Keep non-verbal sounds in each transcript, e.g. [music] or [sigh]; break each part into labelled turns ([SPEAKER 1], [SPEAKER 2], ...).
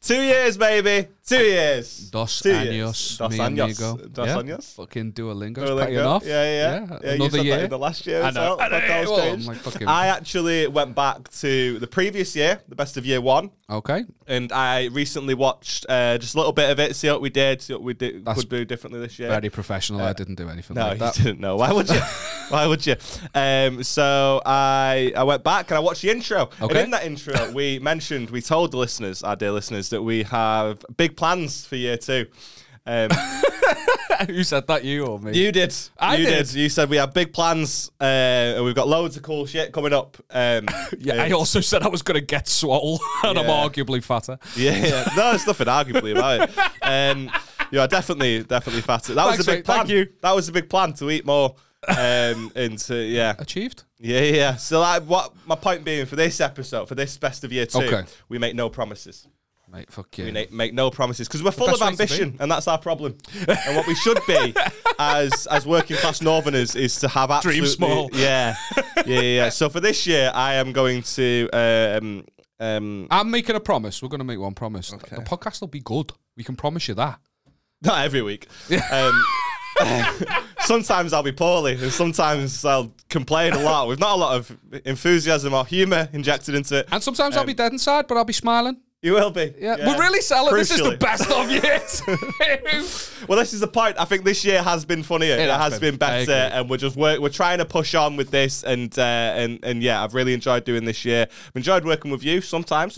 [SPEAKER 1] Two years, baby. Two years.
[SPEAKER 2] Dos
[SPEAKER 1] Two
[SPEAKER 2] años,
[SPEAKER 1] Dos
[SPEAKER 2] mi
[SPEAKER 1] años.
[SPEAKER 2] amigo.
[SPEAKER 1] Dos
[SPEAKER 2] yeah.
[SPEAKER 1] años.
[SPEAKER 2] Fucking Duolingo.
[SPEAKER 1] Duolingo.
[SPEAKER 2] Duolingo. off.
[SPEAKER 1] Yeah, yeah, yeah. you
[SPEAKER 2] Another
[SPEAKER 1] said that
[SPEAKER 2] year.
[SPEAKER 1] in the last year
[SPEAKER 2] I
[SPEAKER 1] as
[SPEAKER 2] know.
[SPEAKER 1] well.
[SPEAKER 2] I
[SPEAKER 1] That's how it's
[SPEAKER 2] know.
[SPEAKER 1] changed.
[SPEAKER 2] I'm like,
[SPEAKER 1] [laughs]
[SPEAKER 2] fucking-
[SPEAKER 1] I actually went back to the previous year, the best of year one,
[SPEAKER 2] okay.
[SPEAKER 1] and I recently watched uh, just a little bit of it, see what we did, see what we did,
[SPEAKER 2] That's
[SPEAKER 1] could do differently this year. Uh,
[SPEAKER 2] Very professional. I didn't do anything
[SPEAKER 1] No,
[SPEAKER 2] like
[SPEAKER 1] you
[SPEAKER 2] that.
[SPEAKER 1] didn't know. Why
[SPEAKER 2] [laughs]
[SPEAKER 1] would you? Why would you? Um, so I I went back and I watched the intro. And
[SPEAKER 2] Okay.
[SPEAKER 1] in that intro, we mentioned, we told the listeners, our dear listeners, that we have big plans for year two. Um,
[SPEAKER 2] Who said that? [laughs] You or me?
[SPEAKER 1] you did.
[SPEAKER 2] I
[SPEAKER 1] you
[SPEAKER 2] did.
[SPEAKER 1] You said we have big plans uh, and we've got loads of cool shit coming up. Um,
[SPEAKER 2] [laughs] Yeah, I
[SPEAKER 1] and-
[SPEAKER 2] also said I was going to get swole, [laughs] and I'm
[SPEAKER 1] Yeah.
[SPEAKER 2] arguably fatter.
[SPEAKER 1] yeah, yeah. No, it's nothing arguably about it. Um, yeah, definitely, definitely fat. That was
[SPEAKER 2] Thanks,
[SPEAKER 1] the big
[SPEAKER 2] mate.
[SPEAKER 1] plan.
[SPEAKER 2] Thank you.
[SPEAKER 1] That was the big plan to eat more.
[SPEAKER 2] [laughs]
[SPEAKER 1] Um, and to, yeah.
[SPEAKER 2] Achieved.
[SPEAKER 1] Yeah, yeah, yeah. So, like, what my point being for this episode, for this best of year two,
[SPEAKER 2] Okay.
[SPEAKER 1] we make no promises.
[SPEAKER 2] Mate, fuck you.
[SPEAKER 1] We make, make no promises because we're full of
[SPEAKER 2] best way to
[SPEAKER 1] ambition, and that's our problem. and what we should be as as working class Northerners is to have absolutely
[SPEAKER 2] small.
[SPEAKER 1] [laughs] Yeah, yeah, yeah. yeah. So for this year, I am going to. Um, um,
[SPEAKER 2] I'm making a promise. We're going to make one promise. The podcast will be good. We can promise you that.
[SPEAKER 1] not every week. Um, [laughs] sometimes I'll be poorly, and sometimes I'll complain a lot with not a lot of enthusiasm or humour injected into it.
[SPEAKER 2] And sometimes I'll
[SPEAKER 1] Um,
[SPEAKER 2] be dead inside, but I'll be smiling.
[SPEAKER 1] You will be.
[SPEAKER 2] Yeah, we're really selling. This is the
[SPEAKER 1] Crucially.
[SPEAKER 2] best
[SPEAKER 1] [laughs]
[SPEAKER 2] of years.
[SPEAKER 1] Well, this is the point. I think this year has been funnier. It,
[SPEAKER 2] has
[SPEAKER 1] has been,
[SPEAKER 2] been. I
[SPEAKER 1] better,
[SPEAKER 2] agree.
[SPEAKER 1] and we're just we're, we're trying to push on with this. And uh, and and yeah, I've really enjoyed doing this year. I've enjoyed working with you.
[SPEAKER 2] [laughs]
[SPEAKER 1] Sometimes,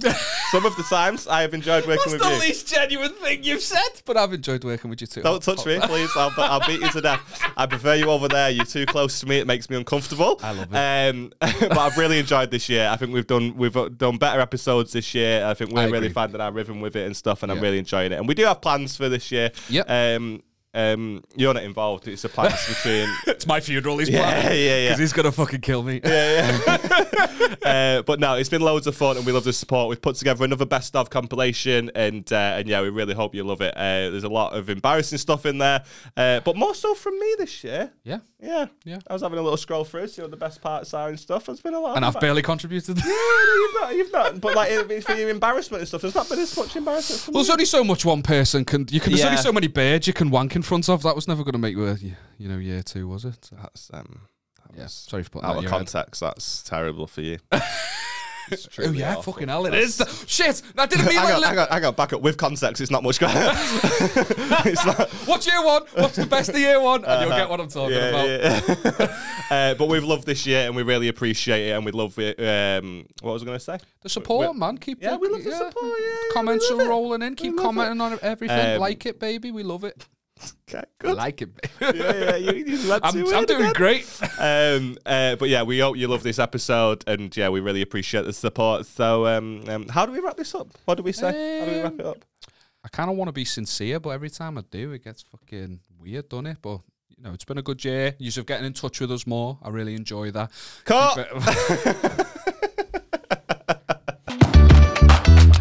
[SPEAKER 1] some of the times, I have enjoyed working with
[SPEAKER 2] That's the
[SPEAKER 1] you.
[SPEAKER 2] least genuine thing you've said. But I've enjoyed working with you too.
[SPEAKER 1] Don't touch me, please.
[SPEAKER 2] [laughs]
[SPEAKER 1] I'll, I'll beat you to death. I prefer you over there. You're too close to me. It makes me uncomfortable. I
[SPEAKER 2] love it.
[SPEAKER 1] Um, [laughs] but I've really enjoyed this year. I think we've done we've uh, done better episodes this year. I think we're
[SPEAKER 2] I
[SPEAKER 1] really
[SPEAKER 2] agree.
[SPEAKER 1] finding our rhythm with it and stuff, and I'm
[SPEAKER 2] Yeah.
[SPEAKER 1] really enjoying it. And we do have plans for this year.
[SPEAKER 2] Yep.
[SPEAKER 1] Um, um, you're not involved. It's a plans between.
[SPEAKER 2] [laughs] It's my funeral. He's
[SPEAKER 1] yeah, yeah,
[SPEAKER 2] because
[SPEAKER 1] yeah.
[SPEAKER 2] he's gonna fucking kill me.
[SPEAKER 1] Uh, but no, it's been loads of fun, and we love the support. We've put together another best of compilation, and uh, and yeah, we really hope you love it. Uh, there's a lot of embarrassing stuff in there, uh, but more so from me this year.
[SPEAKER 2] Yeah.
[SPEAKER 1] Yeah.
[SPEAKER 2] Yeah.
[SPEAKER 1] I was having a little scroll through, see what the best parts are and stuff. There's been a lot.
[SPEAKER 2] And
[SPEAKER 1] of
[SPEAKER 2] I've
[SPEAKER 1] [laughs]
[SPEAKER 2] barely contributed.
[SPEAKER 1] you've not, you've not. But like, it- for your embarrassment and stuff, there's not been as much embarrassment. From
[SPEAKER 2] Well,
[SPEAKER 1] me.
[SPEAKER 2] there's only so much one person can. You can. There's only
[SPEAKER 1] Yeah.
[SPEAKER 2] so many birds you can wank in front of. That was never going to make your, you know, year two, was it? So,
[SPEAKER 1] That's um,
[SPEAKER 2] yeah. Sorry for putting
[SPEAKER 1] out
[SPEAKER 2] that.
[SPEAKER 1] of
[SPEAKER 2] in your head.
[SPEAKER 1] context. That's terrible for
[SPEAKER 2] [laughs]
[SPEAKER 1] you.
[SPEAKER 2] Oh yeah, fucking hell, it is. Shit, that didn't mean
[SPEAKER 1] [laughs] Hang on,
[SPEAKER 2] like.
[SPEAKER 1] hang on, hang on, back up. With context, it's not much. going
[SPEAKER 2] [laughs]
[SPEAKER 1] on. it's not. Uh-huh.
[SPEAKER 2] What's year one? What's [laughs] the best of year one? And you'll get what I'm talking
[SPEAKER 1] Yeah,
[SPEAKER 2] about.
[SPEAKER 1] yeah. [laughs] uh, but we've loved this year, and we really appreciate it, and we love it. Um, what was I going to say?
[SPEAKER 2] The support,
[SPEAKER 1] We-
[SPEAKER 2] man. Keep.
[SPEAKER 1] Yeah,
[SPEAKER 2] the-
[SPEAKER 1] we love the support, yeah, yeah, we
[SPEAKER 2] Comments
[SPEAKER 1] love
[SPEAKER 2] are
[SPEAKER 1] it.
[SPEAKER 2] rolling in.
[SPEAKER 1] We
[SPEAKER 2] Keep
[SPEAKER 1] love
[SPEAKER 2] commenting on everything.
[SPEAKER 1] Um,
[SPEAKER 2] like it, baby. We love it.
[SPEAKER 1] Okay, good.
[SPEAKER 2] Like it. baby.
[SPEAKER 1] yeah, yeah, [laughs] you, you had
[SPEAKER 2] I'm,
[SPEAKER 1] to
[SPEAKER 2] I'm
[SPEAKER 1] win
[SPEAKER 2] doing
[SPEAKER 1] again.
[SPEAKER 2] great.
[SPEAKER 1] um, uh, but yeah, we hope you love this episode, and yeah, we really appreciate the support. So, um, um, how do we wrap this up? What do we say? how do we wrap it up?
[SPEAKER 2] I kind of want to be sincere, but every time I do, it gets fucking weird, doesn't it? But you know, it's been a good year. You're getting in touch with us more. I really enjoy that.
[SPEAKER 1] Cut. [laughs]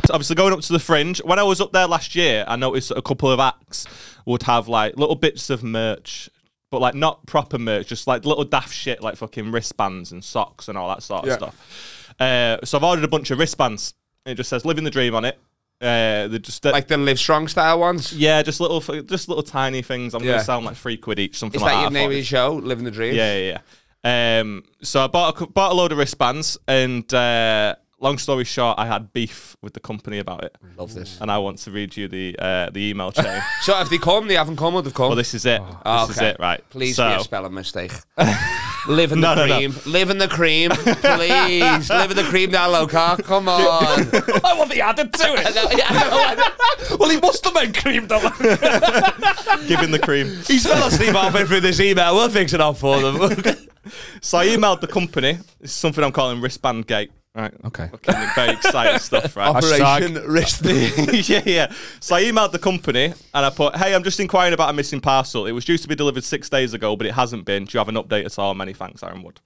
[SPEAKER 1] So Obviously, going up to the fringe. When I was up there last year, I noticed that a couple of acts would have like little bits of merch, but like not proper merch, just like little daft shit, like fucking wristbands and socks and all that sort of
[SPEAKER 2] Yeah.
[SPEAKER 1] stuff. Uh, so I've ordered a bunch of wristbands. It just says "Living the Dream" on it. Uh, they're just
[SPEAKER 3] Like them Live Strong style ones.
[SPEAKER 1] Yeah, just little, f- just little tiny things. I'm
[SPEAKER 3] Yeah.
[SPEAKER 1] gonna sound like three quid each, something
[SPEAKER 3] Is
[SPEAKER 1] like
[SPEAKER 3] that
[SPEAKER 1] that.
[SPEAKER 3] your
[SPEAKER 1] I
[SPEAKER 3] name
[SPEAKER 1] thought
[SPEAKER 3] of the show? Living the Dream?
[SPEAKER 1] yeah, yeah, yeah. Um, so I bought a, cou- bought a load of wristbands, and uh, long story short, I had beef with the company about it,
[SPEAKER 3] Love this.
[SPEAKER 1] and I want to read you the uh, the email chain.
[SPEAKER 3] [laughs] So if they come, they haven't come, or they've come.
[SPEAKER 1] well, this is it.
[SPEAKER 3] Oh,
[SPEAKER 1] this
[SPEAKER 3] okay.
[SPEAKER 1] is it, right?
[SPEAKER 3] Please
[SPEAKER 1] so,
[SPEAKER 3] be a spelling mistake. [laughs] Live in the
[SPEAKER 1] [laughs] No, no, no.
[SPEAKER 3] cream. Live in the
[SPEAKER 2] [laughs]
[SPEAKER 3] cream. Please. Live in the cream down low car. Come on.
[SPEAKER 2] [laughs] I want the added
[SPEAKER 4] [laughs]
[SPEAKER 2] to it. well, he must have been creamed up.
[SPEAKER 1] giving the cream.
[SPEAKER 3] He's fell asleep halfway through this email. We'll fix it up for them.
[SPEAKER 1] [laughs] So I emailed the company. It's something I'm calling wristband gate. Right.
[SPEAKER 2] Okay.
[SPEAKER 1] Fucking Very exciting stuff, right?
[SPEAKER 3] Wrist.
[SPEAKER 1] [laughs] yeah, yeah. So I emailed the company and I put, "Hey, I'm just inquiring about a missing parcel. It was due to be delivered six days ago, but it hasn't been. Do you have an update at all? Many thanks, Aaron Wood."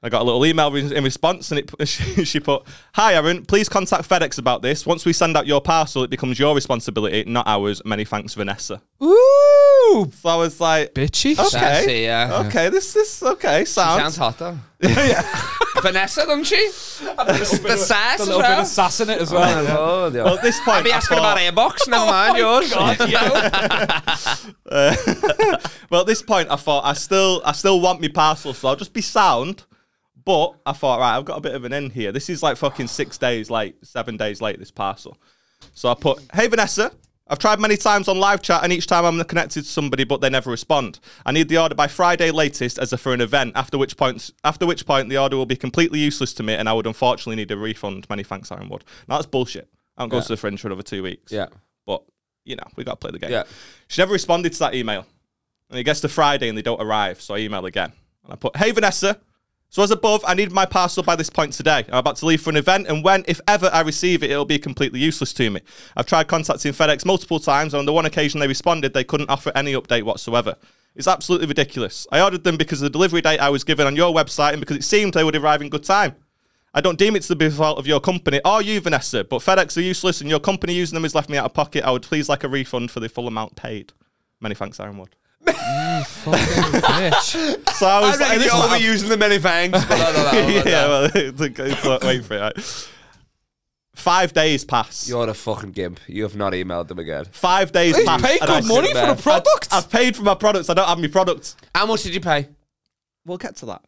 [SPEAKER 1] I got a little email re- in response, and it, [laughs] she she put, "Hi, Aaron. Please contact FedEx about this. Once we send out your parcel, it becomes your responsibility, not ours. Many thanks, Vanessa."
[SPEAKER 2] Ooh,
[SPEAKER 1] So I was like,
[SPEAKER 2] bitchy.
[SPEAKER 1] "Okay,
[SPEAKER 3] Sassy, yeah.
[SPEAKER 1] okay, this is okay. Sounds,
[SPEAKER 3] Sounds hot though.
[SPEAKER 4] [laughs] Vanessa, doesn't
[SPEAKER 2] [laughs]
[SPEAKER 4] she? the sass
[SPEAKER 2] a
[SPEAKER 4] as
[SPEAKER 2] little bit of
[SPEAKER 4] well.
[SPEAKER 2] sass in it as well.
[SPEAKER 4] Oh,
[SPEAKER 1] Well, at this point,
[SPEAKER 4] I'd be
[SPEAKER 1] I
[SPEAKER 4] asking
[SPEAKER 1] thought-
[SPEAKER 4] about airbox,
[SPEAKER 2] [laughs] Oh
[SPEAKER 4] never mind yours. [laughs]
[SPEAKER 1] [laughs] Well, at this point, I thought I still I still want my parcel, so I'll just be sound. But I thought, right, I've got a bit of an end here. This is like fucking six days late, seven days late. This parcel. So I put, hey Vanessa, I've tried many times on live chat, and each time I'm connected to somebody, but they never respond. I need the order by Friday latest, as a for an event. After which point, after which point, the order will be completely useless to me, and I would unfortunately need a refund. Many thanks, Aaron Wood. Now that's bullshit. I don't go to the fringe for another two weeks.
[SPEAKER 4] Yeah.
[SPEAKER 1] But you know, we got to play the game.
[SPEAKER 4] Yeah.
[SPEAKER 1] She never responded to that email. And it gets to Friday and they don't arrive. So I email again. And I put, Hey Vanessa. So as above, I need my parcel by this point today. I'm about to leave for an event, and when, if ever, I receive it, it'll be completely useless to me. I've tried contacting FedEx multiple times, and on the one occasion they responded, they couldn't offer any update whatsoever. It's absolutely ridiculous. I ordered them because of the delivery date I was given on your website and because it seemed they would arrive in good time. I don't deem it to be the fault of your company or you, Vanessa, but FedEx are useless and your company using them has left me out of pocket. I would please like a refund for the full amount paid. Many thanks, Aaron Wood.
[SPEAKER 2] Fucking bitch.
[SPEAKER 1] [laughs] So I was
[SPEAKER 4] I'm
[SPEAKER 1] like,
[SPEAKER 4] really
[SPEAKER 1] this might-
[SPEAKER 4] overusing the many thanks. But uh, I
[SPEAKER 1] [laughs]
[SPEAKER 4] don't know.
[SPEAKER 1] yeah, well, it's like- it's like, wait for it. right. Five days pass.
[SPEAKER 4] You're a fucking gimp. You have not e- emailed them again.
[SPEAKER 1] Five days
[SPEAKER 2] He's
[SPEAKER 1] pass.
[SPEAKER 2] paid
[SPEAKER 1] and I
[SPEAKER 2] good
[SPEAKER 1] sit
[SPEAKER 2] money for
[SPEAKER 1] there.
[SPEAKER 2] a product.
[SPEAKER 1] I've paid for my products. I don't have my products.
[SPEAKER 4] How much did you pay?
[SPEAKER 1] We'll [laughs] get to that.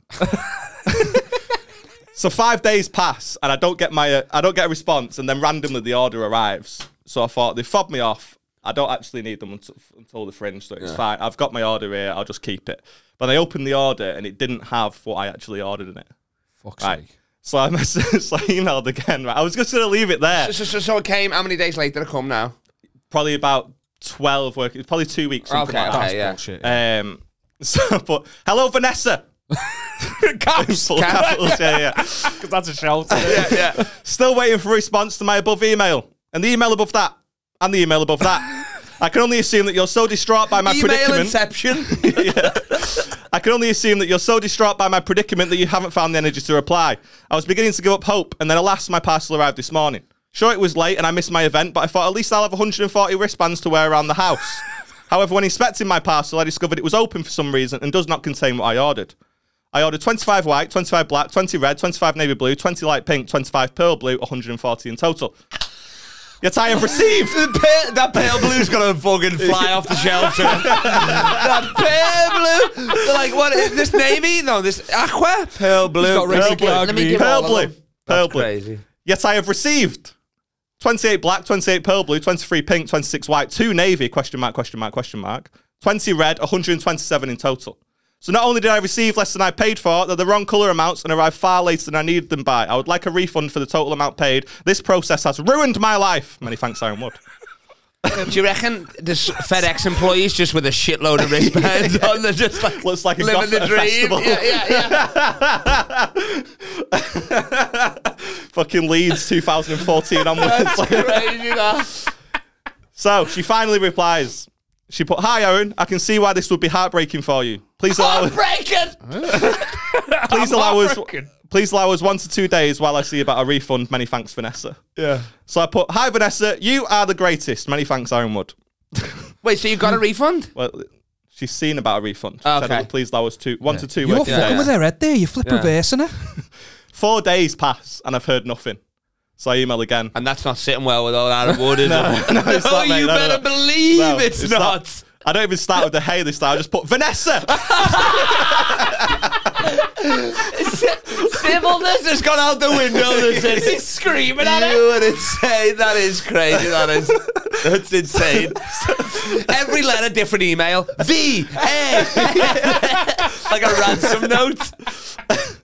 [SPEAKER 1] so five days pass, and I don't get my uh, I don't get a response, and then randomly the order arrives. So I thought they fobbed me off. I don't actually need them until, until the fringe, so it's fine. I've got my order here. I'll just keep it. But I opened the order, and it didn't have what I actually ordered in it.
[SPEAKER 2] Fuck's
[SPEAKER 1] Right.
[SPEAKER 2] sake.
[SPEAKER 1] So I [laughs] messaged, so I emailed again. Right, I was just gonna leave it there.
[SPEAKER 4] So, so, so, so it came. How many days later did it come now?
[SPEAKER 1] Probably about twelve work. It's probably two weeks. Something
[SPEAKER 4] Okay,
[SPEAKER 1] like
[SPEAKER 4] okay,
[SPEAKER 1] that.
[SPEAKER 2] That's
[SPEAKER 4] yeah.
[SPEAKER 2] bullshit.
[SPEAKER 1] Um, [laughs] so, but hello,
[SPEAKER 2] [laughs]
[SPEAKER 1] Vanessa. Caps, capitals,
[SPEAKER 4] [laughs]
[SPEAKER 1] yeah, yeah.
[SPEAKER 2] Because that's a shelter.
[SPEAKER 4] yeah.
[SPEAKER 1] [laughs] Still waiting for a response to my above email and the email above that and the email
[SPEAKER 4] [laughs]
[SPEAKER 1] above that. I can only assume that you're so distraught by my
[SPEAKER 4] Email
[SPEAKER 1] predicament. [laughs]
[SPEAKER 4] inception.
[SPEAKER 1] I can only assume that you're so distraught by my predicament that you haven't found the energy to reply. I was beginning to give up hope, and then alas, my parcel arrived this morning. Sure, it was late and I missed my event, but I thought at least I'll have 140 wristbands to wear around
[SPEAKER 4] [laughs]
[SPEAKER 1] the house. However, when inspecting my parcel, I discovered it was open for some reason and does not contain what I ordered. I ordered 25 white, 25 black, 20 red, 25 navy blue, 20 light pink, 25 pearl blue, 140 in total. Yet I have received
[SPEAKER 4] [laughs] The pale, that pale blue's gonna fucking fly off the shelf. too.
[SPEAKER 1] [laughs]
[SPEAKER 4] that pale blue. They're like, what is this navy? No, this aqua. Pale blue.
[SPEAKER 2] got
[SPEAKER 4] Pale
[SPEAKER 2] racing
[SPEAKER 4] blue.
[SPEAKER 2] card
[SPEAKER 4] Let me
[SPEAKER 2] green.
[SPEAKER 4] give all
[SPEAKER 1] pearl
[SPEAKER 4] of
[SPEAKER 1] blue.
[SPEAKER 4] them.
[SPEAKER 1] Pearl
[SPEAKER 4] That's
[SPEAKER 1] blue.
[SPEAKER 4] Crazy.
[SPEAKER 1] Yet I have received 28 black, 28 pearl blue, 23 pink, 26 white, 2 navy, question mark, question mark, question mark, 20 red, 127 in total. So not only did I receive less than I paid for, they're the wrong colour amounts and arrived far later than I needed them by. I would like a refund for the total amount paid. This process has ruined my life. Many thanks,
[SPEAKER 4] [laughs]
[SPEAKER 1] Aaron Wood.
[SPEAKER 4] Do you reckon this FedEx employees just with a shitload of wristbands on? They're just like
[SPEAKER 1] Looks [laughs] like a
[SPEAKER 4] living
[SPEAKER 1] goth
[SPEAKER 4] the
[SPEAKER 1] at a
[SPEAKER 4] dream. Yeah,
[SPEAKER 1] festival.
[SPEAKER 4] yeah, yeah.
[SPEAKER 1] [laughs] Fucking Leeds 2014 onwards. [laughs]
[SPEAKER 4] Crazy that.
[SPEAKER 1] So she finally replies. She put, Hi Aaron, I can see why this would be heartbreaking for you. Please allow us
[SPEAKER 4] Break it.
[SPEAKER 1] please allow us
[SPEAKER 2] heartbroken.
[SPEAKER 1] please allow us one to two days while I see about a refund. Many thanks, Vanessa.
[SPEAKER 2] Yeah.
[SPEAKER 1] So I put, Hi Vanessa, you are the greatest. Many thanks, Aaron [laughs] Wood.
[SPEAKER 4] Wait, so you've got a refund?
[SPEAKER 1] Well she's seen about a refund. She said,
[SPEAKER 4] Okay.
[SPEAKER 1] please allow us two one to two
[SPEAKER 2] You're
[SPEAKER 1] working
[SPEAKER 2] fucking
[SPEAKER 1] days.
[SPEAKER 2] with her head there. You flip reversing her.
[SPEAKER 1] Four days pass and I've heard nothing. So I email again.
[SPEAKER 4] And that's not sitting well with all
[SPEAKER 1] [laughs]
[SPEAKER 4] that wood. is it?
[SPEAKER 1] no,
[SPEAKER 4] [laughs]
[SPEAKER 1] it's
[SPEAKER 4] oh,
[SPEAKER 1] not, mate,
[SPEAKER 4] you
[SPEAKER 1] no, no,
[SPEAKER 4] better
[SPEAKER 1] no.
[SPEAKER 4] believe
[SPEAKER 1] No,
[SPEAKER 4] it's, not.
[SPEAKER 1] I don't even start with the hey this time. I just put Vanessa.
[SPEAKER 4] [laughs] Civilness has gone out the window. This [laughs] is he's screaming at it. You would insane. That is crazy. That is. That's insane. Every letter, different email. V A. [laughs] like a ransom note.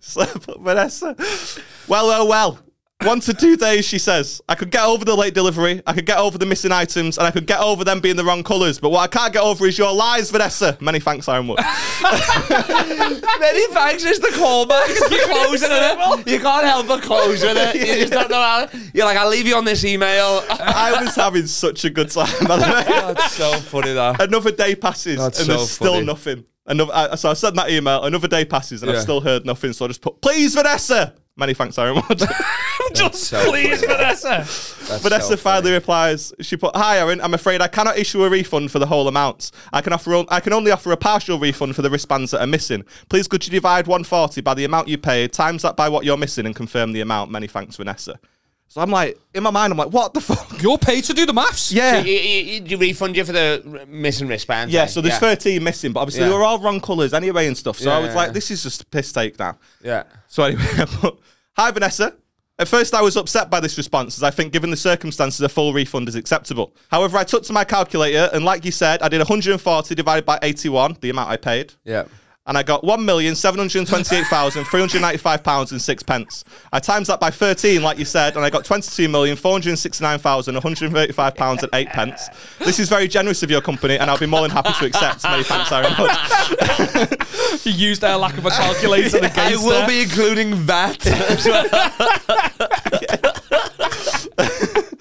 [SPEAKER 1] So I put Vanessa. Well, well, well. One to two days, she says. I could get over the late delivery, I could get over the missing items, and I could get over them being the wrong colours. But what I can't get over is your lies, Vanessa. Many thanks,
[SPEAKER 4] [laughs]
[SPEAKER 1] Aaron Wood.
[SPEAKER 4] Many thanks is the callback. It's the closing of it. You can't help but close with it. You just don't know how. You're like, I'll leave you on this email.
[SPEAKER 1] I was having such a
[SPEAKER 4] [laughs]
[SPEAKER 1] good time, by the way.
[SPEAKER 4] That's so funny, that.
[SPEAKER 1] Another day passes,
[SPEAKER 4] That's
[SPEAKER 1] and
[SPEAKER 4] so
[SPEAKER 1] there's still
[SPEAKER 4] funny.
[SPEAKER 1] nothing. Another, I, so I sent that email, another day passes, and
[SPEAKER 4] Yeah.
[SPEAKER 1] I've still heard nothing. So I just put, please, Vanessa. Many thanks, Aaron [laughs] Wood.
[SPEAKER 3] Just please, Vanessa.
[SPEAKER 1] Vanessa finally replies. She put, "Hi, Aaron. I'm afraid I cannot issue a refund for the whole amount. I can offer. on- I can only offer a partial refund for the wristbands that are missing. Please, could you divide 140 by the amount you paid, times that by what you're missing, and confirm the amount? Many thanks, Vanessa." So I'm like, in my mind, I'm like, "What the fuck?"
[SPEAKER 2] You're paid to do the maths.
[SPEAKER 1] Yeah.
[SPEAKER 3] You, you, you refund you for the r- missing wristband.
[SPEAKER 1] Yeah,
[SPEAKER 3] thing?
[SPEAKER 1] so there's 13 missing, but obviously
[SPEAKER 3] Yeah.
[SPEAKER 1] they were all wrong colours anyway and stuff. So I
[SPEAKER 3] Yeah,
[SPEAKER 1] was
[SPEAKER 3] yeah.
[SPEAKER 1] like, this is just a piss take now.
[SPEAKER 3] Yeah.
[SPEAKER 1] So anyway, [laughs] I put, hi Vanessa. At first, I was upset by this response, as I think, given the circumstances, a full refund is acceptable. However, I took to my calculator, and like you said, I did 140 divided by 81, the amount I paid,
[SPEAKER 3] Yeah.
[SPEAKER 1] and I got one million seven hundred twenty-eight thousand three hundred ninety-five pounds and six pence. I times that by 13, like you said, and I got 22,469,135 pounds and eight pence. This is very generous of your company, and I'll be more than happy to accept. Many thanks, Aaron. Wood.
[SPEAKER 2] [laughs] You used their lack of
[SPEAKER 1] [laughs]
[SPEAKER 2] a calculator against
[SPEAKER 3] I will be including [laughs] that.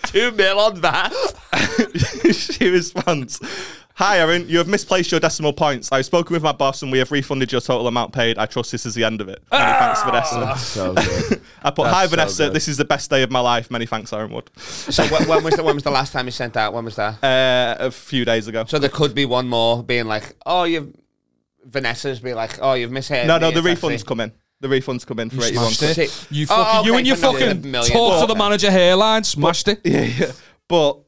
[SPEAKER 3] Two mil on that.
[SPEAKER 1] [laughs] she responds, Hi, Erin. You have misplaced your decimal points. I've spoken with my boss and we have refunded your total amount paid. I trust this is the end of it. Many
[SPEAKER 3] Ah.
[SPEAKER 2] Ah.
[SPEAKER 1] thanks, Vanessa. [laughs]
[SPEAKER 3] So good.
[SPEAKER 1] I put, Hi,
[SPEAKER 3] so
[SPEAKER 1] Vanessa.
[SPEAKER 3] good.
[SPEAKER 1] This is the best day of my life. Many thanks, Aaron Wood.
[SPEAKER 3] So wh- when was the when was the last time you sent that? When was that?
[SPEAKER 1] Uh, a few days ago.
[SPEAKER 3] So there could be one more being like, oh, you've Vanessa's be like, oh, you've missed
[SPEAKER 1] no, no, the refund's come in. The refund's come in for 81
[SPEAKER 2] smashed it.
[SPEAKER 3] Shit.
[SPEAKER 2] You
[SPEAKER 3] Oh,
[SPEAKER 2] fucking, you
[SPEAKER 3] okay,
[SPEAKER 2] and your
[SPEAKER 3] so now you're
[SPEAKER 2] fucking
[SPEAKER 3] a million.
[SPEAKER 2] talk to the
[SPEAKER 3] Okay.
[SPEAKER 2] manager hairline smashed it.
[SPEAKER 1] [laughs] Yeah, yeah. But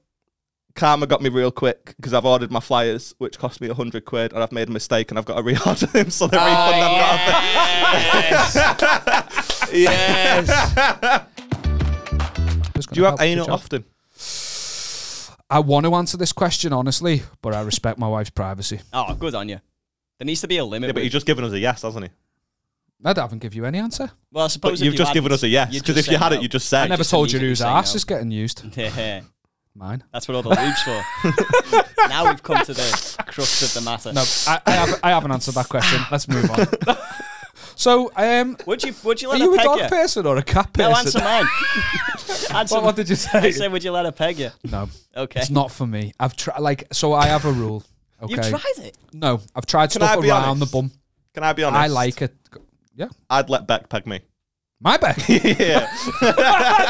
[SPEAKER 1] karma got me real quick because I've ordered my flyers, which cost me 100 quid, and I've made a mistake and I've got to [laughs] reorder them. So
[SPEAKER 4] Ah,
[SPEAKER 1] the refund I've got. [laughs]
[SPEAKER 3] Oh, yes. yes.
[SPEAKER 2] [laughs]
[SPEAKER 1] Do you have anal often?
[SPEAKER 2] I want to answer this question honestly, but I respect my wife's privacy.
[SPEAKER 5] Oh, good on you. There needs to be a limit.
[SPEAKER 1] Yeah, but
[SPEAKER 5] with-
[SPEAKER 1] you've just given us a yes, hasn't he?
[SPEAKER 2] I haven't give you any answer.
[SPEAKER 5] well, I suppose
[SPEAKER 1] But
[SPEAKER 5] if
[SPEAKER 1] you've just
[SPEAKER 5] hadn't,
[SPEAKER 1] given us a yes
[SPEAKER 5] you'd
[SPEAKER 1] because
[SPEAKER 5] just
[SPEAKER 1] if you
[SPEAKER 5] say
[SPEAKER 1] had
[SPEAKER 5] no.
[SPEAKER 1] it, you just said.
[SPEAKER 2] I never
[SPEAKER 5] just
[SPEAKER 2] told you
[SPEAKER 5] immediately
[SPEAKER 2] whose
[SPEAKER 5] say
[SPEAKER 2] ass
[SPEAKER 5] no.
[SPEAKER 2] is getting used.
[SPEAKER 5] [laughs] Yeah,
[SPEAKER 2] Mine.
[SPEAKER 5] that's what all the loops for.
[SPEAKER 2] [laughs]
[SPEAKER 5] now we've come to the crux of the matter.
[SPEAKER 2] No, I, I, have, I haven't answered
[SPEAKER 1] [laughs]
[SPEAKER 2] that question. Let's move on. so, um,
[SPEAKER 5] Would you would you
[SPEAKER 2] are
[SPEAKER 5] let
[SPEAKER 2] you
[SPEAKER 5] her
[SPEAKER 2] a
[SPEAKER 5] peg
[SPEAKER 2] dog
[SPEAKER 5] you?
[SPEAKER 2] person or a cat person?
[SPEAKER 5] No, answer mine.
[SPEAKER 2] [laughs]
[SPEAKER 5] answer
[SPEAKER 2] what, what did you
[SPEAKER 5] I
[SPEAKER 2] say?
[SPEAKER 5] said, would you let her peg you?
[SPEAKER 2] No,
[SPEAKER 5] Okay.
[SPEAKER 2] [laughs] it's
[SPEAKER 5] [laughs]
[SPEAKER 2] not for me. I've tried. Like, so I have
[SPEAKER 1] [laughs]
[SPEAKER 2] a rule. Okay.
[SPEAKER 5] You've tried it.
[SPEAKER 2] No, I've tried
[SPEAKER 1] Can
[SPEAKER 2] stuff
[SPEAKER 1] I be
[SPEAKER 2] around
[SPEAKER 1] honest?
[SPEAKER 2] the bum.
[SPEAKER 1] Can I be honest?
[SPEAKER 2] I like it. Yeah,
[SPEAKER 1] I'd let Beck peg me.
[SPEAKER 2] my back.
[SPEAKER 1] [laughs] yeah.
[SPEAKER 2] [laughs] like,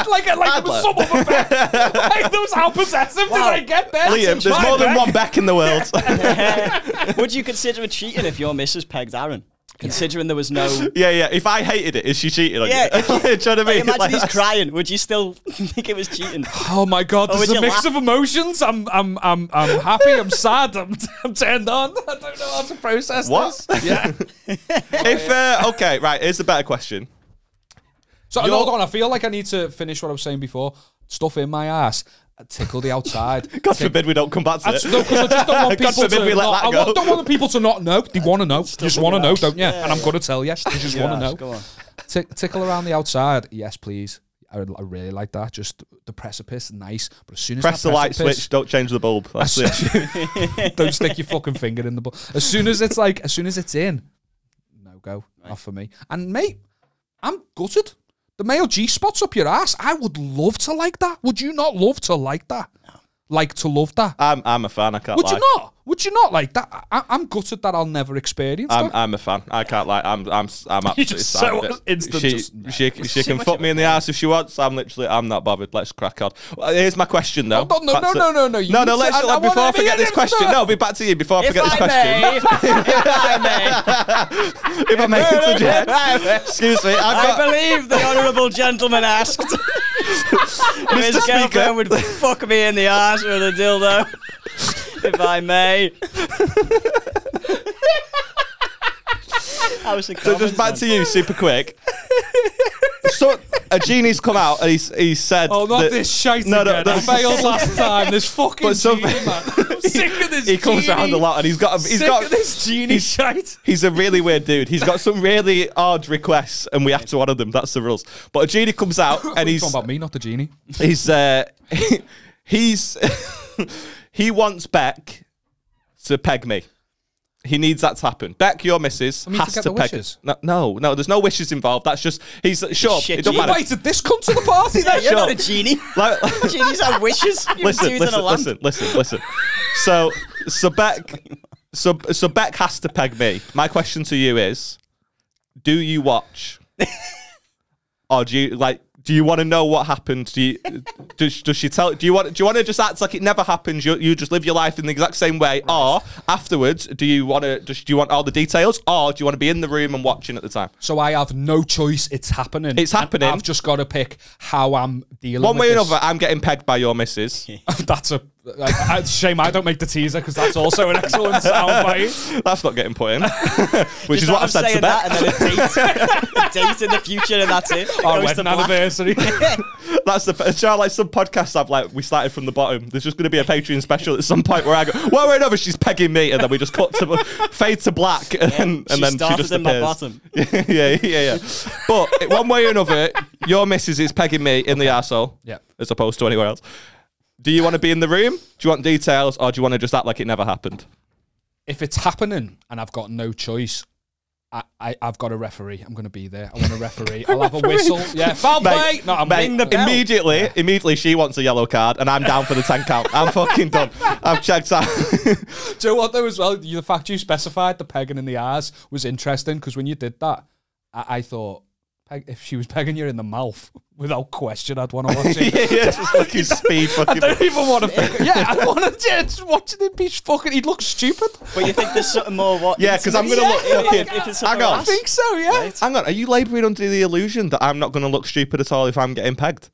[SPEAKER 2] like, like there was some
[SPEAKER 3] [laughs]
[SPEAKER 2] other back. Like, there was how possessive did I get there?
[SPEAKER 1] Liam, there's more than one Beck in the world. yeah,
[SPEAKER 5] would you consider it cheating if your missus pegged Aaron? Considering there was no.
[SPEAKER 1] [laughs] yeah. If I hated it, is she cheating on
[SPEAKER 5] Yeah,
[SPEAKER 1] you?
[SPEAKER 5] if you-
[SPEAKER 1] Do you know what I
[SPEAKER 5] Like,
[SPEAKER 1] mean?
[SPEAKER 5] imagine
[SPEAKER 1] [laughs] Like,
[SPEAKER 5] he's
[SPEAKER 1] that's-
[SPEAKER 5] crying. Would you still [laughs] think it
[SPEAKER 1] [laughs]
[SPEAKER 5] was cheating?
[SPEAKER 2] Oh my god,
[SPEAKER 5] Oh,
[SPEAKER 2] there's
[SPEAKER 5] would
[SPEAKER 2] a
[SPEAKER 5] you
[SPEAKER 2] mix
[SPEAKER 5] laugh?
[SPEAKER 2] of emotions. I'm, I'm, I'm, I'm happy. I'm sad. I'm, I'm turned on. [laughs] I don't know how to process
[SPEAKER 1] What?
[SPEAKER 2] this. Yeah.
[SPEAKER 1] [laughs] if uh, okay, right. Here's the better question.
[SPEAKER 2] So
[SPEAKER 1] You're-
[SPEAKER 2] hold on. I feel like I need to finish what I was saying before. Stuff in my ass. Uh, Tickle the outside.
[SPEAKER 1] [laughs] God forbid we don't come back to
[SPEAKER 2] That's, no,
[SPEAKER 1] it.
[SPEAKER 2] 'cause I just don't
[SPEAKER 1] [laughs]
[SPEAKER 2] want
[SPEAKER 1] God
[SPEAKER 2] people
[SPEAKER 1] forbid
[SPEAKER 2] to
[SPEAKER 1] we let
[SPEAKER 2] not,
[SPEAKER 1] that
[SPEAKER 2] I want-
[SPEAKER 1] go.
[SPEAKER 2] don't want people to not know.
[SPEAKER 1] [laughs]
[SPEAKER 2] They want to know. They just want to know, don't you?
[SPEAKER 5] Yeah,
[SPEAKER 2] and I'm going to tell you. They just want to know. [laughs]
[SPEAKER 5] Go on.
[SPEAKER 2] Tick, tickle around the outside. Yes, please. I, would- I really like that. Just the precipice, nice. But as soon as
[SPEAKER 1] Press
[SPEAKER 2] that
[SPEAKER 1] the light
[SPEAKER 2] precipice-
[SPEAKER 1] switch. Don't
[SPEAKER 2] [laughs]
[SPEAKER 1] change
[SPEAKER 6] [laughs]
[SPEAKER 1] the bulb.
[SPEAKER 6] Oh,
[SPEAKER 1] That's the issue.
[SPEAKER 2] don't stick your fucking finger in the butt. As soon as it's like, as soon as it's in, no go, not for me. And mate, I'm gutted. The male G spots up your ass. I would love to like that. Would you not love to like that? Like to love that?
[SPEAKER 1] I'm, I'm a fan. I can't
[SPEAKER 2] Would
[SPEAKER 1] lie.
[SPEAKER 2] you not? Would you not like that? I, I'm gutted that I'll never experience
[SPEAKER 1] I'm,
[SPEAKER 2] that.
[SPEAKER 1] I'm a fan. I can't lie. I'm I'm
[SPEAKER 2] [laughs]
[SPEAKER 1] I'm absolutely
[SPEAKER 2] just
[SPEAKER 1] sad
[SPEAKER 2] so
[SPEAKER 1] of it.
[SPEAKER 2] instant
[SPEAKER 1] She,
[SPEAKER 2] just- [laughs]
[SPEAKER 1] she, she can fuck me in the ass if she wants. I'm literally I'm not bothered. Let's crack on. Well, here's my question though.
[SPEAKER 2] Oh, no, no,
[SPEAKER 1] Back
[SPEAKER 2] no,
[SPEAKER 1] to-
[SPEAKER 2] no, no, no. You
[SPEAKER 1] no, no.
[SPEAKER 2] said
[SPEAKER 1] Let's
[SPEAKER 2] I
[SPEAKER 1] like,
[SPEAKER 2] want
[SPEAKER 1] before I
[SPEAKER 2] it to be
[SPEAKER 1] forget
[SPEAKER 2] an
[SPEAKER 1] this question.
[SPEAKER 2] instant.
[SPEAKER 1] No, be back to you before I
[SPEAKER 5] If
[SPEAKER 1] forget this
[SPEAKER 5] I
[SPEAKER 1] question.
[SPEAKER 5] may, if I may,
[SPEAKER 1] if I may interject. Excuse me. I've
[SPEAKER 5] I
[SPEAKER 1] got,
[SPEAKER 5] believe the honourable
[SPEAKER 1] [laughs]
[SPEAKER 5] gentleman asked if his
[SPEAKER 1] Speaker.
[SPEAKER 5] girlfriend would fuck me in the arse with a dildo. if I may.
[SPEAKER 2] [laughs]
[SPEAKER 5] I
[SPEAKER 1] [laughs]
[SPEAKER 5] was
[SPEAKER 1] so just back to you, super quick. So a genie's come out and he's he said.
[SPEAKER 2] Oh, not
[SPEAKER 1] that-
[SPEAKER 2] this shite
[SPEAKER 1] No, no,
[SPEAKER 2] again.
[SPEAKER 1] no.
[SPEAKER 2] I failed
[SPEAKER 1] [laughs]
[SPEAKER 2] last time. This fucking
[SPEAKER 1] But some-
[SPEAKER 2] genie, man. I'm sick of
[SPEAKER 1] [laughs]
[SPEAKER 2] this
[SPEAKER 1] He comes
[SPEAKER 2] genie.
[SPEAKER 1] around a lot and he's got a, he's
[SPEAKER 2] sick
[SPEAKER 1] got
[SPEAKER 2] of this genie shite.
[SPEAKER 1] He's a really weird dude. He's got some really odd requests, and we have to honour them. That's the rules. But a genie comes
[SPEAKER 2] [coughs]
[SPEAKER 1] out, and he's
[SPEAKER 2] He's talking about me, not the genie.
[SPEAKER 1] he's uh, [laughs] he's [laughs] he wants Beck to peg me. He needs that to happen. Beck, your missus
[SPEAKER 2] mean, to
[SPEAKER 1] has
[SPEAKER 2] get
[SPEAKER 1] to
[SPEAKER 2] the
[SPEAKER 1] peg.
[SPEAKER 2] wishes.
[SPEAKER 1] No, no, no, there's no wishes involved. That's just he's sure.
[SPEAKER 5] Shit,
[SPEAKER 1] It don't
[SPEAKER 5] you
[SPEAKER 1] matter.
[SPEAKER 2] Invited this [laughs] cunt to the party.
[SPEAKER 5] Yeah,
[SPEAKER 2] Then.
[SPEAKER 5] you're
[SPEAKER 1] [laughs]
[SPEAKER 5] not
[SPEAKER 1] Sure.
[SPEAKER 5] a genie.
[SPEAKER 1] Like-
[SPEAKER 5] Genies have wishes. [laughs] You
[SPEAKER 1] listen,
[SPEAKER 5] choose
[SPEAKER 1] listen,
[SPEAKER 5] in a lamp.
[SPEAKER 1] listen, listen, listen. So, so Beck, so so Beck has to peg me. My question to you is: Do you watch or do you like? Do you want to know what happened? Do you, does, does she tell? Do you want? Do you want to just act like it never happened? You, you just live your life in the exact same way, or afterwards, do you want to? Just, do you want all the details, or do you want to be in the room and watching at the time?
[SPEAKER 2] So I have no choice. It's happening.
[SPEAKER 1] It's
[SPEAKER 2] And
[SPEAKER 1] happening.
[SPEAKER 2] I've just got to pick how I'm dealing.
[SPEAKER 1] One
[SPEAKER 2] with
[SPEAKER 1] way or
[SPEAKER 2] this.
[SPEAKER 1] another, I'm getting pegged by your missus.
[SPEAKER 2] [laughs] that's a I, I, shame. I don't make the teaser because that's also an excellent soundbite.
[SPEAKER 1] [laughs] That's not getting
[SPEAKER 5] [laughs]
[SPEAKER 1] put in, which is
[SPEAKER 5] Just
[SPEAKER 1] what I've
[SPEAKER 5] have
[SPEAKER 1] said to
[SPEAKER 5] saying
[SPEAKER 1] Beck.
[SPEAKER 5] that, and then a date, [laughs] a date in the future, and that's it. it
[SPEAKER 2] Our
[SPEAKER 5] goes
[SPEAKER 2] wedding
[SPEAKER 5] to black.
[SPEAKER 2] anniversary.
[SPEAKER 5] [laughs]
[SPEAKER 1] [laughs] That's the Charlie. Like some podcasts, I've like we started from the bottom. There's just going to be a Patreon special at some point where I go, one way or another, she's pegging me, and then we just cut to [laughs] fade to black, and, and
[SPEAKER 5] she
[SPEAKER 1] then she
[SPEAKER 5] started
[SPEAKER 1] just
[SPEAKER 5] in my
[SPEAKER 1] appears.
[SPEAKER 5] bottom.
[SPEAKER 1] [laughs] yeah, yeah, yeah. But it- one way or another, your missus is pegging me in the arsehole.
[SPEAKER 2] Yeah.
[SPEAKER 1] as opposed to anywhere else. Do you want to be in the room? Do you want details, or do you want to just act like it never happened?
[SPEAKER 2] if it's happening and I've got no choice. I, I, I've got a referee. I'm going to be there. I want a
[SPEAKER 1] [laughs]
[SPEAKER 2] referee. I'll have a whistle. Yeah, foul play.
[SPEAKER 1] Mate,
[SPEAKER 2] No, I'm
[SPEAKER 1] mate,
[SPEAKER 2] ringing the bell.
[SPEAKER 1] Immediately, immediately, she wants a yellow card, and I'm down for the ten count. I'm fucking done. I've checked
[SPEAKER 5] [laughs]
[SPEAKER 1] out.
[SPEAKER 2] Do you know what though as well? You, the fact you specified the pegging in the eyes was interesting because when you did that, I, I thought peg, if she was pegging you in the mouth, [laughs] without question, I'd want to watch
[SPEAKER 1] [laughs]
[SPEAKER 2] it. [laughs]
[SPEAKER 1] yeah, just fucking speed.
[SPEAKER 2] I
[SPEAKER 1] Fucking
[SPEAKER 2] don't even want to. Peg- yeah, I want to yeah, just watching him be fucking. He'd look stupid.
[SPEAKER 5] But you think there's something more? What?
[SPEAKER 1] Yeah, 'cause I'm gonna
[SPEAKER 5] intimate?
[SPEAKER 1] look
[SPEAKER 5] If-
[SPEAKER 1] fucking-
[SPEAKER 5] if- if it's
[SPEAKER 1] hang
[SPEAKER 5] something
[SPEAKER 1] on.
[SPEAKER 2] I
[SPEAKER 5] else.
[SPEAKER 2] think so. Yeah.
[SPEAKER 5] Right.
[SPEAKER 1] Hang on, are you labouring under the illusion that I'm not going to look stupid at all if I'm getting pegged?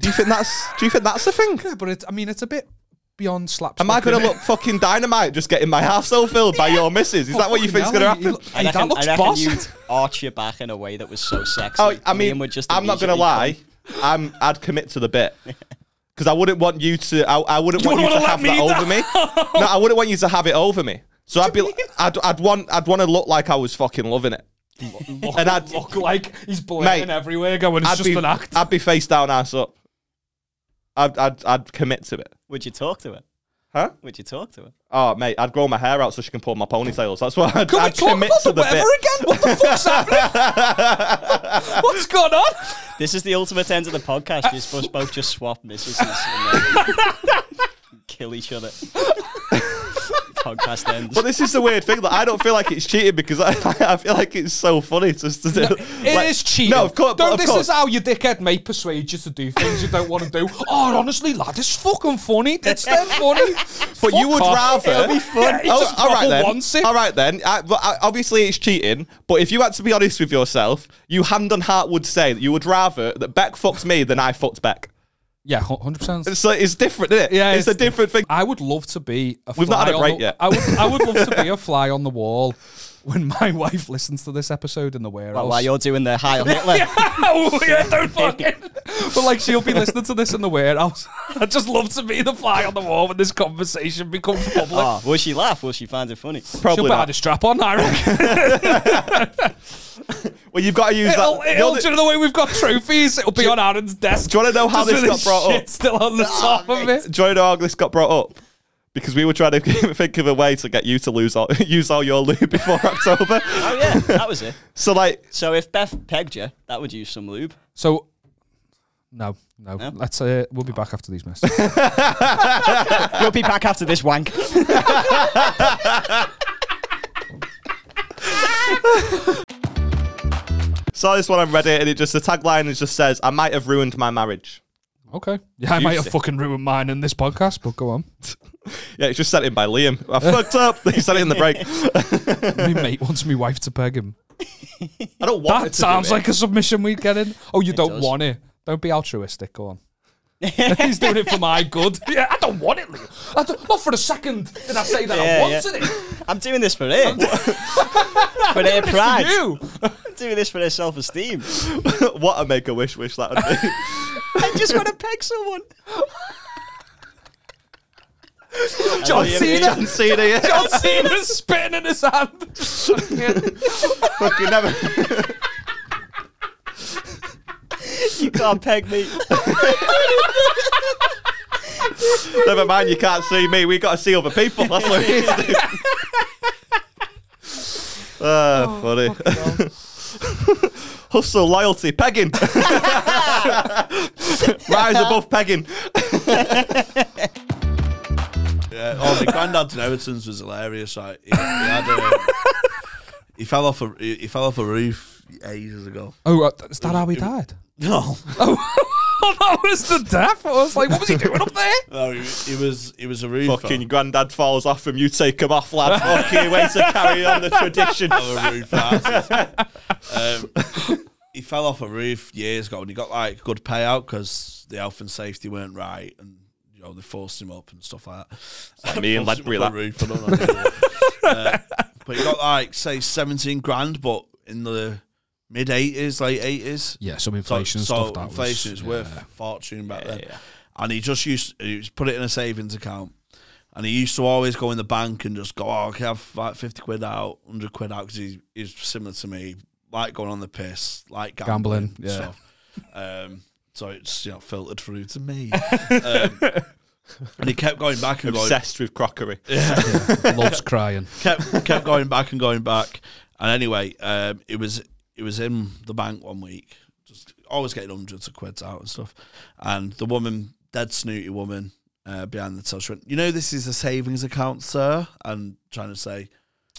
[SPEAKER 1] Do you think that's? Do you think that's the thing?
[SPEAKER 2] Yeah, but it's, I mean, it's a bit beyond slaps.
[SPEAKER 1] Am I going to look fucking dynamite just getting my half so filled by your missus? Is
[SPEAKER 2] Oh,
[SPEAKER 1] that what you think's going to happen?
[SPEAKER 5] I
[SPEAKER 2] Hey, that
[SPEAKER 5] reckon-
[SPEAKER 2] looks
[SPEAKER 5] I reckon
[SPEAKER 2] boss.
[SPEAKER 5] you'd arch your back in a way that was so sexy.
[SPEAKER 1] Oh, I mean,
[SPEAKER 5] Liam would just
[SPEAKER 1] I'm not going to
[SPEAKER 5] immediately
[SPEAKER 1] lie. I'm. I'd commit to the
[SPEAKER 2] [laughs]
[SPEAKER 1] bit. Because I wouldn't want you to, I, I wouldn't want you to
[SPEAKER 2] wouldn't wanna
[SPEAKER 1] have that
[SPEAKER 2] let me
[SPEAKER 1] over me. No, I wouldn't want you to have it over me. So
[SPEAKER 2] [laughs]
[SPEAKER 1] I'd be, like- I'd, I'd want, I'd want to look like I come- I'd fucking loving it.
[SPEAKER 2] look,
[SPEAKER 1] and I'd-
[SPEAKER 2] look like he's blaring
[SPEAKER 1] Mate,
[SPEAKER 2] everywhere, going, it's
[SPEAKER 1] I'd
[SPEAKER 2] just
[SPEAKER 1] be,
[SPEAKER 2] an act.
[SPEAKER 1] I'd be face down, ass up. I'd, I'd, I'd commit to it.
[SPEAKER 5] come. Would you talk to her?
[SPEAKER 1] Huh?
[SPEAKER 5] Would you talk
[SPEAKER 1] [laughs]
[SPEAKER 5] to her?
[SPEAKER 1] Oh, mate, I'd grow my hair out so she can pull my ponytails. That's why I'd,
[SPEAKER 2] Can we
[SPEAKER 1] I'd
[SPEAKER 2] talk
[SPEAKER 1] commit
[SPEAKER 2] about
[SPEAKER 1] to
[SPEAKER 2] the,
[SPEAKER 1] the
[SPEAKER 2] weather
[SPEAKER 1] bit.
[SPEAKER 2] again?
[SPEAKER 1] [laughs]
[SPEAKER 2] What the fuck's happening?
[SPEAKER 5] [laughs]
[SPEAKER 2] What's going on?
[SPEAKER 5] This is the ultimate end of the podcast. You're supposed to both just swap mistresses and then [laughs] kill
[SPEAKER 1] [laughs]
[SPEAKER 5] each other. podcast ends.
[SPEAKER 1] But this is the weird thing. Like, I don't feel like it's cheating because I, [laughs] I feel like it's so funny. Just to do,
[SPEAKER 2] It
[SPEAKER 1] [laughs]
[SPEAKER 2] is
[SPEAKER 1] like-
[SPEAKER 2] cheating.
[SPEAKER 1] No, of course.
[SPEAKER 2] Don't-
[SPEAKER 1] of
[SPEAKER 2] this
[SPEAKER 1] course.
[SPEAKER 2] is how your dickhead mate persuades you to do things you don't want to do. [laughs] Oh, honestly, lad, it's fucking funny. [laughs]
[SPEAKER 1] [laughs]
[SPEAKER 2] It's damn funny.
[SPEAKER 1] But you would rather. oh,
[SPEAKER 2] It'll be fun. Oh, He just
[SPEAKER 1] all right
[SPEAKER 2] proper
[SPEAKER 1] then.
[SPEAKER 2] wants it.
[SPEAKER 1] All right then. I, but I- obviously, it's cheating. But if you had to be honest with yourself, you hand on heart would say that you would rather that Beck fucks me than I fucked Beck.
[SPEAKER 2] Yeah, hundred percent.
[SPEAKER 1] So it's different, isn't it?
[SPEAKER 2] Yeah,
[SPEAKER 1] it's,
[SPEAKER 2] it's-
[SPEAKER 1] a different thing.
[SPEAKER 2] I would love to be. A
[SPEAKER 1] We've
[SPEAKER 2] fly
[SPEAKER 1] not had a
[SPEAKER 2] on
[SPEAKER 1] break
[SPEAKER 2] the-
[SPEAKER 1] yet.
[SPEAKER 2] I would. I would love to
[SPEAKER 1] [laughs]
[SPEAKER 2] be a fly on the wall when my [laughs] wife listens to this episode in the warehouse.
[SPEAKER 5] Well, while you're doing
[SPEAKER 2] [laughs]
[SPEAKER 5] the Heil Hitler,
[SPEAKER 2] oh yeah, don't
[SPEAKER 5] [laughs]
[SPEAKER 2] fucking. but like, she'll be listening to this in the warehouse. [laughs] I'd just love to be the fly on the wall when this conversation becomes public.
[SPEAKER 5] oh, will she laugh? Will she find it funny?
[SPEAKER 2] She'll
[SPEAKER 1] Probably
[SPEAKER 2] put a
[SPEAKER 1] not.
[SPEAKER 2] strap on, I reckon.
[SPEAKER 1] [laughs] Well, you've got to use
[SPEAKER 2] It'll,
[SPEAKER 1] that.
[SPEAKER 2] it'll,
[SPEAKER 1] you're the-
[SPEAKER 2] do you know the way we've got trophies? It'll be on Aaron's desk.
[SPEAKER 1] Do you wanna know how this
[SPEAKER 2] Just with
[SPEAKER 1] got
[SPEAKER 2] his
[SPEAKER 1] brought
[SPEAKER 2] shit
[SPEAKER 1] up?
[SPEAKER 2] Still on the top of it.
[SPEAKER 1] Do you know how this got brought up? Because we were trying to [laughs] think of a way to get you to lose all, [laughs] use all your lube before October.
[SPEAKER 5] Oh yeah, that was it.
[SPEAKER 1] So like,
[SPEAKER 5] So if Beth pegged you, that would use some
[SPEAKER 1] [laughs]
[SPEAKER 5] lube.
[SPEAKER 2] So, no, no.
[SPEAKER 5] No?
[SPEAKER 2] Let's. Uh, we'll be back after these
[SPEAKER 5] [laughs]
[SPEAKER 2] messages.
[SPEAKER 5] We'll be back after this wank.
[SPEAKER 1] saw this one on Reddit, and it just the tagline is just says, "I might have ruined my marriage."
[SPEAKER 2] okay. Yeah, I might have
[SPEAKER 1] Juicy.
[SPEAKER 2] fucking ruined mine in this podcast, but go on.
[SPEAKER 1] Yeah, it's just sent in by Liam.
[SPEAKER 2] [laughs]
[SPEAKER 1] I fucked up. [laughs] He said it in the break.
[SPEAKER 2] my mate wants my wife to peg him.
[SPEAKER 1] I don't want. her
[SPEAKER 2] That
[SPEAKER 1] to do
[SPEAKER 2] sounds
[SPEAKER 1] it.
[SPEAKER 2] like
[SPEAKER 1] [laughs]
[SPEAKER 2] a submission we'd get in. Oh, you don't
[SPEAKER 5] does.
[SPEAKER 2] want it. Don't be altruistic. Go on. He's doing it for my good. Yeah, I don't want it. Liam. I don't- not for a second did I say that I
[SPEAKER 5] Yeah,
[SPEAKER 2] wanted
[SPEAKER 1] [laughs]
[SPEAKER 5] [laughs] I'm doing this for her. [laughs] for her
[SPEAKER 2] it.
[SPEAKER 5] pride.
[SPEAKER 2] You.
[SPEAKER 5] [laughs] I'm doing this for her self-esteem.
[SPEAKER 1] [laughs] what a make a wish wish that would be.
[SPEAKER 5] I just want to peg someone.
[SPEAKER 2] [laughs] John
[SPEAKER 5] Liam
[SPEAKER 2] Cena.
[SPEAKER 1] John Cena, yeah.
[SPEAKER 2] John Cena's spitting in his hand.
[SPEAKER 1] [laughs] Fucking never.
[SPEAKER 5] [laughs] You can't peg me.
[SPEAKER 1] never mind. You can't see me. We got to see other people. That's what we need to do. Ah, funny. [laughs] Hustle, loyalty, pegging. [laughs] Rise above pegging.
[SPEAKER 7] Yeah. Oh, my granddad's in Everton's um, was hilarious. Like, he, he, had a, he fell off a he, he fell off a roof ages ago.
[SPEAKER 2] Oh, uh, is that how he died?
[SPEAKER 7] [laughs] No,
[SPEAKER 2] Oh, [laughs] that was the death. I was like, what was he doing up there?
[SPEAKER 7] [laughs] no, he, he Oh, was he was a roofer.
[SPEAKER 1] Fucking granddad falls off him. You take him off, lad. Fucking way to carry
[SPEAKER 7] [laughs]
[SPEAKER 1] on the tradition.
[SPEAKER 7] a
[SPEAKER 1] [laughs]
[SPEAKER 7] roof artist. um, he fell off a roof years ago and he got like a good payout because the health and safety weren't right and you know they forced him up and stuff like that.
[SPEAKER 1] me and
[SPEAKER 7] Forced him
[SPEAKER 1] Ledbury,
[SPEAKER 7] up a
[SPEAKER 1] that.
[SPEAKER 7] roof, I
[SPEAKER 1] [laughs]
[SPEAKER 7] don't know. Uh, but he got like say seventeen grand, but in the mid eighties, late eighties.
[SPEAKER 2] Yeah, some
[SPEAKER 7] So,
[SPEAKER 2] inflation
[SPEAKER 7] so
[SPEAKER 2] and stuff. That
[SPEAKER 7] inflation
[SPEAKER 2] was,
[SPEAKER 7] is worth
[SPEAKER 2] yeah.
[SPEAKER 7] a fortune back then.
[SPEAKER 1] yeah.
[SPEAKER 7] And he just used he was put it in a savings account. And he used to always go in the bank and just go, oh, okay, I've like 50 quid out, 100 quid out, because he, he's similar to me, like going on the piss, like gambling,
[SPEAKER 2] Gambling, yeah.
[SPEAKER 7] stuff. Um, so it's, you know, filtered through to
[SPEAKER 1] [laughs]
[SPEAKER 7] me. um, and he kept going back and going,
[SPEAKER 1] Obsessed with crockery.
[SPEAKER 2] Loves crying.
[SPEAKER 7] [laughs] kept kept going back and going back. And anyway, um, it was it was in the bank one week, just always getting hundreds of quids out and stuff. And the woman, dead snooty woman, uh, behind the till, she went, "You know, this is a savings account, sir." And trying to say.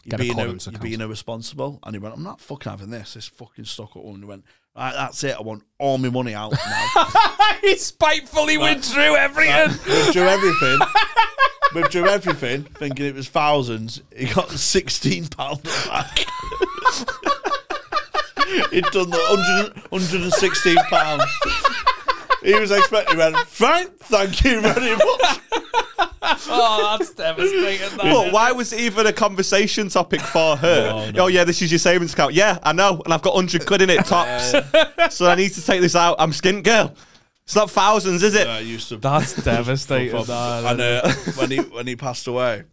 [SPEAKER 7] You're
[SPEAKER 2] Get a
[SPEAKER 7] being, ir-
[SPEAKER 2] current
[SPEAKER 7] you're
[SPEAKER 2] account.
[SPEAKER 7] being irresponsible, and he went. I'm not fucking having this. This fucking stuck up woman. He went. Right, that's it. I want all my money out now.
[SPEAKER 2] [laughs] he spitefully withdrew everything.
[SPEAKER 7] withdrew everything. withdrew everything, thinking it was thousands. He got sixteen pound back. He'd done the 100, 116 pounds. He was expecting. He went, Frank, thank you very much.
[SPEAKER 2] [laughs] oh, that's devastating. that.
[SPEAKER 1] But why was it even a conversation topic for her? Oh yeah, this is your savings account. Yeah, I know, and I've got hundred quid in it
[SPEAKER 7] [laughs]
[SPEAKER 1] tops. so I need to take this out. I'm skint girl. It's not thousands, is it?
[SPEAKER 7] I used to. [laughs]
[SPEAKER 2] That's devastating. that.
[SPEAKER 7] and uh, [laughs] when he when he passed away,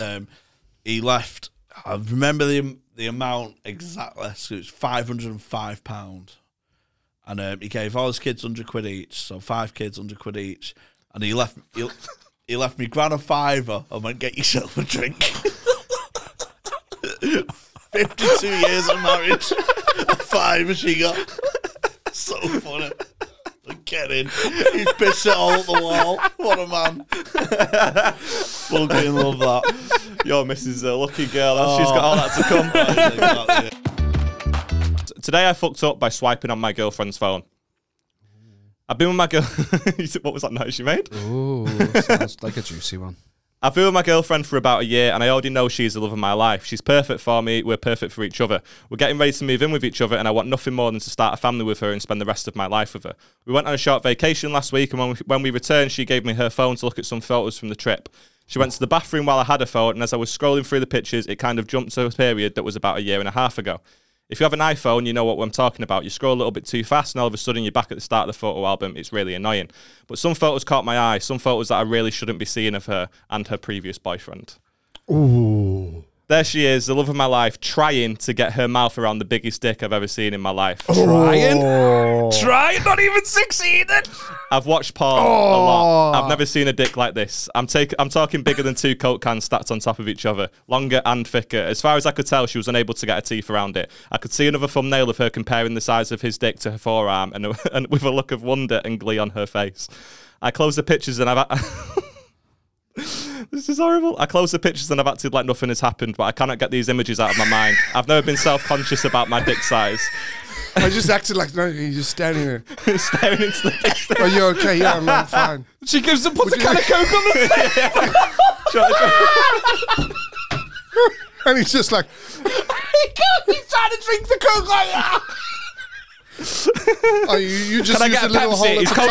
[SPEAKER 7] um, he left. I remember the the amount exactly. So it was five hundred and five pound, and um, he gave all his kids hundred quid each. So five kids, hundred quid each, and he left. He, he left me grand a fiver and went get yourself a drink. [laughs] Fifty-two years of marriage, [laughs] a fiver she got. [laughs] So funny. Get in. He's pissed it all at the wall. What a man. Fucking love that.
[SPEAKER 1] Your Mrs. Uh, lucky girl. She's got all that to come. Today I fucked up by swiping on my girlfriend's phone. I've been with my girl. [laughs] You said, what was that noise you made?
[SPEAKER 2] Ooh, sounds like a juicy one.
[SPEAKER 1] I've been with my girlfriend for about a year and I already know she's the love of my life. She's perfect for me, we're perfect for each other. We're getting ready to move in with each other and I want nothing more than to start a family with her and spend the rest of my life with her. We went on a short vacation last week and when we, when we returned, she gave me her phone to look at some photos from the trip. She went to the bathroom while I had her phone and as I was scrolling through the pictures, it kind of jumped to a period that was about a year and a half ago. If you have an iPhone, you know what I'm talking about. You scroll a little bit too fast, and all of a sudden you're back at the start of the photo album. It's really annoying. But some photos caught my eye, some photos that I really shouldn't be seeing of her and her previous boyfriend. Ooh. There she is, the love of my life, trying to get her mouth around the biggest dick I've ever seen in my life.
[SPEAKER 4] Oh.
[SPEAKER 8] Oh.
[SPEAKER 2] Trying, trying, not even succeeding.
[SPEAKER 1] I've watched porn a lot. I've never seen a dick like this. I'm take, I'm talking bigger than two Coke cans stacked on top of each other, longer and thicker. As far as I could tell, she was unable to get her teeth around it. I could see another thumbnail of her comparing the size of his dick to her forearm, and, [laughs] and with a look of wonder and glee on her face. I closed the pictures and I've. This is horrible. [laughs] I close the pictures and I've acted like nothing has happened, but I cannot get these images out of my mind. I've never been self conscious about my dick size.
[SPEAKER 8] I just acted like no, you're just standing there.
[SPEAKER 1] Staring into the picture.
[SPEAKER 8] Are you okay? Yeah, I'm,
[SPEAKER 4] [laughs]
[SPEAKER 8] I'm fine.
[SPEAKER 2] She gives him puts a can of coke
[SPEAKER 8] [laughs]
[SPEAKER 2] on the [laughs]
[SPEAKER 8] And he's just like,
[SPEAKER 2] He's trying to drink the coke like that.
[SPEAKER 8] oh, you, you just
[SPEAKER 1] Can I
[SPEAKER 8] used
[SPEAKER 1] get
[SPEAKER 8] a
[SPEAKER 1] a
[SPEAKER 8] little hole
[SPEAKER 1] Pepsi?
[SPEAKER 8] at
[SPEAKER 1] It's
[SPEAKER 8] the
[SPEAKER 1] Coke,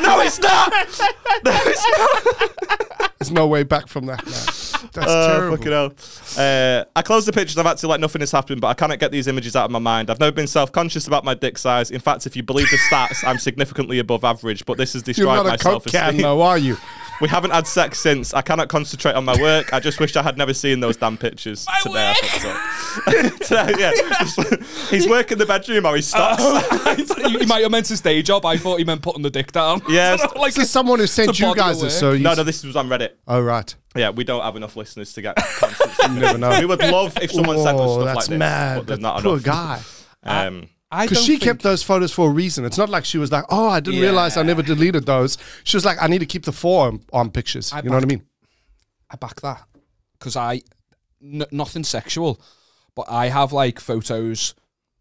[SPEAKER 1] alright?
[SPEAKER 2] [laughs]
[SPEAKER 8] [laughs]
[SPEAKER 1] No! No, it's not! No, it's not!
[SPEAKER 8] There's no way back from that. Now. [laughs] That's
[SPEAKER 1] Oh,
[SPEAKER 8] terrible.
[SPEAKER 1] fucking hell. Uh, I closed the pictures. I've acted like nothing has happened, but I cannot get these images out of my mind. I've never been self conscious about my dick size. In fact, if you believe the stats, I'm significantly above average, but this has
[SPEAKER 8] You're
[SPEAKER 1] destroyed
[SPEAKER 8] not
[SPEAKER 1] my
[SPEAKER 8] a
[SPEAKER 1] self
[SPEAKER 8] coke can,
[SPEAKER 1] esteem.
[SPEAKER 8] though, are you?
[SPEAKER 1] We haven't had sex since. I cannot concentrate on my work. I just wish I had never seen those damn pictures. Today I fucked up. [laughs] Today, yeah. Just- he's working the bedroom or he stops.
[SPEAKER 2] Oh, [laughs] you, you might have meant his day job. I thought he meant putting the dick down.
[SPEAKER 1] Yeah,
[SPEAKER 2] So, [laughs] like
[SPEAKER 8] This is someone who sent
[SPEAKER 2] It's a
[SPEAKER 8] you
[SPEAKER 2] body
[SPEAKER 8] guys
[SPEAKER 2] of
[SPEAKER 8] this,
[SPEAKER 2] work.
[SPEAKER 8] so you.
[SPEAKER 1] no, no, this was on Reddit.
[SPEAKER 8] oh, right.
[SPEAKER 1] Yeah, we don't have enough listeners to get constant
[SPEAKER 8] [laughs] You never know.
[SPEAKER 1] We would love if someone sent us
[SPEAKER 8] oh,
[SPEAKER 1] stuff
[SPEAKER 8] that's
[SPEAKER 1] like this.
[SPEAKER 8] mad.
[SPEAKER 1] But there's not
[SPEAKER 8] That's poor
[SPEAKER 1] enough.
[SPEAKER 8] guy.
[SPEAKER 1] [laughs] Um,
[SPEAKER 2] I
[SPEAKER 8] Because
[SPEAKER 2] don't
[SPEAKER 8] she
[SPEAKER 2] think-
[SPEAKER 8] kept those photos for a reason. It's not like she was like, oh, I didn't realize I never deleted those. She was like, I need to keep the forearm arm pictures. you know what I
[SPEAKER 2] back-
[SPEAKER 8] mean?
[SPEAKER 2] I back that because I n- nothing sexual, but I have like photos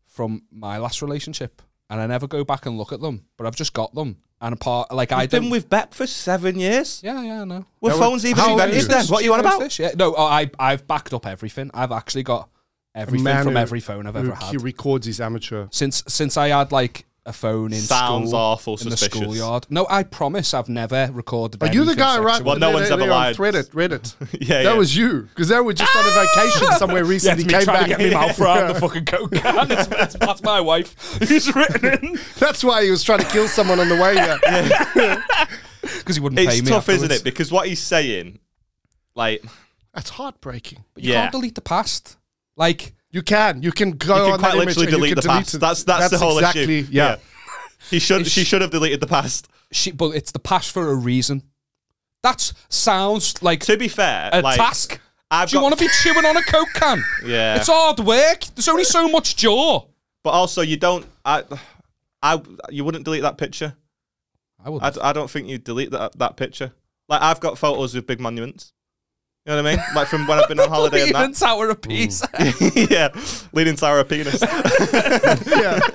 [SPEAKER 2] from my last relationship, and I never go back and look at them. But I've just got them, and apart, like I
[SPEAKER 1] I've been
[SPEAKER 2] don't.
[SPEAKER 1] with Beck for seven years.
[SPEAKER 2] yeah, yeah, I know.
[SPEAKER 1] Were phones even
[SPEAKER 8] how old is
[SPEAKER 1] invented then?
[SPEAKER 2] This-
[SPEAKER 1] What are you on
[SPEAKER 2] is
[SPEAKER 1] about?
[SPEAKER 2] this? Yeah, no, oh, I I've backed up everything. I've actually got everything
[SPEAKER 8] man
[SPEAKER 2] from
[SPEAKER 8] who-
[SPEAKER 2] every phone I've
[SPEAKER 8] who
[SPEAKER 2] ever had
[SPEAKER 8] He records his amateur.
[SPEAKER 2] since since I had like a phone in
[SPEAKER 1] Sounds
[SPEAKER 2] school,
[SPEAKER 1] awful
[SPEAKER 2] in
[SPEAKER 1] suspicious.
[SPEAKER 2] the schoolyard. No, I promise I've never recorded.
[SPEAKER 8] Are you the
[SPEAKER 2] anything
[SPEAKER 8] guy, right?
[SPEAKER 2] sexual.
[SPEAKER 1] Well, no one's ever lied.
[SPEAKER 8] Reddit, Reddit.
[SPEAKER 1] [laughs] Yeah,
[SPEAKER 8] that
[SPEAKER 1] yeah.
[SPEAKER 8] was you because they were just on a vacation somewhere
[SPEAKER 2] Yeah, it's
[SPEAKER 8] recently.
[SPEAKER 2] me
[SPEAKER 8] came
[SPEAKER 2] trying
[SPEAKER 8] back.
[SPEAKER 2] to get me
[SPEAKER 8] [laughs]
[SPEAKER 2] mouth around the fucking coke can. [laughs] It's, it's, that's my wife who's written in
[SPEAKER 8] [laughs] That's why he was trying to kill someone on the way
[SPEAKER 2] [laughs]
[SPEAKER 8] here.
[SPEAKER 2] because he wouldn't pay
[SPEAKER 1] It's
[SPEAKER 2] me.
[SPEAKER 1] tough, isn't
[SPEAKER 2] afterwards.
[SPEAKER 1] it? Because what he's saying, like,
[SPEAKER 8] That's heartbreaking.
[SPEAKER 2] But you
[SPEAKER 1] Yeah.
[SPEAKER 2] can't delete the past. Like
[SPEAKER 8] You can, you can go
[SPEAKER 1] You can
[SPEAKER 8] on
[SPEAKER 1] quite
[SPEAKER 8] that image
[SPEAKER 1] literally
[SPEAKER 8] and you
[SPEAKER 1] delete
[SPEAKER 8] can
[SPEAKER 1] the past.
[SPEAKER 8] it.
[SPEAKER 1] That's- that's the whole issue.
[SPEAKER 8] exactly,
[SPEAKER 1] Yeah.
[SPEAKER 8] Yeah.
[SPEAKER 1] he should.
[SPEAKER 2] It's-
[SPEAKER 1] She should have deleted the past.
[SPEAKER 2] she, but it's the past for a reason. That sounds like
[SPEAKER 1] To be fair,
[SPEAKER 2] a
[SPEAKER 1] like,
[SPEAKER 2] task.
[SPEAKER 1] I've
[SPEAKER 2] Do you
[SPEAKER 1] got-
[SPEAKER 2] want to be chewing on a coke can?
[SPEAKER 1] Yeah.
[SPEAKER 2] it's hard work. There's only so much jaw.
[SPEAKER 1] But also, you don't. I, I, you wouldn't delete that picture.
[SPEAKER 2] I would.
[SPEAKER 1] I, d- I don't think you'd delete that that picture. Like I've got photos with big monuments. You know what I mean? Like from when I've been on holiday and
[SPEAKER 2] [laughs]
[SPEAKER 1] that.
[SPEAKER 2] Tower
[SPEAKER 1] [laughs]
[SPEAKER 2] of Pisa.
[SPEAKER 1] yeah, leading Sarah penis.
[SPEAKER 8] [laughs] yeah.
[SPEAKER 1] [laughs]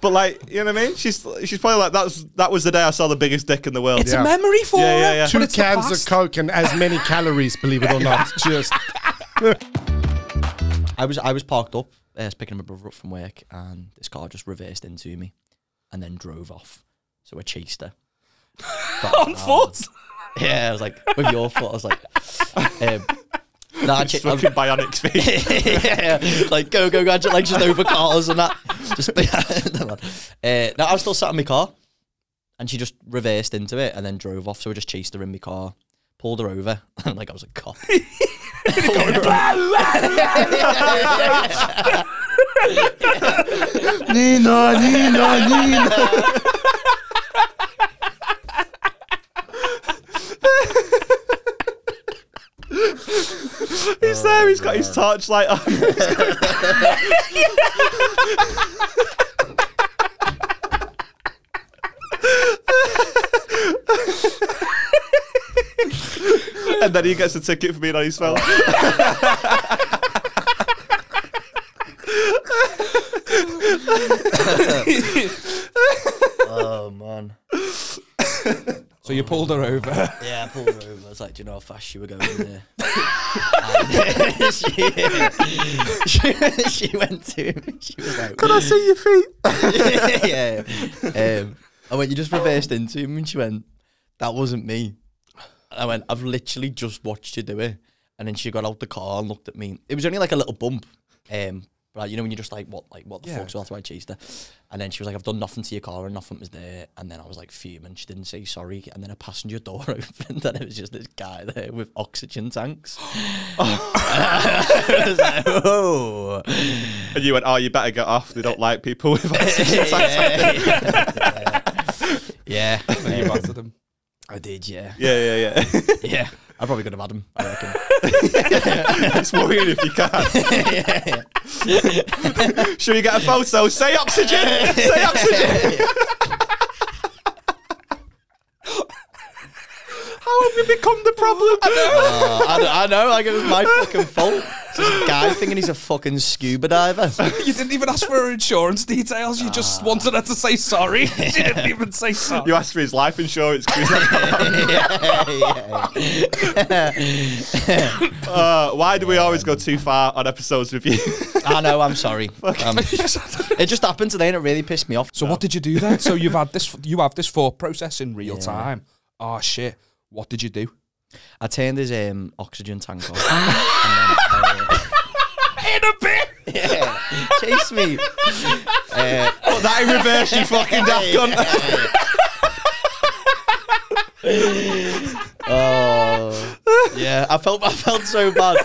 [SPEAKER 1] But like, you know what I mean? She's she's probably like that's that was the day I saw the biggest dick in the world.
[SPEAKER 2] It's
[SPEAKER 8] Yeah.
[SPEAKER 2] a memory for
[SPEAKER 1] Yeah,
[SPEAKER 2] her.
[SPEAKER 1] yeah, yeah.
[SPEAKER 2] but
[SPEAKER 8] Two
[SPEAKER 2] it's the
[SPEAKER 8] cans of
[SPEAKER 2] past.
[SPEAKER 8] Coke and as
[SPEAKER 2] [laughs]
[SPEAKER 8] many calories, believe it or not. Just
[SPEAKER 6] I was I was parked up. I was picking my brother up from work, and this car just reversed into me, and then drove off. So I chased
[SPEAKER 2] [laughs]
[SPEAKER 6] her.
[SPEAKER 2] on foot.
[SPEAKER 6] Yeah, I was like, with your foot, I was like, [laughs] um, nah, I
[SPEAKER 1] It's
[SPEAKER 6] cha- I was-
[SPEAKER 1] fucking
[SPEAKER 6] [laughs]
[SPEAKER 1] bionic speed.
[SPEAKER 6] yeah, like go go go, like just over cars and that. Just [laughs] no, uh, no, I was still sat in my car, and she just reversed into it and then drove off. So I just chased her in my car, pulled her over, [laughs] and like I was a cop. Pulled her over.
[SPEAKER 8] Nina, Nina, [laughs] Nina.
[SPEAKER 1] He's there. He's got his torchlight on. [laughs] He's got- and then he gets a ticket for being on his
[SPEAKER 8] [laughs]
[SPEAKER 6] [laughs]
[SPEAKER 1] phone.
[SPEAKER 6] [laughs] oh man,
[SPEAKER 2] So you pulled
[SPEAKER 9] [laughs]
[SPEAKER 2] her over.
[SPEAKER 6] [laughs] yeah, I pulled her over. I was like, do you know how fast you were going there? And [laughs] she, she, she went to me. She was like, "Can I see your feet?" [laughs] yeah. Um, I went, "You just reversed into him," and she went, "That wasn't me." I went, "I've literally just watched you do it," and then she got out the car and looked at me. It was only like a little bump, um, right? You know when you're just like, "What? Like what the fuck?" So that's why I chased her. And then she was like, "I've done nothing to your car, and nothing was there." And then I was like fuming. She didn't say sorry. And then a passenger door [laughs] opened, and it was just this guy there with oxygen tanks. [laughs] I was like, "Oh."
[SPEAKER 1] And you went, "Oh, you better get off.
[SPEAKER 6] [laughs]
[SPEAKER 1] They don't like people with oxygen tanks."
[SPEAKER 6] [laughs] Yeah,
[SPEAKER 2] you battered him.
[SPEAKER 6] I did. Yeah,
[SPEAKER 1] Yeah, yeah, yeah.
[SPEAKER 6] [laughs] yeah. I probably could have had him. I reckon.
[SPEAKER 1] [laughs]
[SPEAKER 6] [laughs]
[SPEAKER 1] it's worrying if you can. Should we get a photo? Say oxygen. Say oxygen. How have we become the problem?
[SPEAKER 6] Uh, I, don't- I know. Like it was my fucking fault. It's This guy thinking he's a fucking scuba diver.
[SPEAKER 2] You didn't even ask for her insurance details. You just wanted her to say sorry. She didn't even say sorry.
[SPEAKER 1] You asked for his life insurance.
[SPEAKER 6] [laughs]
[SPEAKER 1] Chris. uh, why do we always go too far on episodes with you?
[SPEAKER 6] I know. I'm sorry.
[SPEAKER 2] [laughs]
[SPEAKER 6] Um, it just happened today, and it really pissed me off.
[SPEAKER 2] so what did you do then? So you've had this. You have this thought process in real time. Oh shit! What did you do?
[SPEAKER 6] I turned his
[SPEAKER 2] [laughs]
[SPEAKER 6] um, oxygen
[SPEAKER 1] [laughs]
[SPEAKER 6] tank off. and then, uh,
[SPEAKER 2] In a bit.
[SPEAKER 6] yeah, chase
[SPEAKER 4] [laughs]
[SPEAKER 6] me. Uh,
[SPEAKER 1] Put that in reverse, you fucking daft cunt.
[SPEAKER 6] [laughs] oh, yeah. I felt. I felt so bad.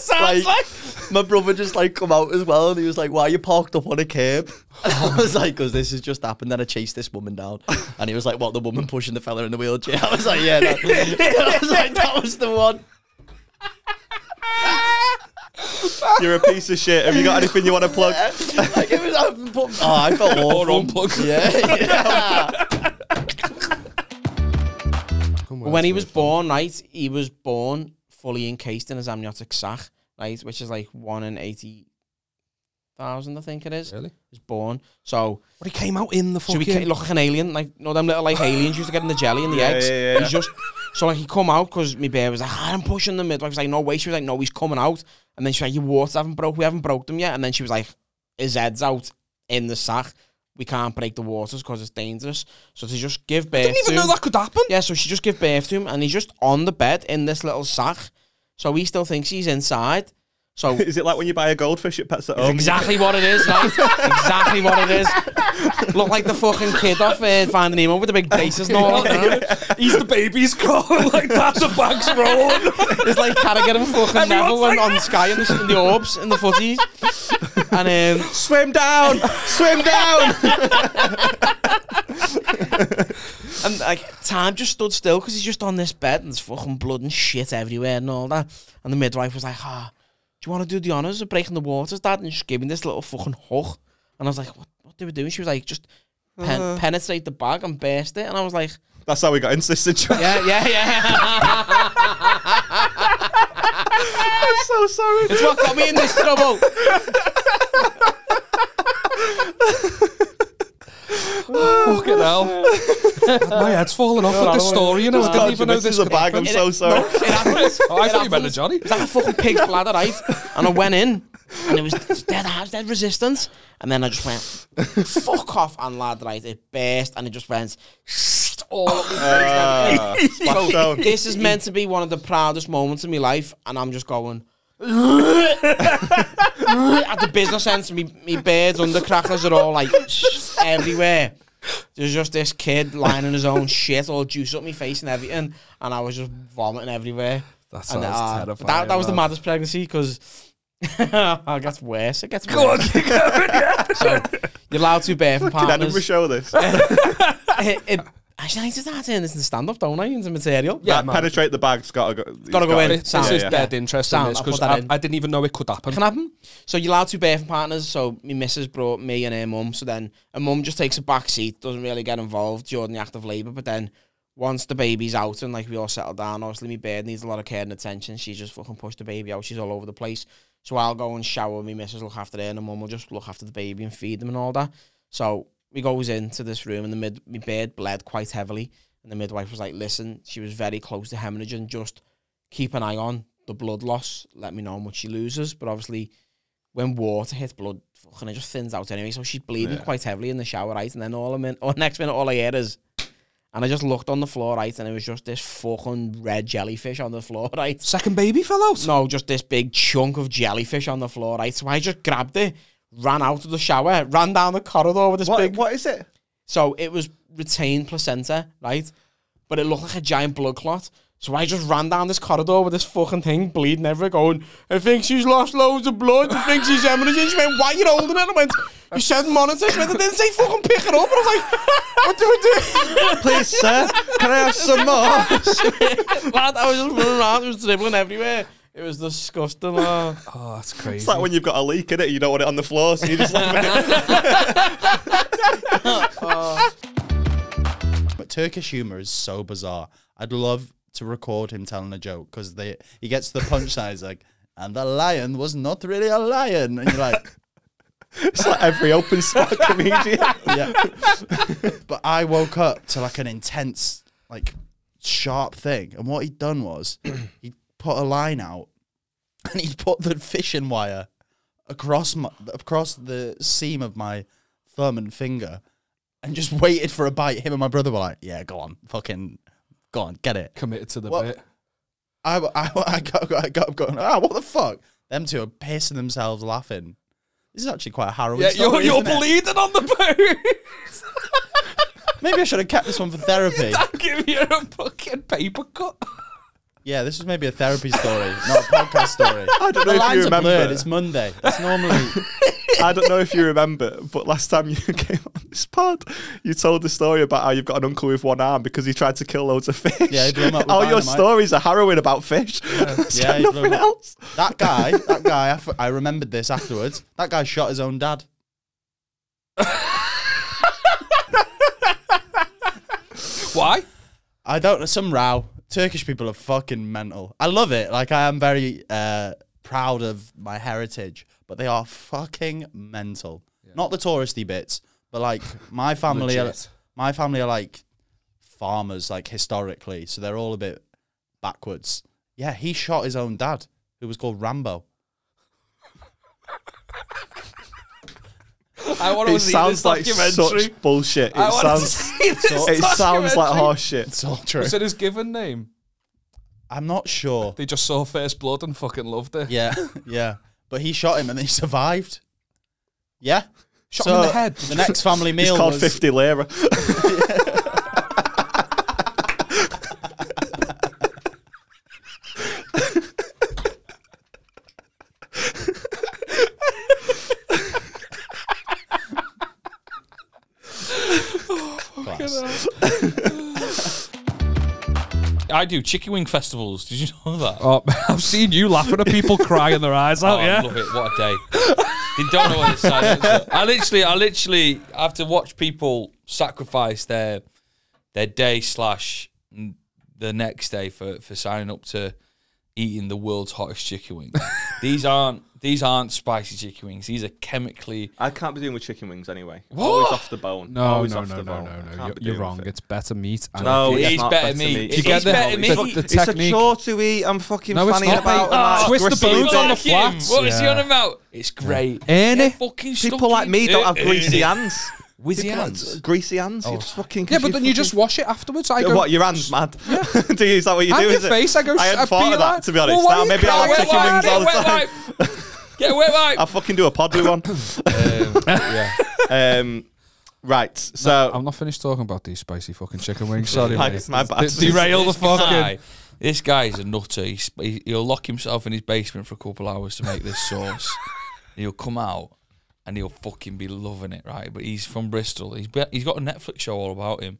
[SPEAKER 1] [laughs]
[SPEAKER 2] Sounds like,
[SPEAKER 6] my brother just like come out as well, and he was like, "Why are you parked up on a curb?" [laughs] And I was like, "Cause this has just happened." Then I chased this woman down, and he was like, "What?" The woman pushing the fella in the wheelchair. [laughs] I was like, Oh, "Yeah." That, I was like, "That was the one."
[SPEAKER 1] [laughs] You're a piece of shit. Have you got anything you want to plug?
[SPEAKER 6] Like it was. I,
[SPEAKER 4] um, [laughs]
[SPEAKER 1] [laughs]
[SPEAKER 6] put, oh, I felt
[SPEAKER 2] or
[SPEAKER 6] awful.
[SPEAKER 2] unplug.
[SPEAKER 6] Yeah,
[SPEAKER 10] [laughs]
[SPEAKER 6] yeah.
[SPEAKER 10] when he was born, right, he was born fully encased in his amniotic sac, right, which is like one in eighty thousand, I think it is.
[SPEAKER 4] Really?
[SPEAKER 10] Is born. So
[SPEAKER 4] But he came out in the
[SPEAKER 10] so
[SPEAKER 4] fucking.
[SPEAKER 10] he came, look like an alien, like no them little like aliens used to get in the jelly and the
[SPEAKER 1] Yeah,
[SPEAKER 10] eggs.
[SPEAKER 1] yeah, yeah,
[SPEAKER 10] He's just so like he come out because my bear was like, "Ah, I'm pushing the midwife. I was like, no way. She was like, no, he's coming out. And then she was like, your warts haven't broke. We haven't broke them yet. And then she was like, his head's out in the sack. We can't break the waters because it's dangerous. So they just give birth.
[SPEAKER 4] didn't even
[SPEAKER 10] to
[SPEAKER 4] know
[SPEAKER 10] him.
[SPEAKER 4] that could happen.
[SPEAKER 10] Yeah, so she just gave birth to him, and he's just on the bed in this little sack. So he still thinks he's inside. So
[SPEAKER 1] [laughs] Is it like when you buy a goldfish at Pets at Home?
[SPEAKER 10] exactly what it is, right? exactly what it is. Look like the fucking kid off uh, Finding Nemo with the big braces and all. that.
[SPEAKER 4] He's the baby's crawling [laughs] like that's a bag's rolling.
[SPEAKER 10] It's like Harrogate and fucking Neville on, on Sky in the, in the orbs in the footies. And um,
[SPEAKER 1] Swim down! Swim down!
[SPEAKER 10] and like time just stood still because he's just on this bed and there's fucking blood and shit everywhere and all that. And the midwife was like, "Ah, do you want to do the honors of breaking the waters, Dad?" And she gave me this little fucking hug, and I was like, "What? What do we do?" And she was like, "Just pen- penetrate the bag and burst it." And I was like,
[SPEAKER 1] That's how we got into this situation.
[SPEAKER 10] "Yeah, yeah, [laughs] yeah."
[SPEAKER 1] I'm so sorry.
[SPEAKER 10] it's what got me in this trouble.
[SPEAKER 4] Fucking hell. My head's falling
[SPEAKER 1] [laughs]
[SPEAKER 4] off with this story, you know. I didn't
[SPEAKER 1] God, you
[SPEAKER 4] even know
[SPEAKER 1] missed
[SPEAKER 4] this
[SPEAKER 1] as a
[SPEAKER 4] could
[SPEAKER 1] bag. I'm
[SPEAKER 4] happen.
[SPEAKER 1] so sorry.
[SPEAKER 10] It happens.
[SPEAKER 4] Oh, I
[SPEAKER 10] It
[SPEAKER 4] thought you meant a
[SPEAKER 10] happens.
[SPEAKER 4] Johnny.
[SPEAKER 10] It's like a fucking pig's bladder, right? And I went in, and it was dead house,
[SPEAKER 4] [laughs]
[SPEAKER 10] dead resistance. And then I just went, fuck off, and lad, right? It burst, and it just went all up my face.
[SPEAKER 1] Splash
[SPEAKER 10] So,
[SPEAKER 1] down.
[SPEAKER 10] this is meant to be one of the proudest moments of my life, and I'm just going. at the business end, me, me birds under crackers are all like everywhere. There's just this kid lying in his own shit, all juice up my face and everything, and I was just vomiting everywhere.
[SPEAKER 4] That
[SPEAKER 10] And,
[SPEAKER 4] sounds
[SPEAKER 10] uh,
[SPEAKER 4] terrifying.
[SPEAKER 10] That, that was the
[SPEAKER 4] man.
[SPEAKER 10] maddest pregnancy because [laughs] it gets worse. It gets worse. [laughs] so you're allowed to bear for
[SPEAKER 1] Did Edinburgh
[SPEAKER 10] partners.
[SPEAKER 1] show this?
[SPEAKER 10] [laughs] It, it, actually, I need to start saying this in stand up, don't I? Into material.
[SPEAKER 4] Yeah,
[SPEAKER 1] That
[SPEAKER 4] man.
[SPEAKER 1] penetrate the bag's gotta go.
[SPEAKER 10] Gotta go in.
[SPEAKER 4] This
[SPEAKER 10] Sound.
[SPEAKER 4] is
[SPEAKER 1] Yeah, yeah.
[SPEAKER 4] dead interesting
[SPEAKER 10] Sound, I'll
[SPEAKER 4] because
[SPEAKER 10] put that
[SPEAKER 4] I,
[SPEAKER 10] in.
[SPEAKER 4] I didn't even know it could happen.
[SPEAKER 10] can happen. So you're allowed two birthing partners. So my missus brought me and her mum. So then her mum just takes a back seat, doesn't really get involved during the act of labour. But then once the baby's out and like we all settle down, obviously my bird needs a lot of care and attention. She just fucking pushed the baby out. She's all over the place. So I'll go and shower. My missus look after her, and her mum will just look after the baby and feed them and all that. So we goes into this room, and the mid my bird bled quite heavily. And the midwife was like, "Listen, she was very close to hemorrhage, and just keep an eye on the blood loss. Let me know how much she loses." But obviously, when water hits blood, fucking it just thins out anyway. So she's bleeding quite heavily in the shower, right? And then [laughs] all a minute, or next minute, all I hear is, and I just looked on the floor, right? And it was just this fucking red jellyfish on the floor, [laughs] right?
[SPEAKER 4] Second baby fell out.
[SPEAKER 10] No, just this big chunk of jellyfish on the floor, right? So I just grabbed it, ran out of the shower, ran down the corridor with this
[SPEAKER 1] What,
[SPEAKER 10] big.
[SPEAKER 1] what is it?
[SPEAKER 10] So it was retained placenta, right? But it looked like a giant blood clot. So I just ran down this corridor with this fucking thing bleeding everywhere, going, I think she's lost loads of blood. I think she's hemorrhaging. She went, Why are you holding it? And I went, You said monitor. She went, I didn't say fucking pick it up. And I was like, What do I do?
[SPEAKER 1] [laughs] Please, sir, can I have some more?
[SPEAKER 10] [laughs] Lad, I was just running around. It was dribbling everywhere. It was disgusting. lad.
[SPEAKER 4] Oh, that's crazy.
[SPEAKER 1] It's like when you've got a leak in it, you don't want it on the floor, so you [laughs] just leave it.
[SPEAKER 11] [laughs] But Turkish humor is so bizarre. I'd love to record him telling a joke because they he gets to the punchline. He's like, "And the lion was not really a lion," and you're like,
[SPEAKER 1] [laughs] It's like every open spot comedian.
[SPEAKER 2] [laughs]
[SPEAKER 11] [laughs] "Yeah."
[SPEAKER 8] [laughs]
[SPEAKER 11] but I woke up to like an intense, like, sharp thing, and what he'd done
[SPEAKER 4] [clears throat]
[SPEAKER 11] was he put a line out, and he'd put the fishing wire across my, across the seam of my thumb and finger, and just waited for a bite. Him and my brother were like, "Yeah, go on, fucking." Go on, get it.
[SPEAKER 4] committed to the
[SPEAKER 11] What?
[SPEAKER 4] bit.
[SPEAKER 11] I, I, I, got, I got up going, ah, what the fuck? Them two are pissing themselves laughing. This is actually quite a harrowing
[SPEAKER 4] Yeah,
[SPEAKER 11] story,
[SPEAKER 4] you're, you're
[SPEAKER 11] isn't it?
[SPEAKER 4] bleeding on the boot.
[SPEAKER 11] Maybe I should have kept this one
[SPEAKER 4] [laughs]
[SPEAKER 11] for therapy.
[SPEAKER 4] I'll give you a fucking paper cut.
[SPEAKER 11] yeah, this is maybe a therapy story, not a podcast story.
[SPEAKER 1] [laughs] I don't know if
[SPEAKER 11] The
[SPEAKER 1] you
[SPEAKER 11] lines are
[SPEAKER 1] remember.
[SPEAKER 11] blurred. It's
[SPEAKER 1] [laughs]
[SPEAKER 11] Monday. It's normally
[SPEAKER 1] I don't know if you remember, but last time you [laughs] came on this pod, you told the story about how you've got an uncle with one arm because he tried to kill loads of fish.
[SPEAKER 11] Yeah, he blew 'em up with
[SPEAKER 1] All your
[SPEAKER 11] dynamite.
[SPEAKER 1] stories are harrowing about [laughs] fish. Is
[SPEAKER 11] Yeah,
[SPEAKER 1] there
[SPEAKER 11] he blew 'em
[SPEAKER 1] nothing
[SPEAKER 11] up.
[SPEAKER 1] else.
[SPEAKER 11] that guy. That guy. I, f- I remembered this afterwards. That guy shot his own dad.
[SPEAKER 4] Why?
[SPEAKER 11] I don't know. Some row. Turkish people are fucking mental. I love it. Like I am very uh, proud of my heritage, but they are fucking mental. Not the touristy bits,
[SPEAKER 3] [laughs]
[SPEAKER 11] but like my family, are,
[SPEAKER 2] Legit.
[SPEAKER 11] my family are like farmers, like historically, so they're all a bit backwards. Yeah, he shot his own dad, who was called Rambo.
[SPEAKER 2] I want
[SPEAKER 1] It sounds like such bullshit. It
[SPEAKER 2] [laughs]
[SPEAKER 1] sounds it sounds like horse shit.
[SPEAKER 11] It's all true.
[SPEAKER 2] Was it his given name?
[SPEAKER 11] I'm not sure.
[SPEAKER 2] They just saw First Blood and fucking loved it.
[SPEAKER 11] Yeah, yeah. But he shot him and then he
[SPEAKER 12] [laughs]
[SPEAKER 11] survived. [laughs] Yeah.
[SPEAKER 2] Shot him in the head.
[SPEAKER 11] The next
[SPEAKER 1] [laughs]
[SPEAKER 11] family
[SPEAKER 1] It's
[SPEAKER 11] meal
[SPEAKER 1] called
[SPEAKER 11] was,
[SPEAKER 1] Fifty Lira. [laughs]
[SPEAKER 9] I do chicken wing festivals. Did you [laughs] know that?
[SPEAKER 2] Oh, [laughs] I've seen you laughing at people crying their eyes out.
[SPEAKER 9] Oh, I
[SPEAKER 2] yeah.
[SPEAKER 9] love it. What a day. they don't know what this side looks like. I literally, I literally have to watch people sacrifice their their day slash n- the next day for, for signing up to eating the world's hottest chicken
[SPEAKER 2] [laughs]
[SPEAKER 9] wings. these aren't these aren't spicy chicken wings. These are chemically
[SPEAKER 1] I can't be doing with chicken wings anyway. Always off the bone.
[SPEAKER 2] No,
[SPEAKER 1] Always
[SPEAKER 2] no,
[SPEAKER 1] off
[SPEAKER 2] no,
[SPEAKER 1] the
[SPEAKER 2] no,
[SPEAKER 1] bone.
[SPEAKER 2] no,
[SPEAKER 1] I
[SPEAKER 2] no.
[SPEAKER 1] can't be
[SPEAKER 2] You're, you're
[SPEAKER 1] dealing
[SPEAKER 2] wrong.
[SPEAKER 1] with it.
[SPEAKER 2] It's better meat. and
[SPEAKER 1] No,
[SPEAKER 2] if
[SPEAKER 9] it
[SPEAKER 2] you-
[SPEAKER 1] it's
[SPEAKER 9] is
[SPEAKER 1] not
[SPEAKER 9] better
[SPEAKER 1] better
[SPEAKER 9] meat.
[SPEAKER 1] meat.
[SPEAKER 9] It
[SPEAKER 1] You
[SPEAKER 9] is
[SPEAKER 1] get
[SPEAKER 2] the-
[SPEAKER 9] better
[SPEAKER 2] the-
[SPEAKER 9] meat.
[SPEAKER 2] the
[SPEAKER 1] It's a
[SPEAKER 2] technique-
[SPEAKER 1] chore to eat. I'm fucking
[SPEAKER 2] No, it's
[SPEAKER 1] fanning
[SPEAKER 2] not,
[SPEAKER 1] about. uh,
[SPEAKER 2] mate.
[SPEAKER 1] and, like,
[SPEAKER 2] Twist the
[SPEAKER 1] gritty
[SPEAKER 2] bones
[SPEAKER 1] bits.
[SPEAKER 2] on the
[SPEAKER 9] Like him.
[SPEAKER 2] flats.
[SPEAKER 9] What is he
[SPEAKER 2] Yeah.
[SPEAKER 9] on about? It's great.
[SPEAKER 2] Ernie.
[SPEAKER 9] They're fucking
[SPEAKER 1] People like me don't have greasy [laughs] hands.
[SPEAKER 9] With
[SPEAKER 1] People like-
[SPEAKER 9] hands.
[SPEAKER 1] Greasy hands. You just fucking.
[SPEAKER 2] Yeah, but then you just wash it afterwards. I go,
[SPEAKER 1] what your
[SPEAKER 2] [laughs]
[SPEAKER 1] hands mad? do you, is that what you
[SPEAKER 2] And
[SPEAKER 1] do?
[SPEAKER 2] your
[SPEAKER 1] is it?
[SPEAKER 2] face, I go,
[SPEAKER 1] I
[SPEAKER 2] I'd
[SPEAKER 1] hadn't
[SPEAKER 2] be
[SPEAKER 1] thought of
[SPEAKER 2] like,
[SPEAKER 1] that to be honest.
[SPEAKER 2] well, why
[SPEAKER 1] now
[SPEAKER 2] you
[SPEAKER 1] maybe
[SPEAKER 2] cry?
[SPEAKER 1] I like
[SPEAKER 2] Wet
[SPEAKER 1] chicken
[SPEAKER 2] wipe,
[SPEAKER 1] wings all the
[SPEAKER 9] wet
[SPEAKER 1] time.
[SPEAKER 2] [laughs]
[SPEAKER 9] wipe. Get a wet wipe.
[SPEAKER 1] I fucking do a pod with [laughs] one. Um, right, so
[SPEAKER 2] I'm not finished talking about these spicy fucking chicken
[SPEAKER 1] [laughs]
[SPEAKER 2] wings. Sorry,
[SPEAKER 1] My-
[SPEAKER 2] mate.
[SPEAKER 1] my bad.
[SPEAKER 2] De- derail the
[SPEAKER 9] guy,
[SPEAKER 2] fucking.
[SPEAKER 9] this guy's a nutter. He's, he, he'll lock himself in his basement for a couple hours to make this
[SPEAKER 2] [laughs]
[SPEAKER 9] sauce. he'll come out and he'll fucking be loving it, right? But he's from Bristol. He's be, he's got a Netflix show all about him.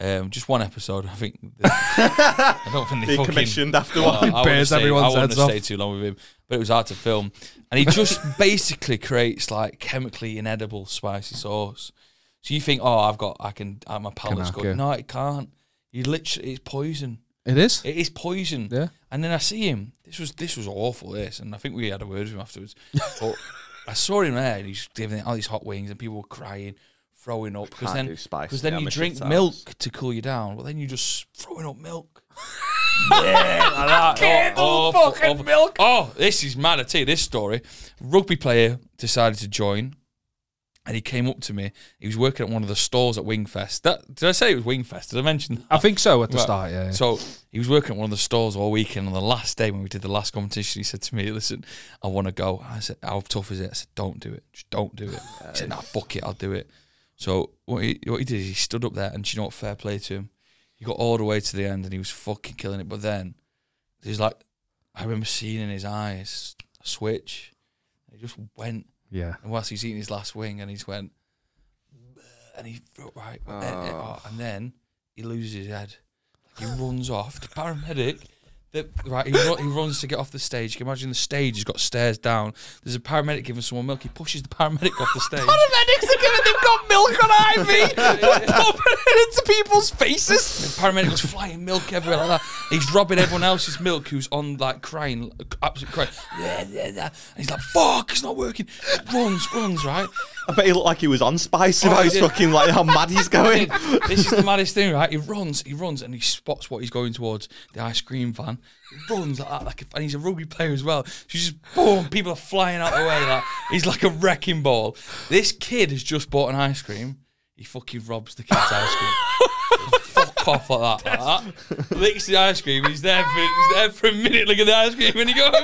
[SPEAKER 9] Um, just one episode, I
[SPEAKER 2] [laughs]
[SPEAKER 9] think. I don't think they
[SPEAKER 1] being
[SPEAKER 9] fucking.
[SPEAKER 1] commissioned after
[SPEAKER 9] Oh,
[SPEAKER 1] one.
[SPEAKER 9] I wouldn't
[SPEAKER 2] bears
[SPEAKER 9] stay-
[SPEAKER 2] everyone's
[SPEAKER 9] I wouldn't
[SPEAKER 2] heads
[SPEAKER 9] have
[SPEAKER 2] off.
[SPEAKER 9] stayed too long with him, but it was hard to film. And he
[SPEAKER 2] [laughs]
[SPEAKER 9] just basically creates like chemically inedible spicy sauce. So you think, oh, I've got, I can, uh, my palate's
[SPEAKER 2] Can I
[SPEAKER 9] good.
[SPEAKER 2] go?
[SPEAKER 9] No, it can't. You literally, it's poison.
[SPEAKER 2] It is.
[SPEAKER 9] It is poison.
[SPEAKER 2] Yeah.
[SPEAKER 9] And then I see him. This was this was awful. This, and I think we had a word with him afterwards. But I saw him there, and he's giving all these hot wings, and people were crying, throwing up because
[SPEAKER 1] Can't
[SPEAKER 9] then
[SPEAKER 1] do spicy,
[SPEAKER 9] because then
[SPEAKER 1] I'm
[SPEAKER 9] you
[SPEAKER 1] a
[SPEAKER 9] drink
[SPEAKER 1] shit house.
[SPEAKER 9] milk to cool you down, but then you just throwing up milk. yeah, like that. Oh, awful, awful. Oh, this is mad. I tell you this story. Rugby player decided to join. And he came up to me. He was working at one of the stores at Wingfest. That, did I say it was Wingfest? Did I mention that?
[SPEAKER 2] I think so at the
[SPEAKER 9] Right.
[SPEAKER 2] start. Yeah. yeah.
[SPEAKER 9] So he was working at one of the stores all weekend. On the last day when we did the last competition, he said to me, "Listen, I want to go." I said, "How tough is it?" I said, "Don't do it. Just don't do it." He said, "Nah, fuck it. I'll do it." So what he what he did is he stood up there, and do you know what? Fair play to him. He got all the way to the end, and he was fucking killing it. But then he's like, I remember seeing in his eyes a switch. He just went.
[SPEAKER 2] yeah.
[SPEAKER 9] And whilst he's eating his last wing, and he's went, and he felt right,
[SPEAKER 2] Uh,
[SPEAKER 9] and, and- oh, and then he loses his head. He runs off. The paramedic, the, right? He, run, he runs to get off the stage. You can imagine the stage has got stairs down. There's a paramedic giving someone milk. He pushes the paramedic off the stage.
[SPEAKER 2] [laughs] Paramedics are giving they've got milk on IV. into people's faces.
[SPEAKER 9] paramedic was flying milk everywhere like that. He's robbing everyone else's milk who's on like crying, absolute crying. Yeah, yeah, yeah. And he's like, "Fuck, it's not working." Runs, runs, right?
[SPEAKER 1] I bet he looked like he was on spice
[SPEAKER 9] Oh,
[SPEAKER 1] about
[SPEAKER 9] he
[SPEAKER 1] his
[SPEAKER 9] did.
[SPEAKER 1] fucking like how mad he's going.
[SPEAKER 9] [laughs]
[SPEAKER 1] [laughs]
[SPEAKER 9] this is the maddest thing, right? He runs, he runs, and he spots what he's going towards the ice cream van. He runs like that, like a, and he's a rugby player as well. So he's just boom, people are flying out the way. Like he's like a wrecking ball. This kid has just bought an ice cream. He fucking robs the kid's ice cream.
[SPEAKER 1] [laughs]
[SPEAKER 9] Fuck off like that, like that. Licks the ice cream. He's there for he's there for a minute. Look at the ice cream, and he goes.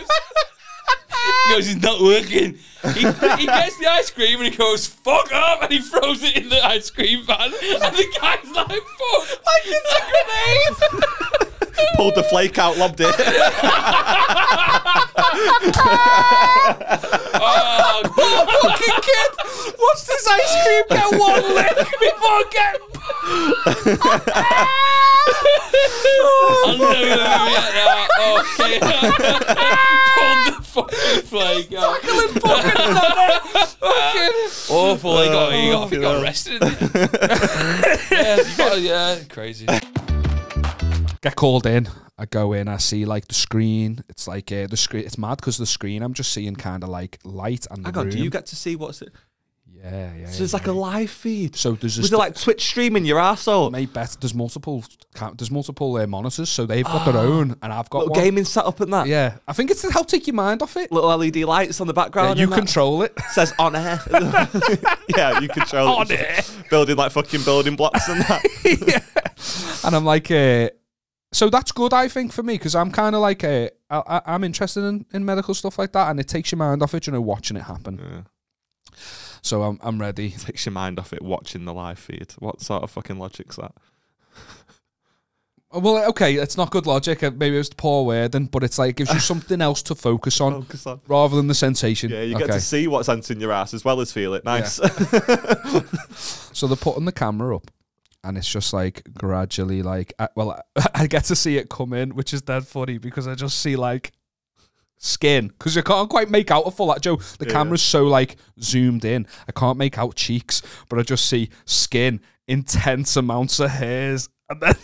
[SPEAKER 9] He goes, it's not working. He, he gets the ice cream and he goes, fuck up, and he throws it in the ice cream van. And the guy's like, fuck. Like it's a grenade.
[SPEAKER 1] Pulled the flake out, lobbed it.
[SPEAKER 9] oh, [laughs] fucking kid. Watch this ice cream get one lick before it get... [laughs] I'll never forget that. Oh, shit. [laughs] Pulled the fucking flake out. [laughs] Awful. He got, he got, he
[SPEAKER 1] Oh,
[SPEAKER 9] got
[SPEAKER 1] [laughs]
[SPEAKER 9] arrested. yeah, you got, yeah, crazy.
[SPEAKER 2] Get called in. I go in, I see like the screen. It's like uh, the screen. It's mad because the screen. I'm just seeing kind of like light and the
[SPEAKER 1] Hang on,
[SPEAKER 2] room.
[SPEAKER 1] do you get to see what's it?
[SPEAKER 2] yeah, yeah.
[SPEAKER 1] So it's like a live feed.
[SPEAKER 2] so there's
[SPEAKER 1] Was
[SPEAKER 2] just
[SPEAKER 1] there like Twitch streaming your asshole?
[SPEAKER 2] mate bet there's multiple ca- there's multiple uh, monitors, so they've got their own, and I've got
[SPEAKER 1] Ah. Little
[SPEAKER 2] one.
[SPEAKER 1] gaming setup and that.
[SPEAKER 2] Yeah, I think it's to help take your mind off it.
[SPEAKER 1] Little LED lights on the
[SPEAKER 2] Yeah,
[SPEAKER 1] background.
[SPEAKER 2] you
[SPEAKER 1] and that.
[SPEAKER 2] control it.
[SPEAKER 1] says on air. [laughs] yeah, you control on air. building like fucking building blocks and that.
[SPEAKER 2] and I'm like, uh, so that's good, I think, for me because I'm kind of like, uh, I, I, I'm interested in, in medical stuff like that, and it takes your mind off it, you know, watching it happen. So I'm I'm
[SPEAKER 1] [laughs]
[SPEAKER 2] ready.
[SPEAKER 1] Takes your mind off it watching the live feed. What sort of fucking logic's that?
[SPEAKER 2] Oh, Well, okay, it's not good logic. uh, Maybe it was the poor wording, but it's like it
[SPEAKER 1] [laughs]
[SPEAKER 2] gives you something else to focus on
[SPEAKER 1] Focus on.
[SPEAKER 2] rather than the sensation.
[SPEAKER 1] Yeah, you
[SPEAKER 2] okay.
[SPEAKER 1] get to see what's entering your ass as well as feel it. Nice.
[SPEAKER 2] So they're putting the camera up, and it's just like gradually, like, I, well, [laughs] I, get to see it come in, which is dead funny because I just see like skin [laughs] because you can't quite make out a full that Joe. The camera's so like zoomed in, I can't make out cheeks, but I just see skin, intense amounts of hairs, and then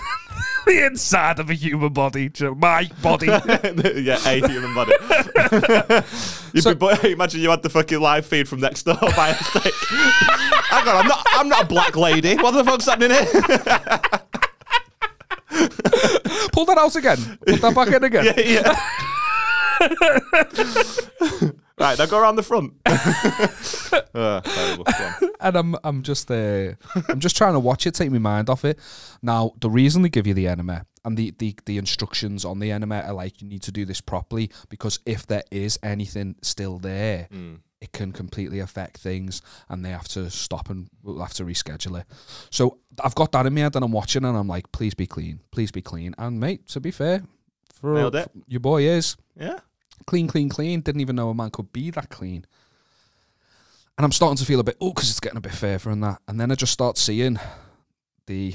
[SPEAKER 2] the inside of a human body, Joe, my
[SPEAKER 1] [laughs]
[SPEAKER 2] body.
[SPEAKER 1] yeah, a human body. You'd
[SPEAKER 2] So-
[SPEAKER 1] be, but [laughs] imagine you had the fucking live feed from next door by
[SPEAKER 2] [laughs]
[SPEAKER 1] mistake. Hang on, I'm not. I'm not a black lady. What the fuck's happening here?
[SPEAKER 2] [laughs]
[SPEAKER 1] [laughs]
[SPEAKER 2] Pull that out again. Put that back in again.
[SPEAKER 1] [laughs] yeah. right, now go around the
[SPEAKER 2] [laughs]
[SPEAKER 1] front. [laughs] Uh, terrible. Go on.
[SPEAKER 2] and I'm I'm just uh, I'm just trying to watch it, take my mind off it. Now the reason they give you the enema and the, the the instructions on the enema are like you need to do this properly because if there is anything still there,
[SPEAKER 1] Hmm.
[SPEAKER 2] it can completely affect things, and they have to stop and we'll have to reschedule it. So I've got that in my head, and I'm watching, and I'm like, please be clean, please be clean. And mate, to be fair, for
[SPEAKER 1] Nailed it.
[SPEAKER 2] your boy is
[SPEAKER 1] Yeah.
[SPEAKER 2] clean, clean, clean. Didn't even know a man could be that clean. And I'm starting to feel a bit, oh, because it's getting a bit favour and that. And then I just start seeing the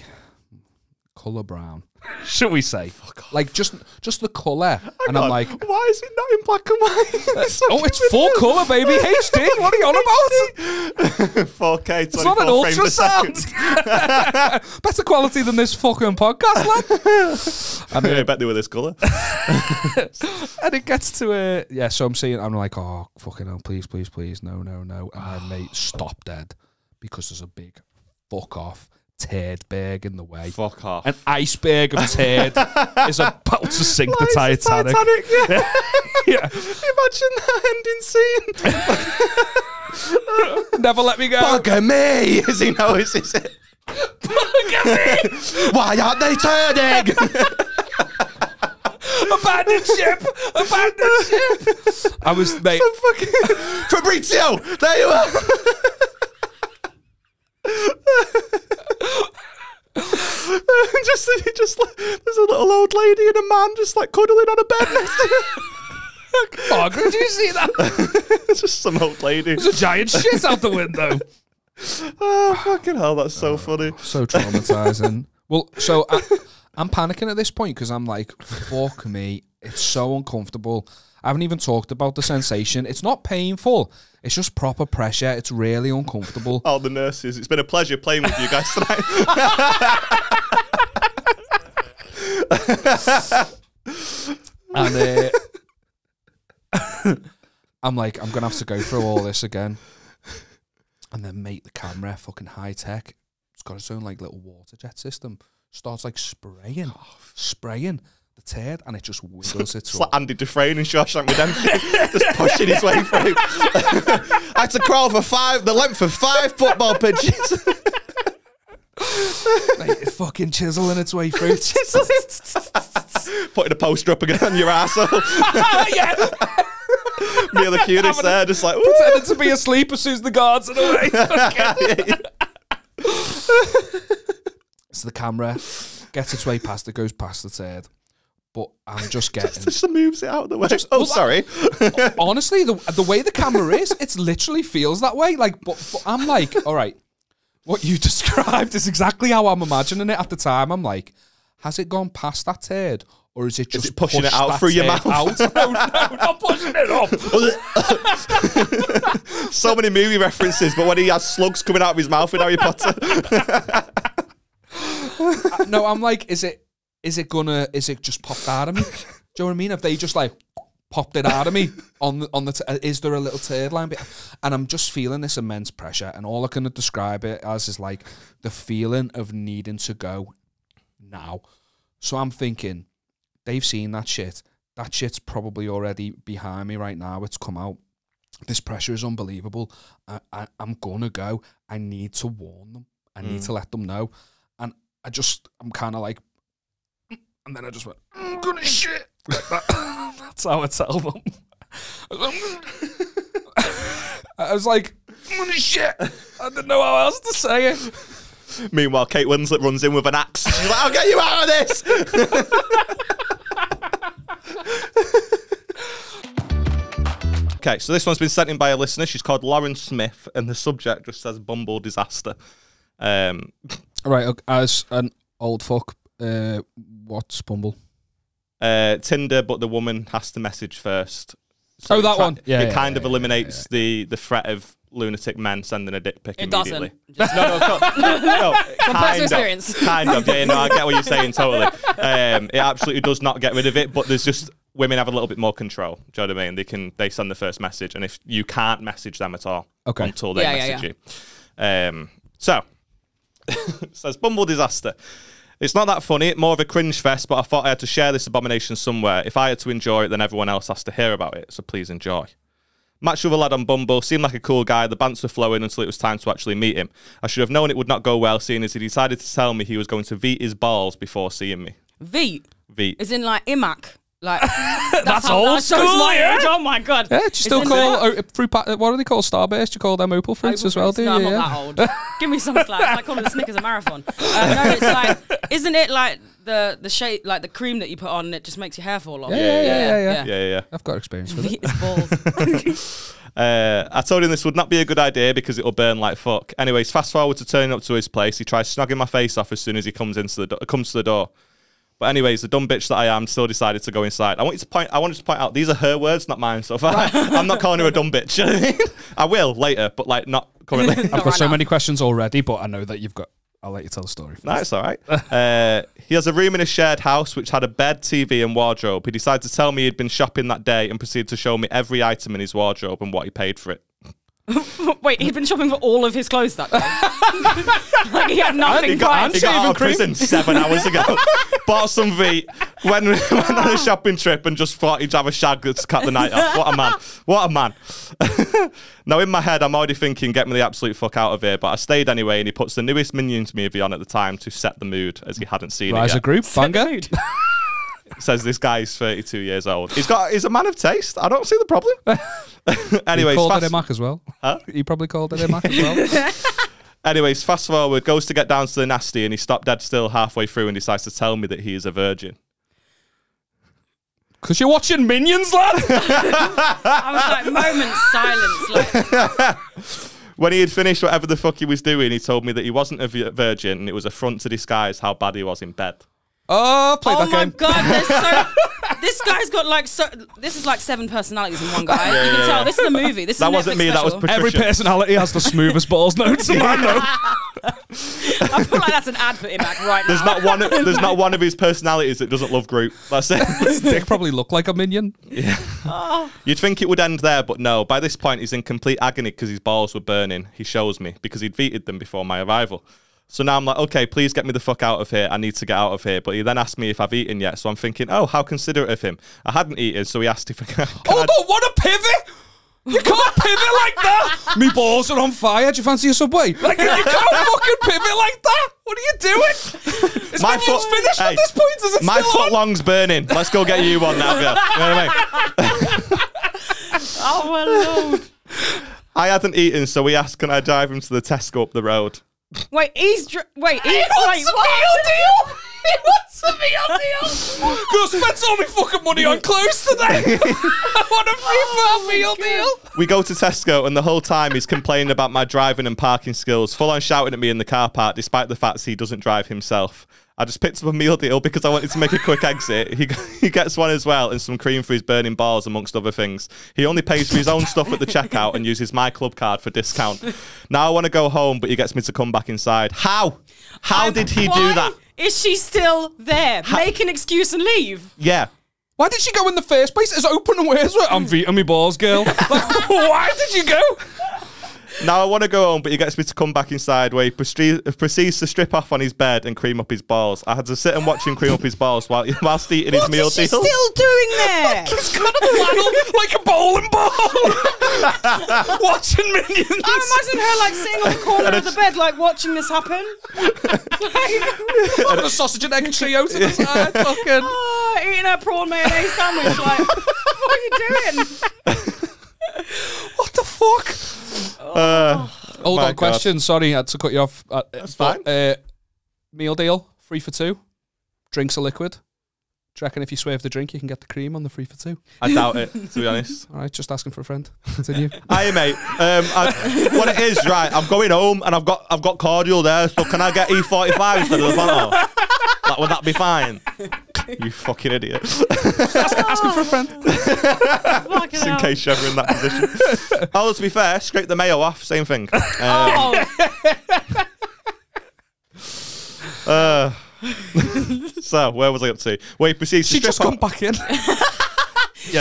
[SPEAKER 2] colour brown, [laughs] shall we say? Like just just the colour. And I'm [laughs] like,
[SPEAKER 1] why is it not in black and
[SPEAKER 2] [laughs]
[SPEAKER 1] white?
[SPEAKER 2] oh, it's full colour,
[SPEAKER 1] [laughs]
[SPEAKER 2] baby. HD, what are you on about?
[SPEAKER 1] about? 4K, 24
[SPEAKER 2] It's not an
[SPEAKER 1] frames a second.
[SPEAKER 2] ultrasound. [laughs] Better quality than this fucking podcast, lad. [laughs]
[SPEAKER 1] [laughs] I bet they were this colour.
[SPEAKER 2] and it gets to a yeah. So I'm seeing, I'm like, oh fucking hell, please, please, please, no, no, no. And then mate, stop dead because there's a big fuck off turd bag in the way.
[SPEAKER 1] Fuck off.
[SPEAKER 2] An iceberg of turd is about to sink the Titanic.
[SPEAKER 1] yeah.
[SPEAKER 2] Yeah.
[SPEAKER 1] Imagine that ending scene. [laughs]
[SPEAKER 2] Never let me go.
[SPEAKER 1] Bugger me! Is he now? Is is it? Bugger me! Why aren't they
[SPEAKER 2] [laughs]
[SPEAKER 1] turning?
[SPEAKER 2] Abandon ship. Abandon ship. I was mate. [laughs]
[SPEAKER 1] Fucking Fabrizio, there you are. [laughs] just, just like, there's a little old lady and a man just like cuddling on a bed next to
[SPEAKER 2] [laughs] Fuck, Oh, did you see that?
[SPEAKER 1] [laughs] It's just some old lady.
[SPEAKER 2] There's a giant shit out
[SPEAKER 1] [laughs]
[SPEAKER 2] the window.
[SPEAKER 1] Oh fucking hell, that's so funny.
[SPEAKER 2] so
[SPEAKER 1] [laughs]
[SPEAKER 2] traumatizing. well, so I, I'm panicking at this point because I'm like, fuck me, it's so uncomfortable. I haven't even talked about the sensation. It's not painful. It's just proper pressure. It's really uncomfortable.
[SPEAKER 1] Oh, the nurses. It's been a pleasure playing with you guys tonight.
[SPEAKER 2] [laughs] and uh, I'm like, I'm gonna have to go through all this again. And then mate, the camera, fucking high tech. It's got its own like little water jet system. Starts like spraying, spraying the turd, and it just wiggles it.
[SPEAKER 1] It's like Andy Dufresne and Shawshank Redemption, [laughs] just pushing his way through. [laughs] I had to crawl for five, the length of [laughs] five
[SPEAKER 2] [laughs]
[SPEAKER 1] football pitches.
[SPEAKER 2] Mate, fucking chiseling its
[SPEAKER 1] [laughs]
[SPEAKER 2] way through.
[SPEAKER 1] Putting a poster up again on your arsehole.
[SPEAKER 2] [laughs]
[SPEAKER 1] [laughs]
[SPEAKER 2] yeah,
[SPEAKER 1] Mia the cutest there, just like, "Ooh."
[SPEAKER 2] pretended to be asleep as soon as the guards
[SPEAKER 1] [laughs]
[SPEAKER 2] are away. so the camera gets its way past. It goes past the turd, but I'm just getting.
[SPEAKER 1] just moves it out of the way. [laughs] oh,
[SPEAKER 2] well,
[SPEAKER 1] sorry.
[SPEAKER 2] [laughs] honestly, the the way the camera is, it literally feels that way. Like, but, but I'm like, all right, what you [laughs] described is exactly how I'm imagining it at the time. I'm like, has it gone past that turd? Or is it just
[SPEAKER 1] it pushing it
[SPEAKER 2] pushed
[SPEAKER 1] out
[SPEAKER 2] that
[SPEAKER 1] through your
[SPEAKER 2] turd
[SPEAKER 1] mouth?
[SPEAKER 2] out? [laughs] No, no, not pushing it
[SPEAKER 1] [laughs]
[SPEAKER 2] up.
[SPEAKER 1] so many movie references, but when he has slugs coming
[SPEAKER 2] [laughs]
[SPEAKER 1] out of his mouth in Harry Potter,
[SPEAKER 2] no, I'm like, is it? is it gonna? Is it just popped out of me? Do you know what I mean? If they just like popped it out of me on the, on the, t- uh, is there a little turd line? be- And I'm just feeling this immense pressure, and all I can describe it as is like the feeling of needing to go now. So I'm thinking they've seen that shit. That shit's probably already behind me right now. It's come out. This pressure is unbelievable. I, I, I'm gonna go. I need to warn them. I need to let them know. And I just, I'm kind of like, [laughs] and then I just went, I'm gonna shit. Like that. That's how I tell them. I was like, I was like, I'm gonna shit. I didn't know how else to say it.
[SPEAKER 1] Meanwhile, Kate Winslet runs in with an axe. She's like, I'll get you out of this. okay, so this one's been sent in by a listener. She's called Lauren Smith, and the subject just says Bumble disaster. Um,
[SPEAKER 2] Right, okay, as an old fuck, uh, what's Bumble?
[SPEAKER 1] uh, Tinder, but the woman has to message first.
[SPEAKER 2] Oh,
[SPEAKER 1] it
[SPEAKER 2] that one. Yeah,
[SPEAKER 1] it
[SPEAKER 2] yeah,
[SPEAKER 1] kind
[SPEAKER 2] yeah,
[SPEAKER 1] of eliminates the the threat of lunatic men sending a dick pic
[SPEAKER 13] It
[SPEAKER 1] immediately.
[SPEAKER 13] doesn't. Just- [laughs]
[SPEAKER 1] No, no, co- no. Kind
[SPEAKER 13] experience.
[SPEAKER 1] of, kind of. Yeah, no, I get what you're saying totally.
[SPEAKER 13] [laughs]
[SPEAKER 1] Um, it absolutely does not get rid of it, but there's just women have a little bit more control. Do you know what I mean? They can they send the first message, and if you can't message them at all
[SPEAKER 2] Okay.
[SPEAKER 1] until they
[SPEAKER 13] Yeah, yeah,
[SPEAKER 1] message you, um, so [laughs] it says Bumble disaster. It's not that funny, more of a cringe fest, but I thought I had to share this abomination somewhere. If I had to enjoy it, then everyone else has to hear about it, so please enjoy. Matched with a lad on Bumble, seemed like a cool guy. The bants were flowing until it was time to actually meet him. I should have known it would not go well, seeing as he decided to tell me he was going to beat his balls before seeing me.
[SPEAKER 13] V
[SPEAKER 1] Veet.
[SPEAKER 13] is in like IMAC. Like that's, how
[SPEAKER 9] old
[SPEAKER 13] that shows
[SPEAKER 9] school,
[SPEAKER 13] my
[SPEAKER 9] yeah?
[SPEAKER 13] age. Oh my god.
[SPEAKER 2] Yeah, do you still
[SPEAKER 13] in
[SPEAKER 2] call
[SPEAKER 13] there.
[SPEAKER 2] uh, fruit pa- uh, what are they called? Starburst? You call them opal fruits as well, do you?
[SPEAKER 13] no, I'm
[SPEAKER 2] yeah. [laughs]
[SPEAKER 13] not that old. Give
[SPEAKER 14] [laughs]
[SPEAKER 13] me some slack. I call it the Snickers a marathon. Uh, no, it's like, isn't it like the the shape, like the cream that you put on, and it just makes your hair fall off?
[SPEAKER 2] Yeah, yeah, yeah, yeah, yeah.
[SPEAKER 1] Yeah, yeah, yeah.
[SPEAKER 2] I've got experience with it.
[SPEAKER 13] Veet is balls.
[SPEAKER 2] [laughs]
[SPEAKER 1] Uh, I told him this would not be a good idea because it'll burn like fuck. Anyways, fast forward to turning up to his place. He tries snogging my face off as soon as he comes into the do- comes to the door. But anyways, the dumb bitch that I am still decided to go inside. I want you to point. I wanted to point out these are her words, not mine. So if I, [laughs] I'm not calling her a dumb bitch. [laughs] You know what I mean? I will later, but like not currently.
[SPEAKER 2] I've got
[SPEAKER 13] right
[SPEAKER 2] so
[SPEAKER 13] now.
[SPEAKER 2] many questions already, but I know that you've got. I'll let you tell the story.
[SPEAKER 1] No, it's all right. [laughs] Uh, he has a room in a shared house which had a bed, TV, and wardrobe. He decided to tell me he'd been shopping that day and proceeded to show me every item in his wardrobe and what he paid for it.
[SPEAKER 13] [laughs] Wait, he'd been shopping for all of his clothes that day. like he had nothing
[SPEAKER 1] He got,
[SPEAKER 13] planned.
[SPEAKER 1] he got out of prison seven hours
[SPEAKER 2] [laughs]
[SPEAKER 1] ago. Bought some V, [laughs] went, went on a shopping trip and just thought he'd have a shag to cut the night off. What a man. What a man. [laughs] now, in my head, I'm already thinking, get me the absolute fuck out of here. But I stayed anyway, and he puts the newest Minions movie on at the time to set the mood, as he hadn't seen
[SPEAKER 2] Rise
[SPEAKER 1] it
[SPEAKER 2] a
[SPEAKER 1] yet.
[SPEAKER 2] group, banger.
[SPEAKER 1] [laughs] Says this guy is 32 years old. He's got. He's a man of taste. I don't see the problem. [laughs]
[SPEAKER 2] He
[SPEAKER 1] Anyways,
[SPEAKER 2] called
[SPEAKER 1] fast-
[SPEAKER 2] it a Mac as well. He probably called it a Mac
[SPEAKER 13] [laughs]
[SPEAKER 2] as well.
[SPEAKER 1] Anyways, fast forward, goes to get down to the nasty, and he stopped dead still halfway through and decides to tell me that he is a virgin.
[SPEAKER 2] Because you're watching Minions, lad. [laughs]
[SPEAKER 13] I was like, moment silence. Like,
[SPEAKER 1] [laughs] When he had finished whatever the fuck he was doing, he told me that he wasn't a vi- virgin and it was a front to disguise how bad he was in bed.
[SPEAKER 2] Oh, play
[SPEAKER 13] oh
[SPEAKER 2] that
[SPEAKER 13] my
[SPEAKER 2] game.
[SPEAKER 13] god, there's so. This guy's got like so. This is like seven personalities in one guy. you can tell. This is a movie. This is
[SPEAKER 1] That
[SPEAKER 13] a
[SPEAKER 1] wasn't
[SPEAKER 13] Netflix
[SPEAKER 1] me, that was
[SPEAKER 13] special.
[SPEAKER 1] Patricia.
[SPEAKER 2] Every personality has the smoothest balls known to man, though.
[SPEAKER 13] [laughs] I feel like that's an ad for Imac right now.
[SPEAKER 1] [laughs] there's not one. of- There's not one of his personalities that doesn't love group. That's it.
[SPEAKER 2] Dick probably looked like a minion.
[SPEAKER 1] You'd think it would end there, but no. By this point, he's in complete agony because his balls were burning. He shows me because he'd veted them before my arrival. So now I'm like, okay, please get me the fuck out of here. I need to get out of here. But he then asked me if I've eaten yet. So I'm thinking, oh, how considerate of him. I hadn't eaten, so he asked if I can. [laughs]
[SPEAKER 2] Hold on, what a pivot! [laughs] You can't pivot like that! Me balls are on fire. Do you fancy a
[SPEAKER 13] [laughs]
[SPEAKER 2] subway? Like, you can't fucking pivot like that! What are you doing? Is my foot finished
[SPEAKER 1] Hey,
[SPEAKER 2] at this point? Is it
[SPEAKER 1] my
[SPEAKER 2] still
[SPEAKER 1] foot
[SPEAKER 2] on? [laughs]
[SPEAKER 1] long's burning. Let's go get you one now, girl. You know what I mean?
[SPEAKER 13] Oh my lord!
[SPEAKER 1] I hadn't eaten, so we asked, can I drive him to the Tesco up the road?
[SPEAKER 13] Wait, he's dr- wait. He's
[SPEAKER 2] wants
[SPEAKER 13] like,
[SPEAKER 2] a
[SPEAKER 13] what?
[SPEAKER 2] deal!
[SPEAKER 13] [laughs]
[SPEAKER 2] He wants a meal deal! Gonna spend all my fucking money on clothes today! [laughs] I want a free
[SPEAKER 1] Oh
[SPEAKER 2] meal deal!
[SPEAKER 1] We go to Tesco, and the whole time he's complaining about my driving and parking skills, full on shouting at me in the car park, despite the fact he doesn't drive himself. I just picked up a meal deal because I wanted to make a quick exit. He, [laughs] he gets one as well and some cream for his burning balls, amongst other things. He only pays for his own stuff at the checkout and uses my club card for discount. Now I want to go home, but he gets me to come back inside. How? How did he do
[SPEAKER 13] Why
[SPEAKER 1] that?
[SPEAKER 13] Is she still there? Make an excuse and leave.
[SPEAKER 1] Yeah.
[SPEAKER 2] Why did she go in the first place? It's open and where's where? I'm beating me balls, girl. Like, [laughs] why did you go?
[SPEAKER 1] Now I want to go home, but he gets me to come back inside where he proceed, proceeds to strip off on his bed and cream up his balls. I had to sit and watch him cream up his balls while [laughs] whilst eating his meal
[SPEAKER 13] She's
[SPEAKER 1] deal.
[SPEAKER 13] still
[SPEAKER 2] [laughs]
[SPEAKER 13] doing there.
[SPEAKER 2] It's kind of flannel like a bowling
[SPEAKER 1] [laughs]
[SPEAKER 2] ball. Watching minions.
[SPEAKER 13] I'm imagining her like
[SPEAKER 2] [laughs]
[SPEAKER 13] sitting on the corner of the bed, like watching this happen.
[SPEAKER 2] Having a sausage and egg trio
[SPEAKER 1] [laughs]
[SPEAKER 2] to the side. Fucking.
[SPEAKER 13] Oh, eating her prawn mayonnaise sandwich. Like, what are you doing?
[SPEAKER 2] What the fuck?
[SPEAKER 1] Uh,
[SPEAKER 2] Hold
[SPEAKER 1] My
[SPEAKER 2] on,
[SPEAKER 1] God.
[SPEAKER 2] question. Sorry, I had to cut you off. Uh,
[SPEAKER 1] That's
[SPEAKER 2] but,
[SPEAKER 1] fine.
[SPEAKER 2] Uh, meal deal, three for two. Drinks are liquid. Do you reckon if you swerve the drink, you can get the cream on the three for two?
[SPEAKER 1] I doubt it, to be honest.
[SPEAKER 2] [laughs] All right, just asking for a friend. Continue. [laughs]
[SPEAKER 1] Aye, mate. Um, I, what it is, right? I'm going home and I've got I've got cordial there, so can I get E45 instead of the bottle? Like, would that
[SPEAKER 13] [laughs]
[SPEAKER 1] be fine? You fucking idiot!
[SPEAKER 2] asking for a friend.
[SPEAKER 13] Fucking
[SPEAKER 1] [laughs] Just in
[SPEAKER 13] hell.
[SPEAKER 1] case you're ever in that position. Although to be fair, scrape the mayo off. Same thing. Um,
[SPEAKER 13] Oh,
[SPEAKER 1] [laughs] Uh, [laughs] so where was I up to? Well, he proceeds
[SPEAKER 2] She
[SPEAKER 1] to
[SPEAKER 2] just
[SPEAKER 1] strip
[SPEAKER 2] come
[SPEAKER 1] off. [laughs]
[SPEAKER 2] back in.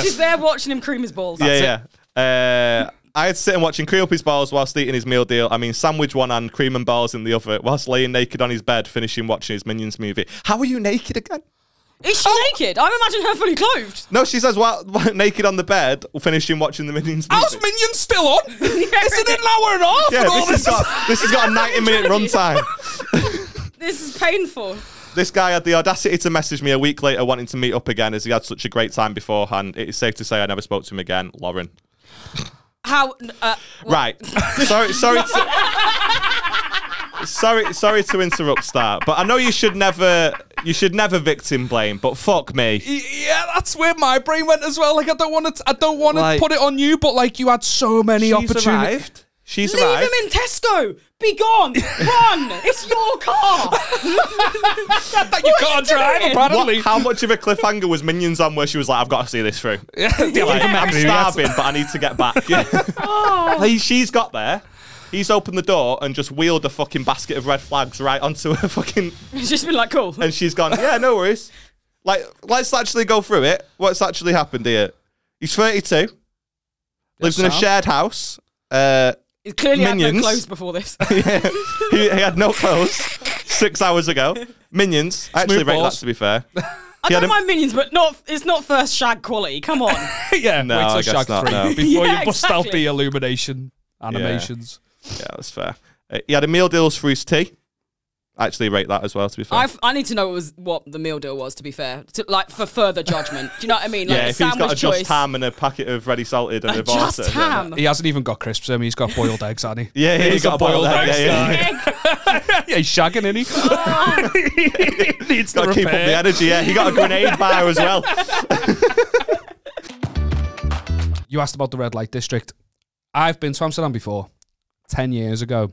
[SPEAKER 13] she's there watching him cream his balls.
[SPEAKER 1] Yeah, yeah. Uh, I had to sit and watching cream up his balls whilst eating his meal deal. I mean, sandwich one hand, cream and balls in the other, whilst laying naked on his bed, finishing watching his Minions movie. How are you naked again?
[SPEAKER 13] Is she
[SPEAKER 2] Oh.
[SPEAKER 13] naked? I'm imagining her fully clothed.
[SPEAKER 1] No, she says, well, naked on the bed, finishing watching the Minions movie.
[SPEAKER 2] How's Minions
[SPEAKER 13] [laughs]
[SPEAKER 2] still on? Is it an hour and a half?
[SPEAKER 1] yeah,
[SPEAKER 2] and all
[SPEAKER 1] this has
[SPEAKER 2] this
[SPEAKER 1] got this has
[SPEAKER 2] [laughs]
[SPEAKER 1] got a 90 minute run time.
[SPEAKER 13] This is painful.
[SPEAKER 1] This guy had the audacity to message me a week later wanting to meet up again as he had such a great time beforehand. It is safe to say I never spoke to him again, Lauren.
[SPEAKER 13] How? Uh, [laughs]
[SPEAKER 1] Right. sorry, sorry. To, sorry, sorry to interrupt, Star. But I know you should never, you should never victim blame. But fuck me.
[SPEAKER 2] yeah, that's where my brain went as well. Like I don't want to, I don't want
[SPEAKER 1] Like-
[SPEAKER 2] to put it on [laughs] you, but like you had so many opportunities.
[SPEAKER 1] arrived. She's
[SPEAKER 13] leave
[SPEAKER 1] arrived.
[SPEAKER 13] him in Tesco. Be gone. Run. it's your car.
[SPEAKER 2] [laughs] That you [laughs] can't drive
[SPEAKER 13] doing?
[SPEAKER 2] apparently.
[SPEAKER 1] What, how much of a cliffhanger was Minions on where she was like, I've got to see this
[SPEAKER 13] [laughs]
[SPEAKER 1] through.
[SPEAKER 2] [laughs] Yeah,
[SPEAKER 1] Like,
[SPEAKER 2] like,
[SPEAKER 1] I'm
[SPEAKER 2] maybe that's-
[SPEAKER 1] starving, but I need to get back. Yeah.
[SPEAKER 13] Oh.
[SPEAKER 1] Like, she's got there. He's opened the door and just wheeled a fucking basket of red flags right onto her fucking
[SPEAKER 13] She's just been like, cool.
[SPEAKER 1] and she's gone, yeah, no worries. Like, let's actually go through it. What's actually happened here? He's 32, lives in a
[SPEAKER 2] Sam.
[SPEAKER 1] shared house. Uh,
[SPEAKER 13] It clearly had no
[SPEAKER 1] Minions.
[SPEAKER 13] clothes before
[SPEAKER 1] [laughs]
[SPEAKER 13] this. [laughs]
[SPEAKER 1] he, he had no clothes six hours ago. Minions. I actually
[SPEAKER 2] Smooth
[SPEAKER 1] rate that,
[SPEAKER 2] balls.
[SPEAKER 1] to be fair.
[SPEAKER 13] I
[SPEAKER 1] had
[SPEAKER 13] don't
[SPEAKER 1] him-
[SPEAKER 13] mind minions, but not it's not first shag quality. Come
[SPEAKER 2] [laughs]
[SPEAKER 13] on.
[SPEAKER 2] yeah,
[SPEAKER 1] No,
[SPEAKER 2] wait till
[SPEAKER 1] I guess
[SPEAKER 2] Shag
[SPEAKER 1] not,
[SPEAKER 2] 3
[SPEAKER 1] no.
[SPEAKER 2] before
[SPEAKER 13] Yeah,
[SPEAKER 2] you bust out
[SPEAKER 13] exactly.
[SPEAKER 2] the illumination animations.
[SPEAKER 1] Yeah, that's fair. Uh, he had a meal deals for his tea. I actually rate that as well, to be fair.
[SPEAKER 13] I've, I need to know what, was, what the meal deal was. To be fair, to, like for further judgment. Do you know what I mean? Like
[SPEAKER 1] yeah,
[SPEAKER 13] the
[SPEAKER 1] if he's
[SPEAKER 13] sandwich
[SPEAKER 1] got a
[SPEAKER 13] choice.
[SPEAKER 1] just ham and a packet of ready salted and a,
[SPEAKER 13] a just
[SPEAKER 1] Varsa, then-
[SPEAKER 13] ham.
[SPEAKER 2] He hasn't even got crisps. I mean, he's got boiled eggs, hasn't he?
[SPEAKER 1] Yeah, yeah, he's got boiled egg. Yeah, yeah, yeah.
[SPEAKER 13] Egg.
[SPEAKER 2] Yeah, he's [laughs] shagging, isn't he? he needs
[SPEAKER 1] Got to keep up the energy. Yeah, he got a grenade bar as
[SPEAKER 2] [laughs]
[SPEAKER 1] well.
[SPEAKER 2] You asked about the red light district. I've been to Amsterdam before, 10 years ago.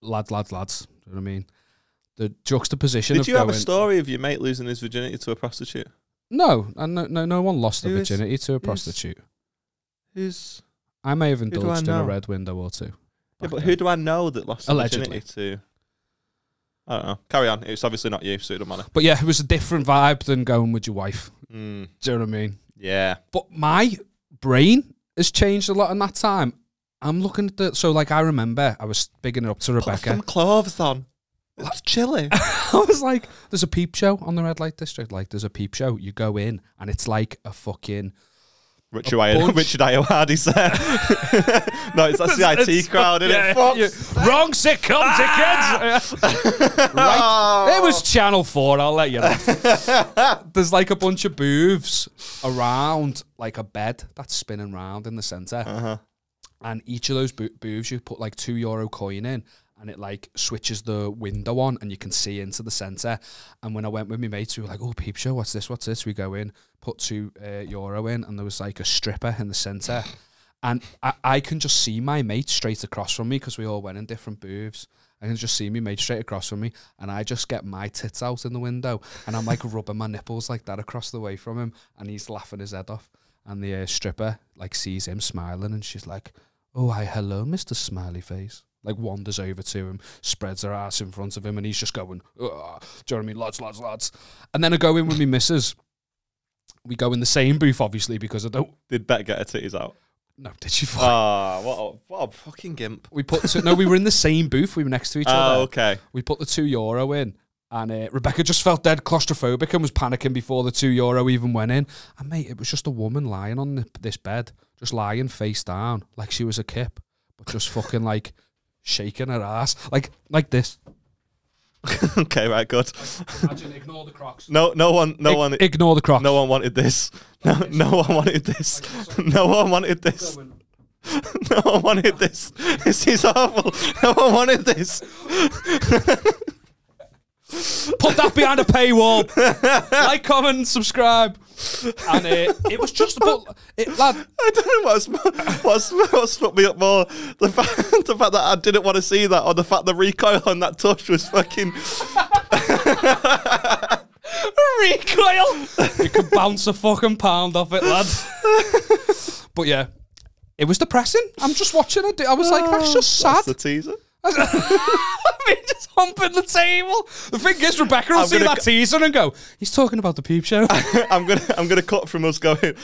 [SPEAKER 2] Lads, lads, lads. You know what I mean? The juxtaposition
[SPEAKER 1] Did
[SPEAKER 2] of
[SPEAKER 1] you have a
[SPEAKER 2] going-
[SPEAKER 1] story of your mate losing his virginity to a prostitute?
[SPEAKER 2] No, I no, no, no one lost their
[SPEAKER 1] Who is-
[SPEAKER 2] virginity to a
[SPEAKER 1] who's-
[SPEAKER 2] prostitute.
[SPEAKER 1] Who's
[SPEAKER 2] I may have
[SPEAKER 1] do I
[SPEAKER 2] indulged in a
[SPEAKER 1] know?
[SPEAKER 2] red window or two.
[SPEAKER 1] Yeah, but
[SPEAKER 2] back then.
[SPEAKER 1] who do I know that lost
[SPEAKER 2] Allegedly.
[SPEAKER 1] Allegedly. virginity to? I don't know. Carry on. It's obviously not you, so it don't matter.
[SPEAKER 2] But yeah, it was a different vibe than going with your wife.
[SPEAKER 1] Mm,
[SPEAKER 2] Do you know what I mean?
[SPEAKER 1] yeah.
[SPEAKER 2] But my brain has changed a lot in that time. I'm looking at the so like I remember I was bigging it up to Rebecca.
[SPEAKER 1] clothes on.
[SPEAKER 2] [laughs]
[SPEAKER 1] That's chilling.
[SPEAKER 2] I was like, "There's a peep show on the red light district. Like, there's a peep show. You go in and it's like a fucking
[SPEAKER 1] Richard
[SPEAKER 2] bunch.
[SPEAKER 1] Iyer, Richard Iyer Hardy's there.
[SPEAKER 2] [laughs]
[SPEAKER 1] no, it's that's the IT crowd, isn't it? Fuck.
[SPEAKER 2] You- wrong sitcom, dickheads. right, it was Channel Four. I'll let you know. There's like a bunch of booths around, like a bed that's spinning round in the center and each of those bo- booths you put like two euro coin in and it like switches the window on and you can see into the center and when i went with my mates we were like oh peep show what's this what's this we go in put two uh, euro in and there was like a stripper in the center and I, I can just see my mate straight across from me because we all went in different booths I can just see me mate straight across from me, and I just get my tits out in the window, and I'm like rubbing my nipples like that across the way from him, and he's laughing his head off. And the uh, stripper like sees him smiling, and she's like, "Oh, hi, hello, Mister Smiley Face." like wanders over to him, spreads her ass in front of him, and he's just going, "Ugh." Uh, do you know what I mean? Lads, lads, lads. And then I go in with me missus. We go in the same booth, obviously, because I don't.
[SPEAKER 1] Did Bet get her titties out?
[SPEAKER 2] No, did she? fuck?
[SPEAKER 1] Ah, what a, what a fucking gimp.
[SPEAKER 2] We put
[SPEAKER 1] [laughs]
[SPEAKER 2] two, no, we were in the same booth. We were next to each
[SPEAKER 1] Oh,
[SPEAKER 2] other.
[SPEAKER 1] okay.
[SPEAKER 2] We put the two euro in, and uh, Rebecca just felt dead claustrophobic and was panicking before the two euro even went in. And mate, it was just a woman lying on the, this bed, just lying face down, like she was a kip, but just fucking like shaking her ass, like like this.
[SPEAKER 1] [laughs] okay, right, good.
[SPEAKER 2] Imagine ignore the Crocs.
[SPEAKER 1] No, no one, no
[SPEAKER 2] Ig-
[SPEAKER 1] one.
[SPEAKER 2] Ignore the Crocs.
[SPEAKER 1] No one wanted this. No, no one wanted this. No one wanted this. [laughs] No one wanted this. This is awful. No one wanted this.
[SPEAKER 2] Put that behind
[SPEAKER 1] [laughs]
[SPEAKER 2] a paywall. like, comment, subscribe. And uh, it was just about it, lad.
[SPEAKER 1] I don't know what's [laughs] what's what's fucked me up more the fact [laughs] the fact that I didn't want to see that or the fact the recoil on that touch was [laughs] fucking
[SPEAKER 2] recoil. you could bounce a fucking pound off it, lad. but yeah, it was depressing. I'm just watching it. I was like, that's just sad.
[SPEAKER 1] Oh, that's the teaser.
[SPEAKER 2] I mean, just humping the table. The thing is, Rebecca will
[SPEAKER 1] I'm
[SPEAKER 2] see
[SPEAKER 1] gonna
[SPEAKER 2] that
[SPEAKER 1] c-
[SPEAKER 2] teaser and go, he's talking about the peep show.
[SPEAKER 1] [laughs] I'm gonna I'm gonna cut from us going.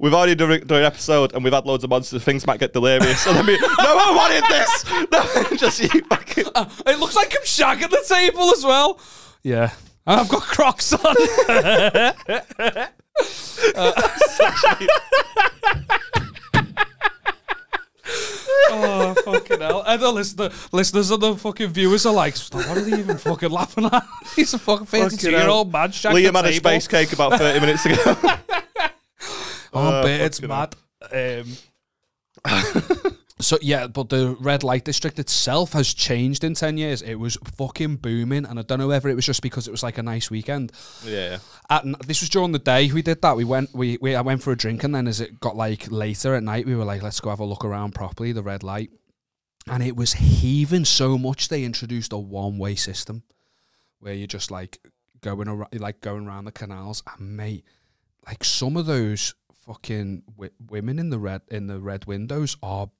[SPEAKER 1] We've already done, done an episode and we've had loads of monsters. Things might get delirious. [laughs] So let me. No one wanted this. No, just you fucking.
[SPEAKER 2] Uh, it looks like I'm shagging the table as well.
[SPEAKER 1] [laughs]
[SPEAKER 2] Yeah. And I've got Crocs on. [laughs] Uh, oh, fucking hell. And the listener, listeners and the fucking viewers are like, "Stop, what are they even fucking laughing at? He's a fucking 52 year old man shagging
[SPEAKER 1] Liam
[SPEAKER 2] the
[SPEAKER 1] had a
[SPEAKER 2] table.
[SPEAKER 1] space cake about 30 minutes
[SPEAKER 2] [laughs]
[SPEAKER 1] ago.
[SPEAKER 2] Oh,
[SPEAKER 1] Uh,
[SPEAKER 2] but it's
[SPEAKER 1] fucking
[SPEAKER 2] mad. Um, so yeah, but the red light district itself has changed in ten years. It was fucking booming, and I don't know whether it was just because it was like a nice weekend.
[SPEAKER 1] yeah.
[SPEAKER 2] At, n- this was during the day we did that. We went, we, we I went for a drink, and then as it got like later at night, we were like, let's go have a look around properly. The red light, and it was heaving so much they introduced a one-way system where you're just like going around, like going around the canals, and mate, like some of those fucking w- women in the red in the red windows are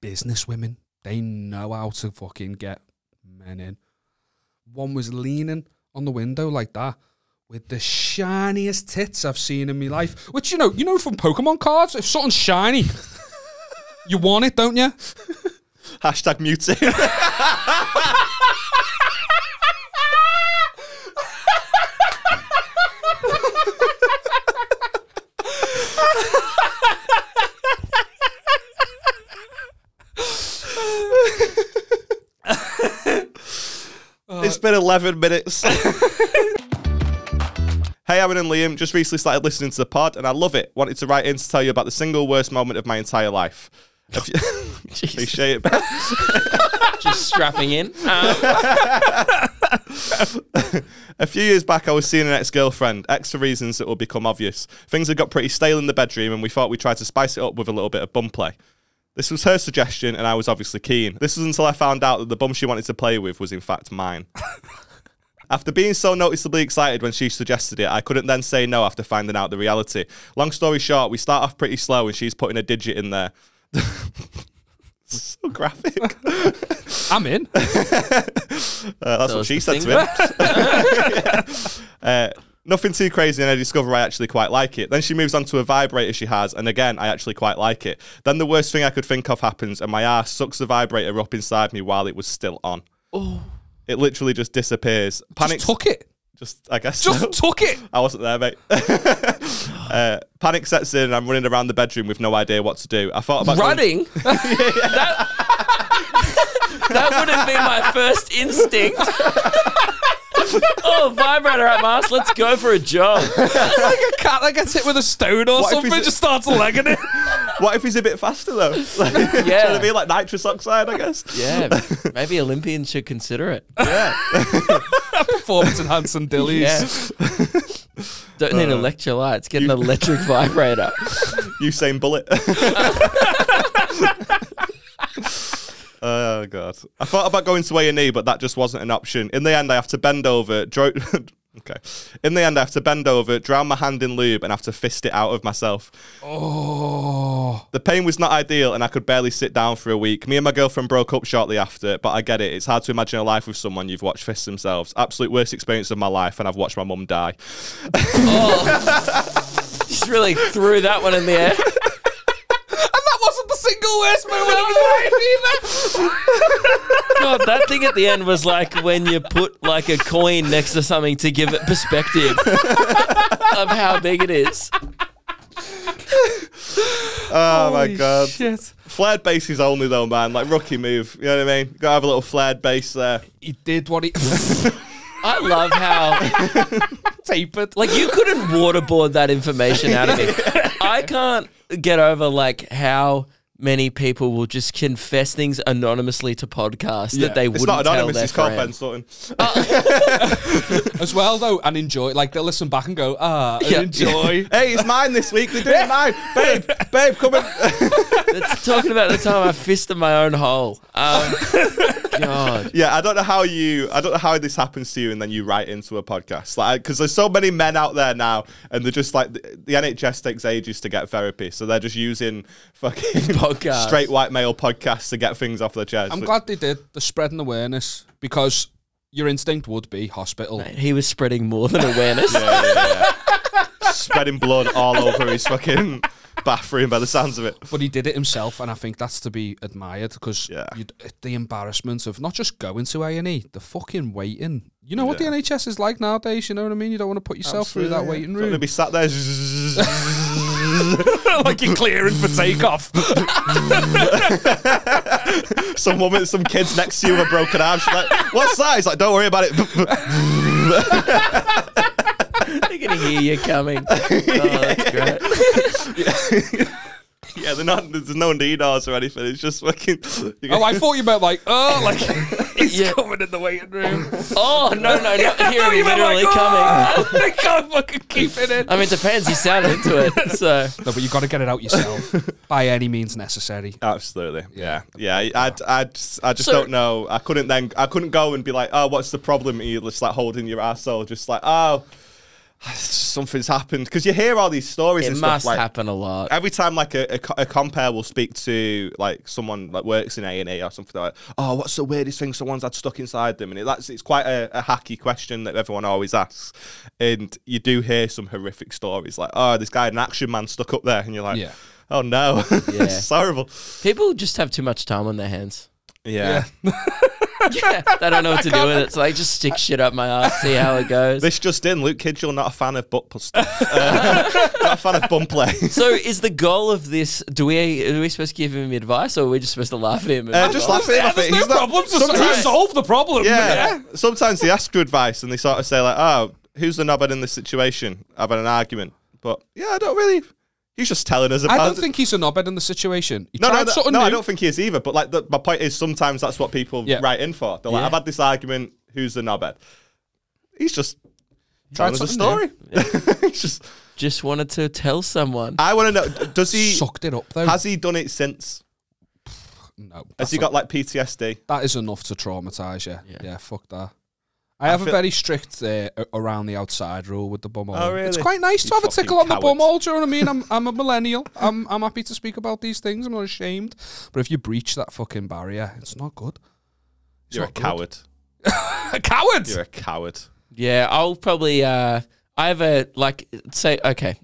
[SPEAKER 2] business women. They know how to fucking get men in. One was leaning on the window like that with the shiniest tits I've seen in my life. Which you know, you know from Pokemon cards, if something's
[SPEAKER 1] [laughs]
[SPEAKER 2] shiny, you want it, don't you?
[SPEAKER 3] [laughs]
[SPEAKER 1] Hashtag muted. it's been 11 minutes. Hey, Aaron and Liam, just recently started listening to the pod and I love it. Wanted to write in to tell you about the single worst moment of my entire life. If you- [laughs] Appreciate it. Ben.
[SPEAKER 3] [laughs] Just strapping in.
[SPEAKER 1] A few years back, I was seeing an ex girlfriend, ex for reasons that will become obvious. Things had got pretty stale in the bedroom, and we thought we'd try to spice it up with a little bit of bum play. This was her suggestion, and I was obviously keen. This was until I found out that the bum she wanted to play with was, in fact,
[SPEAKER 2] [laughs]
[SPEAKER 1] mine. After being so noticeably excited when she suggested it, I couldn't then say no after finding out the reality. Long story short, we start off pretty slow, and she's putting a digit in there. [laughs] so graphic. Uh,
[SPEAKER 2] [laughs]
[SPEAKER 1] [laughs]
[SPEAKER 2] I'm in.
[SPEAKER 1] that's what she said to him. [laughs] Uh, nothing too crazy, and I discover I actually quite like it. Then she moves on to a vibrator she has, and again, I actually quite like it. Then the worst thing I could think of happens, and my ass sucks the vibrator up inside me while it was still on.
[SPEAKER 2] Oh.
[SPEAKER 1] It literally just disappears. Panic.
[SPEAKER 2] Just took it.
[SPEAKER 1] just I guess.
[SPEAKER 2] Just
[SPEAKER 1] so.
[SPEAKER 2] took [laughs] it.
[SPEAKER 1] I wasn't there, mate. [laughs] uh, panic sets in, and I'm running around the bedroom with no idea what to do. I thought about going-
[SPEAKER 3] Running? that, that would have been my first instinct. [laughs] oh, vibrator at mass. Let's go for a jog.
[SPEAKER 2] [laughs] like a cat that gets hit with a stone or
[SPEAKER 1] What if
[SPEAKER 2] something,
[SPEAKER 1] he's-
[SPEAKER 2] just starts legging [laughs] it.
[SPEAKER 1] What if he's a bit faster though? [laughs] Like, yeah, trying to be like nitrous oxide, I guess.
[SPEAKER 3] Yeah, maybe Olympians should consider it.
[SPEAKER 2] [laughs] Performance enhancing dillies.
[SPEAKER 3] Yeah. Don't need electrolytes. Get an electric vibrator. [laughs]
[SPEAKER 1] Usain Bullet. oh god! I thought about going to A and E, but that just wasn't an option. In the end, I have to bend over, dro- [laughs] Okay. In the end, I have to bend over, drown my hand in lube, and have to fist it out of myself.
[SPEAKER 2] Oh.
[SPEAKER 1] The pain was not ideal, and I could barely sit down for a week. Me and my girlfriend broke up shortly after, but I get it. It's hard to imagine a life with someone you've watched fist themselves. Absolute worst experience of my life, and I've watched my mum die. [laughs]
[SPEAKER 3] Oh. [laughs] Just really threw that one in the air.
[SPEAKER 2] And that wasn't the single worst moment of his life
[SPEAKER 3] God, that thing at the end was like when you put like a coin next to something to give it perspective of how big it is.
[SPEAKER 1] Oh my god.
[SPEAKER 2] Shit.
[SPEAKER 1] Flared bases only though, man. Like rookie move. You know what I mean? Gotta have a little flared base there.
[SPEAKER 2] He did
[SPEAKER 1] [laughs]
[SPEAKER 2] what he [laughs]
[SPEAKER 3] I love how
[SPEAKER 2] tapered.
[SPEAKER 3] like you couldn't waterboard that information out of
[SPEAKER 1] [laughs]
[SPEAKER 3] me. I can't get over like how many people will just confess things anonymously to podcasts that they
[SPEAKER 1] It's
[SPEAKER 3] wouldn't
[SPEAKER 1] not anonymous,
[SPEAKER 3] tell
[SPEAKER 1] it's
[SPEAKER 3] their
[SPEAKER 1] called Ben
[SPEAKER 3] friends.
[SPEAKER 1] Sutton.
[SPEAKER 2] [laughs] As well, though, and enjoy. Like, they'll listen back and go, ah, and
[SPEAKER 3] Yeah.
[SPEAKER 2] enjoy.
[SPEAKER 1] [laughs] Hey, it's mine this week. They're doing mine.
[SPEAKER 2] [laughs]
[SPEAKER 1] Babe, babe, come in.
[SPEAKER 3] It's talking about the time I fisted
[SPEAKER 1] [laughs]
[SPEAKER 3] my own hole. Um, God,
[SPEAKER 1] yeah, I don't know how you, I don't know how this happens to you and then you write into a podcast. Like, because there's so many men out there now and they're just like, the, the NHS takes ages to get therapy. So they're just using
[SPEAKER 2] [laughs]
[SPEAKER 1] fucking
[SPEAKER 3] Podcasts.
[SPEAKER 1] straight white male podcasts to get things off their chest.
[SPEAKER 2] I'm glad they did. They're spreading awareness because your instinct would be hospital.
[SPEAKER 3] he was spreading more than
[SPEAKER 1] [laughs]
[SPEAKER 3] awareness.
[SPEAKER 1] Spreading blood all over his fucking bathroom by the sounds of it.
[SPEAKER 2] But he did it himself, and I think that's to be admired because
[SPEAKER 1] Yeah.
[SPEAKER 2] the embarrassment of not just going to A and E, the fucking waiting. You know what the NHS is like nowadays. You know what I mean. You don't want to put yourself through that waiting
[SPEAKER 1] Don't wanna
[SPEAKER 2] room.
[SPEAKER 1] be sat there.
[SPEAKER 2] [laughs] like you're clearing for takeoff.
[SPEAKER 1] some woman, some kids next to you with a broken arm. She's like, "What size?" Like, don't worry about it. [laughs]
[SPEAKER 3] They're gonna hear you coming. Oh, that's great.
[SPEAKER 1] [laughs] yeah, they're not. There's no needles or anything. It's just fucking. you
[SPEAKER 2] oh, I thought you meant like oh, like
[SPEAKER 1] [laughs]
[SPEAKER 2] [laughs] he's
[SPEAKER 3] Yeah.
[SPEAKER 2] coming in the
[SPEAKER 14] [laughs]
[SPEAKER 2] waiting room.
[SPEAKER 3] Oh no, no,
[SPEAKER 2] [laughs]
[SPEAKER 3] no! Here he literally coming.
[SPEAKER 1] [laughs]
[SPEAKER 2] Oh, I can't fucking keep it
[SPEAKER 3] [laughs]
[SPEAKER 2] in.
[SPEAKER 3] I mean, it depends. He sounded into it, so
[SPEAKER 2] No, but you've got to get it out yourself by any means necessary.
[SPEAKER 1] Absolutely. Yeah. Yeah. I, I, I just, I just
[SPEAKER 3] So-
[SPEAKER 1] don't know. I couldn't then. I couldn't go and be like, "Oh, what's the problem?" And you're just like holding your asshole, just like, "Oh, something's happened." Because you hear all these stories.
[SPEAKER 3] it
[SPEAKER 1] and
[SPEAKER 3] must
[SPEAKER 1] stuff, like,
[SPEAKER 3] happen a lot.
[SPEAKER 1] every time like a, a, co- a compare will speak to like someone like works in A and E or something they're like, oh, what's the weirdest thing someone's had stuck inside them? And it, that's it's quite a, a hacky question that everyone always asks, and you do hear some horrific stories like, oh, this guy had an action man stuck up there, and you're like,
[SPEAKER 2] Yeah.
[SPEAKER 1] oh no, [laughs]
[SPEAKER 3] Yeah.
[SPEAKER 1] it's horrible.
[SPEAKER 3] People just have too much time on their hands.
[SPEAKER 1] Yeah.
[SPEAKER 2] [laughs]
[SPEAKER 3] Yeah, they don't know what to do with it, so they just stick shit up my ass, see
[SPEAKER 1] [laughs]
[SPEAKER 3] how it goes.
[SPEAKER 1] this just in, Luke Kidgel not a fan of butt pu- stuff, Uh, not a fan of bum play.
[SPEAKER 3] [laughs] So, is the goal of this? Do we are we supposed to give him advice, or are we just supposed to laugh at him? and
[SPEAKER 1] Uh,
[SPEAKER 3] move
[SPEAKER 1] just
[SPEAKER 3] on?
[SPEAKER 1] laugh at him. [laughs] I think.
[SPEAKER 2] There's
[SPEAKER 1] He's
[SPEAKER 2] no
[SPEAKER 1] not-
[SPEAKER 2] problems. Just-
[SPEAKER 1] sometimes-
[SPEAKER 2] He solved the problem.
[SPEAKER 1] Yeah. Sometimes they ask for advice and they sort of say like, "Oh, who's the knobhead in this situation?" I've had an argument, but yeah, I don't really. He's just telling us
[SPEAKER 2] I
[SPEAKER 1] about.
[SPEAKER 2] don't
[SPEAKER 1] it.
[SPEAKER 2] think he's a knobhead in the situation. He
[SPEAKER 1] No,
[SPEAKER 2] tried
[SPEAKER 1] no, no,
[SPEAKER 2] something
[SPEAKER 1] no,
[SPEAKER 2] new.
[SPEAKER 1] I don't think he is either. But like, the, my point is, sometimes that's what people
[SPEAKER 2] Yeah.
[SPEAKER 1] write in for. They're like,
[SPEAKER 3] Yeah.
[SPEAKER 1] "I've had this argument. Who's the knobhead?" He's just
[SPEAKER 2] Tried
[SPEAKER 1] telling us a
[SPEAKER 2] something
[SPEAKER 1] story. It's [laughs] just,
[SPEAKER 3] Just wanted to tell someone.
[SPEAKER 1] I want to know. d- Does he?
[SPEAKER 2] Sucked it up though.
[SPEAKER 1] Has he done it since?
[SPEAKER 2] no,
[SPEAKER 1] Has
[SPEAKER 2] that's
[SPEAKER 1] he
[SPEAKER 2] a-
[SPEAKER 1] got like PTSD?
[SPEAKER 2] that is enough to traumatize you. Yeah,
[SPEAKER 3] Yeah.
[SPEAKER 2] fuck that. I, have a
[SPEAKER 1] feel-
[SPEAKER 2] very strict uh, a- around the outside rule with the bum hole.
[SPEAKER 1] Oh,
[SPEAKER 2] It's
[SPEAKER 1] really?
[SPEAKER 2] quite nice to
[SPEAKER 1] You
[SPEAKER 2] have a
[SPEAKER 1] fucking
[SPEAKER 2] tickle on the
[SPEAKER 1] coward.
[SPEAKER 2] bum hole. Do you know what I
[SPEAKER 1] [laughs]
[SPEAKER 2] mean? I'm, I'm a millennial. I'm, I'm happy to speak about these things. I'm not ashamed. But if you breach that fucking barrier, it's not good. It's
[SPEAKER 1] You're a
[SPEAKER 2] not good.
[SPEAKER 1] coward.
[SPEAKER 2] [laughs] A coward.
[SPEAKER 1] You're a coward.
[SPEAKER 3] Yeah, I'll probably. Uh, I have a like say okay.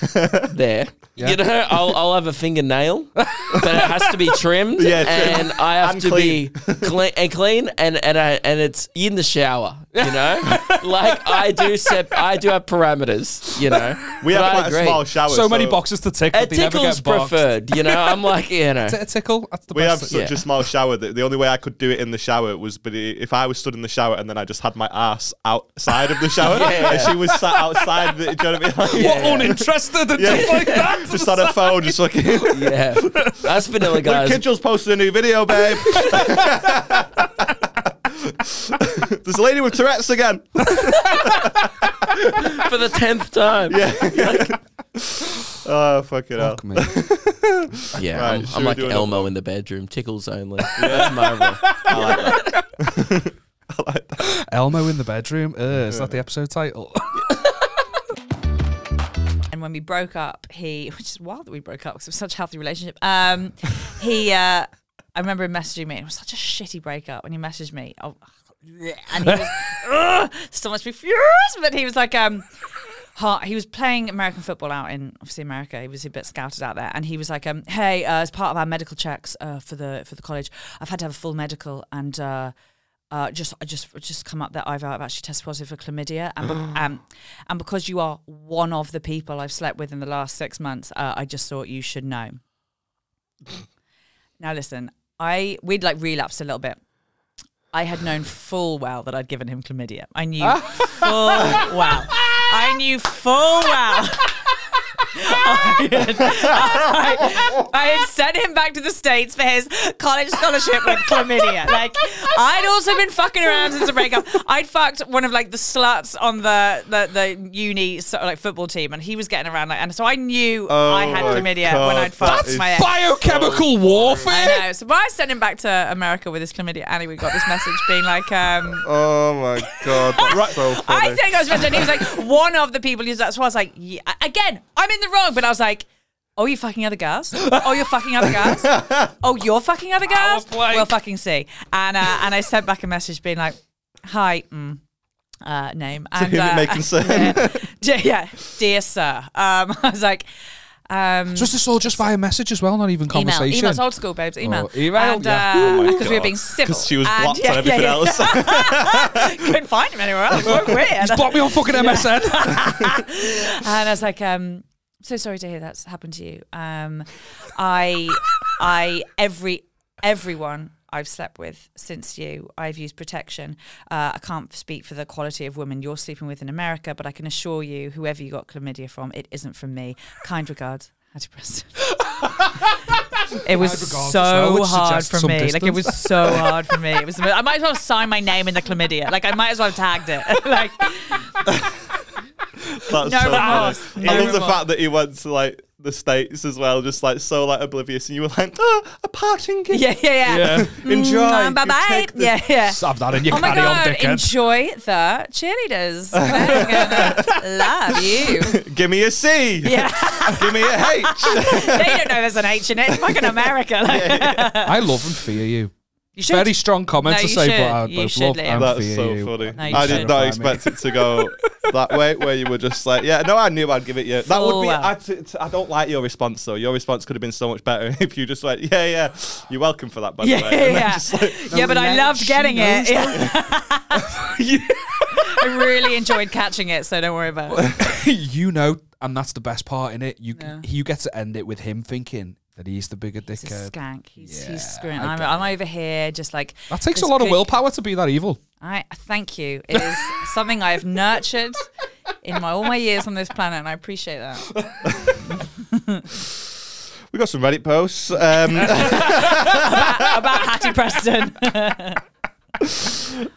[SPEAKER 1] [laughs]
[SPEAKER 3] there, you know, I'll I'll have a fingernail, but it has to be trimmed,
[SPEAKER 1] [laughs] Yeah,
[SPEAKER 3] and
[SPEAKER 1] trimmed.
[SPEAKER 3] I have
[SPEAKER 1] And
[SPEAKER 3] to be
[SPEAKER 1] [laughs]
[SPEAKER 3] clean and clean, and and I, and it's in the shower, you
[SPEAKER 1] [laughs]
[SPEAKER 3] know, like I do. Sep- I do have parameters, you know.
[SPEAKER 1] We
[SPEAKER 3] But
[SPEAKER 1] have
[SPEAKER 3] I
[SPEAKER 1] quite a
[SPEAKER 3] agree.
[SPEAKER 1] small shower.
[SPEAKER 2] So many boxes to tick,
[SPEAKER 3] A
[SPEAKER 2] but they never
[SPEAKER 3] tickle's
[SPEAKER 2] get boxed.
[SPEAKER 3] preferred, you know. I'm like, you know,
[SPEAKER 2] [laughs] T- A tickle. That's the
[SPEAKER 1] We have
[SPEAKER 2] best.
[SPEAKER 1] such
[SPEAKER 3] yeah.
[SPEAKER 1] a small shower that the only way I could do it in the shower was, but i- if I was stood in the shower and then I just had my ass outside of the [laughs]
[SPEAKER 2] [laughs]
[SPEAKER 1] shower, and she [laughs] was sat outside, the, do you know what I mean? Like,
[SPEAKER 2] What uninterested and
[SPEAKER 1] Yeah.
[SPEAKER 2] stuff like that.
[SPEAKER 1] [laughs] Just on her phone, just fucking. Luke
[SPEAKER 3] [laughs] yeah. That's
[SPEAKER 1] [laughs]
[SPEAKER 3] vanilla guys.
[SPEAKER 1] Kidgel's posted a new video, babe.
[SPEAKER 2] [laughs]
[SPEAKER 1] There's a lady with Tourette's again.
[SPEAKER 3] for the tenth time. Yeah,
[SPEAKER 1] Oh fucking hell! [laughs]
[SPEAKER 2] Fuck me.
[SPEAKER 1] Right,
[SPEAKER 3] I'm,
[SPEAKER 1] should
[SPEAKER 3] I'm
[SPEAKER 1] we
[SPEAKER 3] like
[SPEAKER 1] do another [laughs]
[SPEAKER 3] Elmo in the bedroom, tickles only. That's my rule.
[SPEAKER 1] I like that.
[SPEAKER 2] [gasps] Elmo in the bedroom. Uh, is that the episode title? [laughs]
[SPEAKER 14] And when we broke up, he, which is wild that we broke up because it was such a healthy relationship. Um, he, uh, I remember him messaging me. and It was such a shitty breakup. And he messaged me, oh, and he was ugh, still must be furious. But he was like, um, ha- he was playing American football out in obviously America. He was a bit scouted out there, and he was like, um, hey, uh, as part of our medical checks uh, for the for the college, I've had to have a full medical and. Uh, uh, just, I just, just come up that I've, I've actually tested positive for chlamydia, and, be- um, and because you are one of the people I've slept with in the last six months, uh, I just thought you should know. Now listen, I we'd like relapsed a little bit. I had known full well that I'd given him chlamydia. I knew full well. I knew full well. I, had, I- I had sent him back to the States for his college scholarship with chlamydia. Like, I'd also been fucking around since the breakup. I'd fucked one of like the sluts on the the, the uni so, like football team, and he was getting around like, and so I knew I had
[SPEAKER 2] Oh my
[SPEAKER 14] chlamydia
[SPEAKER 2] God,
[SPEAKER 14] when I'd fucked
[SPEAKER 2] that is
[SPEAKER 14] my ex.
[SPEAKER 2] biochemical warfare.
[SPEAKER 14] I know. So when I sent him back to America with his chlamydia, and we got this message being like, um,
[SPEAKER 1] Oh my god, that's so
[SPEAKER 14] I
[SPEAKER 1] funny.
[SPEAKER 14] think I was friends, and he was
[SPEAKER 1] [laughs]
[SPEAKER 14] like one of the people. He's that's why I was like, yeah. again, I'm in the wrong, but I was like. Oh, you fucking other girls? Oh, you're fucking other
[SPEAKER 1] [laughs]
[SPEAKER 14] girls? Oh, you're fucking other girls? We'll fucking see. And uh, and I sent back a message being like, "Hi, mm, uh, name
[SPEAKER 1] To
[SPEAKER 14] and
[SPEAKER 1] whom it
[SPEAKER 14] uh,
[SPEAKER 1] may concern.
[SPEAKER 14] [laughs] yeah, yeah, yeah, dear sir." Um, [laughs] I was like, um,
[SPEAKER 2] So is this all just via message as well, not even
[SPEAKER 14] Email,
[SPEAKER 2] conversation?
[SPEAKER 14] email, it's old school, babes. Email,
[SPEAKER 2] Oh, email,
[SPEAKER 14] and,
[SPEAKER 2] yeah.
[SPEAKER 14] uh,
[SPEAKER 2] Oh my
[SPEAKER 14] because we were
[SPEAKER 2] God.
[SPEAKER 14] being civil.
[SPEAKER 2] 'Cause she was
[SPEAKER 14] And-
[SPEAKER 2] blocked on everything else.
[SPEAKER 14] [laughs]
[SPEAKER 1] [laughs]
[SPEAKER 14] Couldn't find him anywhere else. What weird.
[SPEAKER 2] [laughs] He's blocked me on
[SPEAKER 14] [laughs]
[SPEAKER 2] fucking MSN.
[SPEAKER 14] and I was like, um, so sorry to hear that's happened to you. Um, I, I, every, everyone I've slept with since you, I've used protection. Uh, I can't speak for the quality of women you're sleeping with in America, but I can assure you, whoever you got chlamydia from, it isn't from me. Kind regards, antidepressant.
[SPEAKER 2] [laughs]
[SPEAKER 14] It was
[SPEAKER 13] Kind regards
[SPEAKER 14] so
[SPEAKER 13] as well, which
[SPEAKER 14] hard
[SPEAKER 13] suggests
[SPEAKER 14] for
[SPEAKER 13] some
[SPEAKER 14] me. Like it
[SPEAKER 13] distance.
[SPEAKER 14] was so hard for me. It was. I might as well sign my name in the chlamydia. Like I might as well have tagged it. [laughs] like
[SPEAKER 1] That's
[SPEAKER 14] No
[SPEAKER 1] so
[SPEAKER 14] remorse.
[SPEAKER 1] funny.
[SPEAKER 14] No
[SPEAKER 1] I love the
[SPEAKER 14] remorse.
[SPEAKER 1] fact that he went to like the states as well, just like so like oblivious, and you were like,
[SPEAKER 2] "Ah,
[SPEAKER 1] oh, a parting gift.
[SPEAKER 14] Yeah, yeah, yeah. Yeah.
[SPEAKER 1] Enjoy.
[SPEAKER 14] Mm, bye-bye.
[SPEAKER 1] You take the-
[SPEAKER 14] Yeah, yeah.
[SPEAKER 2] Have that in your
[SPEAKER 14] oh my
[SPEAKER 2] carry on,
[SPEAKER 14] god!
[SPEAKER 2] dickhead.
[SPEAKER 14] Enjoy the cheerleaders.
[SPEAKER 2] [laughs]
[SPEAKER 14] They're gonna love you.
[SPEAKER 1] [laughs] Give me a C.
[SPEAKER 14] Yeah.
[SPEAKER 1] [laughs] Give
[SPEAKER 14] [laughs]
[SPEAKER 1] me a H.
[SPEAKER 14] they don't know there's an H in it. Fucking America. Like,
[SPEAKER 2] I love and fear you.
[SPEAKER 14] You should.
[SPEAKER 2] Very strong comment
[SPEAKER 14] No,
[SPEAKER 2] to
[SPEAKER 14] you
[SPEAKER 2] say,
[SPEAKER 14] should.
[SPEAKER 2] but I
[SPEAKER 14] You
[SPEAKER 2] both
[SPEAKER 14] should,
[SPEAKER 2] love
[SPEAKER 14] Liam.
[SPEAKER 2] and
[SPEAKER 1] That's
[SPEAKER 2] fear
[SPEAKER 1] so
[SPEAKER 2] you.
[SPEAKER 1] funny.
[SPEAKER 14] No, you
[SPEAKER 1] I did
[SPEAKER 14] should.
[SPEAKER 1] not expect it
[SPEAKER 14] [laughs]
[SPEAKER 1] to go that way, where you were just like, yeah, no, I knew I'd give it you. That would
[SPEAKER 14] Full
[SPEAKER 1] be.
[SPEAKER 14] well.
[SPEAKER 1] I t- t- I don't like your response though. Your response could have been so much better [laughs] if you just went, yeah, yeah, you're welcome for that, by
[SPEAKER 14] Yeah,
[SPEAKER 1] the way.
[SPEAKER 14] yeah,
[SPEAKER 1] And then
[SPEAKER 14] yeah.
[SPEAKER 1] just like-
[SPEAKER 14] [laughs] yeah, but I
[SPEAKER 1] No,
[SPEAKER 14] loved
[SPEAKER 1] she
[SPEAKER 14] getting it.
[SPEAKER 1] knows
[SPEAKER 14] [laughs] Yeah. I really enjoyed catching it, so don't worry about it.
[SPEAKER 2] [laughs] [laughs] you know, and that's the best part in it. You can you get to end it with him thinking that he's the bigger
[SPEAKER 14] He's a
[SPEAKER 2] dickhead.
[SPEAKER 14] skank. He's,
[SPEAKER 2] Yeah,
[SPEAKER 14] he's screwing.
[SPEAKER 2] I
[SPEAKER 14] I'm,
[SPEAKER 2] get
[SPEAKER 14] I'm over here just like.
[SPEAKER 2] That takes a
[SPEAKER 14] this
[SPEAKER 2] lot of
[SPEAKER 14] good-
[SPEAKER 2] willpower to be that evil.
[SPEAKER 14] I thank you. It is something I have nurtured in my all my years on this planet, and I appreciate that.
[SPEAKER 1] We got some Reddit posts. Um,
[SPEAKER 14] [laughs] about, about Hattie
[SPEAKER 4] [laughs]
[SPEAKER 14] Preston.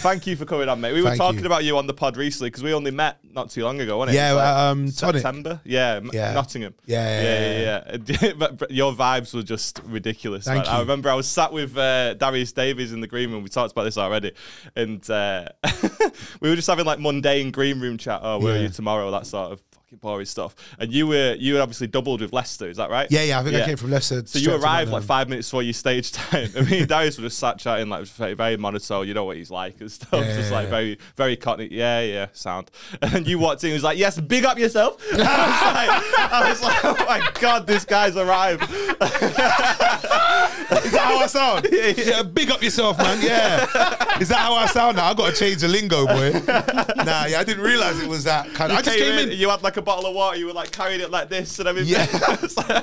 [SPEAKER 1] Thank you for coming on, mate. We were
[SPEAKER 15] Thank
[SPEAKER 1] talking
[SPEAKER 15] you.
[SPEAKER 1] about you on the pod recently because we only met not too long ago, wasn't it?
[SPEAKER 15] Yeah,
[SPEAKER 1] It was like
[SPEAKER 15] um, Tonic.
[SPEAKER 1] September. Yeah, M-
[SPEAKER 15] Yeah.
[SPEAKER 1] Nottingham.
[SPEAKER 15] Yeah, yeah,
[SPEAKER 1] yeah, yeah. [laughs] yeah. but but your vibes were just ridiculous.
[SPEAKER 15] Thank
[SPEAKER 1] man. I
[SPEAKER 15] you.
[SPEAKER 1] remember I was sat with uh, Darius Davies in the green room. We talked about this already, and uh, [laughs] we were just having like mundane green room chat. Oh, where are
[SPEAKER 15] Yeah.
[SPEAKER 1] you tomorrow? That sort of fucking boring stuff. And you were you were obviously doubled with Leicester. Is that right?
[SPEAKER 15] Yeah, yeah, I think I came from Leicester
[SPEAKER 1] So
[SPEAKER 15] straight
[SPEAKER 1] you
[SPEAKER 15] to
[SPEAKER 1] arrived like
[SPEAKER 15] London.
[SPEAKER 1] five minutes before your stage [laughs] time. I mean, Darius was just sat chatting like very, very monotone. You know what he's like and stuff.
[SPEAKER 15] Yeah,
[SPEAKER 1] just
[SPEAKER 15] yeah,
[SPEAKER 1] like
[SPEAKER 15] yeah.
[SPEAKER 1] very, very cockney. Yeah, yeah, sound. [laughs] And then you walked in. He was like, "Yes, big up yourself." [laughs] And I was like, I was like, "Oh my god, this guy's arrived."
[SPEAKER 15] Is that how I sound?
[SPEAKER 1] [laughs] yeah,
[SPEAKER 15] big up yourself, man. Yeah. Is that how I sound now? i got to change the lingo, boy. [laughs]
[SPEAKER 1] [laughs]
[SPEAKER 15] Nah, yeah, I didn't realize it was that kind
[SPEAKER 1] You
[SPEAKER 15] of. I just came in.
[SPEAKER 1] You had like a bottle of water. You were like carrying it like this, and everything. [laughs]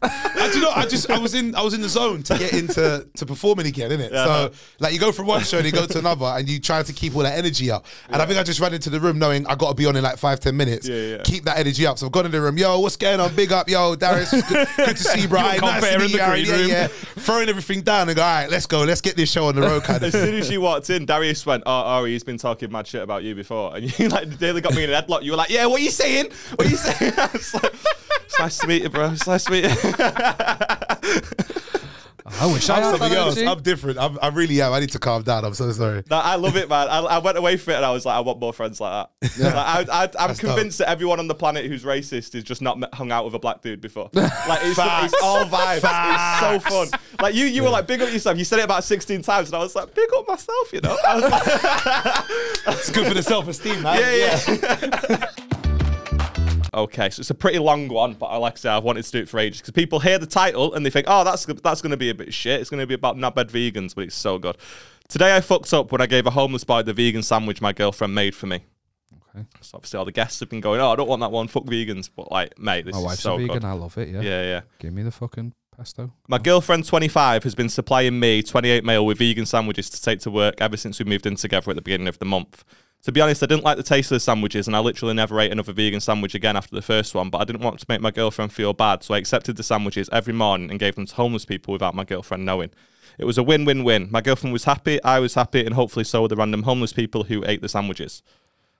[SPEAKER 15] I do you know. I just I was in I was in the zone to get into to performing again, innit?
[SPEAKER 1] Yeah.
[SPEAKER 15] So like you go from one show, and you go to another, and you try to keep all that energy up. And I think I just ran into the room knowing I got to be on in like five ten minutes.
[SPEAKER 1] Yeah, yeah.
[SPEAKER 15] Keep that energy up. So I've gone in the room. Yo, what's going on? Big up, yo, Darius. Good, good to see you, bro.
[SPEAKER 1] [laughs] You were
[SPEAKER 15] Aye, Nice
[SPEAKER 1] comparing
[SPEAKER 15] to meet
[SPEAKER 1] the
[SPEAKER 15] you. Aye,
[SPEAKER 1] green
[SPEAKER 15] Yeah,
[SPEAKER 1] room.
[SPEAKER 15] yeah. Throwing everything down and go. All right, let's go. Let's get this show on the road, kind of.
[SPEAKER 1] As
[SPEAKER 15] thing.
[SPEAKER 1] soon as you walked in, Darius went, "Oh, Ari, he's been talking mad shit about you before," and you [laughs] like nearly got me in a headlock. You were like, "Yeah, what are you saying? [laughs] What are you
[SPEAKER 2] [laughs]
[SPEAKER 1] saying?" I was like, "It's nice to meet you, bro. It's nice to meet you."
[SPEAKER 2] Oh,
[SPEAKER 15] I wish I'm
[SPEAKER 1] I
[SPEAKER 15] something
[SPEAKER 1] thought I
[SPEAKER 15] else.
[SPEAKER 1] did.
[SPEAKER 15] I'm different. I'm, I really am. I need to calm down. I'm so sorry.
[SPEAKER 1] No, I love it, man. I, I went away from it and I was like, I want more friends like that. Like, I, I, I'm convinced that everyone on the planet who's racist has just not met, hung out with a black dude
[SPEAKER 15] [laughs]
[SPEAKER 1] before. Like, it's,
[SPEAKER 15] Facts.
[SPEAKER 1] it's all vibes. It's so
[SPEAKER 15] Facts.
[SPEAKER 1] fun. Like, you you were like, big up yourself. You said it about 16 times and I was like, big up myself, you know? I was
[SPEAKER 14] [laughs]
[SPEAKER 1] like,
[SPEAKER 15] It's good for the self esteem, man.
[SPEAKER 1] Yeah, yeah. Okay, so it's a pretty long one, but I- like I said, I've wanted to do it for ages because people hear the title and they think, oh, that's that's going to be a bit shit. It's going to be about not bad vegans, but it's so good. Today I fucked up when I gave a homeless boy the vegan sandwich my girlfriend made for me. Okay. So obviously all the guests have been going, oh, I don't want that one. Fuck vegans, but like, mate, this
[SPEAKER 2] My
[SPEAKER 1] is
[SPEAKER 2] wife's
[SPEAKER 1] so
[SPEAKER 2] a vegan.
[SPEAKER 1] good.
[SPEAKER 2] I love it. Yeah.
[SPEAKER 1] Yeah, yeah.
[SPEAKER 2] Give me the fucking pesto.
[SPEAKER 1] My girlfriend, 25, has been supplying me, 28 male, with vegan sandwiches to take to work ever since we moved in together at the beginning of the month. To be honest, I didn't like the taste of the sandwiches and I literally never ate another vegan sandwich again after the first one, but I didn't want to make my girlfriend feel bad, so I accepted the sandwiches every morning and gave them to homeless people without my girlfriend knowing. It was a win win win. My girlfriend was happy, I was happy, and hopefully so were the random homeless people who ate the sandwiches.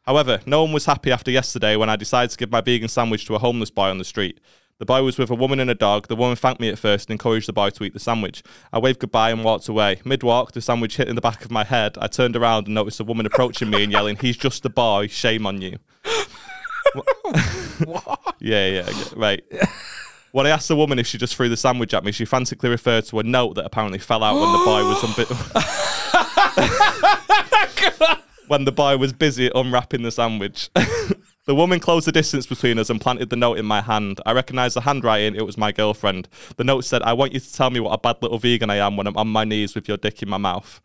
[SPEAKER 1] However, no one was happy after yesterday when I decided to give my vegan sandwich to a homeless boy on the street. The boy was with a woman and a dog. The woman thanked me at first and encouraged the boy to eat the sandwich. I waved goodbye and walked away. Mid walk, the sandwich hit in the back of my head. I turned around and noticed a woman approaching me and yelling, He's just a boy, shame on you. [laughs] Yeah, yeah, yeah, right. When I asked the woman if she just threw the sandwich at me, she frantically referred to a note that apparently fell out when the boy was unbi- when the boy was busy unwrapping the sandwich. [laughs] the woman closed the distance between us and planted the note in my hand. I recognised the handwriting; it was my girlfriend. The note said, "I want you to tell me what a bad little vegan I am when I'm on my knees with your dick in my mouth."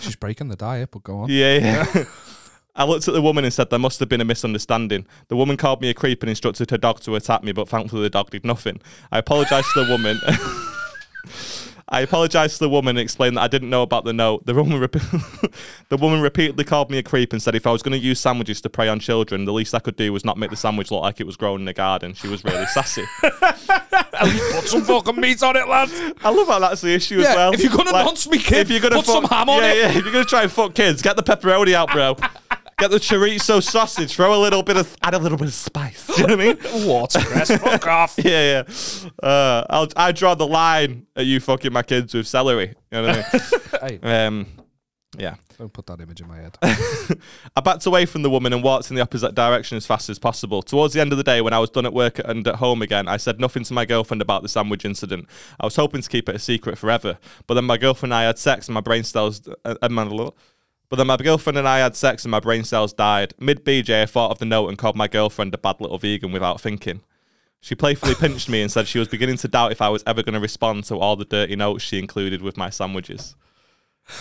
[SPEAKER 2] She's breaking the diet, but go on.
[SPEAKER 1] Yeah, yeah. [laughs] I looked at the woman and said there must have been a misunderstanding. The woman called me a creep and instructed her dog to attack me, but thankfully the dog did nothing. I apologised to the woman. [laughs] I apologised to the woman and explained that I didn't know about the note. The woman, rep- [laughs] the woman repeatedly called me a creep and said if I was going to use sandwiches to prey on children, the least I could do was not make the sandwich look like it was grown in a garden. She was really sassy.
[SPEAKER 2] Put some fucking meat on it, lad.
[SPEAKER 1] [laughs] I love how that's the issue
[SPEAKER 2] Yeah,
[SPEAKER 1] as well.
[SPEAKER 2] if you're gonna nonce me, kid,
[SPEAKER 1] if you're gonna
[SPEAKER 2] put some ham on
[SPEAKER 1] yeah,
[SPEAKER 2] it.
[SPEAKER 1] Yeah,
[SPEAKER 2] [laughs]
[SPEAKER 1] if you're gonna try and fuck kids, get the pepperoni out, bro. get the chorizo sausage. Throw a little bit of, add a little bit of spice. Do you know what
[SPEAKER 2] [laughs]
[SPEAKER 1] I mean?
[SPEAKER 2] Watercress, fuck off.
[SPEAKER 1] [laughs] Yeah, yeah. Uh, I'll, I draw the line at you fucking my kids with celery. You know what I
[SPEAKER 2] [laughs]
[SPEAKER 1] mean? um, yeah.
[SPEAKER 2] [laughs] Don't put that image in my head.
[SPEAKER 1] [laughs] I backed away from the woman and walked in the opposite direction as fast as possible. Towards the end of the day, when I was done at work and at home again, I said nothing to my girlfriend about the sandwich incident. I was hoping to keep it a secret forever, but then my girlfriend and I had sex, and my brain cells. Uh, uh, man- but then my girlfriend and I had sex, and my brain cells died. Mid BJ, I thought of the note and called my girlfriend a bad little vegan without thinking. She playfully pinched me and said she was beginning to doubt if I was ever going to respond to all the dirty notes she included with my sandwiches.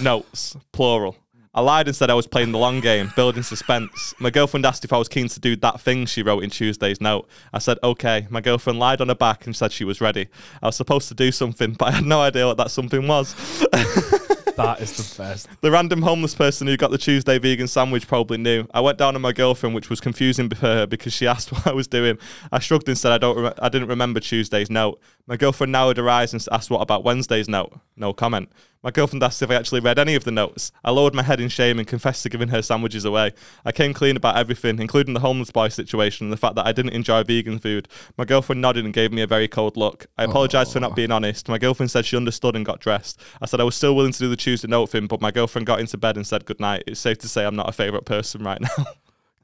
[SPEAKER 1] Notes, plural. I lied and said I was playing the long game, building suspense. My girlfriend asked if I was keen to do that thing she wrote in Tuesday's note. I said, okay. My girlfriend lied on her back and said she was ready. I was supposed to do something, but I had no idea what that something was. [laughs]
[SPEAKER 2] that is the best.
[SPEAKER 1] The random homeless person who got the Tuesday vegan sandwich probably knew. I went down on my girlfriend, which was confusing for her because she [laughs] asked what I was doing. I shrugged and said I don't, re- I didn't remember Tuesday's note. My girlfriend narrowed her eyes and s- asked what about Wednesday's note. No comment. My girlfriend asked if I actually read any of the notes. I lowered my head in shame and confessed to giving her sandwiches away. I came clean about everything, including the homeless boy situation and the fact that I didn't enjoy vegan food. My girlfriend nodded and gave me a very cold look. I apologized for not being honest. My girlfriend said she understood and got dressed. I said I was still willing to do the Tuesday note thing, but my girlfriend got into bed and said goodnight. It's safe to say I'm not a favourite person
[SPEAKER 2] [laughs]
[SPEAKER 1] right now.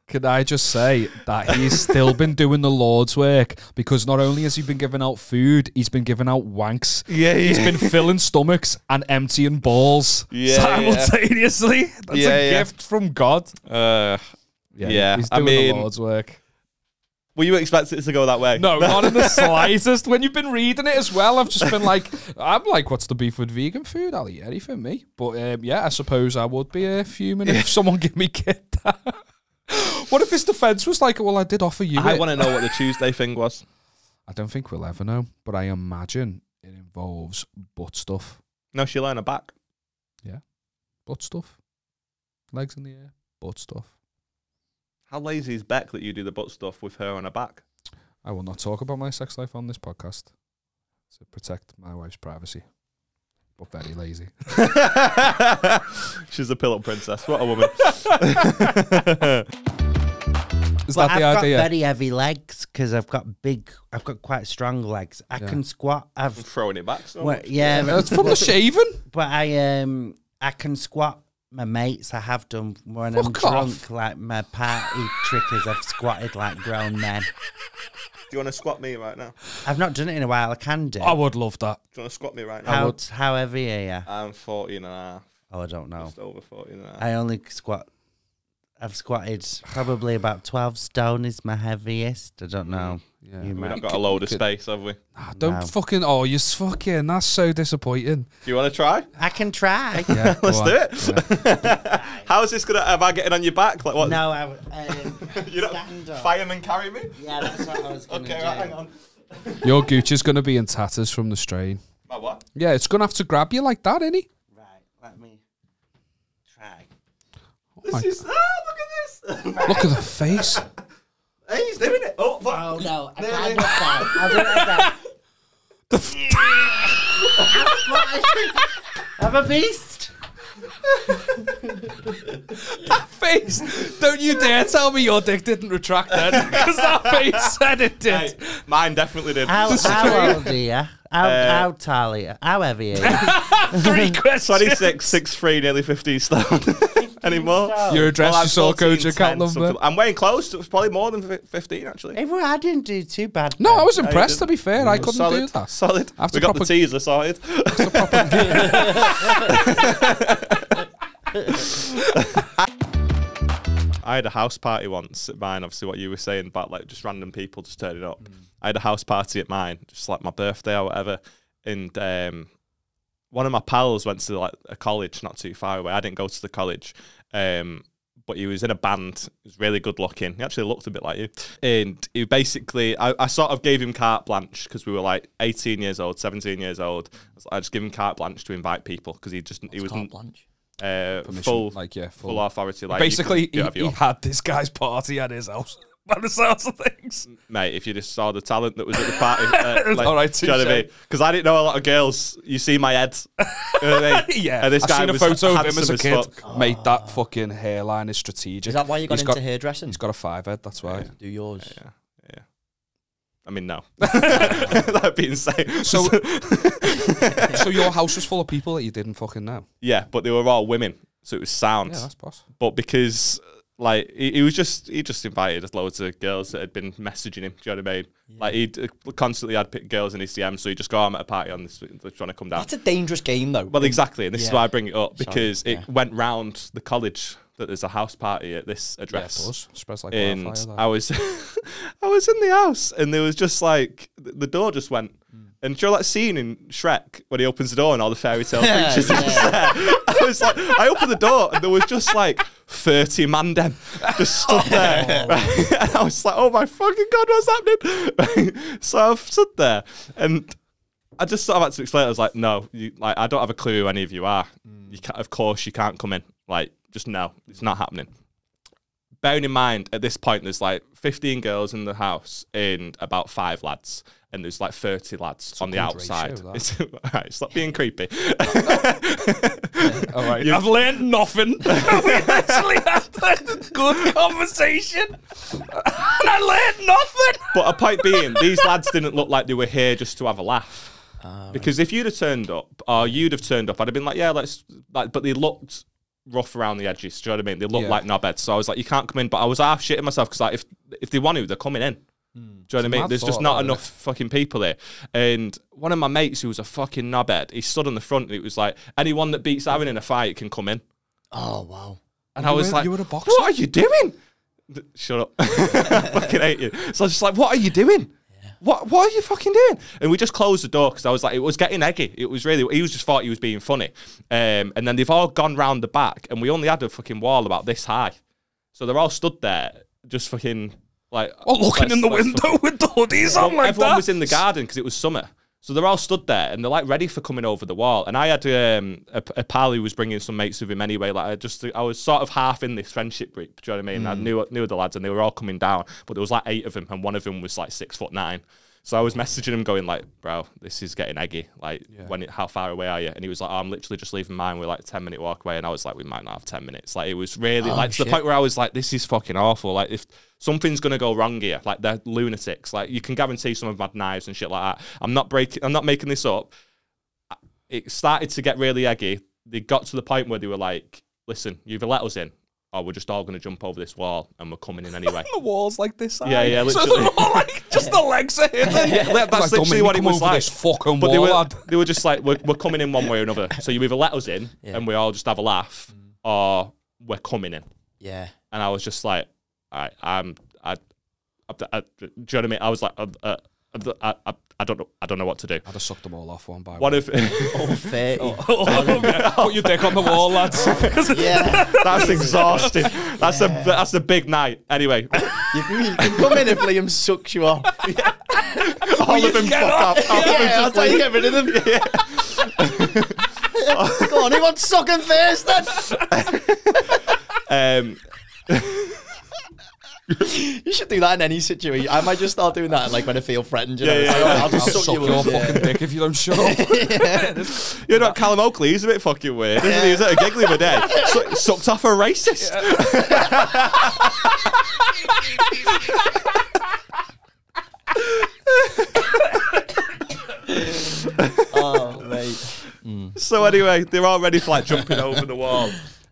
[SPEAKER 2] Could I just say that he's still been doing the Lord's work because not only has he been giving out food, he's been giving out wanks.
[SPEAKER 1] Yeah,
[SPEAKER 2] He's
[SPEAKER 1] yeah.
[SPEAKER 2] been filling stomachs and emptying balls
[SPEAKER 1] Yeah, yeah.
[SPEAKER 2] simultaneously. That's
[SPEAKER 1] Yeah,
[SPEAKER 2] a
[SPEAKER 1] yeah.
[SPEAKER 2] gift from God.
[SPEAKER 1] Uh,
[SPEAKER 2] Yeah,
[SPEAKER 1] yeah,
[SPEAKER 2] he's
[SPEAKER 1] I
[SPEAKER 2] doing the
[SPEAKER 1] mean,
[SPEAKER 2] Lord's work.
[SPEAKER 1] Were you expecting it to go that way?
[SPEAKER 2] No, not
[SPEAKER 1] [laughs]
[SPEAKER 2] in the slightest. When you've been reading it as well, I've just been like, I'm like, what's the beef with vegan food? I'll eat anything, me. But um, yeah, I suppose I would be a human if someone gave me kid. what if his defense was like, well, I did offer you.
[SPEAKER 1] I
[SPEAKER 2] it."
[SPEAKER 1] want to know what the Tuesday thing was.
[SPEAKER 2] I don't think we'll ever know, but I imagine it involves butt stuff.
[SPEAKER 1] No, she learned her back.
[SPEAKER 2] Butt stuff. Legs in the air. Butt stuff.
[SPEAKER 1] How lazy is Beck that you do the butt stuff with her on her back?
[SPEAKER 2] I will not talk about my sex life on this podcast to protect my wife's privacy. But very lazy. [laughs]
[SPEAKER 1] [laughs] She's a pillow princess. What a woman.
[SPEAKER 2] Is
[SPEAKER 12] But
[SPEAKER 2] that the
[SPEAKER 12] I've
[SPEAKER 2] idea?
[SPEAKER 12] got very heavy legs because I've got big, I've got quite strong legs. I
[SPEAKER 1] Yeah.
[SPEAKER 12] can squat. I've
[SPEAKER 1] throwing it back so
[SPEAKER 12] Well,
[SPEAKER 1] much.
[SPEAKER 12] yeah,
[SPEAKER 1] Yeah, that's from the
[SPEAKER 12] but-
[SPEAKER 1] shaving.
[SPEAKER 12] But I um, I can squat my mates. I have done when I'm
[SPEAKER 1] Fuck off.
[SPEAKER 12] drunk, like my party trickers. I've squatted like grown men.
[SPEAKER 1] you want to squat me right now?
[SPEAKER 12] I've not done it in a while. I can do.
[SPEAKER 1] I
[SPEAKER 2] would love that.
[SPEAKER 1] Do you want to squat me right now?
[SPEAKER 12] How, how heavy are you?
[SPEAKER 1] I'm 14 and a half.
[SPEAKER 12] Oh, I don't know.
[SPEAKER 1] Just over 14 and a half.
[SPEAKER 12] I only squat. I've squatted probably about twelve stone is my heaviest. I don't know. Yeah.
[SPEAKER 1] We've not got a load of space, have we?
[SPEAKER 12] Ah,
[SPEAKER 2] Don't fucking. Oh, you're s- fucking. That's so disappointing.
[SPEAKER 1] Do you want to try?
[SPEAKER 12] I
[SPEAKER 1] [laughs]
[SPEAKER 12] can try.
[SPEAKER 2] Yeah, go
[SPEAKER 1] let's
[SPEAKER 2] on.
[SPEAKER 1] do it. [laughs] How is this gonna? Am I getting on your back? Like what? [laughs]
[SPEAKER 12] No, I. Um,
[SPEAKER 1] you know, fireman carry me.
[SPEAKER 12] Yeah, that's what I was gonna
[SPEAKER 1] Okay,
[SPEAKER 12] do.
[SPEAKER 1] right, hang on.
[SPEAKER 2] Your Gucci's going to be in tatters from the strain.
[SPEAKER 1] My what?
[SPEAKER 2] Yeah, it's going to have to grab you like
[SPEAKER 1] [laughs]
[SPEAKER 2] that, innit?
[SPEAKER 12] [laughs] Let me try.
[SPEAKER 2] my-
[SPEAKER 1] This is, ah, look at this.
[SPEAKER 2] Look at the face.
[SPEAKER 1] Hey, he's
[SPEAKER 12] [laughs]
[SPEAKER 1] doing it. Oh, fuck.
[SPEAKER 12] oh no, I
[SPEAKER 1] can't
[SPEAKER 12] do that. I'll do it again.
[SPEAKER 1] [laughs]
[SPEAKER 12] I'm a beast.
[SPEAKER 2] that face. Don't you dare tell me your dick didn't retract
[SPEAKER 1] [laughs]
[SPEAKER 2] then, because that face said it did.
[SPEAKER 1] mine definitely did.
[SPEAKER 12] How, how old are you? How,
[SPEAKER 1] Uh,
[SPEAKER 12] how tall are you? How heavy are
[SPEAKER 1] [laughs]
[SPEAKER 12] you?
[SPEAKER 2] Three questions.
[SPEAKER 1] 26, 6'3", nearly 15 stone. [laughs] Anymore?
[SPEAKER 2] Your address,
[SPEAKER 1] I'm
[SPEAKER 2] your sort code,
[SPEAKER 1] 14,
[SPEAKER 2] your account
[SPEAKER 1] 10,
[SPEAKER 2] number.
[SPEAKER 1] something. I'm weighing close. It was probably more than fi- 15, actually.
[SPEAKER 12] Hey, well, I didn't do too bad.
[SPEAKER 2] No, I was
[SPEAKER 1] No, you
[SPEAKER 2] impressed, to
[SPEAKER 1] didn't.
[SPEAKER 2] be fair. I
[SPEAKER 1] Mm.
[SPEAKER 2] couldn't
[SPEAKER 1] solid,
[SPEAKER 2] do that.
[SPEAKER 1] Solid.
[SPEAKER 2] After
[SPEAKER 1] we got
[SPEAKER 2] proper-
[SPEAKER 1] the teaser sorted. [laughs] I had a house party once at mine. Obviously, what you were saying about like just random people just turning up.
[SPEAKER 2] Mm.
[SPEAKER 1] I had a house party at mine, just like my birthday or whatever. And um, one of my pals went to like a college not too far away. I didn't go to the college, um, but he was in a band. He was really good looking. He actually looked a bit like you. And he basically, I, I sort of gave him carte blanche because we were like 18 years old, 17 years old. I, was like, I just give him carte blanche to invite people because he just he was
[SPEAKER 9] carte
[SPEAKER 1] blanche. Uh,
[SPEAKER 2] Permission,
[SPEAKER 1] full
[SPEAKER 2] like, yeah,
[SPEAKER 1] full,
[SPEAKER 2] full.
[SPEAKER 1] authority. Like you can
[SPEAKER 2] Basically,
[SPEAKER 1] do
[SPEAKER 2] he,
[SPEAKER 1] whatever you
[SPEAKER 2] he
[SPEAKER 1] want.
[SPEAKER 2] had this guy's party at his house. [laughs] By the sounds of things.
[SPEAKER 1] mate, if you just saw the talent that was at the
[SPEAKER 2] [laughs]
[SPEAKER 1] party. Uh,
[SPEAKER 2] All right,
[SPEAKER 1] do you know what I
[SPEAKER 2] touche.
[SPEAKER 1] mean? Because I didn't know a lot of girls. You see my
[SPEAKER 2] [laughs]
[SPEAKER 1] head. You know what I mean?
[SPEAKER 2] Yeah,
[SPEAKER 1] And this
[SPEAKER 2] I've
[SPEAKER 1] guy
[SPEAKER 2] seen a
[SPEAKER 1] was
[SPEAKER 2] photo of him as
[SPEAKER 1] handsome
[SPEAKER 2] a kid.
[SPEAKER 1] fuck.
[SPEAKER 2] Mate, that fucking hairline is strategic.
[SPEAKER 12] Is that why you got
[SPEAKER 2] He's
[SPEAKER 12] into hairdressing?
[SPEAKER 2] He's got a five head. That's why.
[SPEAKER 12] Do yours.
[SPEAKER 1] Yeah, yeah. I mean, no. [laughs] That'd be insane. [laughs]
[SPEAKER 2] So, [laughs] so your house was full of people that you didn't fucking know.
[SPEAKER 1] Yeah, but they were all women, so it was sound.
[SPEAKER 2] Yeah, that's boss.
[SPEAKER 1] But because like he, he was just he just invited us loads of girls that had been messaging him. Do you know what I mean? Like he would constantly had pick girls in his DM, so he would just go, "I'm at a party on this. They're trying to come down."
[SPEAKER 12] That's a dangerous game, though.
[SPEAKER 1] Well, exactly, and this is
[SPEAKER 12] Yeah.
[SPEAKER 1] why I bring it up
[SPEAKER 12] Sorry,
[SPEAKER 1] because
[SPEAKER 12] yeah.
[SPEAKER 1] it went round the college that there's a house party at this address.
[SPEAKER 2] does. Spreads like
[SPEAKER 1] and
[SPEAKER 2] wildfire, that.
[SPEAKER 1] I was, [laughs] I was in the house, and there was just like th- the door just went.
[SPEAKER 12] Mm.
[SPEAKER 1] And do you know that scene in Shrek when he opens the door and all the fairy
[SPEAKER 12] [laughs]
[SPEAKER 1] tale
[SPEAKER 12] Yeah,
[SPEAKER 1] creatures are just there? [laughs] I was like, I opened the door and there was just like 30 mandem just stood there. right? [laughs] And I was like, oh my fucking God, what's happening? Right? [laughs] so I've stood there and I just sort of had to explain. I was like, no, you, like I don't have a clue who any of you are.
[SPEAKER 2] Mm.
[SPEAKER 1] You can't, of course, you can't come in. Like, just no, it's not happening. Bearing in mind, at this point, there's like 15 girls in the house and about five lads, and there's like 30 lads on the
[SPEAKER 2] good
[SPEAKER 1] outside.
[SPEAKER 2] ratio, that.
[SPEAKER 1] It's, [laughs] all right, stop being creepy.
[SPEAKER 2] [laughs] All right.
[SPEAKER 1] You-
[SPEAKER 2] I've learned
[SPEAKER 1] [laughs]
[SPEAKER 2] nothing. we actually had a good conversation, and I learned nothing.
[SPEAKER 1] but a point being, these lads didn't look like they were here just to have a laugh.
[SPEAKER 2] Ah,
[SPEAKER 1] because if you'd have turned up, or you'd have turned up, I'd have been like, yeah, let's. Like, but they looked rough around the edges. Do you know what I mean? They looked
[SPEAKER 2] Yeah.
[SPEAKER 1] like knobheads. So I was like, you can't come in. But I was half shitting myself because like, if if they want to, they're coming in. Do you know what I mean?
[SPEAKER 2] Hmm. mad
[SPEAKER 1] There's just
[SPEAKER 2] thought,
[SPEAKER 1] not
[SPEAKER 2] that,
[SPEAKER 1] enough fucking people here. And one of my mates who was a fucking knobhead, he stood on the front and it was like, anyone that beats Aaron in a fight can come in.
[SPEAKER 12] Oh wow.
[SPEAKER 1] And
[SPEAKER 2] You
[SPEAKER 1] I was
[SPEAKER 2] were-
[SPEAKER 1] like,
[SPEAKER 2] you were a boxer?
[SPEAKER 1] What are you doing? Th- Shut up. [laughs] I fucking hate you. So I was just like, What are you doing? What what are you fucking doing? And we just closed the door because I was like, it was getting eggy. It was really he was just thought he was being funny. Um, and then they've all gone round the back and we only had a fucking wall about this high. So they're all stood there just fucking like
[SPEAKER 2] Oh, looking
[SPEAKER 1] let's-
[SPEAKER 2] in the
[SPEAKER 1] let's
[SPEAKER 2] window
[SPEAKER 1] fucking-
[SPEAKER 2] with hoodies
[SPEAKER 4] oh
[SPEAKER 2] on
[SPEAKER 1] Everyone
[SPEAKER 2] like that.
[SPEAKER 1] was in the garden because it was summer. So they're all stood there and they're like ready for coming over the wall. And I had um, a, a pal who was bringing some mates with him anyway. Like I just, I was sort of half in this friendship group. Do you know what I mean? I knew knew the lads and they were all coming down, but there was like eight of them and one of them was like six foot nine. So I was messaging him, going like, "Bro, this is getting eggy. Like, when it, how far away are you?" And he was like, oh, "I'm literally just leaving mine. We're like ten minute walk away." And I was like, "We might not have ten minutes." Like, it was really
[SPEAKER 9] Oh,
[SPEAKER 1] like to
[SPEAKER 9] shit.
[SPEAKER 1] the point where I was like, "This is fucking awful. Like, if something's gonna go wrong here, like they're lunatics. Like, you can guarantee some of them had knives and shit like that. I'm not breaking. I'm not making this up it started to get really eggy. They got to the point where they were like, "Listen, you've let us in, or we're just all going to jump over this wall, and we're coming in
[SPEAKER 2] [laughs]
[SPEAKER 1] anyway."
[SPEAKER 2] [laughs] the walls like this.
[SPEAKER 1] Yeah, yeah,
[SPEAKER 2] So
[SPEAKER 1] literally.
[SPEAKER 2] they're all like just the legs are
[SPEAKER 1] [laughs]
[SPEAKER 2] hidden.
[SPEAKER 1] Yeah, that's
[SPEAKER 2] Like,
[SPEAKER 1] literally
[SPEAKER 2] Dominic,
[SPEAKER 1] what it
[SPEAKER 2] come
[SPEAKER 1] was
[SPEAKER 2] over
[SPEAKER 1] like.
[SPEAKER 2] This fucking
[SPEAKER 1] but
[SPEAKER 2] wall,
[SPEAKER 1] they were
[SPEAKER 2] lad.
[SPEAKER 1] they were just like, "We're, we're coming in one way or another. So you either let us in, and we all just have a laugh,
[SPEAKER 2] Mm.
[SPEAKER 1] or we're coming in."
[SPEAKER 12] Yeah.
[SPEAKER 1] And I was just like, "All right, I'm, I, I, I- do you know what I mean?" I was like, uh, uh, uh, I, I, "I don't know, I don't know what to do." I
[SPEAKER 2] just sucked them all off one by
[SPEAKER 1] one.
[SPEAKER 2] [laughs]
[SPEAKER 1] If [laughs] Oh,
[SPEAKER 12] all thirty,
[SPEAKER 2] put your dick on the wall, lads.
[SPEAKER 1] [laughs]
[SPEAKER 12] yeah,
[SPEAKER 1] that's exhausting. That's a that's a big night.
[SPEAKER 2] [laughs]
[SPEAKER 1] Anyway,
[SPEAKER 12] you can, you can come in if Liam sucks you off.
[SPEAKER 1] [laughs] all of them fuck off. All of them
[SPEAKER 12] Yeah, I'll
[SPEAKER 1] just
[SPEAKER 12] tell you,
[SPEAKER 1] leave.
[SPEAKER 12] get rid of them.
[SPEAKER 1] [laughs]
[SPEAKER 12] Go on, who wants sucking first
[SPEAKER 1] [laughs]
[SPEAKER 12] then?
[SPEAKER 1] Um,
[SPEAKER 12] you should do that in any situation. I might just start doing that like when I feel threatened. You know?
[SPEAKER 1] Yeah, yeah,
[SPEAKER 12] It's like,
[SPEAKER 1] yeah.
[SPEAKER 12] I'll just
[SPEAKER 1] I'll
[SPEAKER 12] suck,
[SPEAKER 1] suck
[SPEAKER 12] you
[SPEAKER 1] your
[SPEAKER 12] off.
[SPEAKER 1] fucking
[SPEAKER 12] Yeah.
[SPEAKER 2] dick if you don't shut
[SPEAKER 1] [laughs]
[SPEAKER 2] up.
[SPEAKER 1] You know, Callum Oakley, he's a bit fucking weird. Isn't he? He was at a gig the other day. Su- sucked off a racist. [laughs]
[SPEAKER 12] oh, mate.
[SPEAKER 1] Um,
[SPEAKER 12] Mm.
[SPEAKER 1] So anyway, they're all ready for like jumping over the wall.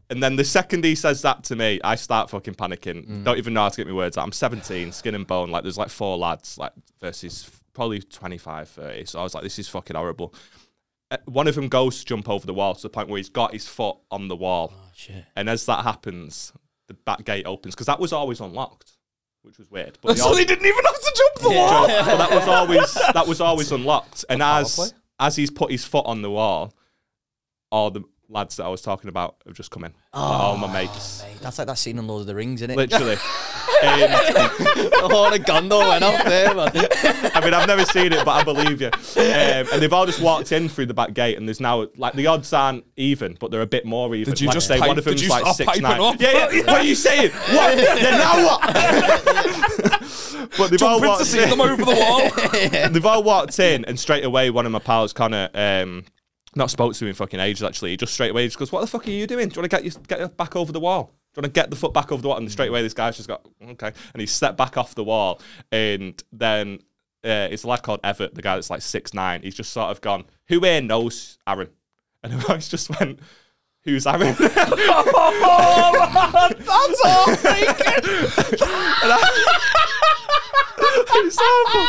[SPEAKER 1] And then the second he says that to me, I start fucking panicking.
[SPEAKER 12] Mm.
[SPEAKER 1] Don't even know how to get my words out. I'm 17, skin and bone. Like there's like four lads, like versus probably 25, 30. So I was like, this is fucking horrible. Uh, One of them goes to jump over the wall to the point where he's got his foot on the wall.
[SPEAKER 12] Oh, shit.
[SPEAKER 1] And as that happens, the back gate opens because that was always unlocked, which was weird.
[SPEAKER 12] [laughs]
[SPEAKER 1] they
[SPEAKER 2] so
[SPEAKER 1] all-
[SPEAKER 2] they didn't even have to jump the wall.
[SPEAKER 1] but [laughs] that was always that was always unlocked. And as as he's put his foot on the wall, all the lads that I was talking about have just come in.
[SPEAKER 2] Ah.
[SPEAKER 1] all my mates,
[SPEAKER 12] That's like that scene in Lord of the Rings, isn't
[SPEAKER 2] [laughs]
[SPEAKER 12] it? [laughs] Oh,
[SPEAKER 1] literally. Um,
[SPEAKER 12] the horn of Gondor went off there, man.
[SPEAKER 1] I mean, I've never seen it, but I believe you. Um, and they've all just walked in through the back gate, and there's now like the odds aren't even, but they're a bit more even.
[SPEAKER 2] Did you
[SPEAKER 1] like,
[SPEAKER 2] just
[SPEAKER 1] say
[SPEAKER 2] pipe-
[SPEAKER 1] one of
[SPEAKER 2] did
[SPEAKER 1] them's
[SPEAKER 2] you
[SPEAKER 1] like
[SPEAKER 2] start
[SPEAKER 1] six
[SPEAKER 2] piping
[SPEAKER 1] nine?
[SPEAKER 2] up?
[SPEAKER 1] Yeah,
[SPEAKER 2] [laughs]
[SPEAKER 1] yeah. What are you saying? What? yeah, now what? but they've all
[SPEAKER 2] Jumping to
[SPEAKER 1] walked
[SPEAKER 2] see them over the wall.
[SPEAKER 1] [laughs] They've all walked in, and straight away, one of my pals, Connor, um, not spoke to him in fucking ages actually. He just straight away just goes, "What the fuck are you doing? Do you want to get your get your back over the wall? Do you want to get the foot back over the wall?" And straight away, this guy's just got okay, and he stepped back off the wall, and then uh, it's a lad called Everett, the guy that's like six nine. He's just sort of gone, "Who here knows Aaron?" And the [laughs] voice just went. Who's Aaron? [laughs]
[SPEAKER 2] That's all freaking.
[SPEAKER 1] it's awful.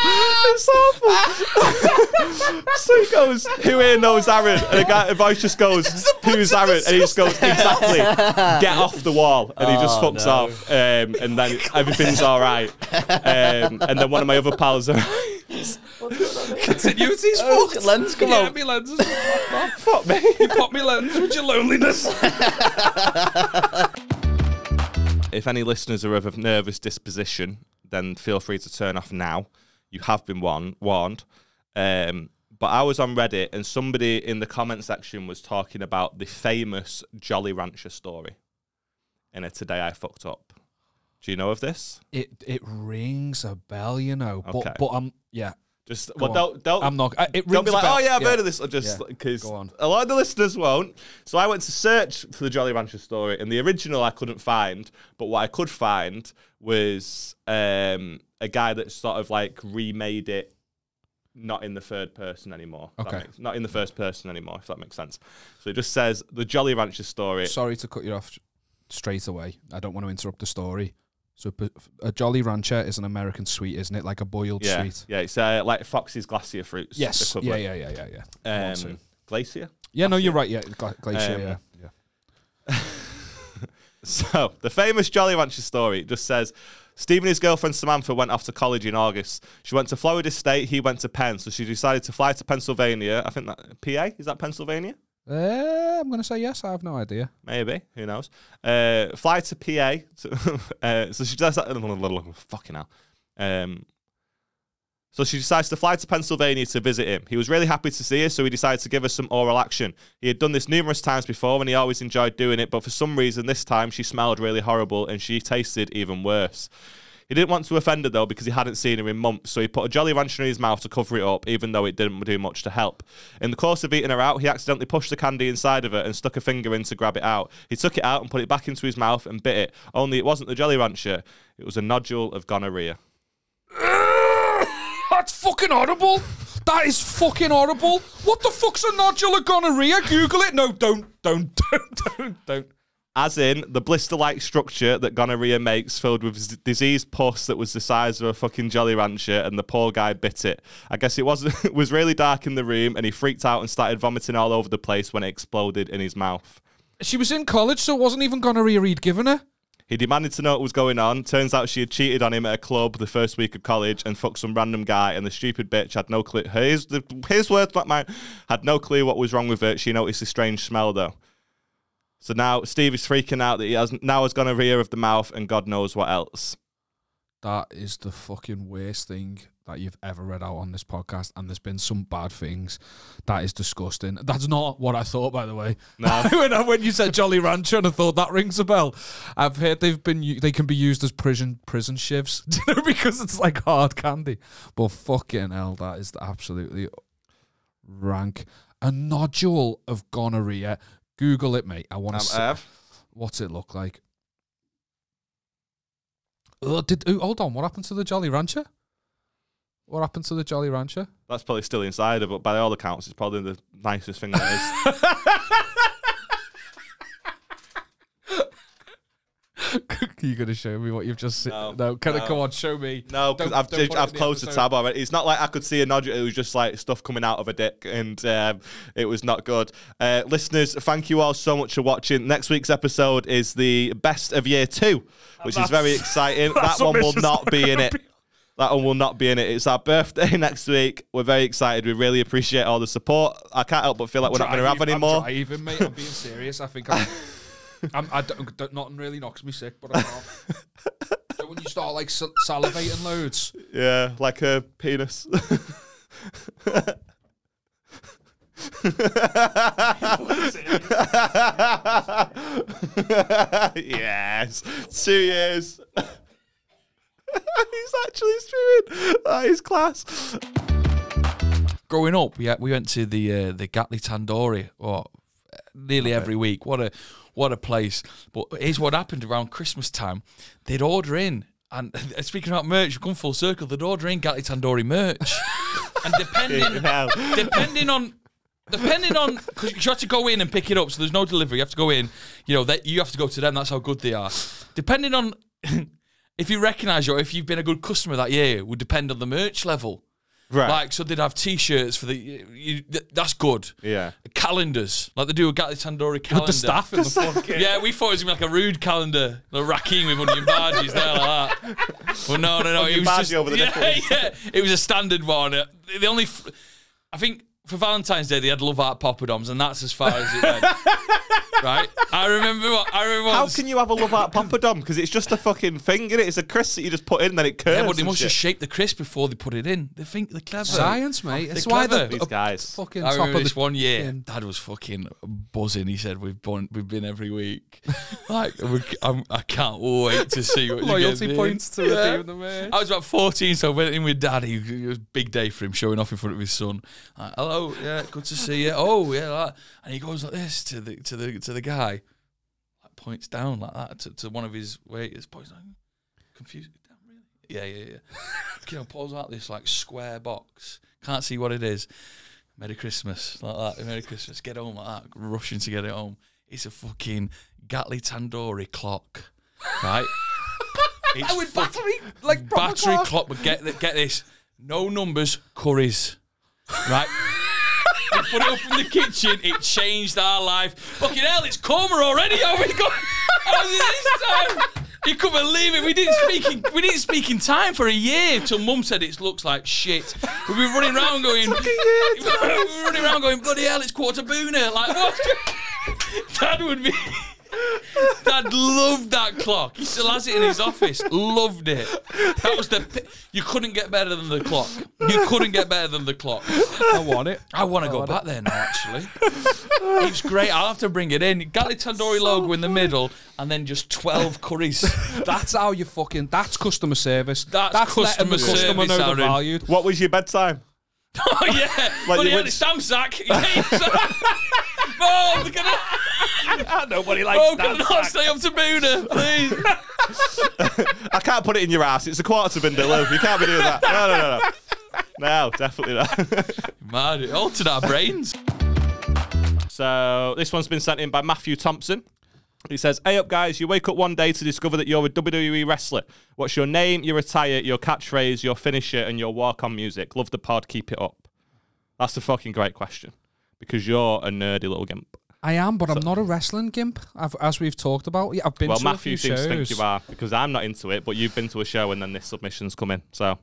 [SPEAKER 1] It's awful. so he goes, Who here knows Aaron? And the guy the voice just
[SPEAKER 12] [laughs]
[SPEAKER 1] goes, Who's Aaron? And he just goes, Exactly. Get off the wall. And he just
[SPEAKER 12] Oh,
[SPEAKER 1] fucks
[SPEAKER 12] no.
[SPEAKER 1] off. Um, and then everything's all right. Um, and then one of my other pals are. [laughs]
[SPEAKER 2] Continuity's
[SPEAKER 12] Oh,
[SPEAKER 2] fucked.
[SPEAKER 12] lens come
[SPEAKER 2] yeah,
[SPEAKER 12] out.
[SPEAKER 2] me lens is fucked off.
[SPEAKER 1] Fuck me.
[SPEAKER 2] You pop me lens with
[SPEAKER 4] [laughs]
[SPEAKER 2] your loneliness.
[SPEAKER 1] If any listeners are of a nervous disposition, then feel free to turn off now. You have been warn- warned. Um, but I was on Reddit and somebody in the comment section was talking about the famous Jolly Rancher story. In a today I fucked up. Do you know of this?
[SPEAKER 2] It it rings a bell, you know. But
[SPEAKER 1] Okay.
[SPEAKER 2] but I'm yeah.
[SPEAKER 1] Just
[SPEAKER 2] Go
[SPEAKER 1] well,
[SPEAKER 2] on.
[SPEAKER 1] don't don't.
[SPEAKER 2] I'm not. I- It rings
[SPEAKER 1] don't be
[SPEAKER 2] a
[SPEAKER 1] like,
[SPEAKER 2] bell.
[SPEAKER 1] oh yeah, I've heard of this. I just
[SPEAKER 2] Yeah.
[SPEAKER 1] because
[SPEAKER 2] Go on.
[SPEAKER 1] a lot of the listeners won't. So I went to search for the Jolly Rancher story, and the original I couldn't find. But what I could find was um, a guy that sort of like remade it, not in the third person anymore. if that
[SPEAKER 2] Okay.
[SPEAKER 1] makes- not in the first person anymore, if that makes sense. So it just says the Jolly Rancher story.
[SPEAKER 2] Sorry to cut you off straight away. I don't want to interrupt the story. So p- a Jolly Rancher is an American sweet, isn't it? Like a boiled
[SPEAKER 1] yeah,
[SPEAKER 2] sweet.
[SPEAKER 1] yeah. It's uh, like Fox's Glacier fruits.
[SPEAKER 2] Yes. Yeah,
[SPEAKER 1] equivalent.
[SPEAKER 2] yeah, yeah, yeah, yeah. I want
[SPEAKER 1] Um,
[SPEAKER 2] to.
[SPEAKER 1] glacier.
[SPEAKER 2] yeah, no, you're right. Yeah, gla- glacier.
[SPEAKER 1] Um,
[SPEAKER 2] yeah, yeah.
[SPEAKER 1] [laughs] So, the famous Jolly Rancher story just says Steve and his girlfriend Samantha went off to college in August. She went to Florida State, he went to Penn. So, she decided to fly to Pennsylvania. I think that PA is that Pennsylvania?
[SPEAKER 2] Uh, I'm gonna say yes. I have no idea.
[SPEAKER 1] Maybe. Who knows? Uh, fly to [laughs] PA. So, uh, so she does that. [laughs] Fucking hell. Um, so she decides to fly to Pennsylvania to visit him. He was really happy to see her, so he decided to give her some oral action. He had done this numerous times before and he always enjoyed doing it, but for some reason this time she smelled really horrible and she tasted even worse. He didn't want to offend her though because he hadn't seen her in months, so he put a Jolly Rancher in his mouth to cover it up, even though it didn't do much to help. In the course of eating her out, he accidentally pushed the candy inside of her and stuck a finger in to grab it out. He took it out and put it back into his mouth and bit it. Only it wasn't the Jolly Rancher; it was a nodule of gonorrhea.
[SPEAKER 2] That's fucking horrible. That is fucking horrible. What the fuck's a nodule of gonorrhea? Google it. No, don't, don't, don't, don't, don't.
[SPEAKER 1] As in the blister-like structure that gonorrhea makes, filled with z- diseased pus that was the size of a fucking Jolly Rancher, and the poor guy bit it. I guess it was [laughs] it was really dark in the room, and he freaked out and started vomiting all over the place when it exploded in his mouth.
[SPEAKER 2] She was in college, so it wasn't even gonorrhea he'd given her.
[SPEAKER 1] He demanded to know what was going on. Turns out she had cheated on him at a club the first week of college and fucked some random guy, and the stupid bitch had no clue. His, the, his words, not mine. Had no clue what was wrong with her. She noticed a strange smell, though. So now Steve is freaking out that he has now has gonorrhea of the mouth and God knows what else.
[SPEAKER 2] That is the fucking worst thing that you've ever read out on this podcast, and there's been some bad things. That is disgusting. That's not what I thought, by the way. [laughs]
[SPEAKER 1] No.
[SPEAKER 2] when, I- when you said Jolly Rancher, and I thought that rings a bell. I've heard they've been u- they can be used as prison prison shifts [laughs] you know, because it's like hard candy. But fucking hell, that is absolutely rank. A nodule of gonorrhea. Google it, mate. I want
[SPEAKER 1] Um,
[SPEAKER 2] to see.
[SPEAKER 1] Ev?
[SPEAKER 2] What's it look like? Oh, did oh, hold on? What happened to the Jolly Rancher? What happened to the Jolly Rancher?
[SPEAKER 1] That's probably still inside her, but by all accounts, it's probably the nicest thing that is.
[SPEAKER 2] Are [laughs] you going to show me what you've just seen? No, can I
[SPEAKER 1] no.
[SPEAKER 2] come on? Show me.
[SPEAKER 1] No, because
[SPEAKER 2] Don't-
[SPEAKER 1] I've,
[SPEAKER 2] don't
[SPEAKER 1] just-
[SPEAKER 2] put it
[SPEAKER 1] I've
[SPEAKER 2] in the
[SPEAKER 1] closed the
[SPEAKER 2] episode.
[SPEAKER 1] tab already. It's not like I could see a nodule. It was just like stuff coming out of a dick, and um, it was not good. Uh, listeners, thank you all so much for watching. Next week's episode is the best of year two, which is
[SPEAKER 7] that's-
[SPEAKER 1] very exciting. that
[SPEAKER 7] that's
[SPEAKER 1] one
[SPEAKER 7] what
[SPEAKER 1] will
[SPEAKER 7] Mitch is
[SPEAKER 1] not be in it. That one will not be in it. It's our birthday [laughs] next week. We're very excited. We really appreciate all the support. I can't help but feel like we're not going to have any
[SPEAKER 2] Driving- I'm
[SPEAKER 1] more.
[SPEAKER 2] Driving, mate. I'm being serious. I think
[SPEAKER 1] [laughs]
[SPEAKER 2] I'm. I'm I don't, don't, nothing really knocks me sick, but I'm not. So when you start like sal- salivating loads,
[SPEAKER 1] Yeah, like a penis. [laughs] yes, two years. He's actually streaming. That is class.
[SPEAKER 9] growing up, we had, we went to the uh, the Gatley Tandoori or uh, nearly every week. What a what a place! But here's what happened around Christmas time: they'd order in, and [laughs] speaking about merch, we've come full circle. They'd order in Gatley Tandoori merch, and depending depending on. Depending on, because you had to go in and pick it up, so there's no delivery. You have to go in, you know that you have to go to them. That's how good they are. Depending on if you recognise you or if you've been a good customer that year, would depend on the merch level.
[SPEAKER 1] Right.
[SPEAKER 9] Like, so they'd have T-shirts for the. You, th- that's good.
[SPEAKER 1] Yeah.
[SPEAKER 9] Calendars, like they do a Gatley Tandoori calendar. [laughs]
[SPEAKER 2] staff in the fucking-
[SPEAKER 9] Yeah, we thought it was gonna be like a rude calendar, like Rakim with onion bhajis there like that. But no, no, no,
[SPEAKER 1] Onion
[SPEAKER 9] it was
[SPEAKER 1] bhaji
[SPEAKER 9] just
[SPEAKER 1] over the
[SPEAKER 9] [laughs] yeah,
[SPEAKER 1] nipples.
[SPEAKER 9] yeah, it was a standard one. Uh, The the only, f- I think, for Valentine's Day they had love art poppadoms, and that's as far as it
[SPEAKER 1] [laughs]
[SPEAKER 9] went. right? I remember. What, I remember.
[SPEAKER 1] How
[SPEAKER 9] once-
[SPEAKER 1] can you have a love art poppadom? Because it's just a fucking thing, is It's a crisp that you just put in, then it curves.
[SPEAKER 9] Yeah, but they
[SPEAKER 1] and
[SPEAKER 9] must
[SPEAKER 1] shit.
[SPEAKER 9] just shape the crisp before they put it in. They think they're clever.
[SPEAKER 2] Science, mate.
[SPEAKER 9] They're
[SPEAKER 2] That's why
[SPEAKER 9] clever.
[SPEAKER 2] they're These guys. fucking
[SPEAKER 9] I
[SPEAKER 2] top
[SPEAKER 9] remember
[SPEAKER 2] of
[SPEAKER 9] this
[SPEAKER 2] the
[SPEAKER 9] one year.
[SPEAKER 2] fucking-
[SPEAKER 9] Dad was fucking buzzing. He said, "We've been, we've been every week. [laughs] like we, I'm, I can't wait to see what
[SPEAKER 2] Loyalty
[SPEAKER 9] you get
[SPEAKER 2] points to
[SPEAKER 9] Yeah.
[SPEAKER 2] redeem the merch.
[SPEAKER 9] I was about 14, so I went in with Dad. He, it was a big day for him, showing off in front of his son. Like, Hello, yeah, good to see you. Oh, yeah, like that. and he goes like this to the to the to the guy, like points down like that to, to one of his waiters. Points like, confused. Yeah, yeah, yeah. [laughs] you know, pulls out this like square box. Can't see what it is. Merry Christmas, like that. Merry Christmas. Get home like that. Rushing to get it home. It's a fucking Gatley Tandoori clock,
[SPEAKER 2] [laughs]
[SPEAKER 9] right? It's
[SPEAKER 2] with
[SPEAKER 9] fuck-
[SPEAKER 2] battery like proper
[SPEAKER 9] battery
[SPEAKER 2] clock.
[SPEAKER 9] clock. But get th- get this. No numbers, curries, right? we put it up in the kitchen. It changed our life. Fucking hell, it's coma already. Oh my god! How's it this time? You couldn't believe it. We didn't speak. In, we didn't speak in time for a year till Mum said it looks like shit. We were running around going. [laughs] we were running around going bloody hell! It's quarter booner. Like what? [laughs] Dad would be. Dad loved that clock. He still has it in his office. Loved it. That was the. pi- You couldn't get better than the clock. You couldn't get better than the clock. I want it. I want to go back there now. Actually, it's great. I'll have to bring it in. Garlic tandoori logo in the middle, and then just twelve curries.
[SPEAKER 2] That's how you fucking. That's customer service. That's, letting the
[SPEAKER 9] customer
[SPEAKER 2] customer
[SPEAKER 9] service,
[SPEAKER 2] know the
[SPEAKER 9] Aaron.
[SPEAKER 2] value.
[SPEAKER 1] What was your bedtime?
[SPEAKER 9] oh yeah,
[SPEAKER 1] Like
[SPEAKER 9] like
[SPEAKER 1] you
[SPEAKER 9] he had
[SPEAKER 1] went-
[SPEAKER 9] a Sam sack. He hates that. Mom, look at it. Nobody
[SPEAKER 1] likes
[SPEAKER 9] Mom,
[SPEAKER 12] Oh,
[SPEAKER 1] Sam
[SPEAKER 9] can I not stay up to Buda, please?
[SPEAKER 1] I can't put it in your ass. It's a quarter to Bindaloo. You can't be doing that. No, no, no, no. No, definitely not. [laughs]
[SPEAKER 9] Mad, it altered our brains.
[SPEAKER 1] So this one's been sent in by Matthew Thompson. He says, Hey up, guys, you wake up one day to discover that you're a WWE wrestler. What's your name, your attire, your catchphrase, your finisher, and your walk on music? Love the pod, keep it up. That's the fucking great question because you're a nerdy little gimp.
[SPEAKER 2] I am, but I'm not a wrestling gimp, I've, as we've talked about. Yeah, I've been
[SPEAKER 1] well,
[SPEAKER 2] to
[SPEAKER 1] Matthew
[SPEAKER 2] a few
[SPEAKER 1] seems
[SPEAKER 2] shows.
[SPEAKER 1] to think you are because I'm not into it, but you've been to a show and then this submission's come in. So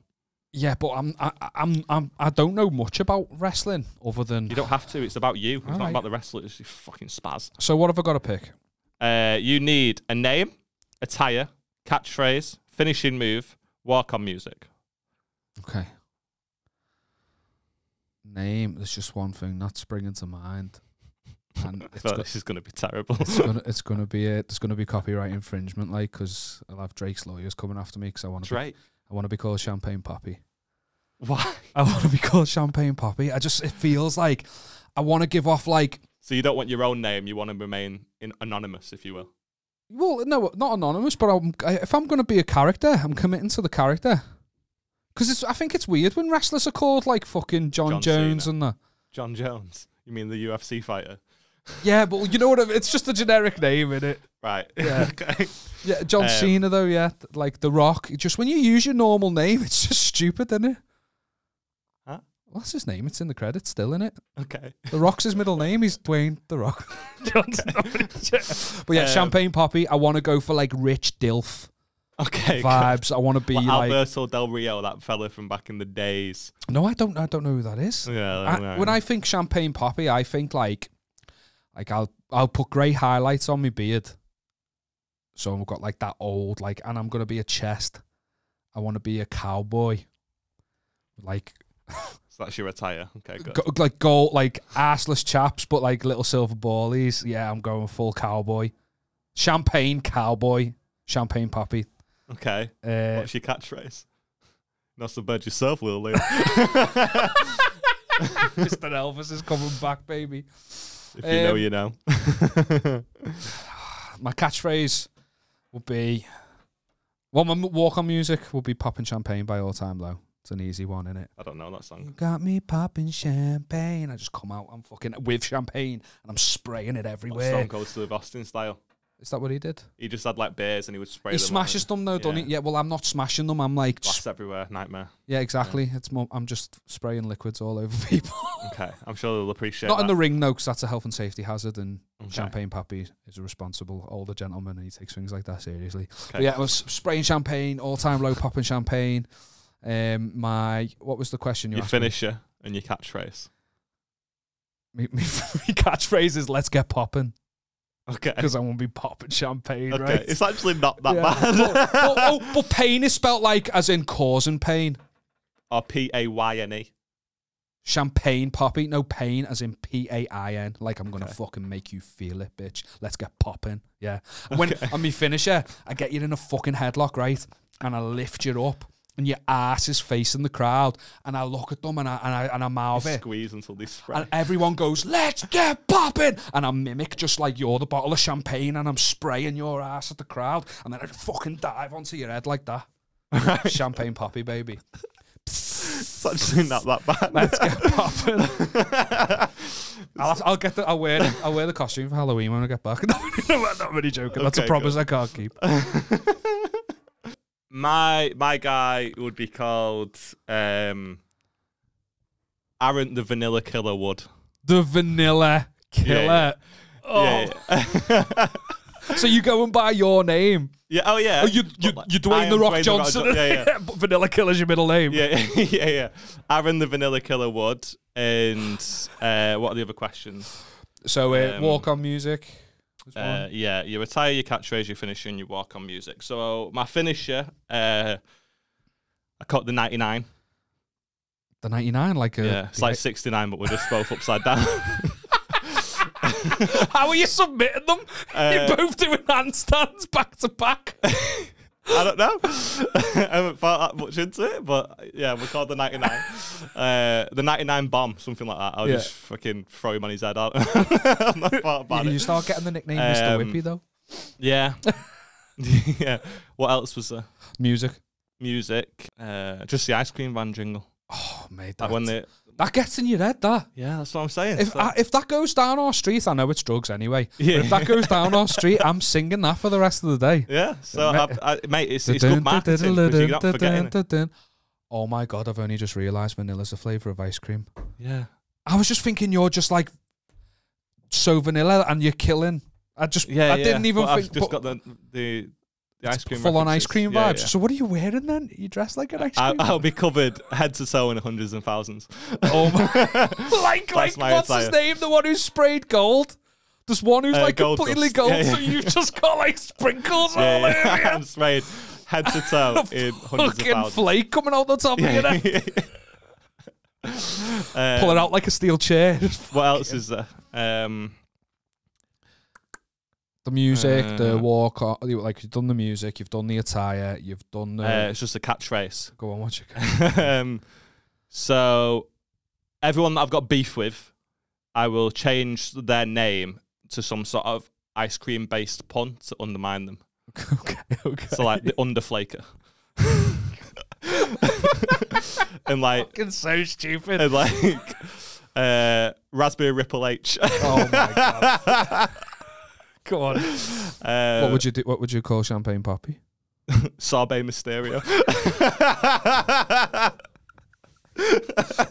[SPEAKER 2] Yeah, but I'm I, I- I'm I'm I don't know much about wrestling other than
[SPEAKER 1] you don't have to. It's about you. It's not
[SPEAKER 2] Alright.
[SPEAKER 1] about the wrestlers. You fucking spaz.
[SPEAKER 2] So what have I got to pick?
[SPEAKER 1] Uh, you need a name, attire, catchphrase, finishing move, walk on music.
[SPEAKER 2] Okay. Name. There's just one thing not springing to mind,
[SPEAKER 1] [laughs]
[SPEAKER 2] and
[SPEAKER 1] I
[SPEAKER 2] it's
[SPEAKER 1] thought
[SPEAKER 2] got-
[SPEAKER 1] this is going to be terrible. [laughs]
[SPEAKER 2] It's gonna, it's gonna be a, there's gonna be copyright infringement, like, because I'll have Drake's lawyers coming after me because I want to.
[SPEAKER 1] Drake?
[SPEAKER 2] I want to be called Champagne Poppy.
[SPEAKER 1] Why?
[SPEAKER 2] I want to be called Champagne Poppy. I just it feels like I want to give off like
[SPEAKER 1] so you don't want your own name. You want to remain in anonymous, if you will.
[SPEAKER 2] well no not anonymous, but I'm, I- if I'm gonna be a character, I'm committing to the character. Because it's I think it's weird when wrestlers are called like fucking John,
[SPEAKER 1] John
[SPEAKER 2] Jones
[SPEAKER 1] Cena.
[SPEAKER 2] and that.
[SPEAKER 1] John Jones. You mean the UFC fighter?
[SPEAKER 2] Yeah, but you know what? I mean? It's just a generic name, is it?
[SPEAKER 1] Right. [laughs]
[SPEAKER 2] Yeah.
[SPEAKER 1] okay.
[SPEAKER 2] Yeah, John
[SPEAKER 1] Um, [laughs]
[SPEAKER 2] Cena though. Yeah, th- like The Rock. Just when you use your normal name, [laughs] it's just stupid, isn't it?
[SPEAKER 1] Huh?
[SPEAKER 2] Well, that's his name. It's in the credits, still in it.
[SPEAKER 1] Okay.
[SPEAKER 2] The Rock's his middle name. He's Dwayne
[SPEAKER 1] [laughs]
[SPEAKER 2] The Rock. Johnson. but yeah,
[SPEAKER 1] Um,
[SPEAKER 2] Champagne Poppy. I want to go for like rich dilf.
[SPEAKER 1] Okay, [laughs]
[SPEAKER 2] Vibes. I want to be
[SPEAKER 1] Like
[SPEAKER 2] like.
[SPEAKER 1] Alberto Del Rio, that fella from back in the days.
[SPEAKER 2] No, I don't. I don't know who that is.
[SPEAKER 1] Yeah, I
[SPEAKER 2] I,
[SPEAKER 1] don't know.
[SPEAKER 2] when I think champagne poppy, I think like, like I'll I'll put grey highlights on my beard, so I've got like that old like, and I'm gonna be a chest. I want to be a cowboy, like
[SPEAKER 1] So that's your attire. Okay, good.
[SPEAKER 2] go, like gold like assless chaps, but like little silver ballies. Yeah, I'm going full cowboy, champagne cowboy, champagne poppy.
[SPEAKER 1] Okay.
[SPEAKER 2] Uh,
[SPEAKER 1] What's your catchphrase? [laughs] Not so bad yourself, little [laughs] lady.
[SPEAKER 2] Mr. Elvis is coming back, baby. Um,
[SPEAKER 1] if you know, you know.
[SPEAKER 2] [sighs] my catchphrase would be well my walk on music would be popping champagne by all time low it's an easy one in it
[SPEAKER 1] I don't know that song.
[SPEAKER 2] got me popping champagne i just come out i'm fucking with champagne and i'm spraying it everywhere
[SPEAKER 1] Stone Cold Steve Austin style.
[SPEAKER 2] is that what he did
[SPEAKER 1] He just had like bears and he would spray.
[SPEAKER 2] he
[SPEAKER 1] them on
[SPEAKER 2] smashes
[SPEAKER 1] it.
[SPEAKER 2] them though doesn't
[SPEAKER 1] yeah.
[SPEAKER 2] he yeah well i'm not smashing them i'm like
[SPEAKER 1] Blasts everywhere. Nightmare.
[SPEAKER 2] yeah exactly it's more i'm just spraying liquids all over [laughs] people
[SPEAKER 1] Okay, I'm sure they'll appreciate.
[SPEAKER 2] not
[SPEAKER 1] that.
[SPEAKER 2] in the ring though because that's a health and safety hazard and
[SPEAKER 1] Okay.
[SPEAKER 2] champagne pappy is a responsible older gentleman and he takes things like that seriously But
[SPEAKER 1] Okay.
[SPEAKER 2] yeah i was spraying champagne all
[SPEAKER 9] [laughs]
[SPEAKER 2] time low popping champagne um my what was the question you
[SPEAKER 1] your
[SPEAKER 2] asked me?
[SPEAKER 1] finisher and your catchphrase.
[SPEAKER 2] me, [laughs] me, me catchphrase is let's get popping
[SPEAKER 1] Okay.
[SPEAKER 2] because I won't be popping champagne,
[SPEAKER 1] Okay,
[SPEAKER 2] right?
[SPEAKER 1] it's actually not that bad.
[SPEAKER 2] but, but-
[SPEAKER 1] [laughs]
[SPEAKER 2] oh, but pain is spelt like as in causing pain.
[SPEAKER 1] Or Oh, P A Y N E.
[SPEAKER 2] Champagne poppy, no pain as in P A I N. Like I'm gonna fucking make you feel it, bitch. Let's get popping. Yeah. When
[SPEAKER 1] Okay.
[SPEAKER 2] on me finisher, I get you in a fucking headlock, right? And I lift you up. And your ass is facing the crowd, and I look at them, and I and I and I mouth it.
[SPEAKER 1] Squeeze until they spray.
[SPEAKER 2] and everyone goes, "Let's get popping!" And I mimic just like you're the bottle of champagne, and I'm spraying your ass at the crowd, and then I fucking dive onto your head like that. champagne poppy, baby.
[SPEAKER 1] It's actually not that bad.
[SPEAKER 2] Let's get popping.
[SPEAKER 1] [laughs]
[SPEAKER 2] I'll, have- I'll get the. I'll wear. The, I'll wear the costume for Halloween when I get back. [laughs] No, I'm not really joking. That's a
[SPEAKER 1] Okay,
[SPEAKER 2] promise
[SPEAKER 1] good.
[SPEAKER 2] I can't keep.
[SPEAKER 1] my my guy would be called um Aaron the Vanilla Killer Wood.
[SPEAKER 2] the vanilla killer.
[SPEAKER 1] Yeah, yeah.
[SPEAKER 2] so you go and buy your name.
[SPEAKER 1] Yeah. Oh yeah.
[SPEAKER 2] Oh, you you you Dwayne
[SPEAKER 1] I
[SPEAKER 2] the
[SPEAKER 1] am
[SPEAKER 2] Rock
[SPEAKER 1] Dwayne The Rock
[SPEAKER 2] Johnson.
[SPEAKER 1] Jo-
[SPEAKER 2] [laughs]
[SPEAKER 1] yeah, yeah.
[SPEAKER 2] But vanilla killer's your middle name.
[SPEAKER 1] Yeah, [laughs] yeah, yeah. Aaron the Vanilla Killer Wood. And uh, what are the other questions?
[SPEAKER 2] So uh,
[SPEAKER 1] Um,
[SPEAKER 2] walk on music.
[SPEAKER 1] Uh, yeah, you retire your catchphrase, you finish, and you walk on music. So my finisher, uh, I caught the 99.
[SPEAKER 2] The 99, like a.
[SPEAKER 1] yeah, it's like 69, but we're just both upside down.
[SPEAKER 2] [laughs]
[SPEAKER 1] [laughs]
[SPEAKER 2] How are you submitting them? [laughs]
[SPEAKER 1] Uh,
[SPEAKER 2] You're both doing handstands back to back.
[SPEAKER 1] I don't know. [laughs] I haven't thought that much into it, but yeah, we called the 99.
[SPEAKER 2] [laughs]
[SPEAKER 1] uh, the 99 bomb, something like that. I'll
[SPEAKER 2] Yeah.
[SPEAKER 1] just fucking throw him on his head out. [laughs] I'm not thought about
[SPEAKER 2] you,
[SPEAKER 1] it.
[SPEAKER 2] you start getting the nickname Mr.
[SPEAKER 1] Um,
[SPEAKER 2] Whippy, though. [laughs]
[SPEAKER 1] Yeah. [laughs] yeah. What else was there?
[SPEAKER 2] Music.
[SPEAKER 1] Music. Uh, just the ice cream van jingle. Oh,
[SPEAKER 2] mate.
[SPEAKER 1] That when they,
[SPEAKER 2] That gets in your head, that.
[SPEAKER 1] Yeah, that's what I'm saying.
[SPEAKER 2] If,
[SPEAKER 1] So-
[SPEAKER 2] I, if that goes down our street, I know it's drugs anyway.
[SPEAKER 1] Yeah.
[SPEAKER 2] But if that goes down our street, I'm singing that for the rest of the day.
[SPEAKER 1] Yeah, so
[SPEAKER 2] Ma-
[SPEAKER 1] I- I- mate, it's- it's good marketing 'cause
[SPEAKER 2] [laughs]
[SPEAKER 1] you're not forgetting it.
[SPEAKER 2] Oh my god, I've only just realised vanilla's a flavour of ice cream.
[SPEAKER 1] Yeah.
[SPEAKER 2] I was just thinking you're just like so vanilla and you're killing. I just
[SPEAKER 1] yeah,
[SPEAKER 2] I
[SPEAKER 1] yeah.
[SPEAKER 2] didn't even
[SPEAKER 1] But I've
[SPEAKER 2] think
[SPEAKER 1] just got
[SPEAKER 2] but
[SPEAKER 1] the the, the ice cream
[SPEAKER 2] full on ice
[SPEAKER 1] references.
[SPEAKER 2] cream
[SPEAKER 1] Yeah,
[SPEAKER 2] vibes.
[SPEAKER 1] yeah.
[SPEAKER 2] So what are you wearing then? You dressed like an ice
[SPEAKER 1] I,
[SPEAKER 2] cream.
[SPEAKER 1] I'll be covered head to toe in hundreds and
[SPEAKER 2] [laughs]
[SPEAKER 1] thousands. Oh my!
[SPEAKER 2] like like what's his name? The one who sprayed gold. There's one who's
[SPEAKER 1] Uh,
[SPEAKER 2] like
[SPEAKER 1] gold
[SPEAKER 2] completely
[SPEAKER 1] dust.
[SPEAKER 2] gold,
[SPEAKER 1] Yeah,
[SPEAKER 2] so
[SPEAKER 1] yeah.
[SPEAKER 2] you've just got like
[SPEAKER 1] [laughs]
[SPEAKER 2] sprinkles
[SPEAKER 1] Yeah,
[SPEAKER 2] all
[SPEAKER 1] yeah.
[SPEAKER 2] over you.
[SPEAKER 1] I'm sprayed head to toe
[SPEAKER 2] [laughs]
[SPEAKER 1] in [laughs] hundreds of
[SPEAKER 2] Fucking
[SPEAKER 1] thousands.
[SPEAKER 2] flake coming out the top
[SPEAKER 1] Yeah.
[SPEAKER 2] of your head.
[SPEAKER 1] [laughs] Uh,
[SPEAKER 2] Pull it out like a steel chair.
[SPEAKER 1] What else is there? Um,
[SPEAKER 2] [laughs] The music, the
[SPEAKER 1] Uh,
[SPEAKER 2] walk, o- you- like you've done the music, you've done the attire, you've done the.
[SPEAKER 1] Uh, it's just a catchphrase.
[SPEAKER 2] Go on, what's your
[SPEAKER 1] [laughs] um, so everyone that I've got beef with, I will change their name to some sort of ice cream based pun to undermine them.
[SPEAKER 2] [laughs] okay, okay.
[SPEAKER 1] So like the
[SPEAKER 2] [laughs]
[SPEAKER 1] underflaker. and like
[SPEAKER 2] fucking so stupid.
[SPEAKER 1] And like [laughs] uh, raspberry ripple H.
[SPEAKER 2] oh my
[SPEAKER 1] [laughs]
[SPEAKER 2] god. Go on. [laughs]
[SPEAKER 1] Uh,
[SPEAKER 2] what would you do? What would you call champagne poppy?
[SPEAKER 1] Sorbet
[SPEAKER 2] [laughs]
[SPEAKER 1] Mysterio.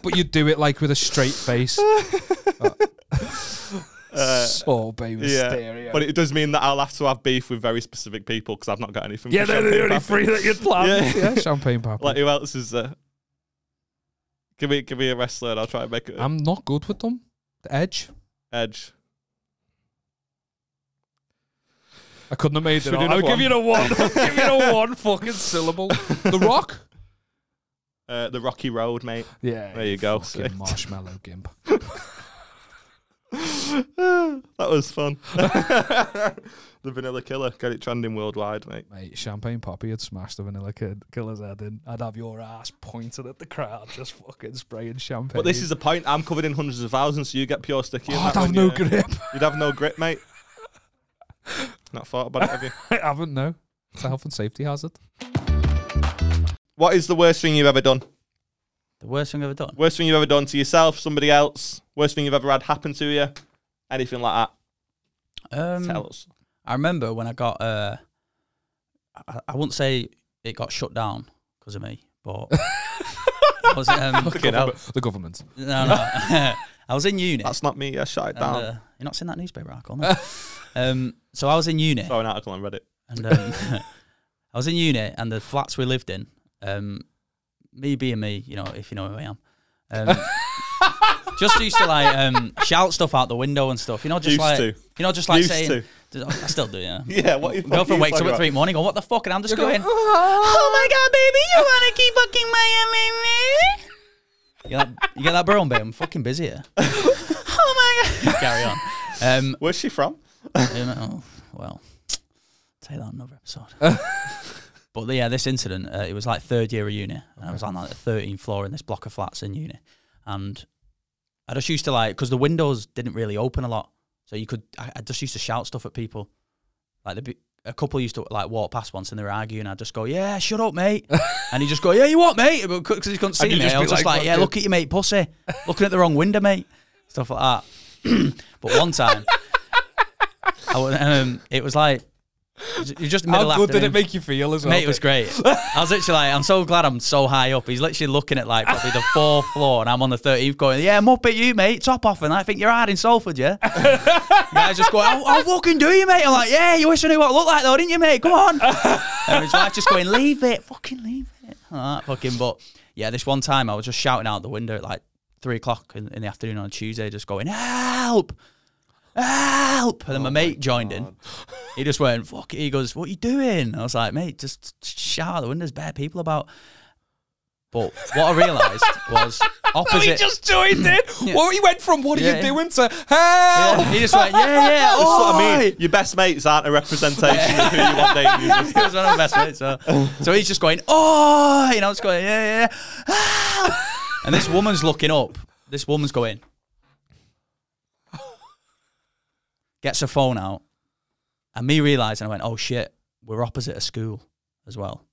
[SPEAKER 2] but you do it like with a
[SPEAKER 1] [laughs]
[SPEAKER 2] straight face.
[SPEAKER 1] Uh,
[SPEAKER 2] Sorbet Mysterio.
[SPEAKER 1] but it does mean that I'll have to have beef with very specific people because I've not got anything.
[SPEAKER 2] Yeah,
[SPEAKER 1] for
[SPEAKER 2] they're the
[SPEAKER 1] Champagne
[SPEAKER 2] only
[SPEAKER 1] Pappy. [laughs]
[SPEAKER 2] three that you'd planned. Yeah, Champagne Pappy.
[SPEAKER 1] Like who else is there? Give me, give me a wrestler, and I'll try and make it
[SPEAKER 2] I'm not good with them. The Edge.
[SPEAKER 1] Edge.
[SPEAKER 2] I couldn't have made it.
[SPEAKER 1] Should we
[SPEAKER 2] up.
[SPEAKER 1] do
[SPEAKER 2] I'll
[SPEAKER 1] another
[SPEAKER 2] give you the
[SPEAKER 1] one? [laughs]
[SPEAKER 2] one. I'll give you the one fucking syllable. The Rock.
[SPEAKER 1] Uh, the Rocky Road, mate.
[SPEAKER 2] Yeah,
[SPEAKER 1] there you go. [laughs]
[SPEAKER 2] Fucking marshmallow gimp.
[SPEAKER 1] that was fun. [laughs] the Vanilla Killer, get it trending worldwide, mate.
[SPEAKER 2] Mate, Champagne Poppy had smashed the vanilla kid, killer's head in. I'd have your ass pointed at the crowd, just fucking spraying champagne.
[SPEAKER 1] But this is the point. I'm covered in hundreds of thousands, so you get pure sticky. in
[SPEAKER 2] Oh, I'd
[SPEAKER 1] that
[SPEAKER 2] have
[SPEAKER 1] one,
[SPEAKER 2] no
[SPEAKER 1] yeah.
[SPEAKER 2] grip.
[SPEAKER 1] You'd have no grip,
[SPEAKER 2] [laughs]
[SPEAKER 1] mate. Not thought about it, have you?
[SPEAKER 2] [laughs] I haven't, no. It's a health and safety hazard.
[SPEAKER 1] What is the worst thing you've ever done?
[SPEAKER 12] The worst thing I've ever done.
[SPEAKER 1] Worst thing you've ever done to yourself, somebody else. Worst thing you've ever had happen to you. Anything like
[SPEAKER 12] Um,
[SPEAKER 1] Tell us.
[SPEAKER 12] I remember when I got. Uh, I, I wouldn't say it got shut down because of me, but I was,
[SPEAKER 1] [laughs]
[SPEAKER 12] um,
[SPEAKER 2] Fucking hell. The government.
[SPEAKER 12] No, no. [laughs] I was in uni. uh,
[SPEAKER 1] That's not me. I shut it down.
[SPEAKER 12] you're not seeing that newspaper article. No.
[SPEAKER 2] [laughs]
[SPEAKER 12] um, so I was in uni.
[SPEAKER 1] Saw an article on Reddit.
[SPEAKER 12] And um, [laughs] I was in uni, and the flats we lived in. Um, me being me, you know, if you know who I am.
[SPEAKER 2] [laughs]
[SPEAKER 12] Um, just used to like um, shout stuff out the window and stuff. You know, just
[SPEAKER 1] Used
[SPEAKER 12] like
[SPEAKER 1] to.
[SPEAKER 12] you know, just like
[SPEAKER 1] Used
[SPEAKER 12] saying.
[SPEAKER 1] to.
[SPEAKER 12] I still do, yeah.
[SPEAKER 1] [laughs] Yeah, what you fucking
[SPEAKER 12] Girlfriend wakes up
[SPEAKER 1] talking
[SPEAKER 12] at three in
[SPEAKER 1] about?
[SPEAKER 12] the morning. Go, what the fuck? And I'm just
[SPEAKER 1] You're
[SPEAKER 12] going.
[SPEAKER 1] going,
[SPEAKER 2] "Ah."
[SPEAKER 12] Oh my god, baby, you wanna keep fucking Miami
[SPEAKER 1] [laughs]
[SPEAKER 12] me? You get that, you get that bro on, babe? I'm fucking busy here. oh my god. [laughs] Carry on. Um,
[SPEAKER 1] Where's she from?
[SPEAKER 12] oh, well, take that another
[SPEAKER 3] [laughs]
[SPEAKER 12] episode. but yeah, this incident, uh, it was like third year of uni. And I was on like the 13th floor in this block of flats in uni. And I just used to like, because the windows didn't really open a lot. So you could, I, I just used to shout stuff at people. Like there'd be, a couple used to like walk past once and they were arguing. I'd just go, yeah, shut
[SPEAKER 3] [laughs]
[SPEAKER 12] up, mate. and he'd just go, yeah, you what, mate? Because he couldn't see
[SPEAKER 3] And
[SPEAKER 12] me.
[SPEAKER 3] you'd just
[SPEAKER 12] I
[SPEAKER 3] be
[SPEAKER 12] was just
[SPEAKER 3] like,
[SPEAKER 12] like, yeah,
[SPEAKER 3] fucking-
[SPEAKER 12] look at you, mate, pussy. Looking at the wrong window, mate. Stuff like that. [clears throat] but one time, I was, um, it was like you just middle
[SPEAKER 2] How good did
[SPEAKER 12] afternoon.
[SPEAKER 2] it make you feel as well?
[SPEAKER 12] Mate, it was great. I was literally like, I'm so glad I'm so high up. He's literally looking at like probably the fourth floor, and I'm on the 13th going, Yeah, I'm up at you, mate. Top off, and I think you're hard in Salford, yeah? I just go, I'll, I'll fucking do you, mate. I'm like, Yeah, you wish I knew what I looked like, though, didn't you, mate?
[SPEAKER 2] [laughs]
[SPEAKER 12] Come on. and his wife just going, Leave it, fucking leave it. All right, fucking, but yeah, this one time I was just shouting out the window at like three o'clock in, in the afternoon on a Tuesday, just going, Help. help. And then my mate joined in. He just went, fuck it. He goes, what are you doing? I was like, mate, just shout out the windows, bare people about. But what I realised was opposite.
[SPEAKER 2] he just joined in.
[SPEAKER 12] [laughs] Yeah.
[SPEAKER 2] Well, he went from what are
[SPEAKER 12] Yeah,
[SPEAKER 2] you
[SPEAKER 12] yeah.
[SPEAKER 2] doing to help.
[SPEAKER 12] He just went, yeah, yeah.
[SPEAKER 1] That's what I
[SPEAKER 12] oi."
[SPEAKER 1] mean. Your best mates aren't a representation of who you want dating.
[SPEAKER 5] [laughs]
[SPEAKER 1] you.
[SPEAKER 12] He was one of my best mates. So, so he's just going, oh, and I was going, yeah, yeah. ah." And this woman's looking up. This woman's going, gets her phone out. And me realizing, I went, oh shit, we're opposite a school as well,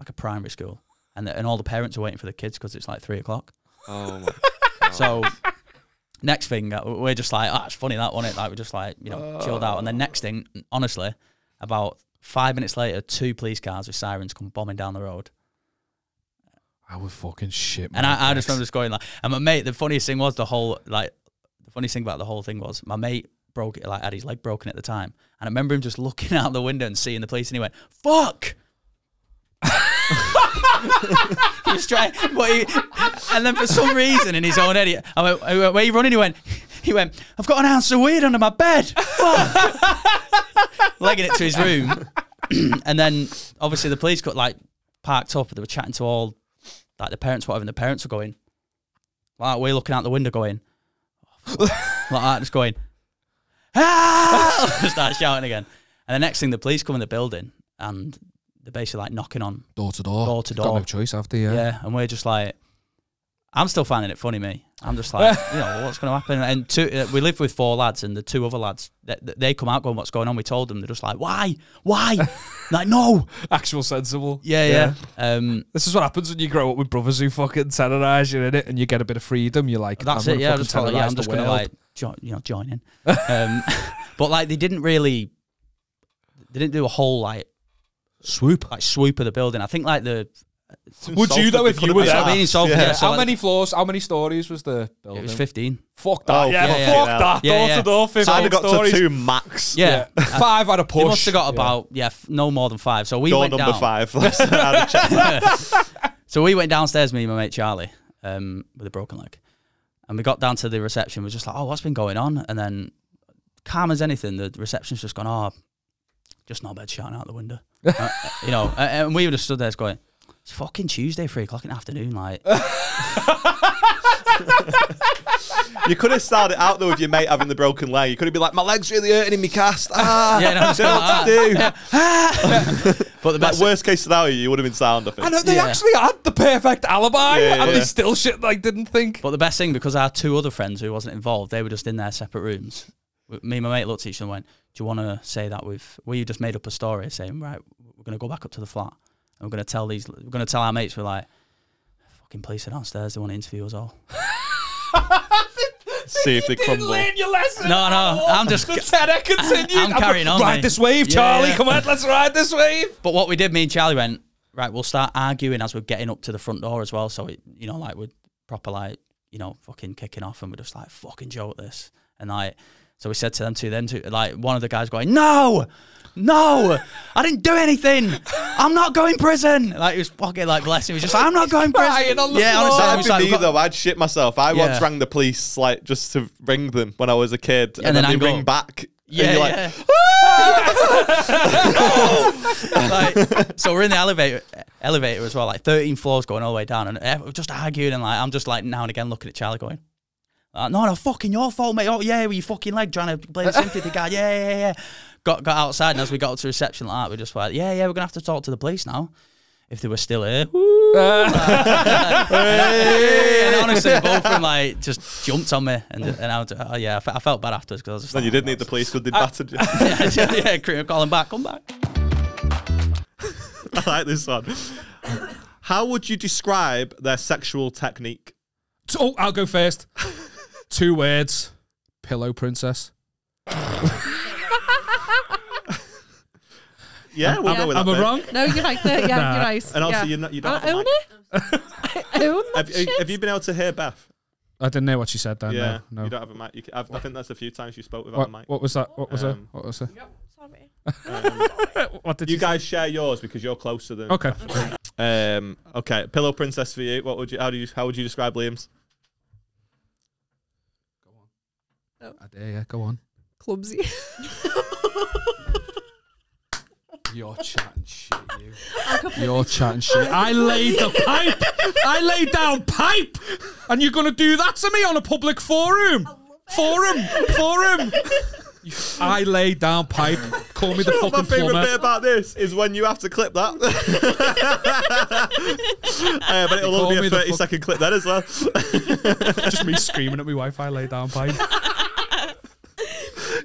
[SPEAKER 12] like a primary school. And, the, and all the parents are waiting for the kids because it's like three o'clock.
[SPEAKER 1] Oh my
[SPEAKER 12] [laughs] So next thing, uh, we're just like, oh, it's funny that one. It like we're just like you know chilled out. And then next thing, honestly, about five minutes later, two police cars with sirens come bombing down the road.
[SPEAKER 2] I would fucking shit.
[SPEAKER 12] And I, I just remember just going like, and my mate. The funniest thing was the whole like, the funniest thing about the whole thing was my mate broke it like had his leg broken at the time, and I remember him just looking [laughs] out the window and seeing the police, and he went, "Fuck." [laughs] he was trying, but he, and then for some reason in his own head, he, I went, I went, "Where are you running?" He went, "He went, I've got an ounce of weed under my bed." Fuck. Legging it to his room, [clears throat] and then obviously the police got like parked up. They were chatting to all like the parents, whatever, and the parents were going, like we're looking out the window going, oh, fuck. like that, just going, ah! [laughs] start shouting again. And the next thing, the police come in the building and they're basically like knocking on
[SPEAKER 2] door to door,
[SPEAKER 12] door to
[SPEAKER 2] Got
[SPEAKER 12] door.
[SPEAKER 2] no choice, have they, yeah.
[SPEAKER 12] yeah, and we're just like, I'm still finding it funny, me. I'm just like, you know, what's going to happen? And two, uh, we live with four lads, and the two other lads, they, they come out going, "What's going on?" We told them, they're just like, "Why?
[SPEAKER 2] [laughs]
[SPEAKER 12] Why?" like, no,
[SPEAKER 2] actual sensible.
[SPEAKER 12] Yeah, yeah. Um,
[SPEAKER 2] this is what happens when you grow up with brothers who fucking terrorize you in it, and you get a bit of freedom. You're like,
[SPEAKER 12] That's
[SPEAKER 2] I'm
[SPEAKER 12] it.
[SPEAKER 2] gonna
[SPEAKER 12] Yeah, I
[SPEAKER 2] fucking
[SPEAKER 12] just felt like, yeah,
[SPEAKER 2] terrorise
[SPEAKER 12] I'm
[SPEAKER 2] the
[SPEAKER 12] just gonna
[SPEAKER 2] world.
[SPEAKER 12] like join, you know, join in. [laughs] Um, but like they didn't really, they didn't do a whole like swoop, like swoop of the building. I think like the.
[SPEAKER 2] Would you though if you were there?
[SPEAKER 12] I mean, in Salford, yeah. so
[SPEAKER 2] how
[SPEAKER 12] like-
[SPEAKER 2] many floors? How many stories was the building?
[SPEAKER 12] It was fifteen.
[SPEAKER 2] Fuck that. yeah,
[SPEAKER 12] fucking
[SPEAKER 2] fuck
[SPEAKER 12] hell.
[SPEAKER 2] that.
[SPEAKER 12] Oh, Yeah,
[SPEAKER 2] door
[SPEAKER 12] yeah.
[SPEAKER 2] to door, fifteen stories.
[SPEAKER 1] max.
[SPEAKER 12] Yeah,
[SPEAKER 2] Yeah. Five had a
[SPEAKER 12] You
[SPEAKER 2] push.
[SPEAKER 12] must have got
[SPEAKER 2] Yeah.
[SPEAKER 12] about yeah, f- no more than five. So we
[SPEAKER 1] Door
[SPEAKER 12] went
[SPEAKER 1] number
[SPEAKER 12] down.
[SPEAKER 1] five.
[SPEAKER 12] [laughs]
[SPEAKER 1] [laughs] That's how to check
[SPEAKER 12] so we went downstairs, me and my mate Charlie, um, with a broken leg. And we got down to the reception. We were just like, oh, what's been going on? And then, calm as anything, the reception's just gone, oh, just not bed shouting out the [laughs] window. Uh, you know, a- and we were just stood there just going, it's fucking Tuesday, three o'clock in the afternoon. Like,
[SPEAKER 1] You could have started out though with your mate having the broken leg. You could have been like, "My leg's really hurting in me cast." Ah,
[SPEAKER 12] Yeah, no,
[SPEAKER 1] I don't know what to do.
[SPEAKER 12] but the
[SPEAKER 1] like, worst case scenario, you would have been sound. I think.
[SPEAKER 2] I know they actually had the perfect alibi,
[SPEAKER 12] Yeah,
[SPEAKER 2] and
[SPEAKER 12] yeah.
[SPEAKER 2] they still shit like didn't think.
[SPEAKER 12] But the best thing, because our two other friends who wasn't involved, they were just in their separate rooms. W- Me and my mate looked at each other and went, "Do you want to say that we've we just made up a story saying right, we're going to go back up to the flat and we're going to tell these, we're going to tell our mates we're like, fucking police are downstairs, they want to interview us all."
[SPEAKER 1] [laughs] See if they crumble.
[SPEAKER 2] your lesson.
[SPEAKER 12] No, no, [laughs] I'm just.
[SPEAKER 2] The terror continued.
[SPEAKER 12] I'm carrying on.
[SPEAKER 2] Ride
[SPEAKER 12] mate.
[SPEAKER 2] this wave,
[SPEAKER 12] Yeah,
[SPEAKER 2] Charlie.
[SPEAKER 12] yeah.
[SPEAKER 2] Come on, let's ride this wave.
[SPEAKER 12] But what we did, me and Charlie went right. We'll start arguing as we're getting up to the front door as well. So it, you know, like we're proper like you know fucking kicking off, and we're just like fucking Joe at this, and like so we said to them two, them two, like one of the guys going, no, no, I didn't do anything. I'm not going prison. Like it was fucking like bless him. He was just like, I'm not
[SPEAKER 2] [laughs]
[SPEAKER 12] going prison. yeah, honestly, I was
[SPEAKER 1] that'd
[SPEAKER 12] like,
[SPEAKER 1] be
[SPEAKER 12] we've
[SPEAKER 1] me
[SPEAKER 12] got-
[SPEAKER 1] though. I'd shit myself. I once
[SPEAKER 12] Yeah.
[SPEAKER 1] rang the police like just to ring them when I was a kid, and,
[SPEAKER 12] And
[SPEAKER 1] then,
[SPEAKER 12] then
[SPEAKER 1] they
[SPEAKER 12] I'd go-
[SPEAKER 1] ring back.
[SPEAKER 12] Yeah,
[SPEAKER 1] and you're
[SPEAKER 12] yeah.
[SPEAKER 1] like, "Ah!"
[SPEAKER 4] [laughs]
[SPEAKER 12] [laughs] like, so we're in the elevator elevator as well, like 13 floors going all the way down, and eh, we're just arguing, and like I'm just like now and again looking at Charlie going, uh, "No, no, fucking your fault, mate. Oh yeah, with your fucking leg trying to play the sympathy guy. Yeah, yeah, yeah." Got got outside, and as we got up to reception, like that, we're just like, "Yeah, yeah, we're gonna have to talk to the police now." If they were still here, [laughs] Woo. and honestly, both of them like just jumped on me, and and I was, oh, yeah, I fe- I felt bad afterwards because I was just
[SPEAKER 1] Then
[SPEAKER 12] like, "Oh,
[SPEAKER 1] you did need the police
[SPEAKER 12] [laughs]
[SPEAKER 1] because they battered you.
[SPEAKER 12] yeah, yeah, call him back, come back.
[SPEAKER 1] [laughs] I like this one. How would you describe their sexual technique?
[SPEAKER 2] T- Oh, I'll
[SPEAKER 1] [laughs]
[SPEAKER 2] go first. Two words: pillow princess.
[SPEAKER 1] Yeah, we'll go with
[SPEAKER 2] Am
[SPEAKER 1] that.
[SPEAKER 2] I
[SPEAKER 1] mate.
[SPEAKER 2] wrong?
[SPEAKER 4] No, you're right there. Yeah,
[SPEAKER 1] Nah.
[SPEAKER 4] you're right.
[SPEAKER 1] And also,
[SPEAKER 4] yeah.
[SPEAKER 1] you're not- you don't
[SPEAKER 4] I
[SPEAKER 1] have a
[SPEAKER 4] own it. [laughs] I own that
[SPEAKER 1] Have, have-
[SPEAKER 4] shit.
[SPEAKER 1] have you been able to hear Beth?
[SPEAKER 2] I didn't know what she said then.
[SPEAKER 1] yeah,
[SPEAKER 2] Uh, no, no.
[SPEAKER 1] you don't have a mic. You can, I've, I think that's a few times you spoke without
[SPEAKER 2] What,
[SPEAKER 1] a mic.
[SPEAKER 2] what was that? What was
[SPEAKER 1] Um,
[SPEAKER 2] it? What was it? [laughs]
[SPEAKER 1] what did um, you, guys share yours because you're closer than
[SPEAKER 2] Okay.
[SPEAKER 1] [laughs] Um, okay, Pillow Princess for you. What would you? How do you? How would you describe Liam's?
[SPEAKER 2] I dare, yeah, go on.
[SPEAKER 4] clumsy. [laughs]
[SPEAKER 2] You're chatting shit, you.
[SPEAKER 9] You're
[SPEAKER 4] [laughs]
[SPEAKER 9] chatting shit. I laid the pipe. I laid down pipe, and you're gonna do that to me on a public forum. Forum,
[SPEAKER 4] [laughs]
[SPEAKER 9] forum. I laid down pipe. Call me the
[SPEAKER 1] You know what
[SPEAKER 9] fucking
[SPEAKER 1] my favorite
[SPEAKER 9] plumber.
[SPEAKER 1] bit about this is when you have to clip that. [laughs] Uh, but it'll
[SPEAKER 9] Call
[SPEAKER 1] only
[SPEAKER 9] me
[SPEAKER 1] be a
[SPEAKER 9] the
[SPEAKER 1] 30
[SPEAKER 9] fuck-
[SPEAKER 1] second clip then as well.
[SPEAKER 9] Just
[SPEAKER 1] [laughs]
[SPEAKER 9] me screaming at my Wi-Fi. Lay down pipe.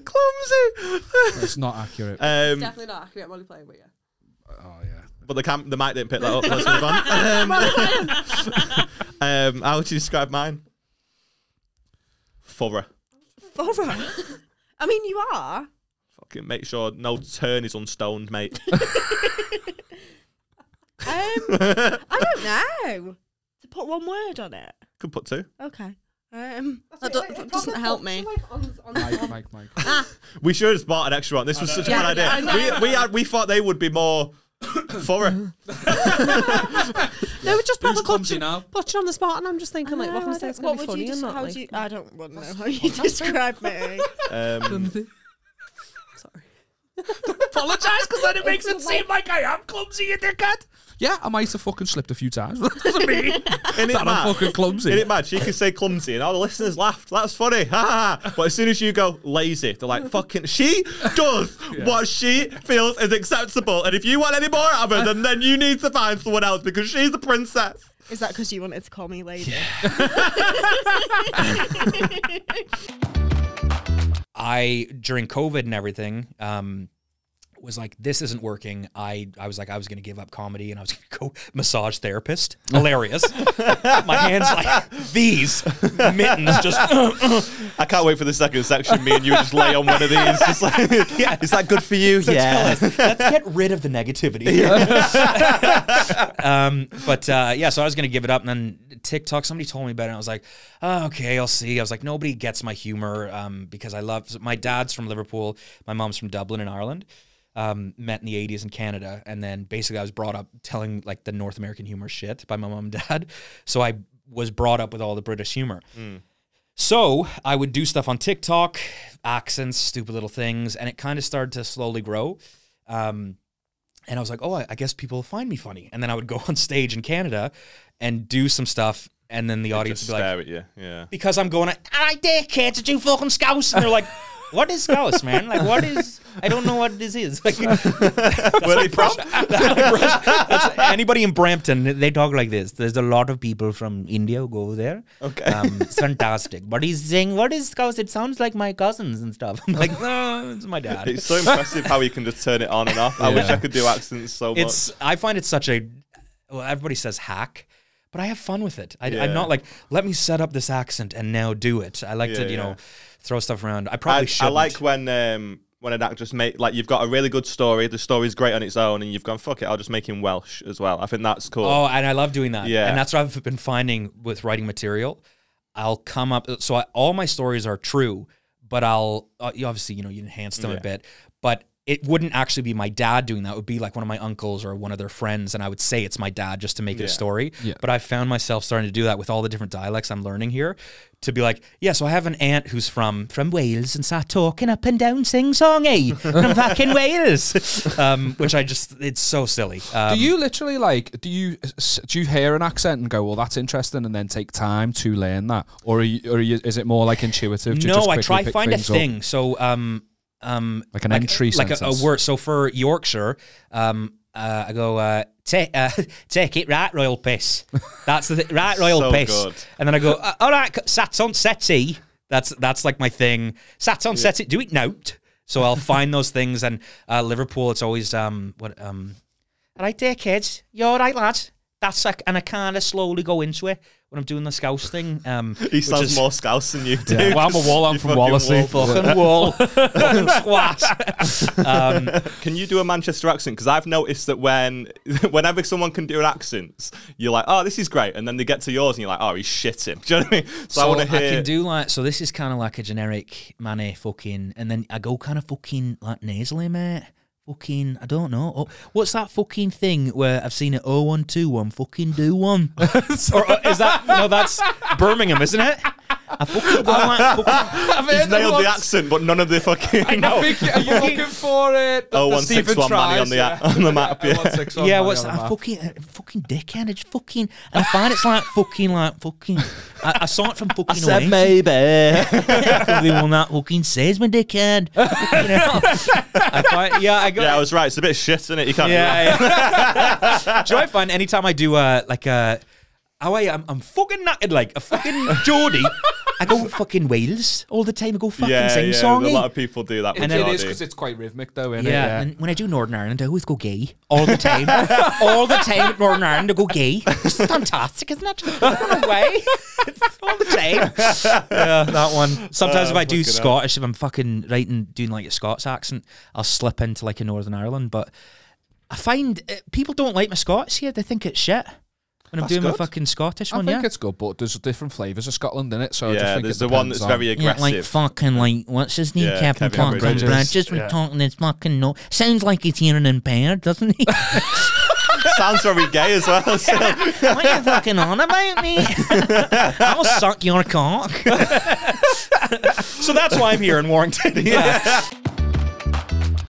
[SPEAKER 1] Clumsy.
[SPEAKER 9] It's not accurate.
[SPEAKER 1] Um,
[SPEAKER 4] Definitely not accurate Molly playing, but yeah.
[SPEAKER 1] but the cam- the mic didn't pick that up. Let's move on. Um, [laughs] um, how would you describe mine? Thorough.
[SPEAKER 4] Bother. I mean, you are.
[SPEAKER 1] Fucking make sure no turn is unstoned,
[SPEAKER 9] [laughs]
[SPEAKER 1] mate.
[SPEAKER 4] Um, I don't know. To put one word on it.
[SPEAKER 1] Could put two.
[SPEAKER 4] Okay. Um, that,
[SPEAKER 13] it,
[SPEAKER 4] do-
[SPEAKER 13] like,
[SPEAKER 4] that
[SPEAKER 13] proper
[SPEAKER 4] doesn't help me.
[SPEAKER 9] [laughs] Mike, Mike, Mike.
[SPEAKER 1] We should have spotted extra on. This was such a
[SPEAKER 4] Yeah,
[SPEAKER 1] bad
[SPEAKER 4] Ah. yeah,
[SPEAKER 1] idea.
[SPEAKER 4] I know.
[SPEAKER 1] we we, had, we thought they would be
[SPEAKER 9] [coughs]
[SPEAKER 1] more thorough.
[SPEAKER 4] No, we just
[SPEAKER 9] Who's
[SPEAKER 4] probably
[SPEAKER 9] clumsy now?
[SPEAKER 4] put you on the spot, and I'm just thinking, like, what
[SPEAKER 13] I
[SPEAKER 4] can I
[SPEAKER 13] don't-
[SPEAKER 4] say that's going
[SPEAKER 13] what
[SPEAKER 4] to be funny
[SPEAKER 13] would you just-
[SPEAKER 4] and not?
[SPEAKER 13] how
[SPEAKER 4] like-
[SPEAKER 13] do you- I don't
[SPEAKER 4] wanna
[SPEAKER 13] know
[SPEAKER 4] how you describe me.
[SPEAKER 1] Um,
[SPEAKER 9] [laughs] Apologise because then it makes it seem like I am clumsy, you dickhead. Yeah, I might have fucking slipped a few times. [laughs] That
[SPEAKER 1] [laughs]
[SPEAKER 9] doesn't mean
[SPEAKER 1] Isn't it
[SPEAKER 9] that
[SPEAKER 1] mad?
[SPEAKER 9] I'm fucking clumsy.
[SPEAKER 1] Isn't it mad? She can say clumsy and all the listeners laughed. That's funny. Ha, ha, ha. But as soon as you go lazy, they're like, fucking, she
[SPEAKER 9] [laughs]
[SPEAKER 1] does what she feels is acceptable. And if you want any more of
[SPEAKER 4] Uh.
[SPEAKER 1] her, then, then you need to find someone else because she's a princess.
[SPEAKER 4] Is that because you wanted to call me lady?
[SPEAKER 2] [laughs]
[SPEAKER 16] I during COVID and everything um, was like, this isn't working. I I was like, I was going to give up comedy and I was going to go [laughs] massage therapist.
[SPEAKER 1] [laughs]
[SPEAKER 16] Hilarious. My hands like these mittens just. [laughs]
[SPEAKER 4] [laughs]
[SPEAKER 1] I can't wait for the second section. Me and you just lay on one of these. Just
[SPEAKER 16] [laughs]
[SPEAKER 1] like, yeah. Is that good for you?
[SPEAKER 16] So tell
[SPEAKER 1] yeah.
[SPEAKER 16] us, let's get rid of
[SPEAKER 1] [laughs]
[SPEAKER 16] the negativity. [laughs] um, but uh, yeah, so I was gonna give it up, and then TikTok. Somebody told me about it. And I was like, oh, okay, I'll see. I was like, nobody gets my humor um, because I love. so my dad's from Liverpool. My mom's from Dublin in Ireland. Um, met in the 80s in Canada, and then basically I was brought up telling like the North American humor shit by my mom and dad. So I was brought up with all the British humor.
[SPEAKER 1] Mm.
[SPEAKER 16] So I would do stuff on TikTok, accents, stupid little things, and it kind of started to slowly grow. Um, and I was like, oh, I, I guess people find me funny. And then I would go [laughs] on stage in Canada and do some stuff, and then the audience would be like,
[SPEAKER 1] at you. Yeah.
[SPEAKER 16] because I'm going, I dare care to do fucking scouse, and they're like. What is scouse, man? Like, what is? I don't know what this is. [laughs] Like, that's my [laughs] brush- that's my brush. That's- anybody in Brampton, they talk like this. There's a lot of people from India who go there.
[SPEAKER 1] Okay,
[SPEAKER 16] um, it's fantastic. But he's
[SPEAKER 1] [laughs]
[SPEAKER 16] saying, "What is scouse? It sounds like my cousins and
[SPEAKER 12] [laughs]
[SPEAKER 16] stuff." I'm like, "No, it's my dad."
[SPEAKER 1] It's so impressive how you can just turn it on and off. I wish
[SPEAKER 16] Yeah.
[SPEAKER 1] I could do accents so much.
[SPEAKER 16] [laughs] It's I find it such a well, everybody says hack, but I have fun with it. I,
[SPEAKER 1] Yeah.
[SPEAKER 16] I'm not like, let me set up this accent and now do it. I like
[SPEAKER 1] Yeah,
[SPEAKER 16] to, you
[SPEAKER 1] yeah.
[SPEAKER 16] know, throw stuff around. I probably
[SPEAKER 1] I,
[SPEAKER 16] should.
[SPEAKER 1] I like when um, when an actress make like you've got a really good story. The story's great on its own, and you've gone fuck it. I'll just make him Welsh as well. I think that's cool.
[SPEAKER 16] Oh, and I love doing that.
[SPEAKER 1] Yeah.
[SPEAKER 16] and that's what I've been finding with writing material. I'll come up. So I, all my stories are true, but I'll uh, you obviously you know you enhance them
[SPEAKER 1] Yeah.
[SPEAKER 16] a bit, but. It wouldn't actually be my dad doing that. It would be like one of my uncles or one of their friends, and I would say it's my dad just to make it a
[SPEAKER 1] Yeah.
[SPEAKER 16] story. But I found myself starting to do that with all the different dialects I'm learning here to be like, yeah, so I have an aunt who's from from Wales and start talking up and down sing
[SPEAKER 2] [laughs]
[SPEAKER 16] songy from fucking Wales, um, which I just, it's so silly. Um,
[SPEAKER 2] do you literally like? Do you s- do you hear an accent and go, "Well, that's interesting," and then take time to learn that, or are you, or are you, is it more like intuitive? Do you
[SPEAKER 16] No,
[SPEAKER 2] just
[SPEAKER 16] I
[SPEAKER 2] quickly
[SPEAKER 16] try
[SPEAKER 2] pick
[SPEAKER 16] find a
[SPEAKER 2] things up?
[SPEAKER 16] thing. So, um, um,
[SPEAKER 2] Like an entry
[SPEAKER 16] like a, a
[SPEAKER 2] sentence.
[SPEAKER 16] word. So for Yorkshire, um, uh, I go uh, take uh, [laughs] take it right, royal piss.
[SPEAKER 1] [laughs]
[SPEAKER 16] That's the th- right, royal
[SPEAKER 1] So
[SPEAKER 16] piss.
[SPEAKER 1] good.
[SPEAKER 16] And then I go, uh, all right, c- sat on settee. That's that's like my thing. Sat on settee. Do it note. So I'll find those things. And uh, Liverpool, it's always um what um all right, dear
[SPEAKER 1] [laughs]
[SPEAKER 16] kids, you're all right, lad. That's like, and I kind of slowly go into it when I'm doing the scouse thing.
[SPEAKER 1] [laughs]
[SPEAKER 16] Um,
[SPEAKER 1] He
[SPEAKER 16] which
[SPEAKER 1] sounds
[SPEAKER 16] is-
[SPEAKER 1] more Scouse than you do.
[SPEAKER 16] Yeah. Well, I'm a wall,
[SPEAKER 1] [laughs]
[SPEAKER 16] I'm
[SPEAKER 1] You
[SPEAKER 16] from
[SPEAKER 1] fucking
[SPEAKER 16] Wallasey.
[SPEAKER 1] [laughs]
[SPEAKER 16] Fucking wall. Fucking squat. Um,
[SPEAKER 1] can you do a Manchester accent? Because I've noticed that when [laughs] whenever someone can do an accent, you're like, oh, this is great, and then they get to yours, and you're like, oh, he's shitting. [laughs]
[SPEAKER 16] [laughs]
[SPEAKER 1] Do you know what I mean? So, I want to hear. [laughs]
[SPEAKER 16] can do like so. This is kind of like a generic manny fucking, and then I go kind of fucking like nasally, mate. Fucking, I don't know. Oh, what's that fucking thing where I've seen it? Oh, [laughs] [laughs] one, two, one. Fucking do one. or uh, is that no? That's Birmingham, isn't it? I fucking don't like. Fucking,
[SPEAKER 1] [laughs] He's nailed the accent, but none of the fucking. I [laughs]
[SPEAKER 2] know. Are you looking for it?
[SPEAKER 1] Oh, one
[SPEAKER 2] Stephen
[SPEAKER 1] six one money
[SPEAKER 2] tries,
[SPEAKER 1] on the
[SPEAKER 2] yeah.
[SPEAKER 1] a- on the map. Yeah, [laughs]
[SPEAKER 16] yeah, what's that? I fucking, uh, fucking dickhead. It's fucking. And I find it's like fucking, like fucking. I, I saw it from fucking.
[SPEAKER 12] said
[SPEAKER 16] Oasis. [laughs] the one that fucking says my dickhead. you know? I find, yeah, I go.
[SPEAKER 1] Yeah, I was right. It's a bit shit, isn't it? You can't.
[SPEAKER 16] Yeah,
[SPEAKER 1] [laughs]
[SPEAKER 16] do I find anytime I do uh, like uh, how I am, I'm fucking knackered like a fucking Geordie. [laughs] I go fucking Wales all the time. I go fucking
[SPEAKER 1] yeah, yeah,
[SPEAKER 16] sing song.
[SPEAKER 1] A lot of people do that.
[SPEAKER 16] And
[SPEAKER 1] with
[SPEAKER 16] then-
[SPEAKER 2] It is
[SPEAKER 1] Geordie.
[SPEAKER 2] because it's quite rhythmic, though, isn't
[SPEAKER 16] uh, yeah,
[SPEAKER 2] it?
[SPEAKER 16] and when I do Northern Ireland, I always go gay all the [laughs] time. all the time at Northern Ireland, I go gay. It's fantastic, isn't it? Run away. all the time. yeah, that one. Sometimes
[SPEAKER 1] Uh,
[SPEAKER 9] Oh,
[SPEAKER 16] if
[SPEAKER 4] Uh,
[SPEAKER 16] I do
[SPEAKER 9] fucking hell.
[SPEAKER 16] Scottish, if I'm fucking writing, doing like a Scots accent, I'll slip into like a Northern Ireland. But I find uh, people don't like my Scots here. They think it's shit when I'm
[SPEAKER 2] That's
[SPEAKER 16] doing my
[SPEAKER 2] good.
[SPEAKER 16] fucking Scottish
[SPEAKER 2] I
[SPEAKER 16] one.
[SPEAKER 2] think
[SPEAKER 16] yeah.
[SPEAKER 2] it's good, but there's different flavours of Scotland in it, so I Oh, just
[SPEAKER 1] Yeah,
[SPEAKER 2] think
[SPEAKER 1] there's
[SPEAKER 2] it
[SPEAKER 1] the one
[SPEAKER 2] depends
[SPEAKER 1] that's very
[SPEAKER 2] on-
[SPEAKER 1] aggressive.
[SPEAKER 16] Yeah, like fucking like what's his name,
[SPEAKER 1] Yeah,
[SPEAKER 16] Captain
[SPEAKER 1] Kevin
[SPEAKER 16] Cockburn
[SPEAKER 1] Bridges.
[SPEAKER 16] Bridges. Just
[SPEAKER 1] Yeah.
[SPEAKER 16] yeah. talking his fucking no. Sounds like he's hearing impaired, doesn't he?
[SPEAKER 1] Sounds very gay as well. So.
[SPEAKER 16] [laughs] what are you fucking on about me? I'll suck your cock. [laughs] so that's why I'm here in Warrington. [laughs] Yeah.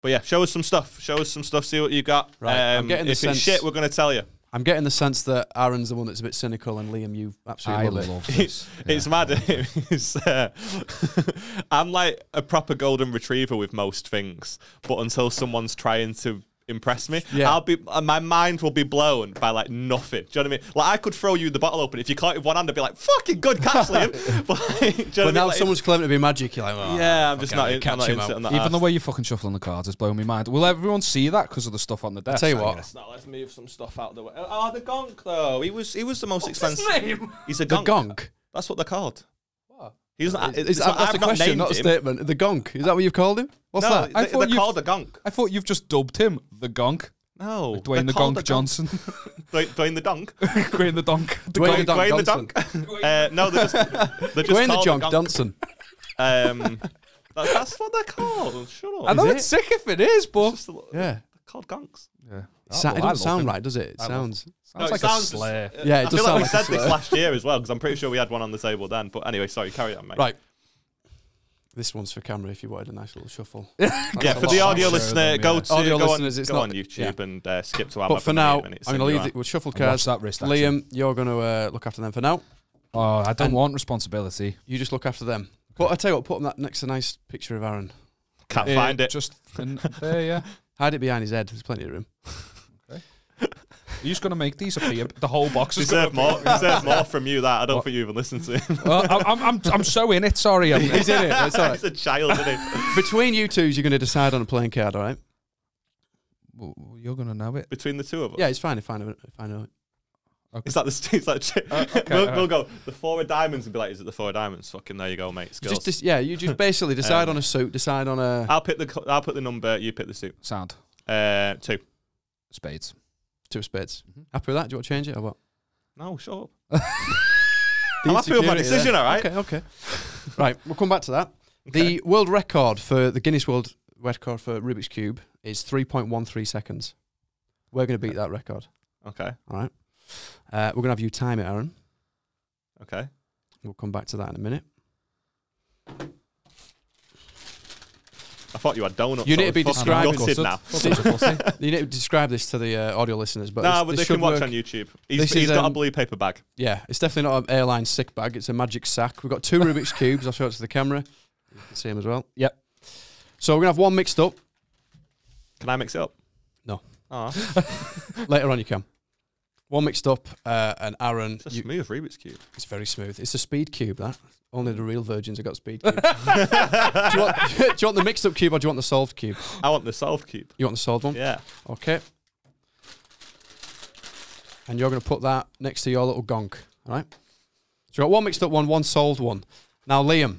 [SPEAKER 1] But yeah, show us some stuff. Show us some stuff. See what you got. Um,
[SPEAKER 17] Right, I'm getting the
[SPEAKER 1] if
[SPEAKER 17] sense-
[SPEAKER 1] it's shit, we're gonna tell you.
[SPEAKER 17] I'm getting the sense that Aaron's the one that's a bit cynical, and Liam, you absolutely
[SPEAKER 1] I
[SPEAKER 17] love, it.
[SPEAKER 1] love
[SPEAKER 17] [laughs]
[SPEAKER 1] [laughs] it's mad. It's, uh, [laughs] I'm like a proper golden retriever with most things, but until someone's trying to impress me,
[SPEAKER 17] Yeah.
[SPEAKER 1] I'll be uh, my mind will be blown by like nothing. Do you know what I mean? Like I could throw you the bottle open if you caught it with one hand, I'd be like, "Fucking good
[SPEAKER 17] [laughs]
[SPEAKER 1] catch, Liam." but like, do you know what I
[SPEAKER 17] But
[SPEAKER 1] mean?
[SPEAKER 17] now
[SPEAKER 1] Like,
[SPEAKER 17] someone's claiming to be magic. You're like, "Oh." well,
[SPEAKER 1] Ah, Yeah, I'm just
[SPEAKER 17] fuck
[SPEAKER 1] not
[SPEAKER 17] it,
[SPEAKER 1] in-
[SPEAKER 17] catch
[SPEAKER 1] I'm not
[SPEAKER 17] him
[SPEAKER 1] into
[SPEAKER 17] out.
[SPEAKER 1] it on that
[SPEAKER 2] Even the way you're fucking shuffling the cards is blowing my mind. Will everyone see that because of the stuff on the desk?
[SPEAKER 17] tell you what.
[SPEAKER 1] Let's not let's move some stuff out the way. Oh, the gonk though. He was he was the most expensive.
[SPEAKER 2] name?
[SPEAKER 1] He's a
[SPEAKER 17] The
[SPEAKER 1] gonk.
[SPEAKER 17] gonk?
[SPEAKER 1] That's what they're called. What? He's not.
[SPEAKER 17] Is
[SPEAKER 1] it's
[SPEAKER 17] that-
[SPEAKER 1] not-
[SPEAKER 17] that's
[SPEAKER 1] I've
[SPEAKER 17] a
[SPEAKER 1] not
[SPEAKER 17] question,
[SPEAKER 1] named
[SPEAKER 17] not a
[SPEAKER 1] him.
[SPEAKER 17] statement. The gonk. Is that what you've called him? What's
[SPEAKER 1] No,
[SPEAKER 17] that?
[SPEAKER 1] they- they're
[SPEAKER 2] you've-
[SPEAKER 1] called the gonk.
[SPEAKER 2] I thought you've just dubbed him the gonk.
[SPEAKER 1] No,
[SPEAKER 2] like Dwayne
[SPEAKER 1] they're
[SPEAKER 2] the
[SPEAKER 1] called
[SPEAKER 2] Gonk
[SPEAKER 1] the Gonk.
[SPEAKER 2] Johnson.
[SPEAKER 1] Dwayne, Dwayne the
[SPEAKER 17] [laughs]
[SPEAKER 1] Dunk.
[SPEAKER 2] Dwayne the Donk.
[SPEAKER 1] [laughs] Dwayne, Dwayne the Dunk. Uh, no, they're just, they're just
[SPEAKER 17] Dwayne the
[SPEAKER 1] called
[SPEAKER 17] Jonk
[SPEAKER 1] Gonk.
[SPEAKER 17] Johnson.
[SPEAKER 1] [laughs] Um, that, that's what they're called. Shut up.
[SPEAKER 2] I know it's sick if it is, but
[SPEAKER 17] yeah,
[SPEAKER 1] called gonks.
[SPEAKER 2] Yeah,
[SPEAKER 17] Sa- it doesn't sound right, does it? It
[SPEAKER 1] I Oh, love
[SPEAKER 17] sounds
[SPEAKER 1] him.
[SPEAKER 17] sounds
[SPEAKER 1] No,
[SPEAKER 17] like
[SPEAKER 1] it sounds,
[SPEAKER 17] a slayer.
[SPEAKER 1] uh,
[SPEAKER 17] yeah,
[SPEAKER 1] I
[SPEAKER 17] it
[SPEAKER 1] feel
[SPEAKER 17] does
[SPEAKER 1] like
[SPEAKER 17] sound like
[SPEAKER 1] we
[SPEAKER 17] a
[SPEAKER 1] said this
[SPEAKER 17] slur.
[SPEAKER 1] last year as well because I'm pretty sure we had one on the table then. But anyway, sorry, carry on, mate.
[SPEAKER 17] Right. This one's for camera. If you wanted a nice little shuffle.
[SPEAKER 1] [laughs] yeah,
[SPEAKER 17] That's
[SPEAKER 1] for
[SPEAKER 17] a
[SPEAKER 1] the
[SPEAKER 17] lot
[SPEAKER 1] audio
[SPEAKER 17] faster
[SPEAKER 1] listener,
[SPEAKER 17] than,
[SPEAKER 1] go
[SPEAKER 17] yeah.
[SPEAKER 1] to
[SPEAKER 17] audio
[SPEAKER 1] go
[SPEAKER 17] listeners.
[SPEAKER 1] on,
[SPEAKER 17] it's
[SPEAKER 1] go
[SPEAKER 17] not
[SPEAKER 1] on YouTube and uh, skip to our.
[SPEAKER 17] But for now, I'm going to leave it with shuffle
[SPEAKER 2] And watch
[SPEAKER 17] cards.
[SPEAKER 2] that wrist action.
[SPEAKER 17] Liam, you're going to uh, look after them for now.
[SPEAKER 2] Oh, I don't
[SPEAKER 17] And
[SPEAKER 2] want responsibility.
[SPEAKER 17] You just look after them. But I tell you what, put 'em that next to a nice picture of Aaron.
[SPEAKER 1] Can't
[SPEAKER 17] Uh,
[SPEAKER 1] find it.
[SPEAKER 2] Just [laughs] in there, yeah.
[SPEAKER 17] Hide it behind his head. There's plenty of room.
[SPEAKER 2] You're just going to make these appear. The whole box is
[SPEAKER 1] Deserve
[SPEAKER 2] gonna
[SPEAKER 1] more.
[SPEAKER 17] [laughs]
[SPEAKER 2] appear.
[SPEAKER 1] Deserve more from you. That I don't think you even listened to. Him.
[SPEAKER 2] Well, I- Oh, I'm, I'm, I'm so in it. Sorry,
[SPEAKER 17] [laughs]
[SPEAKER 2] I'm
[SPEAKER 1] [laughs]
[SPEAKER 17] He's in it. That's all right.
[SPEAKER 1] He's a child, isn't he?
[SPEAKER 17] [laughs] Between you twos, you're going to decide on a playing card, all right?
[SPEAKER 2] Well, you're going to know it.
[SPEAKER 1] Between the two of us.
[SPEAKER 17] Yeah, it's fine if I know it. If I know it.
[SPEAKER 1] It's like the it's like
[SPEAKER 2] Uh, okay,
[SPEAKER 1] we'll,
[SPEAKER 2] alright.
[SPEAKER 1] we'll go the four of diamonds and be like, is it the four of diamonds? Fucking there you go, mate. Skills.
[SPEAKER 17] Just dis- yeah, you just
[SPEAKER 2] [laughs]
[SPEAKER 17] basically
[SPEAKER 2] Um,
[SPEAKER 17] decide on a suit, decide on a.
[SPEAKER 1] I'll pick the co- I'll pick the number. You pick the suit.
[SPEAKER 2] Sound.
[SPEAKER 1] Uh, two.
[SPEAKER 2] Spades.
[SPEAKER 17] Two of spades.
[SPEAKER 2] Mm-hmm.
[SPEAKER 17] Happy with that? Do you want to change it or what?
[SPEAKER 1] No, shut up.
[SPEAKER 17] The
[SPEAKER 1] I'm happy with my
[SPEAKER 17] insecurity
[SPEAKER 1] decision, all right?
[SPEAKER 17] Okay, okay. [laughs] right, we'll come back to that. The world record for the Guinness World Record for Rubik's Cube is 3.13 seconds. We're going to beat that record.
[SPEAKER 1] Okay.
[SPEAKER 17] All right. Uh, we're going to have you time it, Aaron.
[SPEAKER 1] Okay.
[SPEAKER 17] We'll come back to that in a minute.
[SPEAKER 1] I thought you had donuts.
[SPEAKER 17] You
[SPEAKER 1] I
[SPEAKER 17] need to
[SPEAKER 1] was
[SPEAKER 17] be
[SPEAKER 1] fucking
[SPEAKER 17] describing
[SPEAKER 1] gutted now. [laughs]
[SPEAKER 17] [laughs] you need to describe this to the uh, audio listeners, but
[SPEAKER 1] Nah,
[SPEAKER 17] this-
[SPEAKER 1] but
[SPEAKER 17] this
[SPEAKER 1] they can
[SPEAKER 17] should
[SPEAKER 1] watch
[SPEAKER 17] work.
[SPEAKER 1] on YouTube. He's-
[SPEAKER 17] This
[SPEAKER 1] he's got a
[SPEAKER 17] um,
[SPEAKER 1] blue paper bag.
[SPEAKER 17] Yeah, it's definitely not an airline sick bag. It's a magic sack. We've got two Rubik's cubes. I'll show it to the camera. You can see them as well. Yep. So we're gonna have one mixed up.
[SPEAKER 1] Can I mix it up?
[SPEAKER 17] No.
[SPEAKER 1] Aw.
[SPEAKER 17] [laughs] Later on, you can. One mixed up, uh, and Aaron.
[SPEAKER 1] It's a
[SPEAKER 17] you-
[SPEAKER 1] smooth Rubik's cube.
[SPEAKER 17] It's very smooth. It's a speed cube. That only the real virgins have got
[SPEAKER 1] [laughs]
[SPEAKER 17] speed cubes. do, you want, [laughs] do you want the mixed up cube or do you want the solved cube?
[SPEAKER 1] I want the solved cube.
[SPEAKER 17] You want the solved one?
[SPEAKER 1] Yeah.
[SPEAKER 17] Okay. And you're going to put that next to your little gonk, all right? So you got one mixed up one, one solved one. Now, Liam,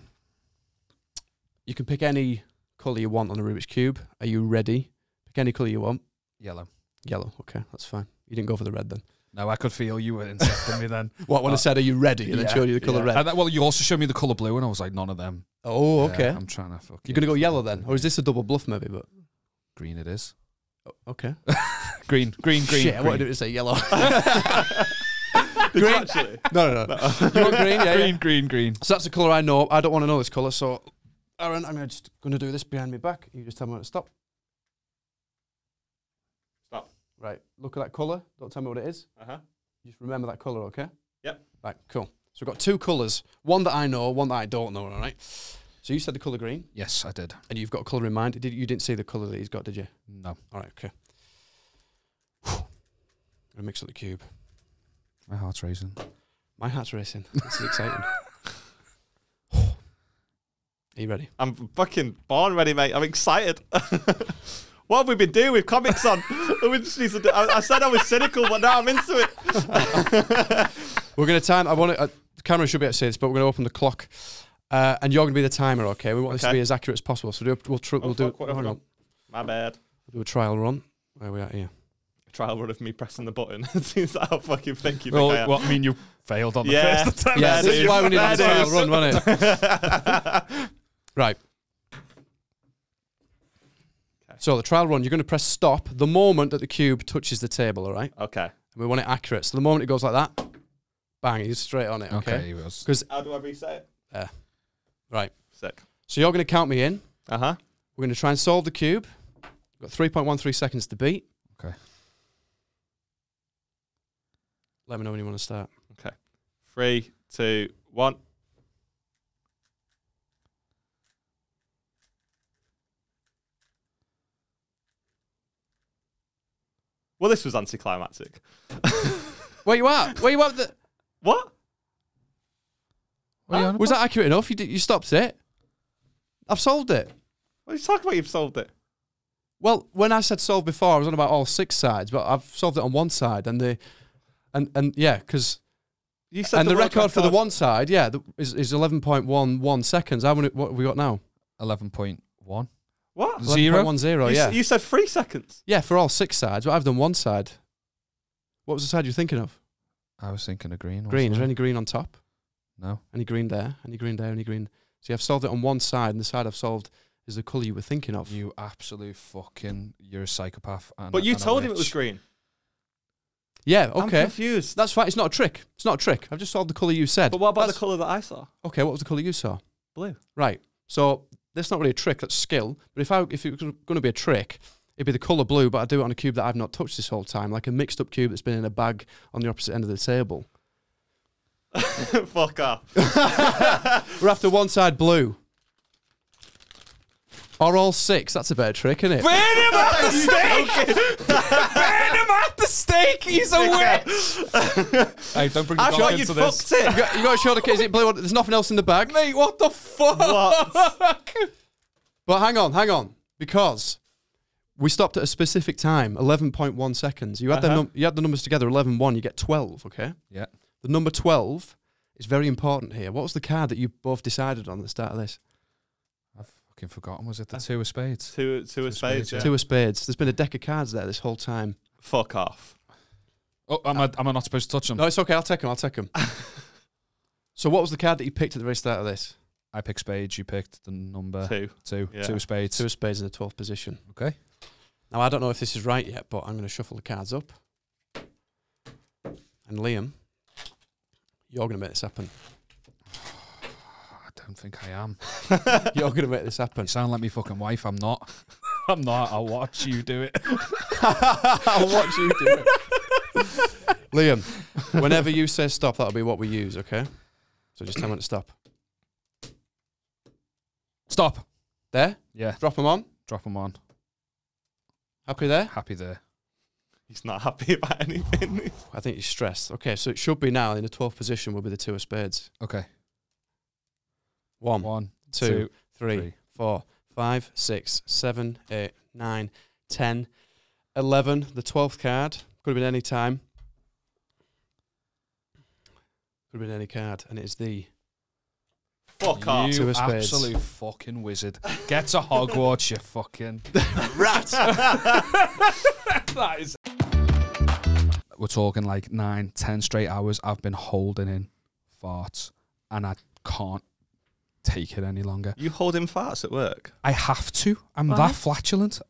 [SPEAKER 17] you can pick any color you want on the Rubik's cube. Are you ready? Pick any color you want.
[SPEAKER 2] Yellow.
[SPEAKER 17] Yellow. Okay, that's fine. You didn't go for the red then.
[SPEAKER 2] [laughs] No, I could feel you were incepting me then.
[SPEAKER 17] What, when I said, "Are you ready?" and then showed you the colour red?
[SPEAKER 2] And that- well, you also showed me the colour blue, and I was like, none of them.
[SPEAKER 17] Oh,
[SPEAKER 2] Yeah,
[SPEAKER 17] okay.
[SPEAKER 2] I'm trying to fucking.
[SPEAKER 17] You're going to go yellow then, or is this a double bluff maybe? But
[SPEAKER 2] Green it is.
[SPEAKER 17] okay. [laughs]
[SPEAKER 2] green, green, green.
[SPEAKER 17] Shit, I [laughs]
[SPEAKER 2] green.
[SPEAKER 17] wanted it to say yellow. green. No, no, no. [laughs] you want green? Yeah,
[SPEAKER 2] Green,
[SPEAKER 17] yeah.
[SPEAKER 2] green, green.
[SPEAKER 17] So that's the color I know. I don't want to know this color. So, Aaron, I'm gonna just going to do this behind me back. You just tell me when to stop.
[SPEAKER 1] Stop.
[SPEAKER 17] Right. Look at that color. Don't tell me what it is.
[SPEAKER 1] Uh huh.
[SPEAKER 17] Just remember that color, okay?
[SPEAKER 1] Yep.
[SPEAKER 17] Right. Cool. So we've got two colors. One that I know. One that I don't know. All right. So you said the color green.
[SPEAKER 2] Yes, I did.
[SPEAKER 17] And you've got a color in mind. Did you didn't see the color that he's got, did you?
[SPEAKER 2] No.
[SPEAKER 17] All right. Okay. Gonna mix up the cube.
[SPEAKER 2] My heart's racing.
[SPEAKER 17] My heart's racing. This is exciting. [laughs] Are you ready?
[SPEAKER 1] I'm fucking born ready, mate. I'm excited. [laughs] what have we been doing with comics on? [laughs] we just need to do- I, I said I was cynical, but now I'm into it. [laughs]
[SPEAKER 17] We're going to time. I want to. Uh, the camera should be able to see this, but we're going to open the clock, uh, and you're going to be the timer. Okay. We want this to
[SPEAKER 1] Okay. Oh,
[SPEAKER 17] be as accurate as possible. So do, we'll tr- we'll do.
[SPEAKER 1] fuck, what have
[SPEAKER 17] hang
[SPEAKER 1] we
[SPEAKER 17] on.
[SPEAKER 1] got? My bad.
[SPEAKER 17] We'll do a trial run. Where are we at here?
[SPEAKER 1] Trial run of me pressing the button. [laughs] Seems that how fucking think you
[SPEAKER 2] Well,
[SPEAKER 1] think I am.
[SPEAKER 2] well, I mean, you failed on the
[SPEAKER 1] yeah.
[SPEAKER 2] first attempt.
[SPEAKER 1] Yeah,
[SPEAKER 2] There
[SPEAKER 1] this
[SPEAKER 2] it
[SPEAKER 1] is
[SPEAKER 2] is.
[SPEAKER 1] why we need
[SPEAKER 2] There
[SPEAKER 1] a
[SPEAKER 2] it
[SPEAKER 1] trial
[SPEAKER 2] is.
[SPEAKER 1] run,
[SPEAKER 17] wasn't
[SPEAKER 1] [laughs]
[SPEAKER 17] it? Right. So the trial run, you're going to press stop the moment that the cube touches the table. All right.
[SPEAKER 1] Okay.
[SPEAKER 17] And we want it accurate. So the moment it goes like that, bang, you're straight on it. Okay. Because
[SPEAKER 1] how do I reset it?
[SPEAKER 17] Uh, right.
[SPEAKER 1] Sick.
[SPEAKER 17] So you're going to count me in.
[SPEAKER 1] Uh huh.
[SPEAKER 17] We're going to try and solve the cube. We've got 3.13 seconds to beat.
[SPEAKER 2] Okay.
[SPEAKER 17] Let me know when you want to start.
[SPEAKER 1] Okay. Three, two, one. Well, this was anticlimactic.
[SPEAKER 17] Where you at? Where you at? The-
[SPEAKER 1] what?
[SPEAKER 2] Huh?
[SPEAKER 17] Was that accurate enough? You, did, you stopped it. I've solved it.
[SPEAKER 1] What are you talking about? You've solved it.
[SPEAKER 17] Well, when I said solved before, I was on about all six sides, but I've solved it on one side, and the, and and yeah, because.
[SPEAKER 1] You said
[SPEAKER 17] And
[SPEAKER 1] the
[SPEAKER 17] the,
[SPEAKER 1] World
[SPEAKER 17] record for the
[SPEAKER 1] Record.
[SPEAKER 17] one side, yeah, the, is, is 11.11 seconds. How many, what have we got now?
[SPEAKER 2] 11.1.
[SPEAKER 1] What?
[SPEAKER 2] Zero?
[SPEAKER 17] 11.10,
[SPEAKER 2] You s-
[SPEAKER 17] yeah.
[SPEAKER 2] you
[SPEAKER 1] said three seconds.
[SPEAKER 17] Yeah, for all six sides, but I've done one side. What was the side you were thinking of?
[SPEAKER 2] I was thinking of green.
[SPEAKER 17] Green. Is
[SPEAKER 2] wasn't I?
[SPEAKER 17] there any green on top?
[SPEAKER 2] No.
[SPEAKER 17] Any green there? Any green there? Any green? So I've solved it on one side, and the side I've solved is the colour you were thinking of.
[SPEAKER 2] You absolute fucking, you're a psychopath. And
[SPEAKER 1] But you
[SPEAKER 2] and a
[SPEAKER 1] told him it was
[SPEAKER 2] witch.
[SPEAKER 1] green.
[SPEAKER 17] Yeah,
[SPEAKER 1] I'm
[SPEAKER 17] okay.
[SPEAKER 1] confused.
[SPEAKER 17] That's fine. It's not a trick. It's not a trick. I've just solved the colour you said.
[SPEAKER 1] But what about the colour that I saw?
[SPEAKER 17] Okay, what was the colour you saw?
[SPEAKER 1] Blue.
[SPEAKER 17] Right. So that's not really a trick. That's skill. But if I if it was going to be a trick, it'd be the color blue. But I do it on a cube that I've not touched this whole time, like a mixed up cube that's been in a bag on the opposite end of the table.
[SPEAKER 1] [laughs] Fuck off.
[SPEAKER 17] We're after one side blue. Or all six. That's a better trick, isn't it?
[SPEAKER 9] Burn him
[SPEAKER 1] [laughs]
[SPEAKER 9] at the stake! Burn him at the stake! He's a witch!
[SPEAKER 1] [laughs]
[SPEAKER 2] Hey, don't bring
[SPEAKER 17] I
[SPEAKER 2] the
[SPEAKER 17] thought
[SPEAKER 2] dog
[SPEAKER 17] you'd
[SPEAKER 2] into this.
[SPEAKER 17] You got, you got to show the kids. Is it blue? There's nothing else in the bag.
[SPEAKER 9] Mate, what the fuck?
[SPEAKER 17] [laughs] But hang on, hang on, because we stopped at a specific time, 11.1 seconds. You had the
[SPEAKER 2] Uh-huh.
[SPEAKER 17] num- you had the numbers together, 11.1. You get 12. Okay.
[SPEAKER 2] Yeah.
[SPEAKER 17] The number 12 is very important here. What was the card that you both decided on at the start of this?
[SPEAKER 2] I've fucking forgotten. Was it the two of spades?
[SPEAKER 1] Two, two of spades. yeah.
[SPEAKER 17] Two of spades. There's been a deck of cards there this whole time.
[SPEAKER 1] Fuck off.
[SPEAKER 2] Oh, am I, am I not supposed to touch them?
[SPEAKER 17] No, it's okay. I'll take them. I'll
[SPEAKER 1] [laughs]
[SPEAKER 17] take them. so, what was the card that you picked at the very start of this?
[SPEAKER 2] I picked spades. You picked the number
[SPEAKER 1] Two.
[SPEAKER 2] Two.
[SPEAKER 1] Yeah.
[SPEAKER 2] Two of spades.
[SPEAKER 17] Two of spades in the 12th position.
[SPEAKER 2] Okay.
[SPEAKER 17] Now, I don't know if this is right yet, but I'm going to shuffle the cards up. And Liam, you're going to make
[SPEAKER 1] [laughs]
[SPEAKER 17] this happen.
[SPEAKER 2] I don't think I am. [laughs]
[SPEAKER 17] You're gonna make this happen. You
[SPEAKER 2] sound like me fucking wife. I'm not. I'm not. I'll watch you do it.
[SPEAKER 17] I'll watch you do it. Liam, [laughs] whenever you say stop, that'll be what we use, okay? So just tell me to stop.
[SPEAKER 2] Stop.
[SPEAKER 17] There?
[SPEAKER 2] Yeah.
[SPEAKER 17] Drop them on.
[SPEAKER 2] Drop them on.
[SPEAKER 17] Happy there?
[SPEAKER 2] Happy there.
[SPEAKER 1] He's not happy about anything.
[SPEAKER 17] I think you're stressed. Okay, so it should be now in the 12th position will be the two of spades.
[SPEAKER 2] Okay.
[SPEAKER 17] One,
[SPEAKER 2] One,
[SPEAKER 17] two,
[SPEAKER 2] two,
[SPEAKER 17] three,
[SPEAKER 2] three.
[SPEAKER 17] four, five, six, seven, eight, nine, ten, eleven. The 12th card. Could have been any time. Could have been any card. And it is the
[SPEAKER 1] Fuck off.
[SPEAKER 2] You
[SPEAKER 17] Two of spades.
[SPEAKER 2] absolute fucking wizard. Get to Hogwarts, [laughs] you fucking [laughs]
[SPEAKER 9] Rat! that is.
[SPEAKER 2] We're talking like nine, ten straight hours. I've been holding in farts and I can't take it any longer.
[SPEAKER 1] You hold in farts at work.
[SPEAKER 2] I have to. I'm
[SPEAKER 1] Why?
[SPEAKER 2] that flatulent.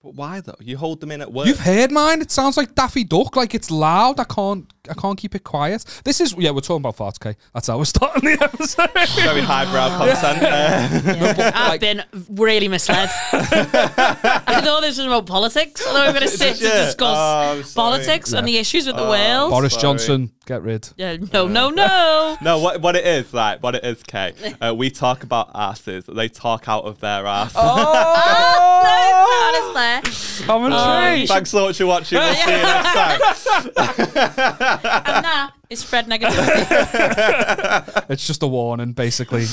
[SPEAKER 1] But why though? You hold them in at work.
[SPEAKER 17] [laughs]
[SPEAKER 2] You've heard mine. It sounds like Daffy Duck. Like it's loud. I can't. I can't keep it quiet. This is yeah, we're talking about farts, okay? That's how we're starting the
[SPEAKER 1] [laughs]
[SPEAKER 2] episode.
[SPEAKER 1] Very highbrow content. [laughs]
[SPEAKER 2] No, but,
[SPEAKER 18] I've
[SPEAKER 2] like,
[SPEAKER 18] been really misled. I thought this was about politics. I thought we were going to sit
[SPEAKER 2] Yeah.
[SPEAKER 18] to
[SPEAKER 1] Oh,
[SPEAKER 18] discuss politics and
[SPEAKER 2] Yeah.
[SPEAKER 18] the issues with the world.
[SPEAKER 2] Boris
[SPEAKER 1] sorry.
[SPEAKER 2] Johnson, get rid.
[SPEAKER 18] Yeah, no, no, no.
[SPEAKER 1] [laughs] No, what, what it is, right? What it is, Kay. Uh, we talk about asses. They talk out of their ass.
[SPEAKER 18] Oh, honestly.
[SPEAKER 1] Um, thanks so much for watching. We'll
[SPEAKER 2] [laughs]
[SPEAKER 1] see you next time.
[SPEAKER 18] and that is spread negativity.
[SPEAKER 1] [laughs]
[SPEAKER 2] it's just a warning, basically.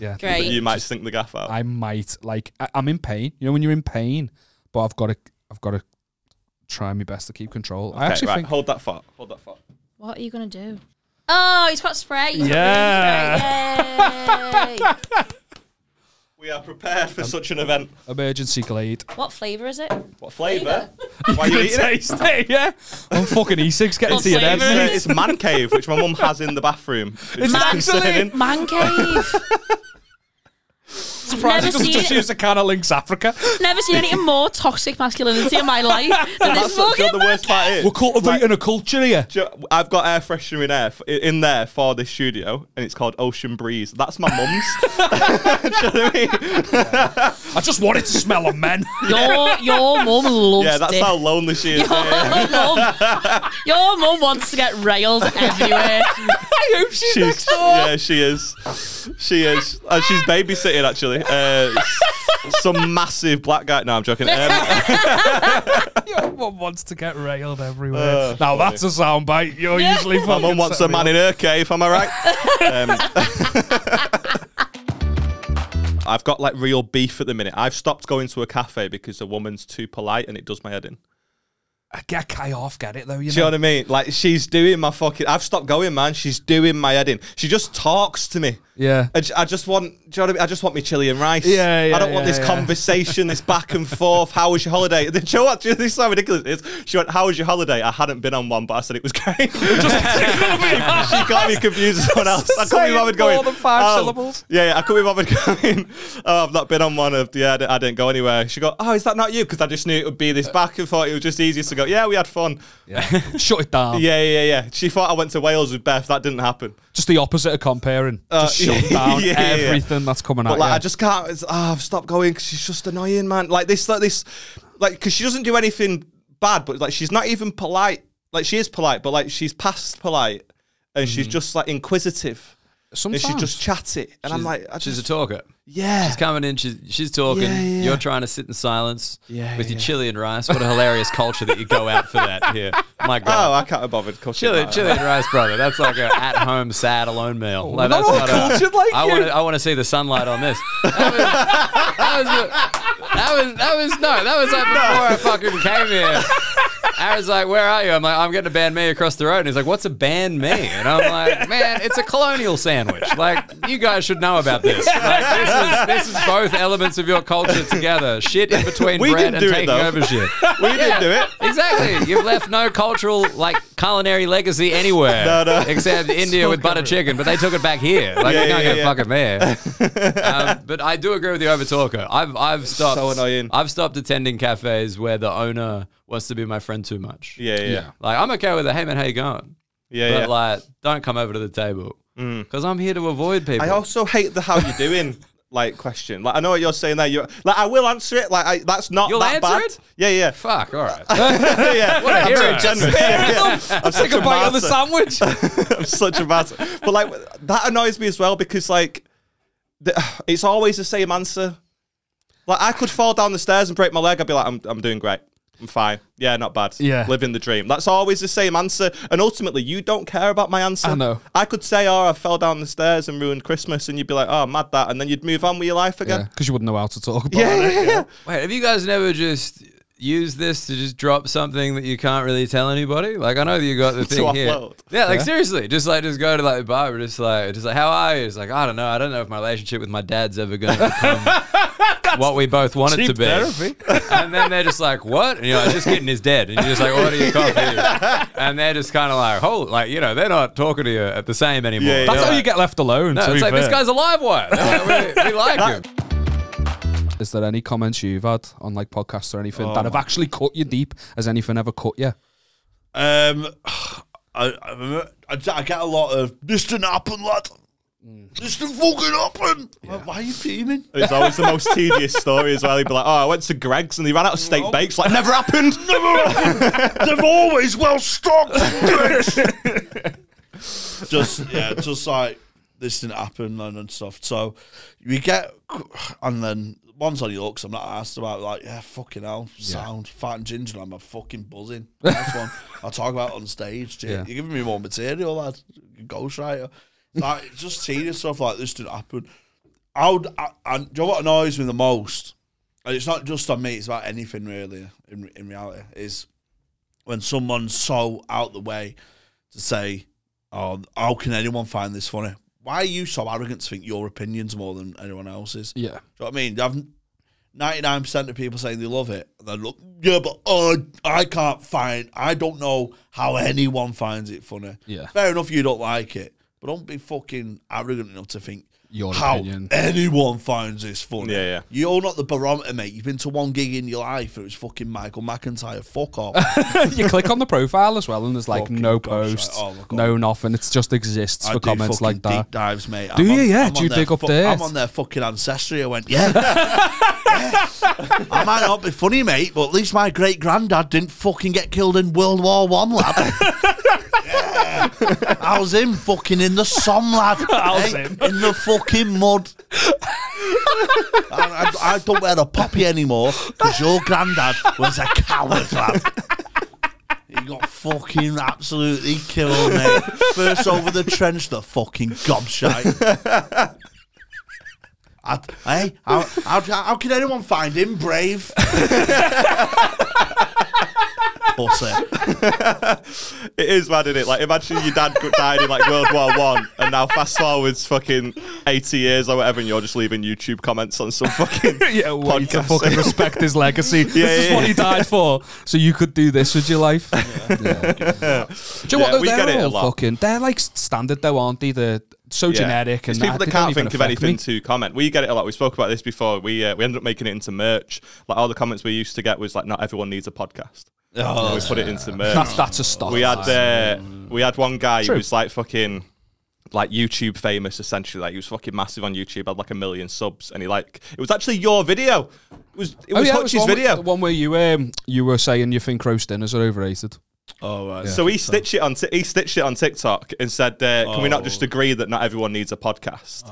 [SPEAKER 2] Yeah.
[SPEAKER 18] Great.
[SPEAKER 1] You might sink the gaff out.
[SPEAKER 2] I might. Like I, I'm in pain. You know when you're in pain, but I've got to I've got to try my best to keep control. I
[SPEAKER 1] Okay,
[SPEAKER 2] actually
[SPEAKER 1] right,
[SPEAKER 2] think
[SPEAKER 1] hold that thought. Hold that thought.
[SPEAKER 18] What are you going to do? Oh, he's got spray. He's got
[SPEAKER 2] Yeah.
[SPEAKER 18] green spray. Yay.
[SPEAKER 1] We are prepared for such an event.
[SPEAKER 2] Um, emergency glade.
[SPEAKER 18] what flavour is it?
[SPEAKER 1] What flavour? Why are you eating it?
[SPEAKER 2] it? [laughs] Yeah. eh? [laughs] I'm fucking E6 getting to your head.
[SPEAKER 1] It's, it's man cave, which my mum has in the bathroom. which is
[SPEAKER 18] man,
[SPEAKER 1] concerning.
[SPEAKER 18] man cave.
[SPEAKER 2] Surprised he
[SPEAKER 18] Never
[SPEAKER 2] doesn't
[SPEAKER 18] seen
[SPEAKER 2] just
[SPEAKER 18] it.
[SPEAKER 2] use a can of Links Africa.
[SPEAKER 18] Never seen anything more toxic masculinity in my life than this
[SPEAKER 1] That's what- do
[SPEAKER 18] fucking
[SPEAKER 1] you know what the worst part is. [laughs]
[SPEAKER 2] We're cultivating a culture here.
[SPEAKER 1] I've got air freshener in air in there for this studio, and it's called Ocean Breeze. That's my mum's. [laughs]
[SPEAKER 2] I just want it to smell of
[SPEAKER 1] [laughs]
[SPEAKER 2] men.
[SPEAKER 18] Your your mum loves
[SPEAKER 1] Yeah, that's
[SPEAKER 18] it.
[SPEAKER 1] how lonely she is.
[SPEAKER 18] Your mum, your mum wants to get railed everywhere. I
[SPEAKER 2] hope she's,
[SPEAKER 1] She's, yeah, she is. She is. Uh, she's babysitting actually. Uh, s- some massive black guy. No, I'm joking.
[SPEAKER 2] [laughs]
[SPEAKER 1] Um,
[SPEAKER 2] Your mum wants to get railed everywhere.
[SPEAKER 1] Uh,
[SPEAKER 2] now that's a soundbite. You're usually
[SPEAKER 1] my mum
[SPEAKER 2] fucking
[SPEAKER 1] wants a
[SPEAKER 2] set me
[SPEAKER 1] man
[SPEAKER 2] up.
[SPEAKER 1] in her cave. Am I right? um, [laughs] I've got like real beef at the minute. I've stopped going to a cafe because a woman's too polite and it does my head in.
[SPEAKER 2] I get Kai off. Get it though. You
[SPEAKER 1] Do you know
[SPEAKER 2] know.
[SPEAKER 1] what I mean? Like she's doing my fucking. I've stopped going, man. She's doing my head in. She just talks to me.
[SPEAKER 2] Yeah.
[SPEAKER 1] I, j- I just want. Do you know what I mean? I just want me chili and rice.
[SPEAKER 2] Yeah, yeah,
[SPEAKER 1] I don't want
[SPEAKER 2] yeah,
[SPEAKER 1] this
[SPEAKER 2] yeah.
[SPEAKER 1] conversation, this back
[SPEAKER 2] [laughs]
[SPEAKER 1] and forth. How was your holiday? [laughs] Do you know what? This is how ridiculous it is. She went, "How was your holiday?" I hadn't been on one, but I said it was [laughs]
[SPEAKER 2] [laughs]
[SPEAKER 1] great. [laughs] she got me confused with someone else. I couldn't be bothered going.
[SPEAKER 2] More than five
[SPEAKER 1] "Oh,
[SPEAKER 2] syllables.
[SPEAKER 1] Yeah, yeah, I couldn't be bothered [laughs] going. Oh, I've not been on one of. Yeah, I didn't, I didn't go anywhere. She go, "Oh, is that not you?" Because I just knew it would be this back and forth. It was just easier to go. Yeah, we had fun.
[SPEAKER 2] Shut it
[SPEAKER 1] [laughs]
[SPEAKER 2] down.
[SPEAKER 1] Yeah, yeah, yeah. She thought I went to Wales with Beth. That didn't happen.
[SPEAKER 2] Just the opposite of comparing.
[SPEAKER 1] Uh,
[SPEAKER 2] just shut down
[SPEAKER 1] [laughs] yeah, yeah, yeah.
[SPEAKER 2] everything that's coming
[SPEAKER 1] But
[SPEAKER 2] out.
[SPEAKER 1] like,
[SPEAKER 2] yeah.
[SPEAKER 1] I just can't. It's, ah, I've stopped going because she's just annoying, man. Like this, like this, like because she doesn't do anything bad, but like she's not even polite. Like she is polite, but like she's past polite, and she's just like inquisitive. and she's
[SPEAKER 19] Sometimes.
[SPEAKER 1] just chatty, and I'm like, I
[SPEAKER 19] she's a
[SPEAKER 1] just,
[SPEAKER 19] talker.
[SPEAKER 1] Yeah.
[SPEAKER 19] she's coming in. She's she's talking.
[SPEAKER 1] Yeah, yeah, yeah.
[SPEAKER 19] You're trying to sit in silence.
[SPEAKER 1] Yeah,
[SPEAKER 19] with your
[SPEAKER 1] yeah.
[SPEAKER 19] chili and rice. What a hilarious culture that you go out for that
[SPEAKER 1] [laughs]
[SPEAKER 19] here. My
[SPEAKER 1] oh, I
[SPEAKER 19] God.
[SPEAKER 1] can't be bothered. cooking
[SPEAKER 19] Chili,
[SPEAKER 1] that.
[SPEAKER 19] chili and rice, brother. That's like a at-home sad alone meal. like,
[SPEAKER 1] Oh, not
[SPEAKER 19] that's
[SPEAKER 1] all
[SPEAKER 19] a-
[SPEAKER 1] cultured like
[SPEAKER 19] I
[SPEAKER 1] you.
[SPEAKER 19] want to. I want to see the sunlight on this. [laughs] That was, that was, that was no, that was like before I fucking came here. Aaron's like, where are you? I'm like, I'm getting a band me across the road. And he's like, what's a band me? And I'm like, man, it's a colonial sandwich. Like, you guys should know about this. Like, this is this is both elements of your culture together. Shit in between
[SPEAKER 1] We didn't
[SPEAKER 19] bread and
[SPEAKER 1] do it,
[SPEAKER 19] taking
[SPEAKER 1] though.
[SPEAKER 19] over shit.
[SPEAKER 1] We didn't do it.
[SPEAKER 19] Exactly. You've left no cultural, like, culinary legacy anywhere.
[SPEAKER 1] No, no.
[SPEAKER 19] Except India with butter chicken, but they took it back here. Like,
[SPEAKER 1] Yeah,
[SPEAKER 19] you can't
[SPEAKER 1] yeah,
[SPEAKER 19] get
[SPEAKER 1] yeah.
[SPEAKER 19] fucking there um, but I do agree with the over talker. I've I've stopped.
[SPEAKER 1] so annoying.
[SPEAKER 19] I've stopped attending cafes where the owner wants to be my friend too much.
[SPEAKER 1] Yeah, yeah. Yeah.
[SPEAKER 19] Like I'm okay with it. Hey man, how you going?
[SPEAKER 1] Yeah,
[SPEAKER 19] but
[SPEAKER 1] yeah. Mm.
[SPEAKER 19] like don't come over to the table because I'm here to avoid people.
[SPEAKER 1] I also hate the how you doing like question. Like I know what you're saying there. You're like I will answer it. Like I, that's not
[SPEAKER 19] You'll
[SPEAKER 1] that
[SPEAKER 19] answer
[SPEAKER 1] bad.
[SPEAKER 19] it?
[SPEAKER 1] Yeah, yeah.
[SPEAKER 19] Fuck. All right.
[SPEAKER 1] [laughs] yeah.
[SPEAKER 19] What a
[SPEAKER 1] I'm
[SPEAKER 19] hero.
[SPEAKER 1] very generous.
[SPEAKER 19] [laughs]
[SPEAKER 1] Yeah, yeah. I'm such a
[SPEAKER 2] bite of the
[SPEAKER 1] martyr. [laughs] I'm such a bastard. But like that annoys me as well because like the, [sighs] it's always the same answer. Like I could fall down the stairs and break my leg. I'd be like, I'm, I'm doing great. I'm fine. Yeah, not bad.
[SPEAKER 2] Yeah.
[SPEAKER 1] living the dream. That's always the same answer. And ultimately, you don't care about my answer.
[SPEAKER 2] I know.
[SPEAKER 1] I could say, "Oh, I fell down the stairs and ruined Christmas," and you'd be like, "Oh, mad that," and then you'd move on with your life again.
[SPEAKER 2] because you wouldn't know how to talk about
[SPEAKER 1] Yeah,
[SPEAKER 2] it.
[SPEAKER 1] yeah, yeah.
[SPEAKER 19] Wait, have you guys never just used this to just drop something that you can't really tell anybody? Like I know that you got the
[SPEAKER 1] To
[SPEAKER 19] thing here.
[SPEAKER 1] upload.
[SPEAKER 19] Yeah, like
[SPEAKER 1] Yeah.
[SPEAKER 19] seriously, just like just go to like the bar, but just like just like how are you? It's like I don't know. I don't know if my relationship with my dad's ever gonna become what we both want it to
[SPEAKER 15] cheap
[SPEAKER 19] be.
[SPEAKER 15] therapy.
[SPEAKER 19] [laughs] and then they're just like, what? And you're like, just kidding, he's dead. And you're just like, order your coffee. And they're just kind of like, hold, like you know, they're not talking to you at the same anymore.
[SPEAKER 2] That's
[SPEAKER 19] They're
[SPEAKER 2] how
[SPEAKER 19] like-
[SPEAKER 2] you get left alone.
[SPEAKER 19] No,
[SPEAKER 2] to
[SPEAKER 19] it's
[SPEAKER 2] be
[SPEAKER 19] like this
[SPEAKER 2] fair.
[SPEAKER 19] guy's a live wire. [laughs] They're like, we, we like him.
[SPEAKER 2] Is there any comments you've had on like podcasts or anything
[SPEAKER 7] Oh
[SPEAKER 2] that have
[SPEAKER 7] my-
[SPEAKER 2] actually cut you deep? Has anything ever cut you?
[SPEAKER 7] Um, I, I, remember- I, I get a lot of this didn't happen, lad. This didn't fucking happen. Like, Why are you fuming?
[SPEAKER 1] It's always the most tedious story as well. He'd be like, "Oh, I went to Greg's and they ran out of steak bakes. Like, never happened.
[SPEAKER 7] Never happened. They've always well stocked.
[SPEAKER 2] [laughs]
[SPEAKER 7] just yeah, just like this didn't happen and, and stuff. So we get and then one's on your looks. I'm not asked about like yeah, fucking hell,
[SPEAKER 15] Yeah.
[SPEAKER 7] sound, fat and ginger. I'm a fucking buzzing. That's one I talk about on stage. Gee,
[SPEAKER 15] Yeah.
[SPEAKER 7] You're giving me more material, lad. Ghostwriter, like it's just tedious stuff like this didn't happen. I would, I, and do you know what annoys me the most? And it's not just on me; it's about anything really. In in reality, is when someone's so out the way to say, "Oh, how can anyone find this funny? Why are you so arrogant to think your opinion's more than anyone else's?"
[SPEAKER 17] Yeah.
[SPEAKER 7] do you know what I mean? I've ninety nine percent of people saying they love it, and they look, yeah, but uh, I can't find. I don't know how anyone finds it funny.
[SPEAKER 15] Yeah.
[SPEAKER 7] fair enough, you don't like it, but don't be fucking arrogant enough to think
[SPEAKER 15] Your
[SPEAKER 7] how
[SPEAKER 15] opinion.
[SPEAKER 7] anyone finds this funny.
[SPEAKER 15] Yeah, yeah.
[SPEAKER 7] You're not the barometer, mate. You've been to one gig in your life. It was fucking Michael McIntyre. Fuck off.
[SPEAKER 2] [laughs]
[SPEAKER 15] [laughs]
[SPEAKER 2] you click on the profile as well, and there's like no posts,
[SPEAKER 7] right. Oh, my God.
[SPEAKER 2] no nothing. It just exists
[SPEAKER 7] I
[SPEAKER 2] for
[SPEAKER 7] do
[SPEAKER 2] comments
[SPEAKER 7] fucking
[SPEAKER 2] like that.
[SPEAKER 7] Deep dives, mate.
[SPEAKER 2] Do
[SPEAKER 7] I'm
[SPEAKER 2] you?
[SPEAKER 7] on-
[SPEAKER 2] yeah.
[SPEAKER 7] I'm
[SPEAKER 2] do
[SPEAKER 7] on
[SPEAKER 2] you
[SPEAKER 7] their
[SPEAKER 2] dig up
[SPEAKER 7] fu-
[SPEAKER 2] there?
[SPEAKER 7] I'm on their fucking ancestry. I
[SPEAKER 2] [laughs]
[SPEAKER 7] went, yeah. Yeah. I might not be funny, mate, but at least my great granddad didn't fucking get killed in World War One,
[SPEAKER 2] [laughs]
[SPEAKER 7] lad. Yeah. How's him fucking in the Somme,
[SPEAKER 2] [laughs]
[SPEAKER 7] lad?
[SPEAKER 15] How's
[SPEAKER 7] eh?
[SPEAKER 15] him?
[SPEAKER 7] In the fucking mud. I, I, I don't wear a poppy anymore because your granddad was a coward, lad. He got fucking absolutely killed, mate. First over the trench, the fucking gobshite. I, hey, how, how, how can anyone find him brave?
[SPEAKER 1] [laughs]
[SPEAKER 7] Pussy.
[SPEAKER 1] it is mad, isn't it? Like, imagine your dad got- died in like World War One, and now fast forwards fucking eighty years or whatever, and you're just leaving YouTube comments on some [laughs] fucking
[SPEAKER 2] yeah, well, you can
[SPEAKER 1] podcast.
[SPEAKER 2] fucking respect his legacy.
[SPEAKER 1] [laughs]
[SPEAKER 2] this
[SPEAKER 1] Yeah,
[SPEAKER 2] is
[SPEAKER 1] yeah,
[SPEAKER 2] what he
[SPEAKER 1] yeah.
[SPEAKER 2] died for. So you could do this with
[SPEAKER 1] [laughs]
[SPEAKER 2] your life.
[SPEAKER 1] Yeah.
[SPEAKER 2] Do you know
[SPEAKER 1] Yeah,
[SPEAKER 2] what? Though,
[SPEAKER 1] we
[SPEAKER 2] they're
[SPEAKER 1] get it a
[SPEAKER 2] all
[SPEAKER 1] lot.
[SPEAKER 2] fucking. They're like standard though, aren't they? They're so
[SPEAKER 1] Yeah.
[SPEAKER 2] generic and
[SPEAKER 1] it's people
[SPEAKER 2] that,
[SPEAKER 1] that
[SPEAKER 2] they don't
[SPEAKER 1] can't
[SPEAKER 2] even
[SPEAKER 1] think of
[SPEAKER 2] affect
[SPEAKER 1] anything to
[SPEAKER 2] me.
[SPEAKER 1] comment. We get it a lot. We spoke about this before. We uh, we ended up making it into merch. Like all the comments we used to get was like, "Not everyone needs a podcast."
[SPEAKER 2] Oh,
[SPEAKER 1] And we put it into merch.
[SPEAKER 2] That's- that's a start.
[SPEAKER 1] We had uh, we had one guy
[SPEAKER 2] True.
[SPEAKER 1] who was like fucking like YouTube famous essentially. Like he was fucking massive on YouTube. Had like a million subs, and he like it was actually your video. It was it
[SPEAKER 2] Oh,
[SPEAKER 1] was
[SPEAKER 2] yeah,
[SPEAKER 1] Hutch's
[SPEAKER 2] one where-
[SPEAKER 1] video.
[SPEAKER 2] the one where you um you were saying you think roast dinners are overrated.
[SPEAKER 7] Oh right.
[SPEAKER 1] So he stitched it on t- he stitched it on TikTok and said, uh, "Can we not just agree that not everyone needs a podcast?"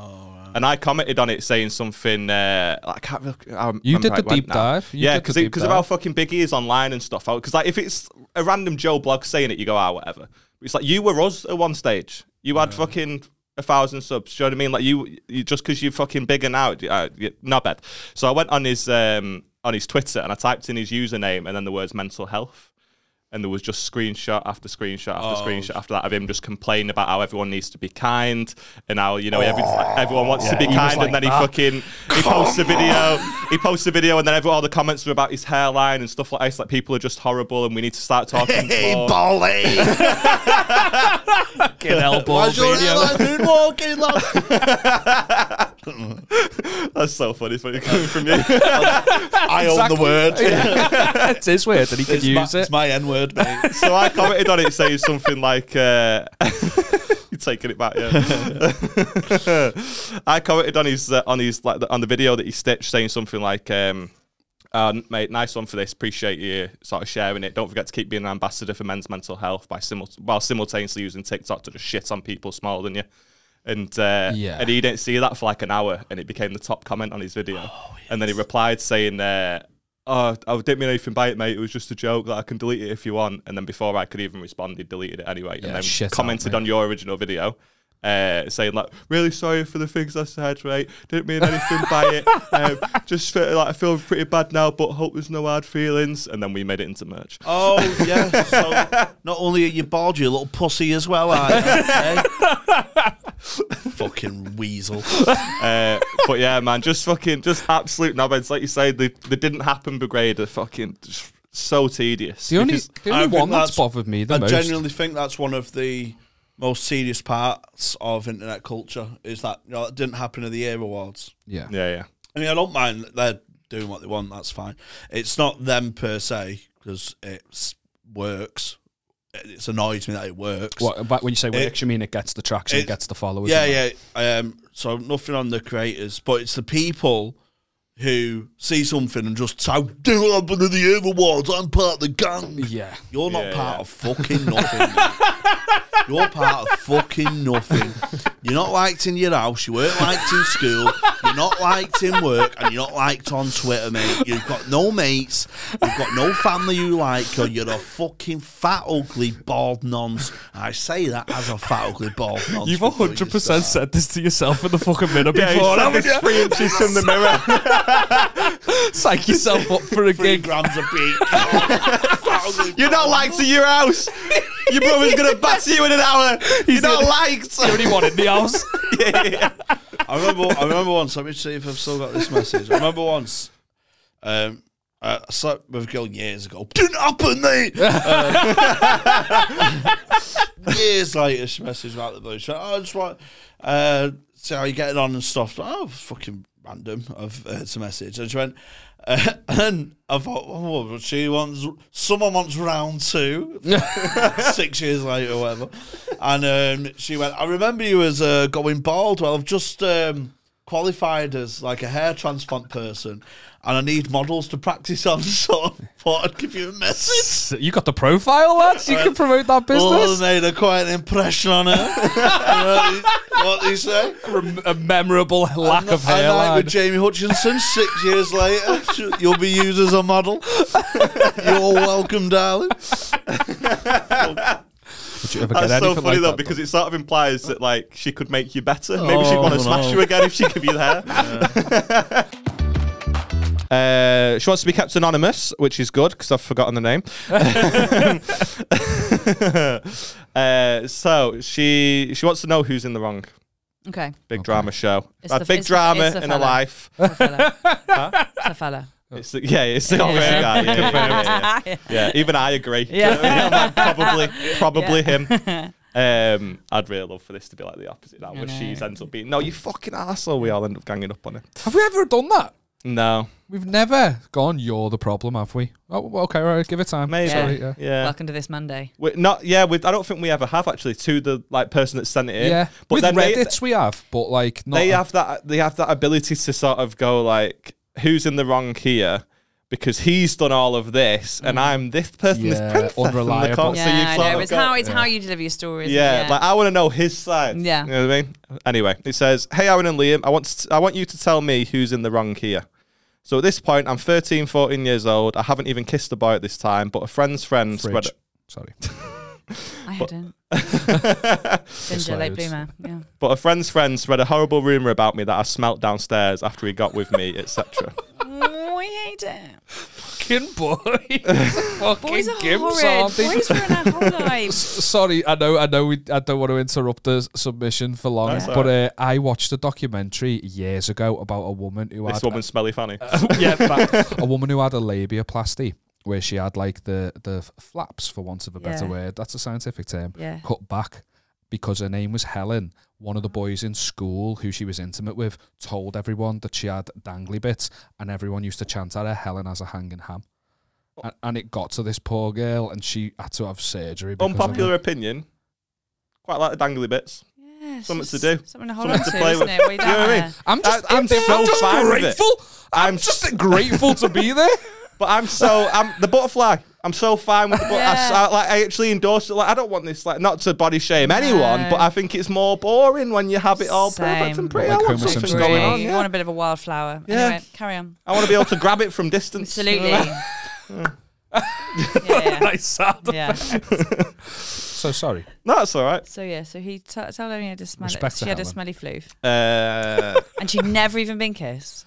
[SPEAKER 1] And I commented on it saying something. Uh, I can't. Really, I
[SPEAKER 2] You did
[SPEAKER 1] remember how
[SPEAKER 2] the
[SPEAKER 1] it went
[SPEAKER 2] deep
[SPEAKER 1] now.
[SPEAKER 2] dive. You
[SPEAKER 1] yeah,
[SPEAKER 2] did the
[SPEAKER 1] because
[SPEAKER 2] deep
[SPEAKER 1] because of
[SPEAKER 2] dive.
[SPEAKER 1] how fucking big he is online and stuff. Because like if it's a random Joe blog saying it, you go, "Ah, whatever." But it's like you were us at one stage. You had fucking a thousand subs. Do you know what I mean? Like you, you just because you're fucking bigger now, uh, you- not bad. So I went on his um, on his Twitter and I typed in his username and then the words mental health and there was just screenshot after screenshot after
[SPEAKER 15] Oh.
[SPEAKER 1] screenshot after that of him just complaining about how everyone needs to be kind and how you know every, everyone wants to
[SPEAKER 15] Oh. Yeah,
[SPEAKER 1] be
[SPEAKER 15] he was
[SPEAKER 1] kind
[SPEAKER 15] like
[SPEAKER 1] and then he
[SPEAKER 15] that.
[SPEAKER 1] fucking he posts a video he posts a video and then every, all the comments were about his hairline and stuff like that. It's like people are just horrible and we need to start talking
[SPEAKER 15] Hey,
[SPEAKER 1] more.
[SPEAKER 15] Bolly!
[SPEAKER 1] Fucking hell,
[SPEAKER 15] Why's your
[SPEAKER 1] Bolly.
[SPEAKER 15] hairline
[SPEAKER 7] moonwalking, lad?
[SPEAKER 1] [laughs] That's so funny. It's funny coming from you. [laughs]
[SPEAKER 7] I own the word. [laughs]
[SPEAKER 2] it is weird that he could
[SPEAKER 7] It's
[SPEAKER 2] use
[SPEAKER 7] my-
[SPEAKER 2] it.
[SPEAKER 7] It's my N word, mate.
[SPEAKER 1] so I commented on it saying something like, uh, [laughs] "You're taking it back." Yeah. I commented on his uh, on his like the, on the video that he stitched saying something like. Um, uh, mate, nice one for this. Appreciate you sort of sharing it. Don't forget to keep being an ambassador for men's mental health by simul- while simultaneously using TikTok to just shit on people smaller than you. And uh,
[SPEAKER 15] Yeah.
[SPEAKER 1] and he didn't see that for like an hour, and it became the top comment on his video. And then he replied saying, uh, "Oh, I didn't mean anything by it, mate. It was just a joke. That I can delete it if you want." And then before I could even respond, he deleted it anyway,
[SPEAKER 15] Yeah,
[SPEAKER 1] and then
[SPEAKER 15] shit out,
[SPEAKER 1] commented
[SPEAKER 15] mate.
[SPEAKER 1] on your original video. Uh, saying like, really sorry for the things I said, right? Didn't mean anything by it.
[SPEAKER 2] [laughs]
[SPEAKER 1] Um, just feel, like I feel pretty bad now, but hope there's no hard feelings. And then we made it into merch.
[SPEAKER 7] Oh yeah. So not only [laughs] are you bald, you're a little pussy as well, aren't you? Eh? Fucking weasel.
[SPEAKER 1] uh, but yeah, man, just fucking, just absolute knobheads. Like you say, they, they didn't happen brigade are fucking just so tedious.
[SPEAKER 2] The only-
[SPEAKER 1] because-
[SPEAKER 2] the only I think one that's that's- bothered me the
[SPEAKER 7] I
[SPEAKER 2] most.
[SPEAKER 7] genuinely think that's one of the most serious parts of internet culture is that you know, it didn't happen in the Year Awards.
[SPEAKER 2] Yeah.
[SPEAKER 1] Yeah,
[SPEAKER 7] [laughs]
[SPEAKER 1] yeah.
[SPEAKER 7] I mean, I don't mind that they're doing what they want. That's fine. It's not them per se because it works. it's annoyed me that it works.
[SPEAKER 2] What, but when you say
[SPEAKER 7] It-
[SPEAKER 2] works, you mean it gets the traction, it
[SPEAKER 7] it-
[SPEAKER 2] gets the followers.
[SPEAKER 7] Yeah,
[SPEAKER 2] and that.
[SPEAKER 7] yeah. Um, so nothing on the creators, but it's the people who see something and just say, "Do I'm one of the overworlds. I'm part of the gang."
[SPEAKER 2] Yeah,
[SPEAKER 7] you're not
[SPEAKER 15] Yeah,
[SPEAKER 7] part
[SPEAKER 15] yeah.
[SPEAKER 7] of fucking nothing.
[SPEAKER 15] [laughs]
[SPEAKER 7] mate. you're part of fucking nothing. You're not liked in your house. You weren't liked in school. You're not liked in work, and you're not liked on Twitter, mate. You've got no mates. You've got no family you like, or you're a fucking fat, ugly, bald nonce. I say that as a fat, ugly, bald nonce.
[SPEAKER 2] You've 100% said this to yourself in the fucking mirror
[SPEAKER 7] Yeah, he
[SPEAKER 2] before,
[SPEAKER 7] said
[SPEAKER 2] haven't
[SPEAKER 7] this
[SPEAKER 2] you?
[SPEAKER 7] three inches from the mirror.
[SPEAKER 2] [laughs] Psych yourself up for a
[SPEAKER 7] Three
[SPEAKER 2] gig.
[SPEAKER 7] grams of
[SPEAKER 2] [laughs]
[SPEAKER 7] beat.
[SPEAKER 1] You're not liked at your house. Your brother's gonna batter you in an hour. You're not liked.
[SPEAKER 2] You only
[SPEAKER 1] [laughs]
[SPEAKER 2] one in the house. [laughs]
[SPEAKER 7] I remember. I remember once. Let me see if I've still got this message. I remember once. Um, I I slept with a girl years ago. Didn't happen,
[SPEAKER 2] [laughs]
[SPEAKER 7] mate. Um, [laughs] years later, she messaged me out of the blue. She went, "Oh, I just want uh, see how you're getting on and stuff." oh, fucking random. I've heard some message, and she went. [laughs] Uh, and I thought, oh, well, she wants someone wants round
[SPEAKER 2] [laughs]
[SPEAKER 7] two, six years later, or whatever. And um, she went, I remember you as uh, going bald. Well, I've just um, qualified as like a hair transplant person, and I need models to practice on. [laughs] So I thought I'd give you a message.
[SPEAKER 2] You got the profile, lads. You
[SPEAKER 7] Uh,
[SPEAKER 2] can promote that
[SPEAKER 7] Well,
[SPEAKER 2] business.
[SPEAKER 7] I made a quite an impression on her. what do you say?
[SPEAKER 2] A memorable lack of
[SPEAKER 7] I night
[SPEAKER 2] hairline.
[SPEAKER 7] with Jamie Hutchinson six years later. [laughs] Sh- You'll be used as a model. [laughs] You're welcome, darling.
[SPEAKER 2] Would you
[SPEAKER 1] That's
[SPEAKER 2] ever get
[SPEAKER 1] so
[SPEAKER 2] anything
[SPEAKER 1] funny
[SPEAKER 2] like
[SPEAKER 1] though,
[SPEAKER 2] that?
[SPEAKER 1] because it sort of implies that like she could make you better. Maybe she'd want to
[SPEAKER 7] Oh,
[SPEAKER 1] smash
[SPEAKER 7] no.
[SPEAKER 1] you again if she gave you the
[SPEAKER 14] [laughs]
[SPEAKER 1] hair. Uh, she wants to be kept anonymous, which is good because I've forgotten the
[SPEAKER 14] [laughs]
[SPEAKER 1] name. uh, so she she wants to know who's in the wrong.
[SPEAKER 14] Okay.
[SPEAKER 1] Big drama show.
[SPEAKER 14] It's
[SPEAKER 1] a
[SPEAKER 14] the-
[SPEAKER 1] big
[SPEAKER 14] it's the-
[SPEAKER 1] drama
[SPEAKER 14] it's the
[SPEAKER 1] in her
[SPEAKER 14] fella.
[SPEAKER 1] life.
[SPEAKER 14] It's the fella.
[SPEAKER 2] [laughs]
[SPEAKER 1] Huh?
[SPEAKER 14] It's a fella.
[SPEAKER 1] It's the, yeah, it's the confirmed
[SPEAKER 14] Yeah.
[SPEAKER 1] guy. Yeah, yeah, yeah,
[SPEAKER 14] [laughs]
[SPEAKER 1] yeah.
[SPEAKER 14] Yeah.
[SPEAKER 1] Yeah, even I agree.
[SPEAKER 14] Yeah.
[SPEAKER 1] I'm like, [laughs] probably, probably
[SPEAKER 14] Yeah.
[SPEAKER 1] him. Um, I'd really love for this to be like the opposite now,
[SPEAKER 2] I
[SPEAKER 1] where she
[SPEAKER 2] know.
[SPEAKER 1] ends up being no, you fucking asshole. We all end up ganging up on her.
[SPEAKER 2] Have we ever done that?
[SPEAKER 1] No,
[SPEAKER 2] We've never gone, you're the problem, have we? Oh, well, okay, right, give it time.
[SPEAKER 1] Maybe.
[SPEAKER 2] Sorry,
[SPEAKER 1] Yeah.
[SPEAKER 14] Welcome to this Monday.
[SPEAKER 1] we not yeah. We, I don't think we ever have actually to the like person that sent it in.
[SPEAKER 2] Yeah. With
[SPEAKER 1] they-
[SPEAKER 2] Reddits we have, but like not
[SPEAKER 1] they
[SPEAKER 2] a-
[SPEAKER 1] have that they have that ability to sort of go like who's in the wrong here because he's done all of this and I'm this person this
[SPEAKER 2] Mm. Yeah,
[SPEAKER 1] princess and they
[SPEAKER 2] unreliable.
[SPEAKER 1] can't- so you
[SPEAKER 14] Yeah, I
[SPEAKER 1] sort
[SPEAKER 14] know.
[SPEAKER 1] of
[SPEAKER 14] It's
[SPEAKER 1] go-
[SPEAKER 14] how it's how you deliver your stories.
[SPEAKER 1] yeah, like I want to know his side.
[SPEAKER 14] Yeah.
[SPEAKER 1] you know what I mean. Anyway, it says, "Hey, Aaron and Liam, I want to, I want you to tell me who's in the wrong here." So at this point, I'm 13, 14 years old. I haven't even kissed a boy at this time, but a friend's friend spread.
[SPEAKER 2] Fridge. Sorry.
[SPEAKER 1] [laughs]
[SPEAKER 14] I hadn't. Ginger, late bloomer. Yeah.
[SPEAKER 1] But a friend's friend spread a horrible rumor about me that I smelt downstairs after he got with me, etc.
[SPEAKER 14] Mm, we hate it.
[SPEAKER 2] [laughs] Fucking boys. Fucking
[SPEAKER 14] Boys are
[SPEAKER 2] gimps,
[SPEAKER 14] horrid.
[SPEAKER 2] aren't they?
[SPEAKER 14] Boys ruin
[SPEAKER 2] [laughs]
[SPEAKER 14] our whole lives.
[SPEAKER 2] S- Sorry, I know, I know. We, I don't want to interrupt the s- submission for long,
[SPEAKER 1] That's
[SPEAKER 2] but
[SPEAKER 1] all
[SPEAKER 2] uh, I watched a documentary years ago about a woman who
[SPEAKER 1] this
[SPEAKER 2] had
[SPEAKER 1] woman's smelly
[SPEAKER 2] [laughs]
[SPEAKER 1] fanny.
[SPEAKER 2] yeah, that- [laughs] a woman who had a labiaplasty where she had like the the f- flaps, for want of a better
[SPEAKER 14] Yeah.
[SPEAKER 2] word, that's a scientific term,
[SPEAKER 14] Yeah. Ah.
[SPEAKER 2] cut back because her name was Helen. One of the boys in school who she was intimate with told everyone that she had dangly bits, and everyone used to chant at her, "Helen has a hanging ham."
[SPEAKER 14] Oh.
[SPEAKER 2] And, and it got to this poor girl, and she had to have surgery. because of
[SPEAKER 1] Unpopular
[SPEAKER 2] it.
[SPEAKER 1] opinion. Quite like the dangly bits.
[SPEAKER 14] Yeah,
[SPEAKER 1] something to do.
[SPEAKER 14] something to hold
[SPEAKER 1] something
[SPEAKER 14] on to,
[SPEAKER 1] play
[SPEAKER 14] isn't
[SPEAKER 1] with.
[SPEAKER 14] it? What you
[SPEAKER 1] Do you know
[SPEAKER 14] down
[SPEAKER 1] what I
[SPEAKER 14] there?
[SPEAKER 1] mean? I'm just, I, am so
[SPEAKER 2] I'm just
[SPEAKER 1] fine with it.
[SPEAKER 2] grateful.
[SPEAKER 1] [laughs]
[SPEAKER 2] I'm just grateful to be there.
[SPEAKER 1] But I'm so I'm the butterfly. I'm so fine with the butterfly.
[SPEAKER 2] Yeah.
[SPEAKER 1] I, like I actually endorse it. Like I don't want this. Like not to body shame anyone, but I think it's more boring when you have it all perfect and pretty. I want something going on.
[SPEAKER 14] You
[SPEAKER 1] yeah.
[SPEAKER 14] want a bit of a wildflower.
[SPEAKER 1] Yeah.
[SPEAKER 14] Anyway, carry on.
[SPEAKER 1] I want to
[SPEAKER 14] [laughs]
[SPEAKER 1] be able to grab it from distance. [laughs]
[SPEAKER 14] Absolutely.
[SPEAKER 2] [laughs] Nice sound
[SPEAKER 14] Yeah.
[SPEAKER 2] [laughs] effect.
[SPEAKER 1] [laughs]
[SPEAKER 2] so sorry.
[SPEAKER 1] No, that's all right.
[SPEAKER 14] So yeah, so he t- told her he had a smelly,
[SPEAKER 2] Respect to
[SPEAKER 14] she had a
[SPEAKER 2] Helen.
[SPEAKER 14] smelly floof,
[SPEAKER 1] Uh,
[SPEAKER 14] and she'd never even been kissed.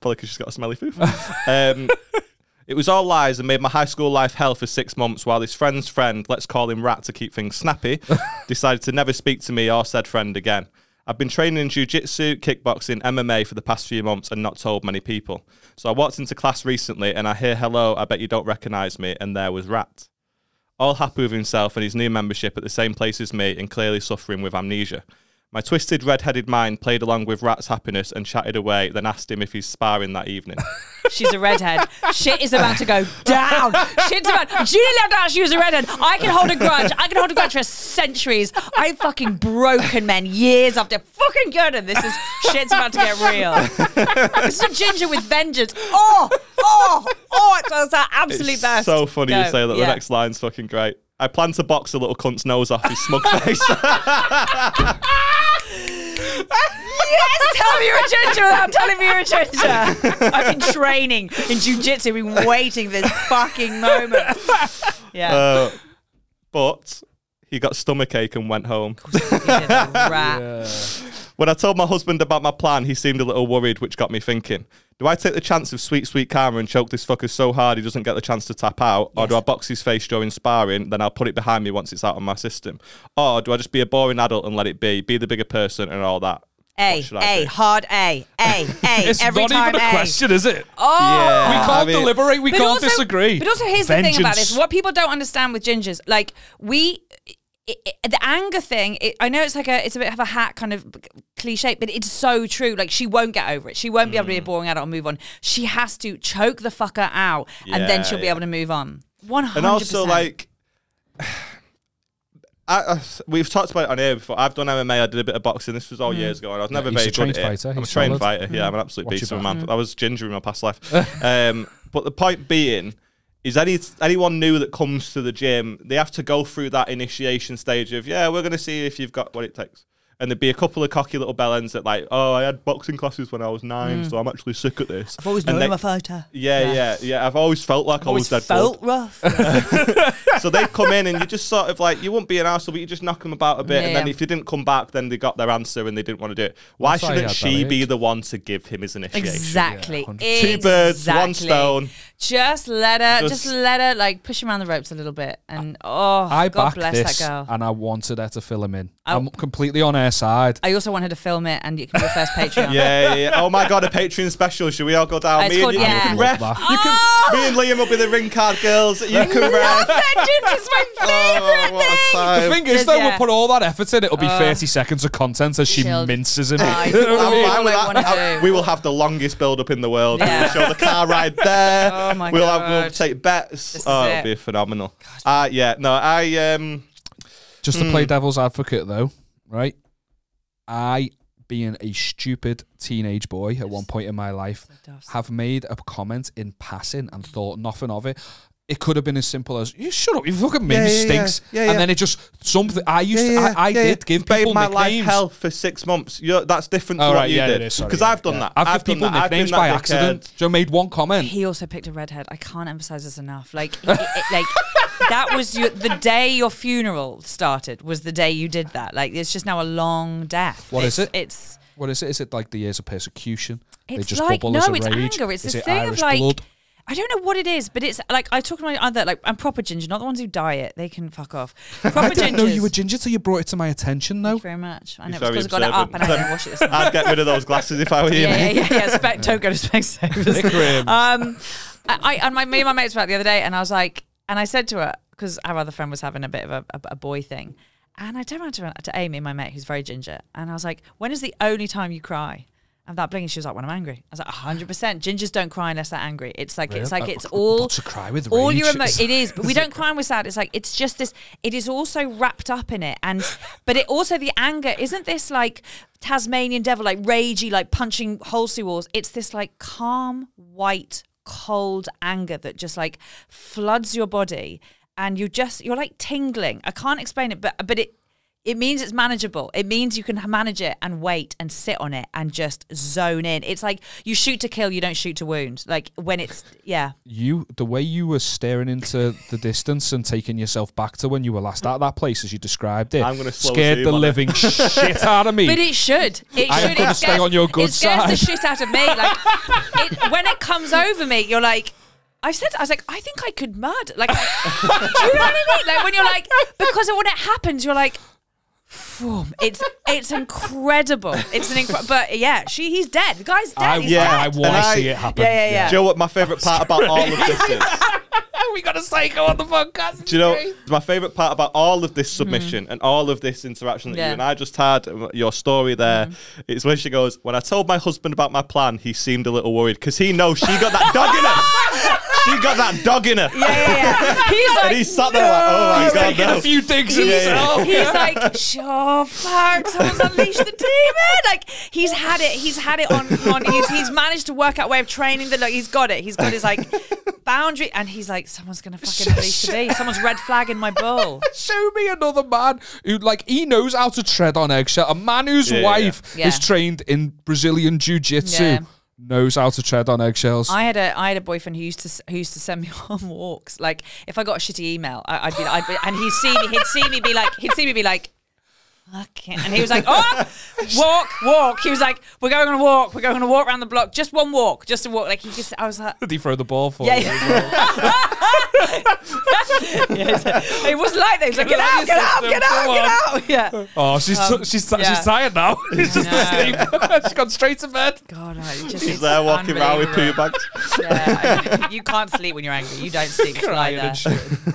[SPEAKER 1] Probably because she's got a smelly foof. um, it was all lies and made my high school life hell for six months while his friend's friend, let's call him Rat to keep things snappy, decided to never speak to me or said friend again. I've been training in jiu-jitsu, kickboxing, MMA for the past few months and not told many people. So I walked into class recently and I hear, hello, I bet you don't recognise me, and there was Rat. All happy with himself and his new membership at the same place as me and clearly suffering with amnesia. My twisted red-headed mind played along with Rat's happiness and chatted away, then asked him if he's sparring that evening.
[SPEAKER 14] She's a redhead. Shit is about to go down. Shit's about. Julia Loudon, she was a redhead. I can hold a grudge. I can hold a grudge for centuries. I've fucking broken men years after fucking good, and this is shit's about to get real. this is a ginger with vengeance. Oh, oh, oh! It does our [laughs] absolute
[SPEAKER 1] It's
[SPEAKER 14] best.
[SPEAKER 1] So funny
[SPEAKER 14] No,
[SPEAKER 1] you say that.
[SPEAKER 14] yeah.
[SPEAKER 1] The next line's fucking great. I plan to box a little cunt's nose off his
[SPEAKER 14] [laughs]
[SPEAKER 1] smug face.
[SPEAKER 14] Yes, tell me you're a ginger without telling me you're a ginger. I've been training in jujitsu, been waiting for this fucking moment. Yeah.
[SPEAKER 1] [laughs] Uh, but he got stomach ache and went home. [laughs]
[SPEAKER 14] rat.
[SPEAKER 1] When I told my husband about my plan, he seemed a little worried, which got me thinking. Do I take the chance of sweet, sweet karma and choke this fucker so hard he doesn't get the chance to tap out? Or do I box his face during sparring, then I'll put it behind me once it's out of my system? Or do I just be a boring adult and let it be, be the bigger person and all that?
[SPEAKER 14] A,
[SPEAKER 1] should I
[SPEAKER 14] A, hard A, A, A.
[SPEAKER 1] It's
[SPEAKER 14] every
[SPEAKER 1] not
[SPEAKER 14] time eh?
[SPEAKER 1] even a
[SPEAKER 14] A.
[SPEAKER 1] question,
[SPEAKER 9] is it?
[SPEAKER 14] Oh,
[SPEAKER 1] Yeah,
[SPEAKER 9] we can't
[SPEAKER 1] I mean-
[SPEAKER 9] deliberate. We
[SPEAKER 14] But
[SPEAKER 9] can't
[SPEAKER 14] also-
[SPEAKER 9] disagree.
[SPEAKER 14] But also, here's the thing about this:
[SPEAKER 9] Vengeance.
[SPEAKER 14] what people don't understand with gingers, like we, i i the anger thing. It, I know it's like a, it's a bit of a hat kind of cliche, but it's so true. Like she won't get over it. She won't be able to
[SPEAKER 1] Mm.
[SPEAKER 14] be a boring adult and move on. She has to choke the fucker out, and then
[SPEAKER 1] Yeah,
[SPEAKER 14] she'll be
[SPEAKER 1] yeah.
[SPEAKER 14] able to move on. One hundred.
[SPEAKER 1] And also, like, [sighs] I, I, we've talked about it on here before. I've done MMA. I did a bit of boxing. This was all
[SPEAKER 9] Mm.
[SPEAKER 1] years ago, and I was
[SPEAKER 9] Yeah,
[SPEAKER 1] never
[SPEAKER 9] he's
[SPEAKER 1] very
[SPEAKER 9] a
[SPEAKER 1] good
[SPEAKER 9] trained
[SPEAKER 1] at it.
[SPEAKER 9] fighter.
[SPEAKER 1] I'm a
[SPEAKER 9] He's
[SPEAKER 1] trained
[SPEAKER 9] solid.
[SPEAKER 1] fighter. Yeah, I'm an
[SPEAKER 9] Mm.
[SPEAKER 1] absolute
[SPEAKER 9] Watch
[SPEAKER 1] beast
[SPEAKER 9] your
[SPEAKER 1] of a
[SPEAKER 9] back.
[SPEAKER 1] man.
[SPEAKER 9] Mm.
[SPEAKER 1] I was ginger in my past life.
[SPEAKER 9] [laughs]
[SPEAKER 1] um, but the point being is, any anyone new that comes to the gym, they have to go through that initiation stage of, yeah, we're going to see if you've got what it takes. And there'd be a couple of cocky little bellends that like, oh, I had boxing classes when I was nine,
[SPEAKER 12] Mm.
[SPEAKER 1] so I'm actually sick at this.
[SPEAKER 12] I've always
[SPEAKER 1] And
[SPEAKER 12] known
[SPEAKER 1] they-
[SPEAKER 12] I'm a fighter.
[SPEAKER 1] Yeah,
[SPEAKER 12] Yeah.
[SPEAKER 1] yeah, yeah. I've always felt like
[SPEAKER 12] I've
[SPEAKER 1] I was
[SPEAKER 12] always
[SPEAKER 1] dead
[SPEAKER 12] felt
[SPEAKER 1] blood
[SPEAKER 12] rough.
[SPEAKER 1] [laughs] so they come in and you just sort of like you wouldn't be an arsehole, but you just knock them about a bit, and
[SPEAKER 12] Yeah.
[SPEAKER 1] then if you didn't come back, then they got their answer and they didn't want to do it. Why
[SPEAKER 12] That's why
[SPEAKER 1] shouldn't
[SPEAKER 12] I had
[SPEAKER 1] she
[SPEAKER 12] that
[SPEAKER 1] be the one to give him his initiation?
[SPEAKER 14] Exactly.
[SPEAKER 1] Two birds, one
[SPEAKER 14] Exactly.
[SPEAKER 1] stone.
[SPEAKER 14] Just let her, just,
[SPEAKER 2] Just-
[SPEAKER 14] let her, like push him around the ropes a little bit, and oh,
[SPEAKER 2] I
[SPEAKER 14] God
[SPEAKER 2] backed
[SPEAKER 14] bless
[SPEAKER 2] this,
[SPEAKER 14] that girl.
[SPEAKER 2] and I wanted her to fill him in.
[SPEAKER 14] I-
[SPEAKER 2] I'm completely on her side.
[SPEAKER 14] I also want her to film it, and you can be the
[SPEAKER 1] [laughs]
[SPEAKER 14] first Patreon.
[SPEAKER 1] Yeah, yeah, yeah. Oh my god, a Patreon special. Should we all go down?
[SPEAKER 14] It's
[SPEAKER 1] Me and,
[SPEAKER 14] called-
[SPEAKER 1] you,
[SPEAKER 14] yeah. Ah!
[SPEAKER 1] you can ref.
[SPEAKER 2] Love
[SPEAKER 1] You can, me and Liam will
[SPEAKER 2] [laughs]
[SPEAKER 1] be the ring card
[SPEAKER 14] [laughs]
[SPEAKER 1] girls. You can Oh. ref.
[SPEAKER 14] It's
[SPEAKER 1] [laughs]
[SPEAKER 14] my favorite
[SPEAKER 2] The thing is,
[SPEAKER 14] Just,
[SPEAKER 2] though,
[SPEAKER 14] yeah.
[SPEAKER 2] we'll put all that effort in. It'll be
[SPEAKER 14] Uh,
[SPEAKER 2] 30 seconds of content as she
[SPEAKER 14] she'll-
[SPEAKER 2] minces him.
[SPEAKER 14] I-
[SPEAKER 2] [laughs] You know what I
[SPEAKER 1] I'm
[SPEAKER 2] mean?
[SPEAKER 1] fine with that. We will have the longest build up in the world.
[SPEAKER 14] Yeah.
[SPEAKER 1] We'll show the
[SPEAKER 14] [laughs]
[SPEAKER 1] car ride there.
[SPEAKER 14] Oh my
[SPEAKER 1] we'll Have, we'll
[SPEAKER 14] God.
[SPEAKER 1] take bets.
[SPEAKER 14] is
[SPEAKER 1] Oh, it'll
[SPEAKER 14] it.
[SPEAKER 1] be phenomenal. Uh, yeah, no, I. um
[SPEAKER 2] Just to play
[SPEAKER 1] mm,
[SPEAKER 2] devil's advocate, though, right? I, being a stupid teenage boy at one point in my life, have made a comment in passing and thought nothing of it. It could have been as simple as "You shut up, you fucking
[SPEAKER 1] Yeah,
[SPEAKER 2] mince
[SPEAKER 1] yeah, yeah.
[SPEAKER 2] stinks,"
[SPEAKER 1] Yeah, yeah.
[SPEAKER 2] and then it just something. I used,
[SPEAKER 1] Yeah, yeah,
[SPEAKER 2] to, I, I
[SPEAKER 1] yeah,
[SPEAKER 2] did
[SPEAKER 1] yeah.
[SPEAKER 2] give
[SPEAKER 1] Made
[SPEAKER 2] people
[SPEAKER 1] my life
[SPEAKER 2] nicknames.
[SPEAKER 1] hell for six months. You're, that's different to
[SPEAKER 2] All
[SPEAKER 1] what
[SPEAKER 2] right,
[SPEAKER 1] you
[SPEAKER 2] yeah,
[SPEAKER 1] did.
[SPEAKER 2] it is, sorry,
[SPEAKER 1] Because
[SPEAKER 2] yeah,
[SPEAKER 1] I've done
[SPEAKER 2] yeah.
[SPEAKER 1] that.
[SPEAKER 2] I've,
[SPEAKER 1] I've
[SPEAKER 2] given
[SPEAKER 1] done
[SPEAKER 2] people
[SPEAKER 1] that. I've been
[SPEAKER 2] nicknames
[SPEAKER 1] that
[SPEAKER 2] by
[SPEAKER 1] dickhead.
[SPEAKER 2] accident. Joe made one comment.
[SPEAKER 14] He also picked a redhead. I can't emphasize this enough. Like, it, it- like that was your, the day your funeral started. Was the day you did that. Like, it's just now a long death.
[SPEAKER 2] What is
[SPEAKER 14] It's-
[SPEAKER 2] it?
[SPEAKER 14] It's
[SPEAKER 2] What is it? Is it like the years of persecution? they
[SPEAKER 14] It's
[SPEAKER 2] just
[SPEAKER 14] like
[SPEAKER 2] bubble
[SPEAKER 14] no,
[SPEAKER 2] as a
[SPEAKER 14] it's
[SPEAKER 2] rage?
[SPEAKER 14] anger. It's
[SPEAKER 2] Is
[SPEAKER 14] this
[SPEAKER 2] it
[SPEAKER 14] thing
[SPEAKER 2] Irish
[SPEAKER 14] of like
[SPEAKER 2] blood?
[SPEAKER 14] I don't know what it is, but it's like I talk to my other like I'm proper ginger, not the ones who diet. They can fuck
[SPEAKER 2] [laughs]
[SPEAKER 14] off. Proper
[SPEAKER 2] I didn't
[SPEAKER 14] ginger.
[SPEAKER 2] know you were ginger till you brought it to my attention, though. Thank
[SPEAKER 14] you very much. I
[SPEAKER 2] know
[SPEAKER 14] know it's because I got it up and I didn't wash it. This morning.
[SPEAKER 1] I'd get rid of those glasses if I were you.
[SPEAKER 14] Yeah, yeah,
[SPEAKER 1] mate.
[SPEAKER 14] yeah.
[SPEAKER 1] [laughs]
[SPEAKER 14] yeah. Spec, don't go to Specsavers. [laughs] Um,
[SPEAKER 1] Graham.
[SPEAKER 14] I, I and my me and my mates were out the other day, and I was like, and I said to her because our other friend was having a bit of a, a, a boy thing, and I turned around to, to Amy, my mate, who's very ginger, and I was like, when is the only time you cry? And that blinking, she was like, when I'm angry. I was like, 100%. Gingers don't cry unless they're angry. It's like, it's
[SPEAKER 2] Really?
[SPEAKER 14] like, it's
[SPEAKER 2] Uh,
[SPEAKER 14] all.
[SPEAKER 2] what's a cry with
[SPEAKER 14] All your
[SPEAKER 2] rage?
[SPEAKER 14] emotions. It is, but we don't cry when we're sad. It's like, it's just this, it is also wrapped up in it. And, but it also, the anger, isn't this like Tasmanian devil, like ragey, like punching holes through walls? It's this like calm, white, cold anger that just like floods your body. And you just, you're like tingling. I can't explain it, but, but it, it means it's manageable. It means you can manage it and wait and sit on it and just zone in. It's like you shoot to kill, you don't shoot to wound. Like when it's yeah.
[SPEAKER 2] You, the way you were staring into the distance and taking yourself back to when you were last at that place, as you described it,
[SPEAKER 1] I'm gonna slow
[SPEAKER 2] scared the
[SPEAKER 1] zoom on it. [laughs]
[SPEAKER 2] living shit out of me.
[SPEAKER 14] But it should. It
[SPEAKER 2] I am
[SPEAKER 14] should.
[SPEAKER 2] gonna
[SPEAKER 14] It
[SPEAKER 2] stay on your good
[SPEAKER 14] it scares the
[SPEAKER 2] side.
[SPEAKER 14] shit out of me. Like it, when it comes over me, you're like. I said, I was like, I think I could murder. Like, [laughs] do you know what I mean? Like when you're like, because when it happens, you're like, phew, it's it's incredible. It's an incredible. But yeah, she he's dead. The guy's dead.
[SPEAKER 1] I,
[SPEAKER 14] He's
[SPEAKER 1] yeah,
[SPEAKER 14] dead.
[SPEAKER 1] and I-
[SPEAKER 14] Oh, Yeah, yeah, yeah. [laughs]
[SPEAKER 1] Do you know what my favourite part about all of this is?
[SPEAKER 9] we got a psycho on the podcast.
[SPEAKER 1] Do you know my favorite part about all of
[SPEAKER 14] Mm.
[SPEAKER 1] this submission and all of this interaction that
[SPEAKER 9] Yeah.
[SPEAKER 1] you and I just had, um, your story
[SPEAKER 14] Mm.
[SPEAKER 1] there, it's when she goes, "When I told my husband about my plan, he seemed a little worried because he knows she got that dog
[SPEAKER 14] [laughs]
[SPEAKER 1] in her. She got that dog in her. [laughs]
[SPEAKER 14] He's like,
[SPEAKER 1] and he sat there like, "Oh my
[SPEAKER 14] "No."
[SPEAKER 1] god,
[SPEAKER 14] Taking a
[SPEAKER 1] no."
[SPEAKER 14] few
[SPEAKER 9] digs
[SPEAKER 14] he's,
[SPEAKER 1] [laughs]
[SPEAKER 14] he's like, sure, fuck, someone's unleashed the demon. Like he's had it, he's had it on, on he's, he's managed to work out a way of training that like he's got it. He's got his like boundary and he's like, someone's gonna fucking unleash the demon. Someone's red flagging my ball.
[SPEAKER 2] [laughs] Show me another man who, like, he knows how to tread on eggshell. A man whose
[SPEAKER 9] Yeah, yeah,
[SPEAKER 2] wife
[SPEAKER 14] yeah.
[SPEAKER 2] is
[SPEAKER 14] Yeah.
[SPEAKER 2] trained in Brazilian jiu jitsu
[SPEAKER 14] Yeah.
[SPEAKER 2] knows how to tread on eggshells.
[SPEAKER 14] I had a I had a boyfriend who used to s- who used to send me [laughs] on walks. Like if I got a shitty email, I, I'd be I'd be, and he'd see me he'd see me be like he'd see me be like. Fuck it. And he was like, oh, walk, walk. He was like, we're going on a walk. We're going on a walk around the block. Just one walk, just a walk. Like he just, I was like,
[SPEAKER 2] [laughs] Did he throw the ball for
[SPEAKER 14] yeah.
[SPEAKER 2] you?
[SPEAKER 14] [laughs] yeah. it wasn't like that. He was like, get out, get out, get out, get out. Yeah.
[SPEAKER 2] Oh, she's
[SPEAKER 14] Um,
[SPEAKER 2] she's
[SPEAKER 14] yeah.
[SPEAKER 2] she's tired now. [laughs] she's just asleep.
[SPEAKER 1] [laughs]
[SPEAKER 2] [laughs] she's gone straight to bed.
[SPEAKER 14] God, I just,
[SPEAKER 1] She's
[SPEAKER 14] it's
[SPEAKER 1] there walking around with poo
[SPEAKER 14] unbelievable.
[SPEAKER 1] bags.
[SPEAKER 14] Yeah, I- you can't sleep when you're angry. You don't sleep. You just lie
[SPEAKER 1] Crying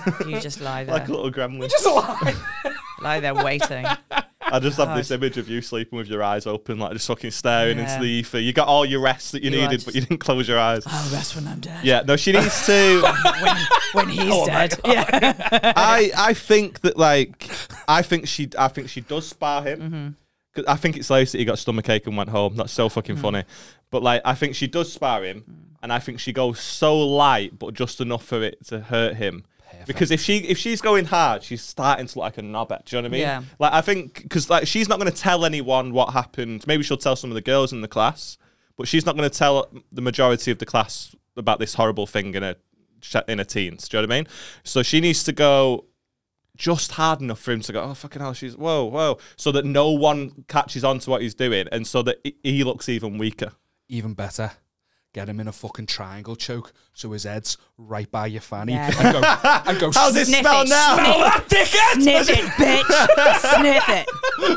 [SPEAKER 14] there.
[SPEAKER 1] and
[SPEAKER 14] You just lie there.
[SPEAKER 1] Like a little gremlin. [laughs]
[SPEAKER 14] lie there waiting. Oh,
[SPEAKER 1] I just have
[SPEAKER 14] God.
[SPEAKER 1] this image of you sleeping with your eyes open, like just fucking staring
[SPEAKER 14] Yeah.
[SPEAKER 1] into the ether. You got all your rest that you,
[SPEAKER 14] You are
[SPEAKER 1] needed, but you didn't close your eyes.
[SPEAKER 14] I'll rest oh, when I'm dead.
[SPEAKER 1] Yeah, no, she
[SPEAKER 14] [laughs]
[SPEAKER 1] needs to. [laughs]
[SPEAKER 14] When he's dead. Yeah.
[SPEAKER 1] Oh I I think that like I think she I think she does spar him.
[SPEAKER 14] Mm-hmm.
[SPEAKER 1] 'Cause I think it's lazy that he got stomach ache and went home. That's so fucking
[SPEAKER 14] Mm.
[SPEAKER 1] funny. But like I think she does spar him, and I think she goes so light, but just enough for it to hurt him. Because if she if she's going hard, she's starting to look like a knobhead. Do you know what I mean?
[SPEAKER 9] Yeah.
[SPEAKER 1] Like I think because like she's not going to tell anyone what happened. Maybe she'll tell some of the girls in the class, but she's not going to tell the majority of the class about this horrible thing in her sh- in her teens. Do you know what I mean? So she needs to go just hard enough for him to go. Oh fucking hell, she's whoa whoa, so that no one catches on to what he's doing, and so that he- he looks even weaker. [laughs]
[SPEAKER 2] Even better, get him in a fucking triangle choke so his head's right by your fanny.
[SPEAKER 1] Yeah.
[SPEAKER 2] And go, and go
[SPEAKER 1] How's it
[SPEAKER 2] sniff
[SPEAKER 1] smell now?
[SPEAKER 2] sniff
[SPEAKER 1] Smell [laughs]
[SPEAKER 2] it.
[SPEAKER 1] that, dickhead!
[SPEAKER 14] Sniff it,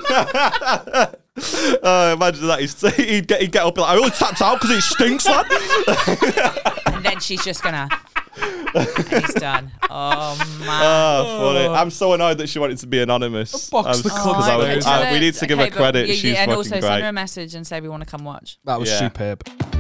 [SPEAKER 2] [laughs]
[SPEAKER 14] bitch. Sniff it.
[SPEAKER 1] Uh, imagine that he's, [laughs] he'd get he'd get up and like I always taps out because it stinks, lad.
[SPEAKER 14] And then she's just gonna. and he's done. Oh man.
[SPEAKER 1] Oh, funny. I'm so annoyed that she wanted to be anonymous. I'm-
[SPEAKER 14] the
[SPEAKER 1] 'cause
[SPEAKER 14] Oh,
[SPEAKER 1] I was- I- we need to give her
[SPEAKER 14] Okay, but
[SPEAKER 1] credit.
[SPEAKER 14] you- you-
[SPEAKER 1] She's
[SPEAKER 14] and
[SPEAKER 1] fucking
[SPEAKER 14] also
[SPEAKER 1] great.
[SPEAKER 14] send her a message and say we want to come watch.
[SPEAKER 2] That was
[SPEAKER 1] Yeah.
[SPEAKER 2] superb.